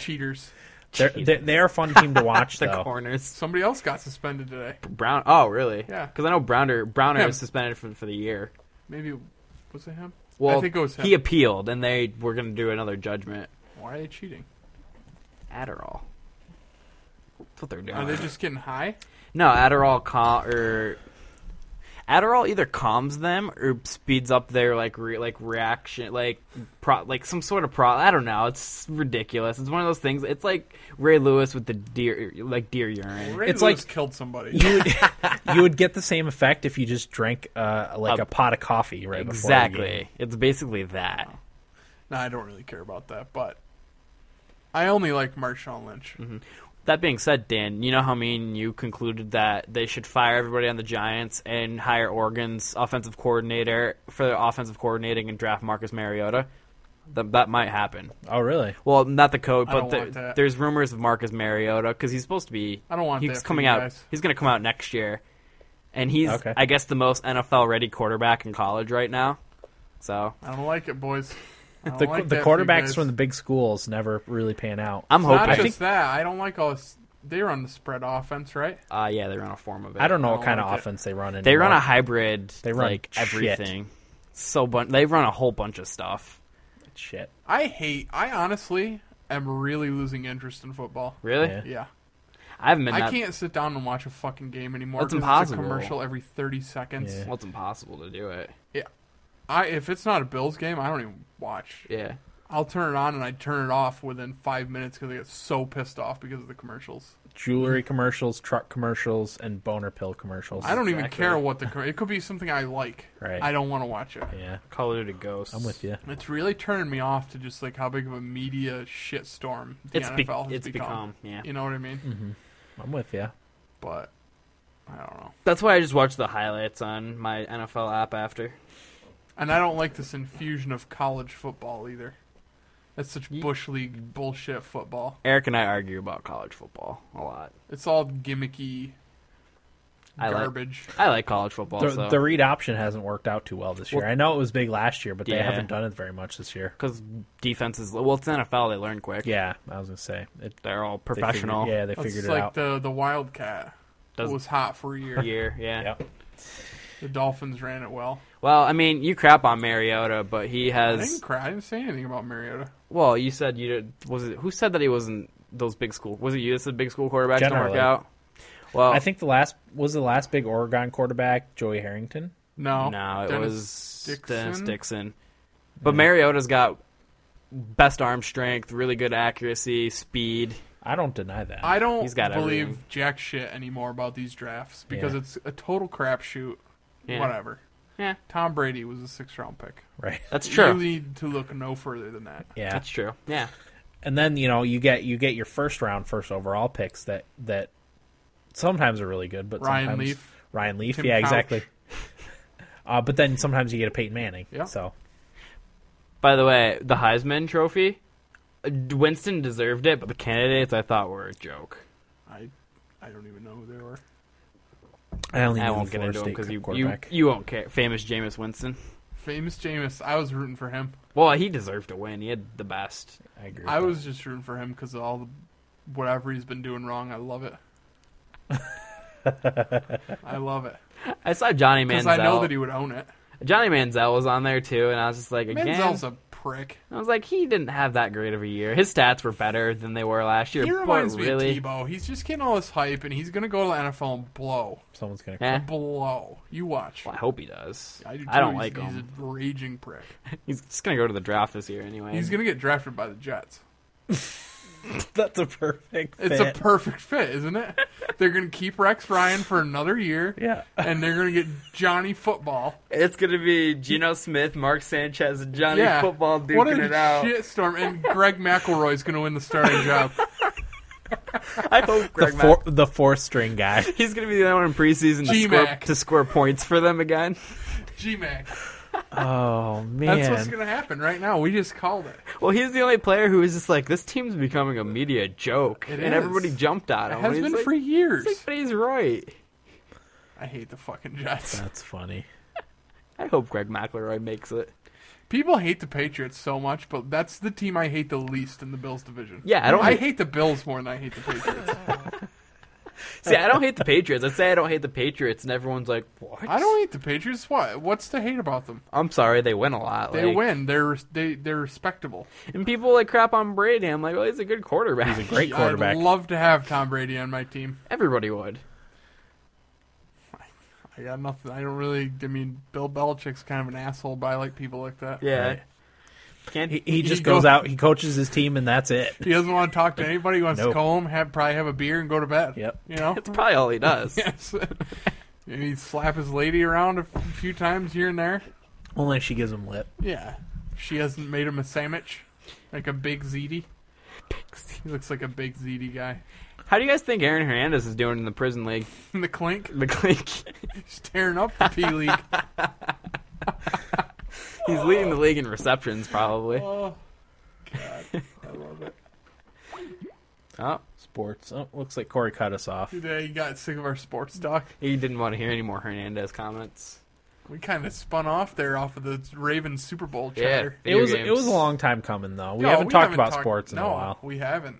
S7: cheaters.
S2: They're, they're they're a fun team to watch
S5: the
S2: though.
S5: corners.
S7: Somebody else got suspended today.
S5: Brown. Oh, really?
S7: Yeah.
S5: Because I know Browner. Browner
S7: Him.
S5: was suspended for for the year.
S7: Maybe was it him?
S5: Well,
S7: I think it was him.
S5: he appealed, and they were going to do another judgment.
S7: Why are they cheating?
S5: Adderall. That's what they're doing.
S7: Are they just getting high?
S5: No, Adderall cal- or Adderall either calms them or speeds up their like re- like reaction like pro- like some sort of pro I don't know, it's ridiculous. It's one of those things. It's like Ray Lewis with the deer like deer urine.
S7: Ray
S2: It's
S7: Lewis
S2: like-
S7: killed somebody.
S2: you would, you would get the same effect if you just drank uh, like
S5: A-
S2: a, pot of coffee right before the game.
S5: Exactly. It's basically that.
S7: no, I don't really care about that, but Mm-hmm. I only like Marshawn Lynch.
S5: That being said, Dan, you know how me and you concluded that they should fire everybody on the Giants and hire Oregon's offensive coordinator for their offensive coordinating and draft Marcus Mariota? That, that might happen.
S2: Oh, really?
S5: Well, not the code,
S7: I don't
S5: but there-
S7: want that.
S5: there's rumors of Marcus Mariota because he's supposed to be.
S7: I don't want
S5: He's
S7: that for
S5: coming
S7: you
S5: out.
S7: guys.
S5: He's going to come out next year, and he's
S2: Okay.
S5: I guess the most NFL ready quarterback in college right now. So
S7: I don't like it, boys. I don't
S2: The,
S7: like
S2: the
S7: that for you
S2: quarterbacks
S7: guys.
S2: from the big schools never really pan out.
S5: I'm
S7: Not
S5: hoping.
S7: just that. I don't like all this. They run the spread offense, right?
S5: Uh, yeah, they run a form of it.
S2: I don't know
S7: I
S2: what
S7: don't
S2: kind
S7: like
S2: of
S7: it.
S2: offense they run in.
S5: They run a hybrid.
S2: They run
S5: like
S2: shit.
S5: everything. So bun- they run a whole bunch of stuff.
S2: shit.
S7: I hate. I honestly am really losing interest in football.
S5: Really?
S2: Yeah.
S7: Yeah,
S5: I haven't been.
S7: I
S5: that-
S7: can't sit down and watch a fucking game anymore.
S5: That's
S7: 'cause
S5: impossible.
S7: It's a commercial every thirty seconds.
S2: Yeah.
S5: Well, it's impossible to do it.
S7: I if it's not a Bills game, I don't even watch.
S5: Yeah.
S7: I'll turn it on and I turn it off within five minutes because I get so pissed off because of the commercials.
S2: Jewelry commercials, truck commercials, and boner pill commercials.
S7: I don't even
S5: Exactly.
S7: care what the com- it could be something I like.
S2: Right.
S7: I don't want to watch it.
S2: Yeah,
S5: Call it a ghost.
S2: I'm with you.
S7: It's really turning me off to just like how big of a media shitstorm the
S5: It's be-
S7: NFL has
S5: it's become, yeah. Mm-hmm.
S7: You know what I mean?
S2: I'm with you.
S7: But I don't know.
S5: That's why I just watch the highlights on my NFL app after.
S7: And I don't like this infusion of college football either. That's such bush league bullshit football.
S5: Eric and I argue about college football a lot.
S7: It's all gimmicky
S5: I like-
S7: garbage.
S5: I like college football
S2: The,
S5: so
S2: the read option hasn't worked out too well this year. I know it was big last year, but they
S5: Yeah.
S2: haven't done it very much this year.
S5: because defense is well, it's NFL. They learn quick.
S2: Yeah, I was gonna say it.
S5: they're all
S2: they figured-
S5: professional.
S2: yeah, they
S7: That's
S2: figured it
S7: like
S2: out.
S7: the the Wildcat. It
S5: Doesn't-
S7: was hot for a year.
S5: year. Yeah.
S2: Yep.
S7: The Dolphins ran it well.
S5: Well, I mean, you crap on Mariota, but he
S7: I
S5: has.
S7: didn't cry. I didn't say anything about Mariota.
S5: Well, you said you did, was it who said that he wasn't those big school? Was it you that said big school quarterbacks don't
S2: Generally.
S5: work out?
S7: Oh.
S5: Well,
S2: I think the last was the last big Oregon quarterback, Joey Harrington.
S7: No,
S5: No, it
S7: Dennis
S5: was
S7: Dixon?
S5: Dennis Dixon. But Mariota's got best arm strength, really good accuracy, speed.
S2: I don't deny that.
S7: I don't
S5: He's got
S7: believe
S5: everything.
S7: jack shit anymore about these drafts because
S2: Yeah.
S7: it's a total crapshoot.
S5: Yeah.
S7: Whatever.
S5: Yeah.
S7: Tom Brady was a sixth round pick.
S2: right.
S5: That's
S7: You
S5: true.
S7: need to look no further than that.
S2: Yeah.
S5: That's true. Yeah.
S2: and then you know you get you get your first round first overall picks that that sometimes are really good but
S7: Ryan
S2: sometimes
S7: Leaf.
S2: Ryan Leaf
S7: Tim
S2: yeah
S7: Couch.
S2: exactly uh, but then sometimes you get a Peyton Manning
S7: Yeah.
S2: so
S5: By the way, the Heisman Trophy, uh, Winston deserved it, but the candidates I thought were a joke.
S7: I I don't even know who they were.
S2: I only
S5: I
S2: know
S5: won't
S2: the
S5: get
S2: Florida
S5: into him
S2: State
S5: because you, you
S2: quarterback
S5: you won't care. Famous Jameis Winston.
S7: Famous Jameis. I was rooting for him.
S5: Well, he deserved to win. He had the best.
S2: I agree
S7: I
S2: with
S7: was just rooting for him because of all the whatever he's been doing wrong. I love it. I love it
S5: I saw Johnny
S7: because
S5: Manziel.
S7: I know that he would own it.
S5: Johnny Manziel was on there too, and I was just like, again,
S7: Manziel's a prick.
S5: I was like, he didn't have that great of a year. His stats were better than they were last year.
S7: He reminds
S5: but really,
S7: me of Debo. He's just getting all this hype, and he's gonna go to the NFL and blow,
S2: that. someone's gonna
S5: Eh,
S7: blow. You watch.
S5: well, I hope he does.
S7: I do too.
S5: don't
S7: he's,
S5: like
S7: he's
S5: him.
S7: a raging prick.
S5: He's just gonna go to the draft this year anyway.
S7: He's gonna get drafted by the Jets.
S2: that's a perfect
S7: It's
S2: fit.
S7: a perfect fit, isn't it? they're gonna keep Rex Ryan for another year,
S2: yeah
S7: and they're gonna get Johnny Football.
S5: It's gonna be Geno Smith, Mark Sanchez, and Johnny
S7: yeah, what a shitstorm! And Greg McElroy's gonna win the starting job.
S5: I hope
S2: the
S5: Greg Mack-
S2: four, the fourth string guy
S5: He's gonna be the only one in preseason to score,
S7: G-Mac.
S5: to score points for them again.
S7: G Mac.
S2: oh man
S7: That's what's gonna happen right now. We just called it.
S5: Well, he's the only player who is just like this team's becoming a media joke,
S7: It
S5: and
S7: is.
S5: everybody jumped on
S7: It
S5: him.
S7: has
S5: He's
S7: been
S5: like-
S7: for
S5: he's
S7: years.
S5: like, but he's right.
S7: I hate the fucking Jets.
S2: that's funny
S5: I hope Greg McElroy makes it.
S7: People hate the Patriots so much, but that's the team I hate the least in the Bills division.
S5: Yeah, I don't-
S7: I hate the Bills more than I hate the Patriots.
S5: See, I don't hate the Patriots. I say I don't hate the Patriots, and everyone's like, "What?"
S7: I don't e- hate the Patriots. What? What's to hate about them?
S5: I'm sorry, they win a lot.
S7: They
S5: like-
S7: win. They're they they're respectable.
S5: and people like crap on Brady. I'm like, "Well, he's a good quarterback.
S2: great quarterback
S7: I'd love to have Tom Brady on my team.
S5: Everybody would."
S7: I got nothing. I don't really. I mean, Bill Belichick's kind of an asshole, but I like people like that.
S5: Yeah.
S2: Right.
S5: Can't
S2: he, he just
S7: He
S2: goes
S7: go-
S2: out he coaches his team and that's it
S7: He doesn't want to talk to anybody. He wants
S2: Nope.
S7: to go home, have probably have a beer, and go to bed.
S2: Yep.
S7: You know.
S5: That's probably all he does.
S7: yes. And he'd slap his lady around a few times here and there.
S2: only if she gives him lip
S7: Yeah. She hasn't made him a sandwich, like a big ziti. He looks like a big ziti guy.
S5: How do you guys think Aaron Hernandez is doing in the prison league?
S7: In the clink,
S5: The clink.
S7: he's tearing up the P League.
S5: He's leading the league in receptions, probably.
S7: Oh, God. I love it.
S5: Oh,
S2: Sports. Oh, looks like Corey cut us off.
S7: Today you got sick of our sports talk.
S5: he didn't want to hear any more Hernandez comments.
S7: We kind of spun off there off of the Ravens Super Bowl chatter.
S2: It was it was a long time coming though. We
S7: No,
S2: haven't talked about
S7: talked-
S2: sports in
S7: no,
S2: a while.
S7: We haven't.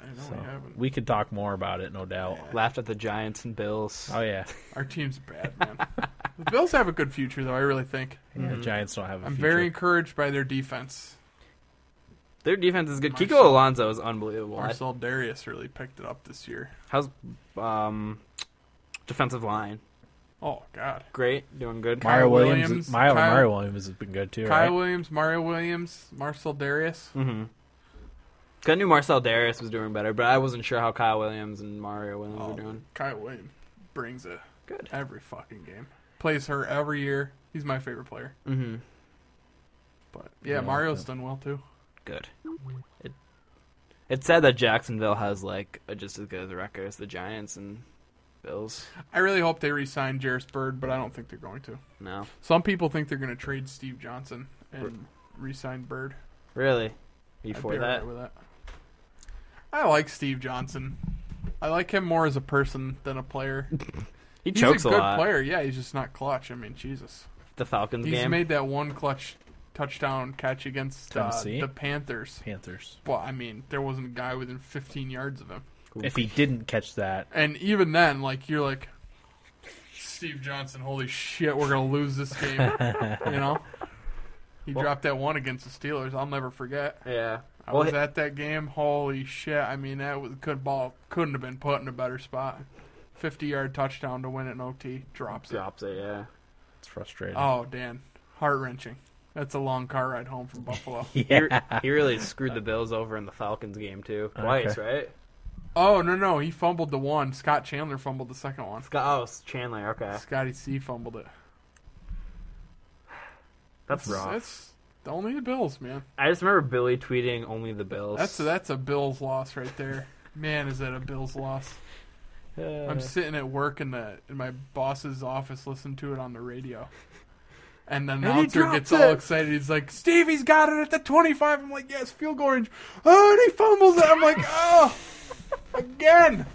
S7: I know we haven't.
S2: We could talk more about it, no doubt.
S5: Laughed at the Giants and Bills.
S2: Oh yeah,
S7: Our team's bad, man. the Bills have a good future, though. I really think.
S2: yeah
S5: Hmm.
S2: the Giants don't have a
S7: I'm
S2: future.
S7: very encouraged by their defense.
S5: Their defense is good. Kiko
S7: Marcel-
S5: Alonso is unbelievable.
S7: Marcel Darius really picked it up this year.
S5: How's um defensive line?
S7: Oh God,
S5: Great, doing good.
S2: Mario
S7: Kyle
S2: Williams.
S7: Williams,
S2: Mario
S7: Kyle-
S2: Mario Williams has been good too.
S7: Kyle
S2: right?
S7: Williams, Mario Williams, Marcel Darius.
S5: Mm-hmm. I knew Marcel Darius was doing better, but I wasn't sure how Kyle Williams and Mario Williams
S7: Oh,
S5: were doing.
S7: Kyle Williams brings it
S5: Good.
S7: every fucking game. Plays her every year. He's my favorite player.
S5: Mm-hmm.
S7: But yeah, Mario's done well too.
S5: Good. It, it's sad that Jacksonville has like a, just as good as a record as the Giants and Bills.
S7: I really hope they re-sign Jairus Bird, but I don't think they're going to.
S5: No,
S7: Some people think they're going to trade Steve Johnson and re-sign Bird.
S5: really.
S7: I'd
S5: Before
S7: be all
S5: that,
S7: right with that. I like Steve Johnson. I like him more as a person than a player.
S5: he
S7: He's
S5: chokes
S7: a
S5: a,
S7: good
S5: lot.
S7: player. Yeah, he's just not clutch. I mean, Jesus.
S5: The Falcons
S7: He's
S5: game.
S7: made that one clutch touchdown catch against uh,
S2: Tennessee?
S7: the Panthers.
S2: Panthers.
S7: Well, I mean, there wasn't a guy within 15 yards of him.
S2: If he didn't catch that,
S7: And even then, like, you're like, Steve Johnson, holy shit, we're going to lose this game. you know? He dropped that one against the Steelers. I'll never forget.
S5: yeah.
S7: I
S5: Well,
S7: was
S5: he-
S7: at that game. Holy shit! I mean, that was could ball couldn't have been put in a better spot. Fifty-yard touchdown to win it in OT. Drops it.
S5: drops it. Yeah.
S2: it's frustrating.
S7: Oh, Dan, heart wrenching. That's a long car ride home from Buffalo.
S5: He,
S2: yeah.
S5: he really screwed the Bills over in the Falcons game too. Twice, right?
S7: oh no, no, he fumbled the one. Scott Chandler fumbled the second one.
S5: Scott, oh, it's Chandler. Okay,
S7: Scotty C fumbled it.
S5: that's wrong.
S7: That's only the Bills, man.
S5: I just remember Billy tweeting only the Bills.
S7: That's that's a Bills loss right there. Man, is that a Bills loss?
S5: Uh,
S7: I'm sitting at work in the in my boss's office listening to it on the radio. And the announcer
S5: drops
S7: gets all
S5: it.
S7: excited. He's like, Stevie's got it at the 25. I'm like, yes, field goal range. Oh, and he fumbles it. I'm like, oh, again.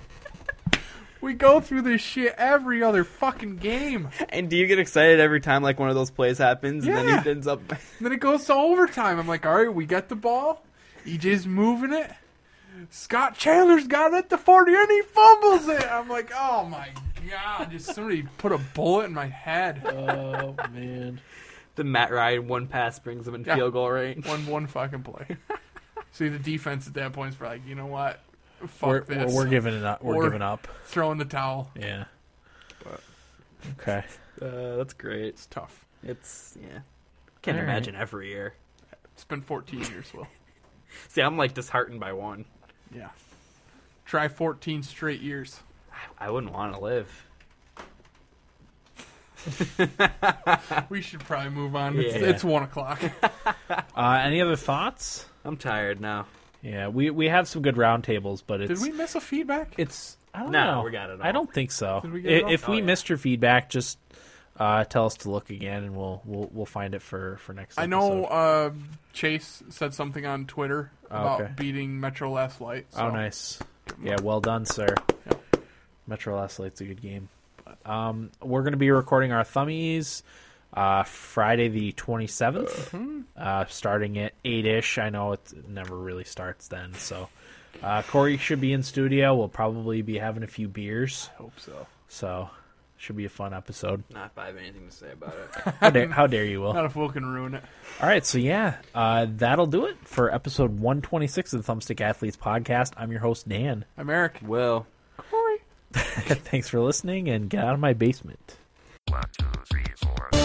S7: We go through this shit every other fucking game.
S5: and do you get excited every time like one of those plays happens and then
S7: Yeah.
S5: he ends up?
S7: And then it goes to overtime. I'm like, all right, we got the ball. EJ's moving it. Scott Chandler's got it at the 40 and he fumbles it. I'm like, oh my God. Just somebody put a bullet in my head.
S2: oh man.
S5: the Matt Ryan one pass brings him in
S7: Yeah.
S5: field goal range.
S7: one one fucking play. See the defense at that point is probably like, you know what? Fuck
S2: We're, we're,
S7: this.
S2: we're giving it up. We're
S7: Or-
S2: giving up.
S7: throwing the towel.
S2: Yeah. Okay.
S5: Uh, that's great.
S7: It's tough.
S5: It's yeah. Can't
S2: All right.
S5: imagine every year.
S7: It's been 14 years, Will.
S5: See, I'm like disheartened by one.
S7: Yeah. Try 14 straight years.
S5: I wouldn't want to live.
S7: We should probably move on. It's,
S5: Yeah.
S7: it's one o'clock.
S2: Uh, any other thoughts?
S5: I'm tired now.
S2: Yeah, we we have some good roundtables, but
S7: Did
S2: it's
S7: we miss a feedback?
S2: it's I don't
S5: No,
S2: know.
S5: we got it all.
S2: I don't think so.
S7: Did we get it
S2: I-
S7: all?
S2: if
S5: Oh,
S2: we
S5: yeah.
S2: missed your feedback, just uh, tell us to look again, and we'll we'll we'll find it for for next.
S7: I know
S2: episode. Oh,
S7: uh, Chase said something on Twitter about
S2: okay.
S7: beating Metro Last Light. So.
S2: Oh, nice. Yeah, well done, sir.
S7: Yeah.
S2: Metro Last Light's a good game. Um, we're going to be recording our thummies uh, Friday the 27th, uh, starting at 8 ish. I know it's- it never really starts then. So uh, Corey should be in studio. We'll probably be having a few beers.
S7: Hope so.
S2: So should be a fun episode.
S5: Not if I have anything to say about it.
S2: How dare, how dare you, Will?
S7: Not if Will can ruin it.
S2: All right, so yeah, uh, that'll do it for episode 126 of the Thumbstick Athletes podcast. I'm your host, Dan.
S7: I'm Eric.
S5: Will.
S2: Thanks for listening and get out of my basement.
S12: One, two, three, four.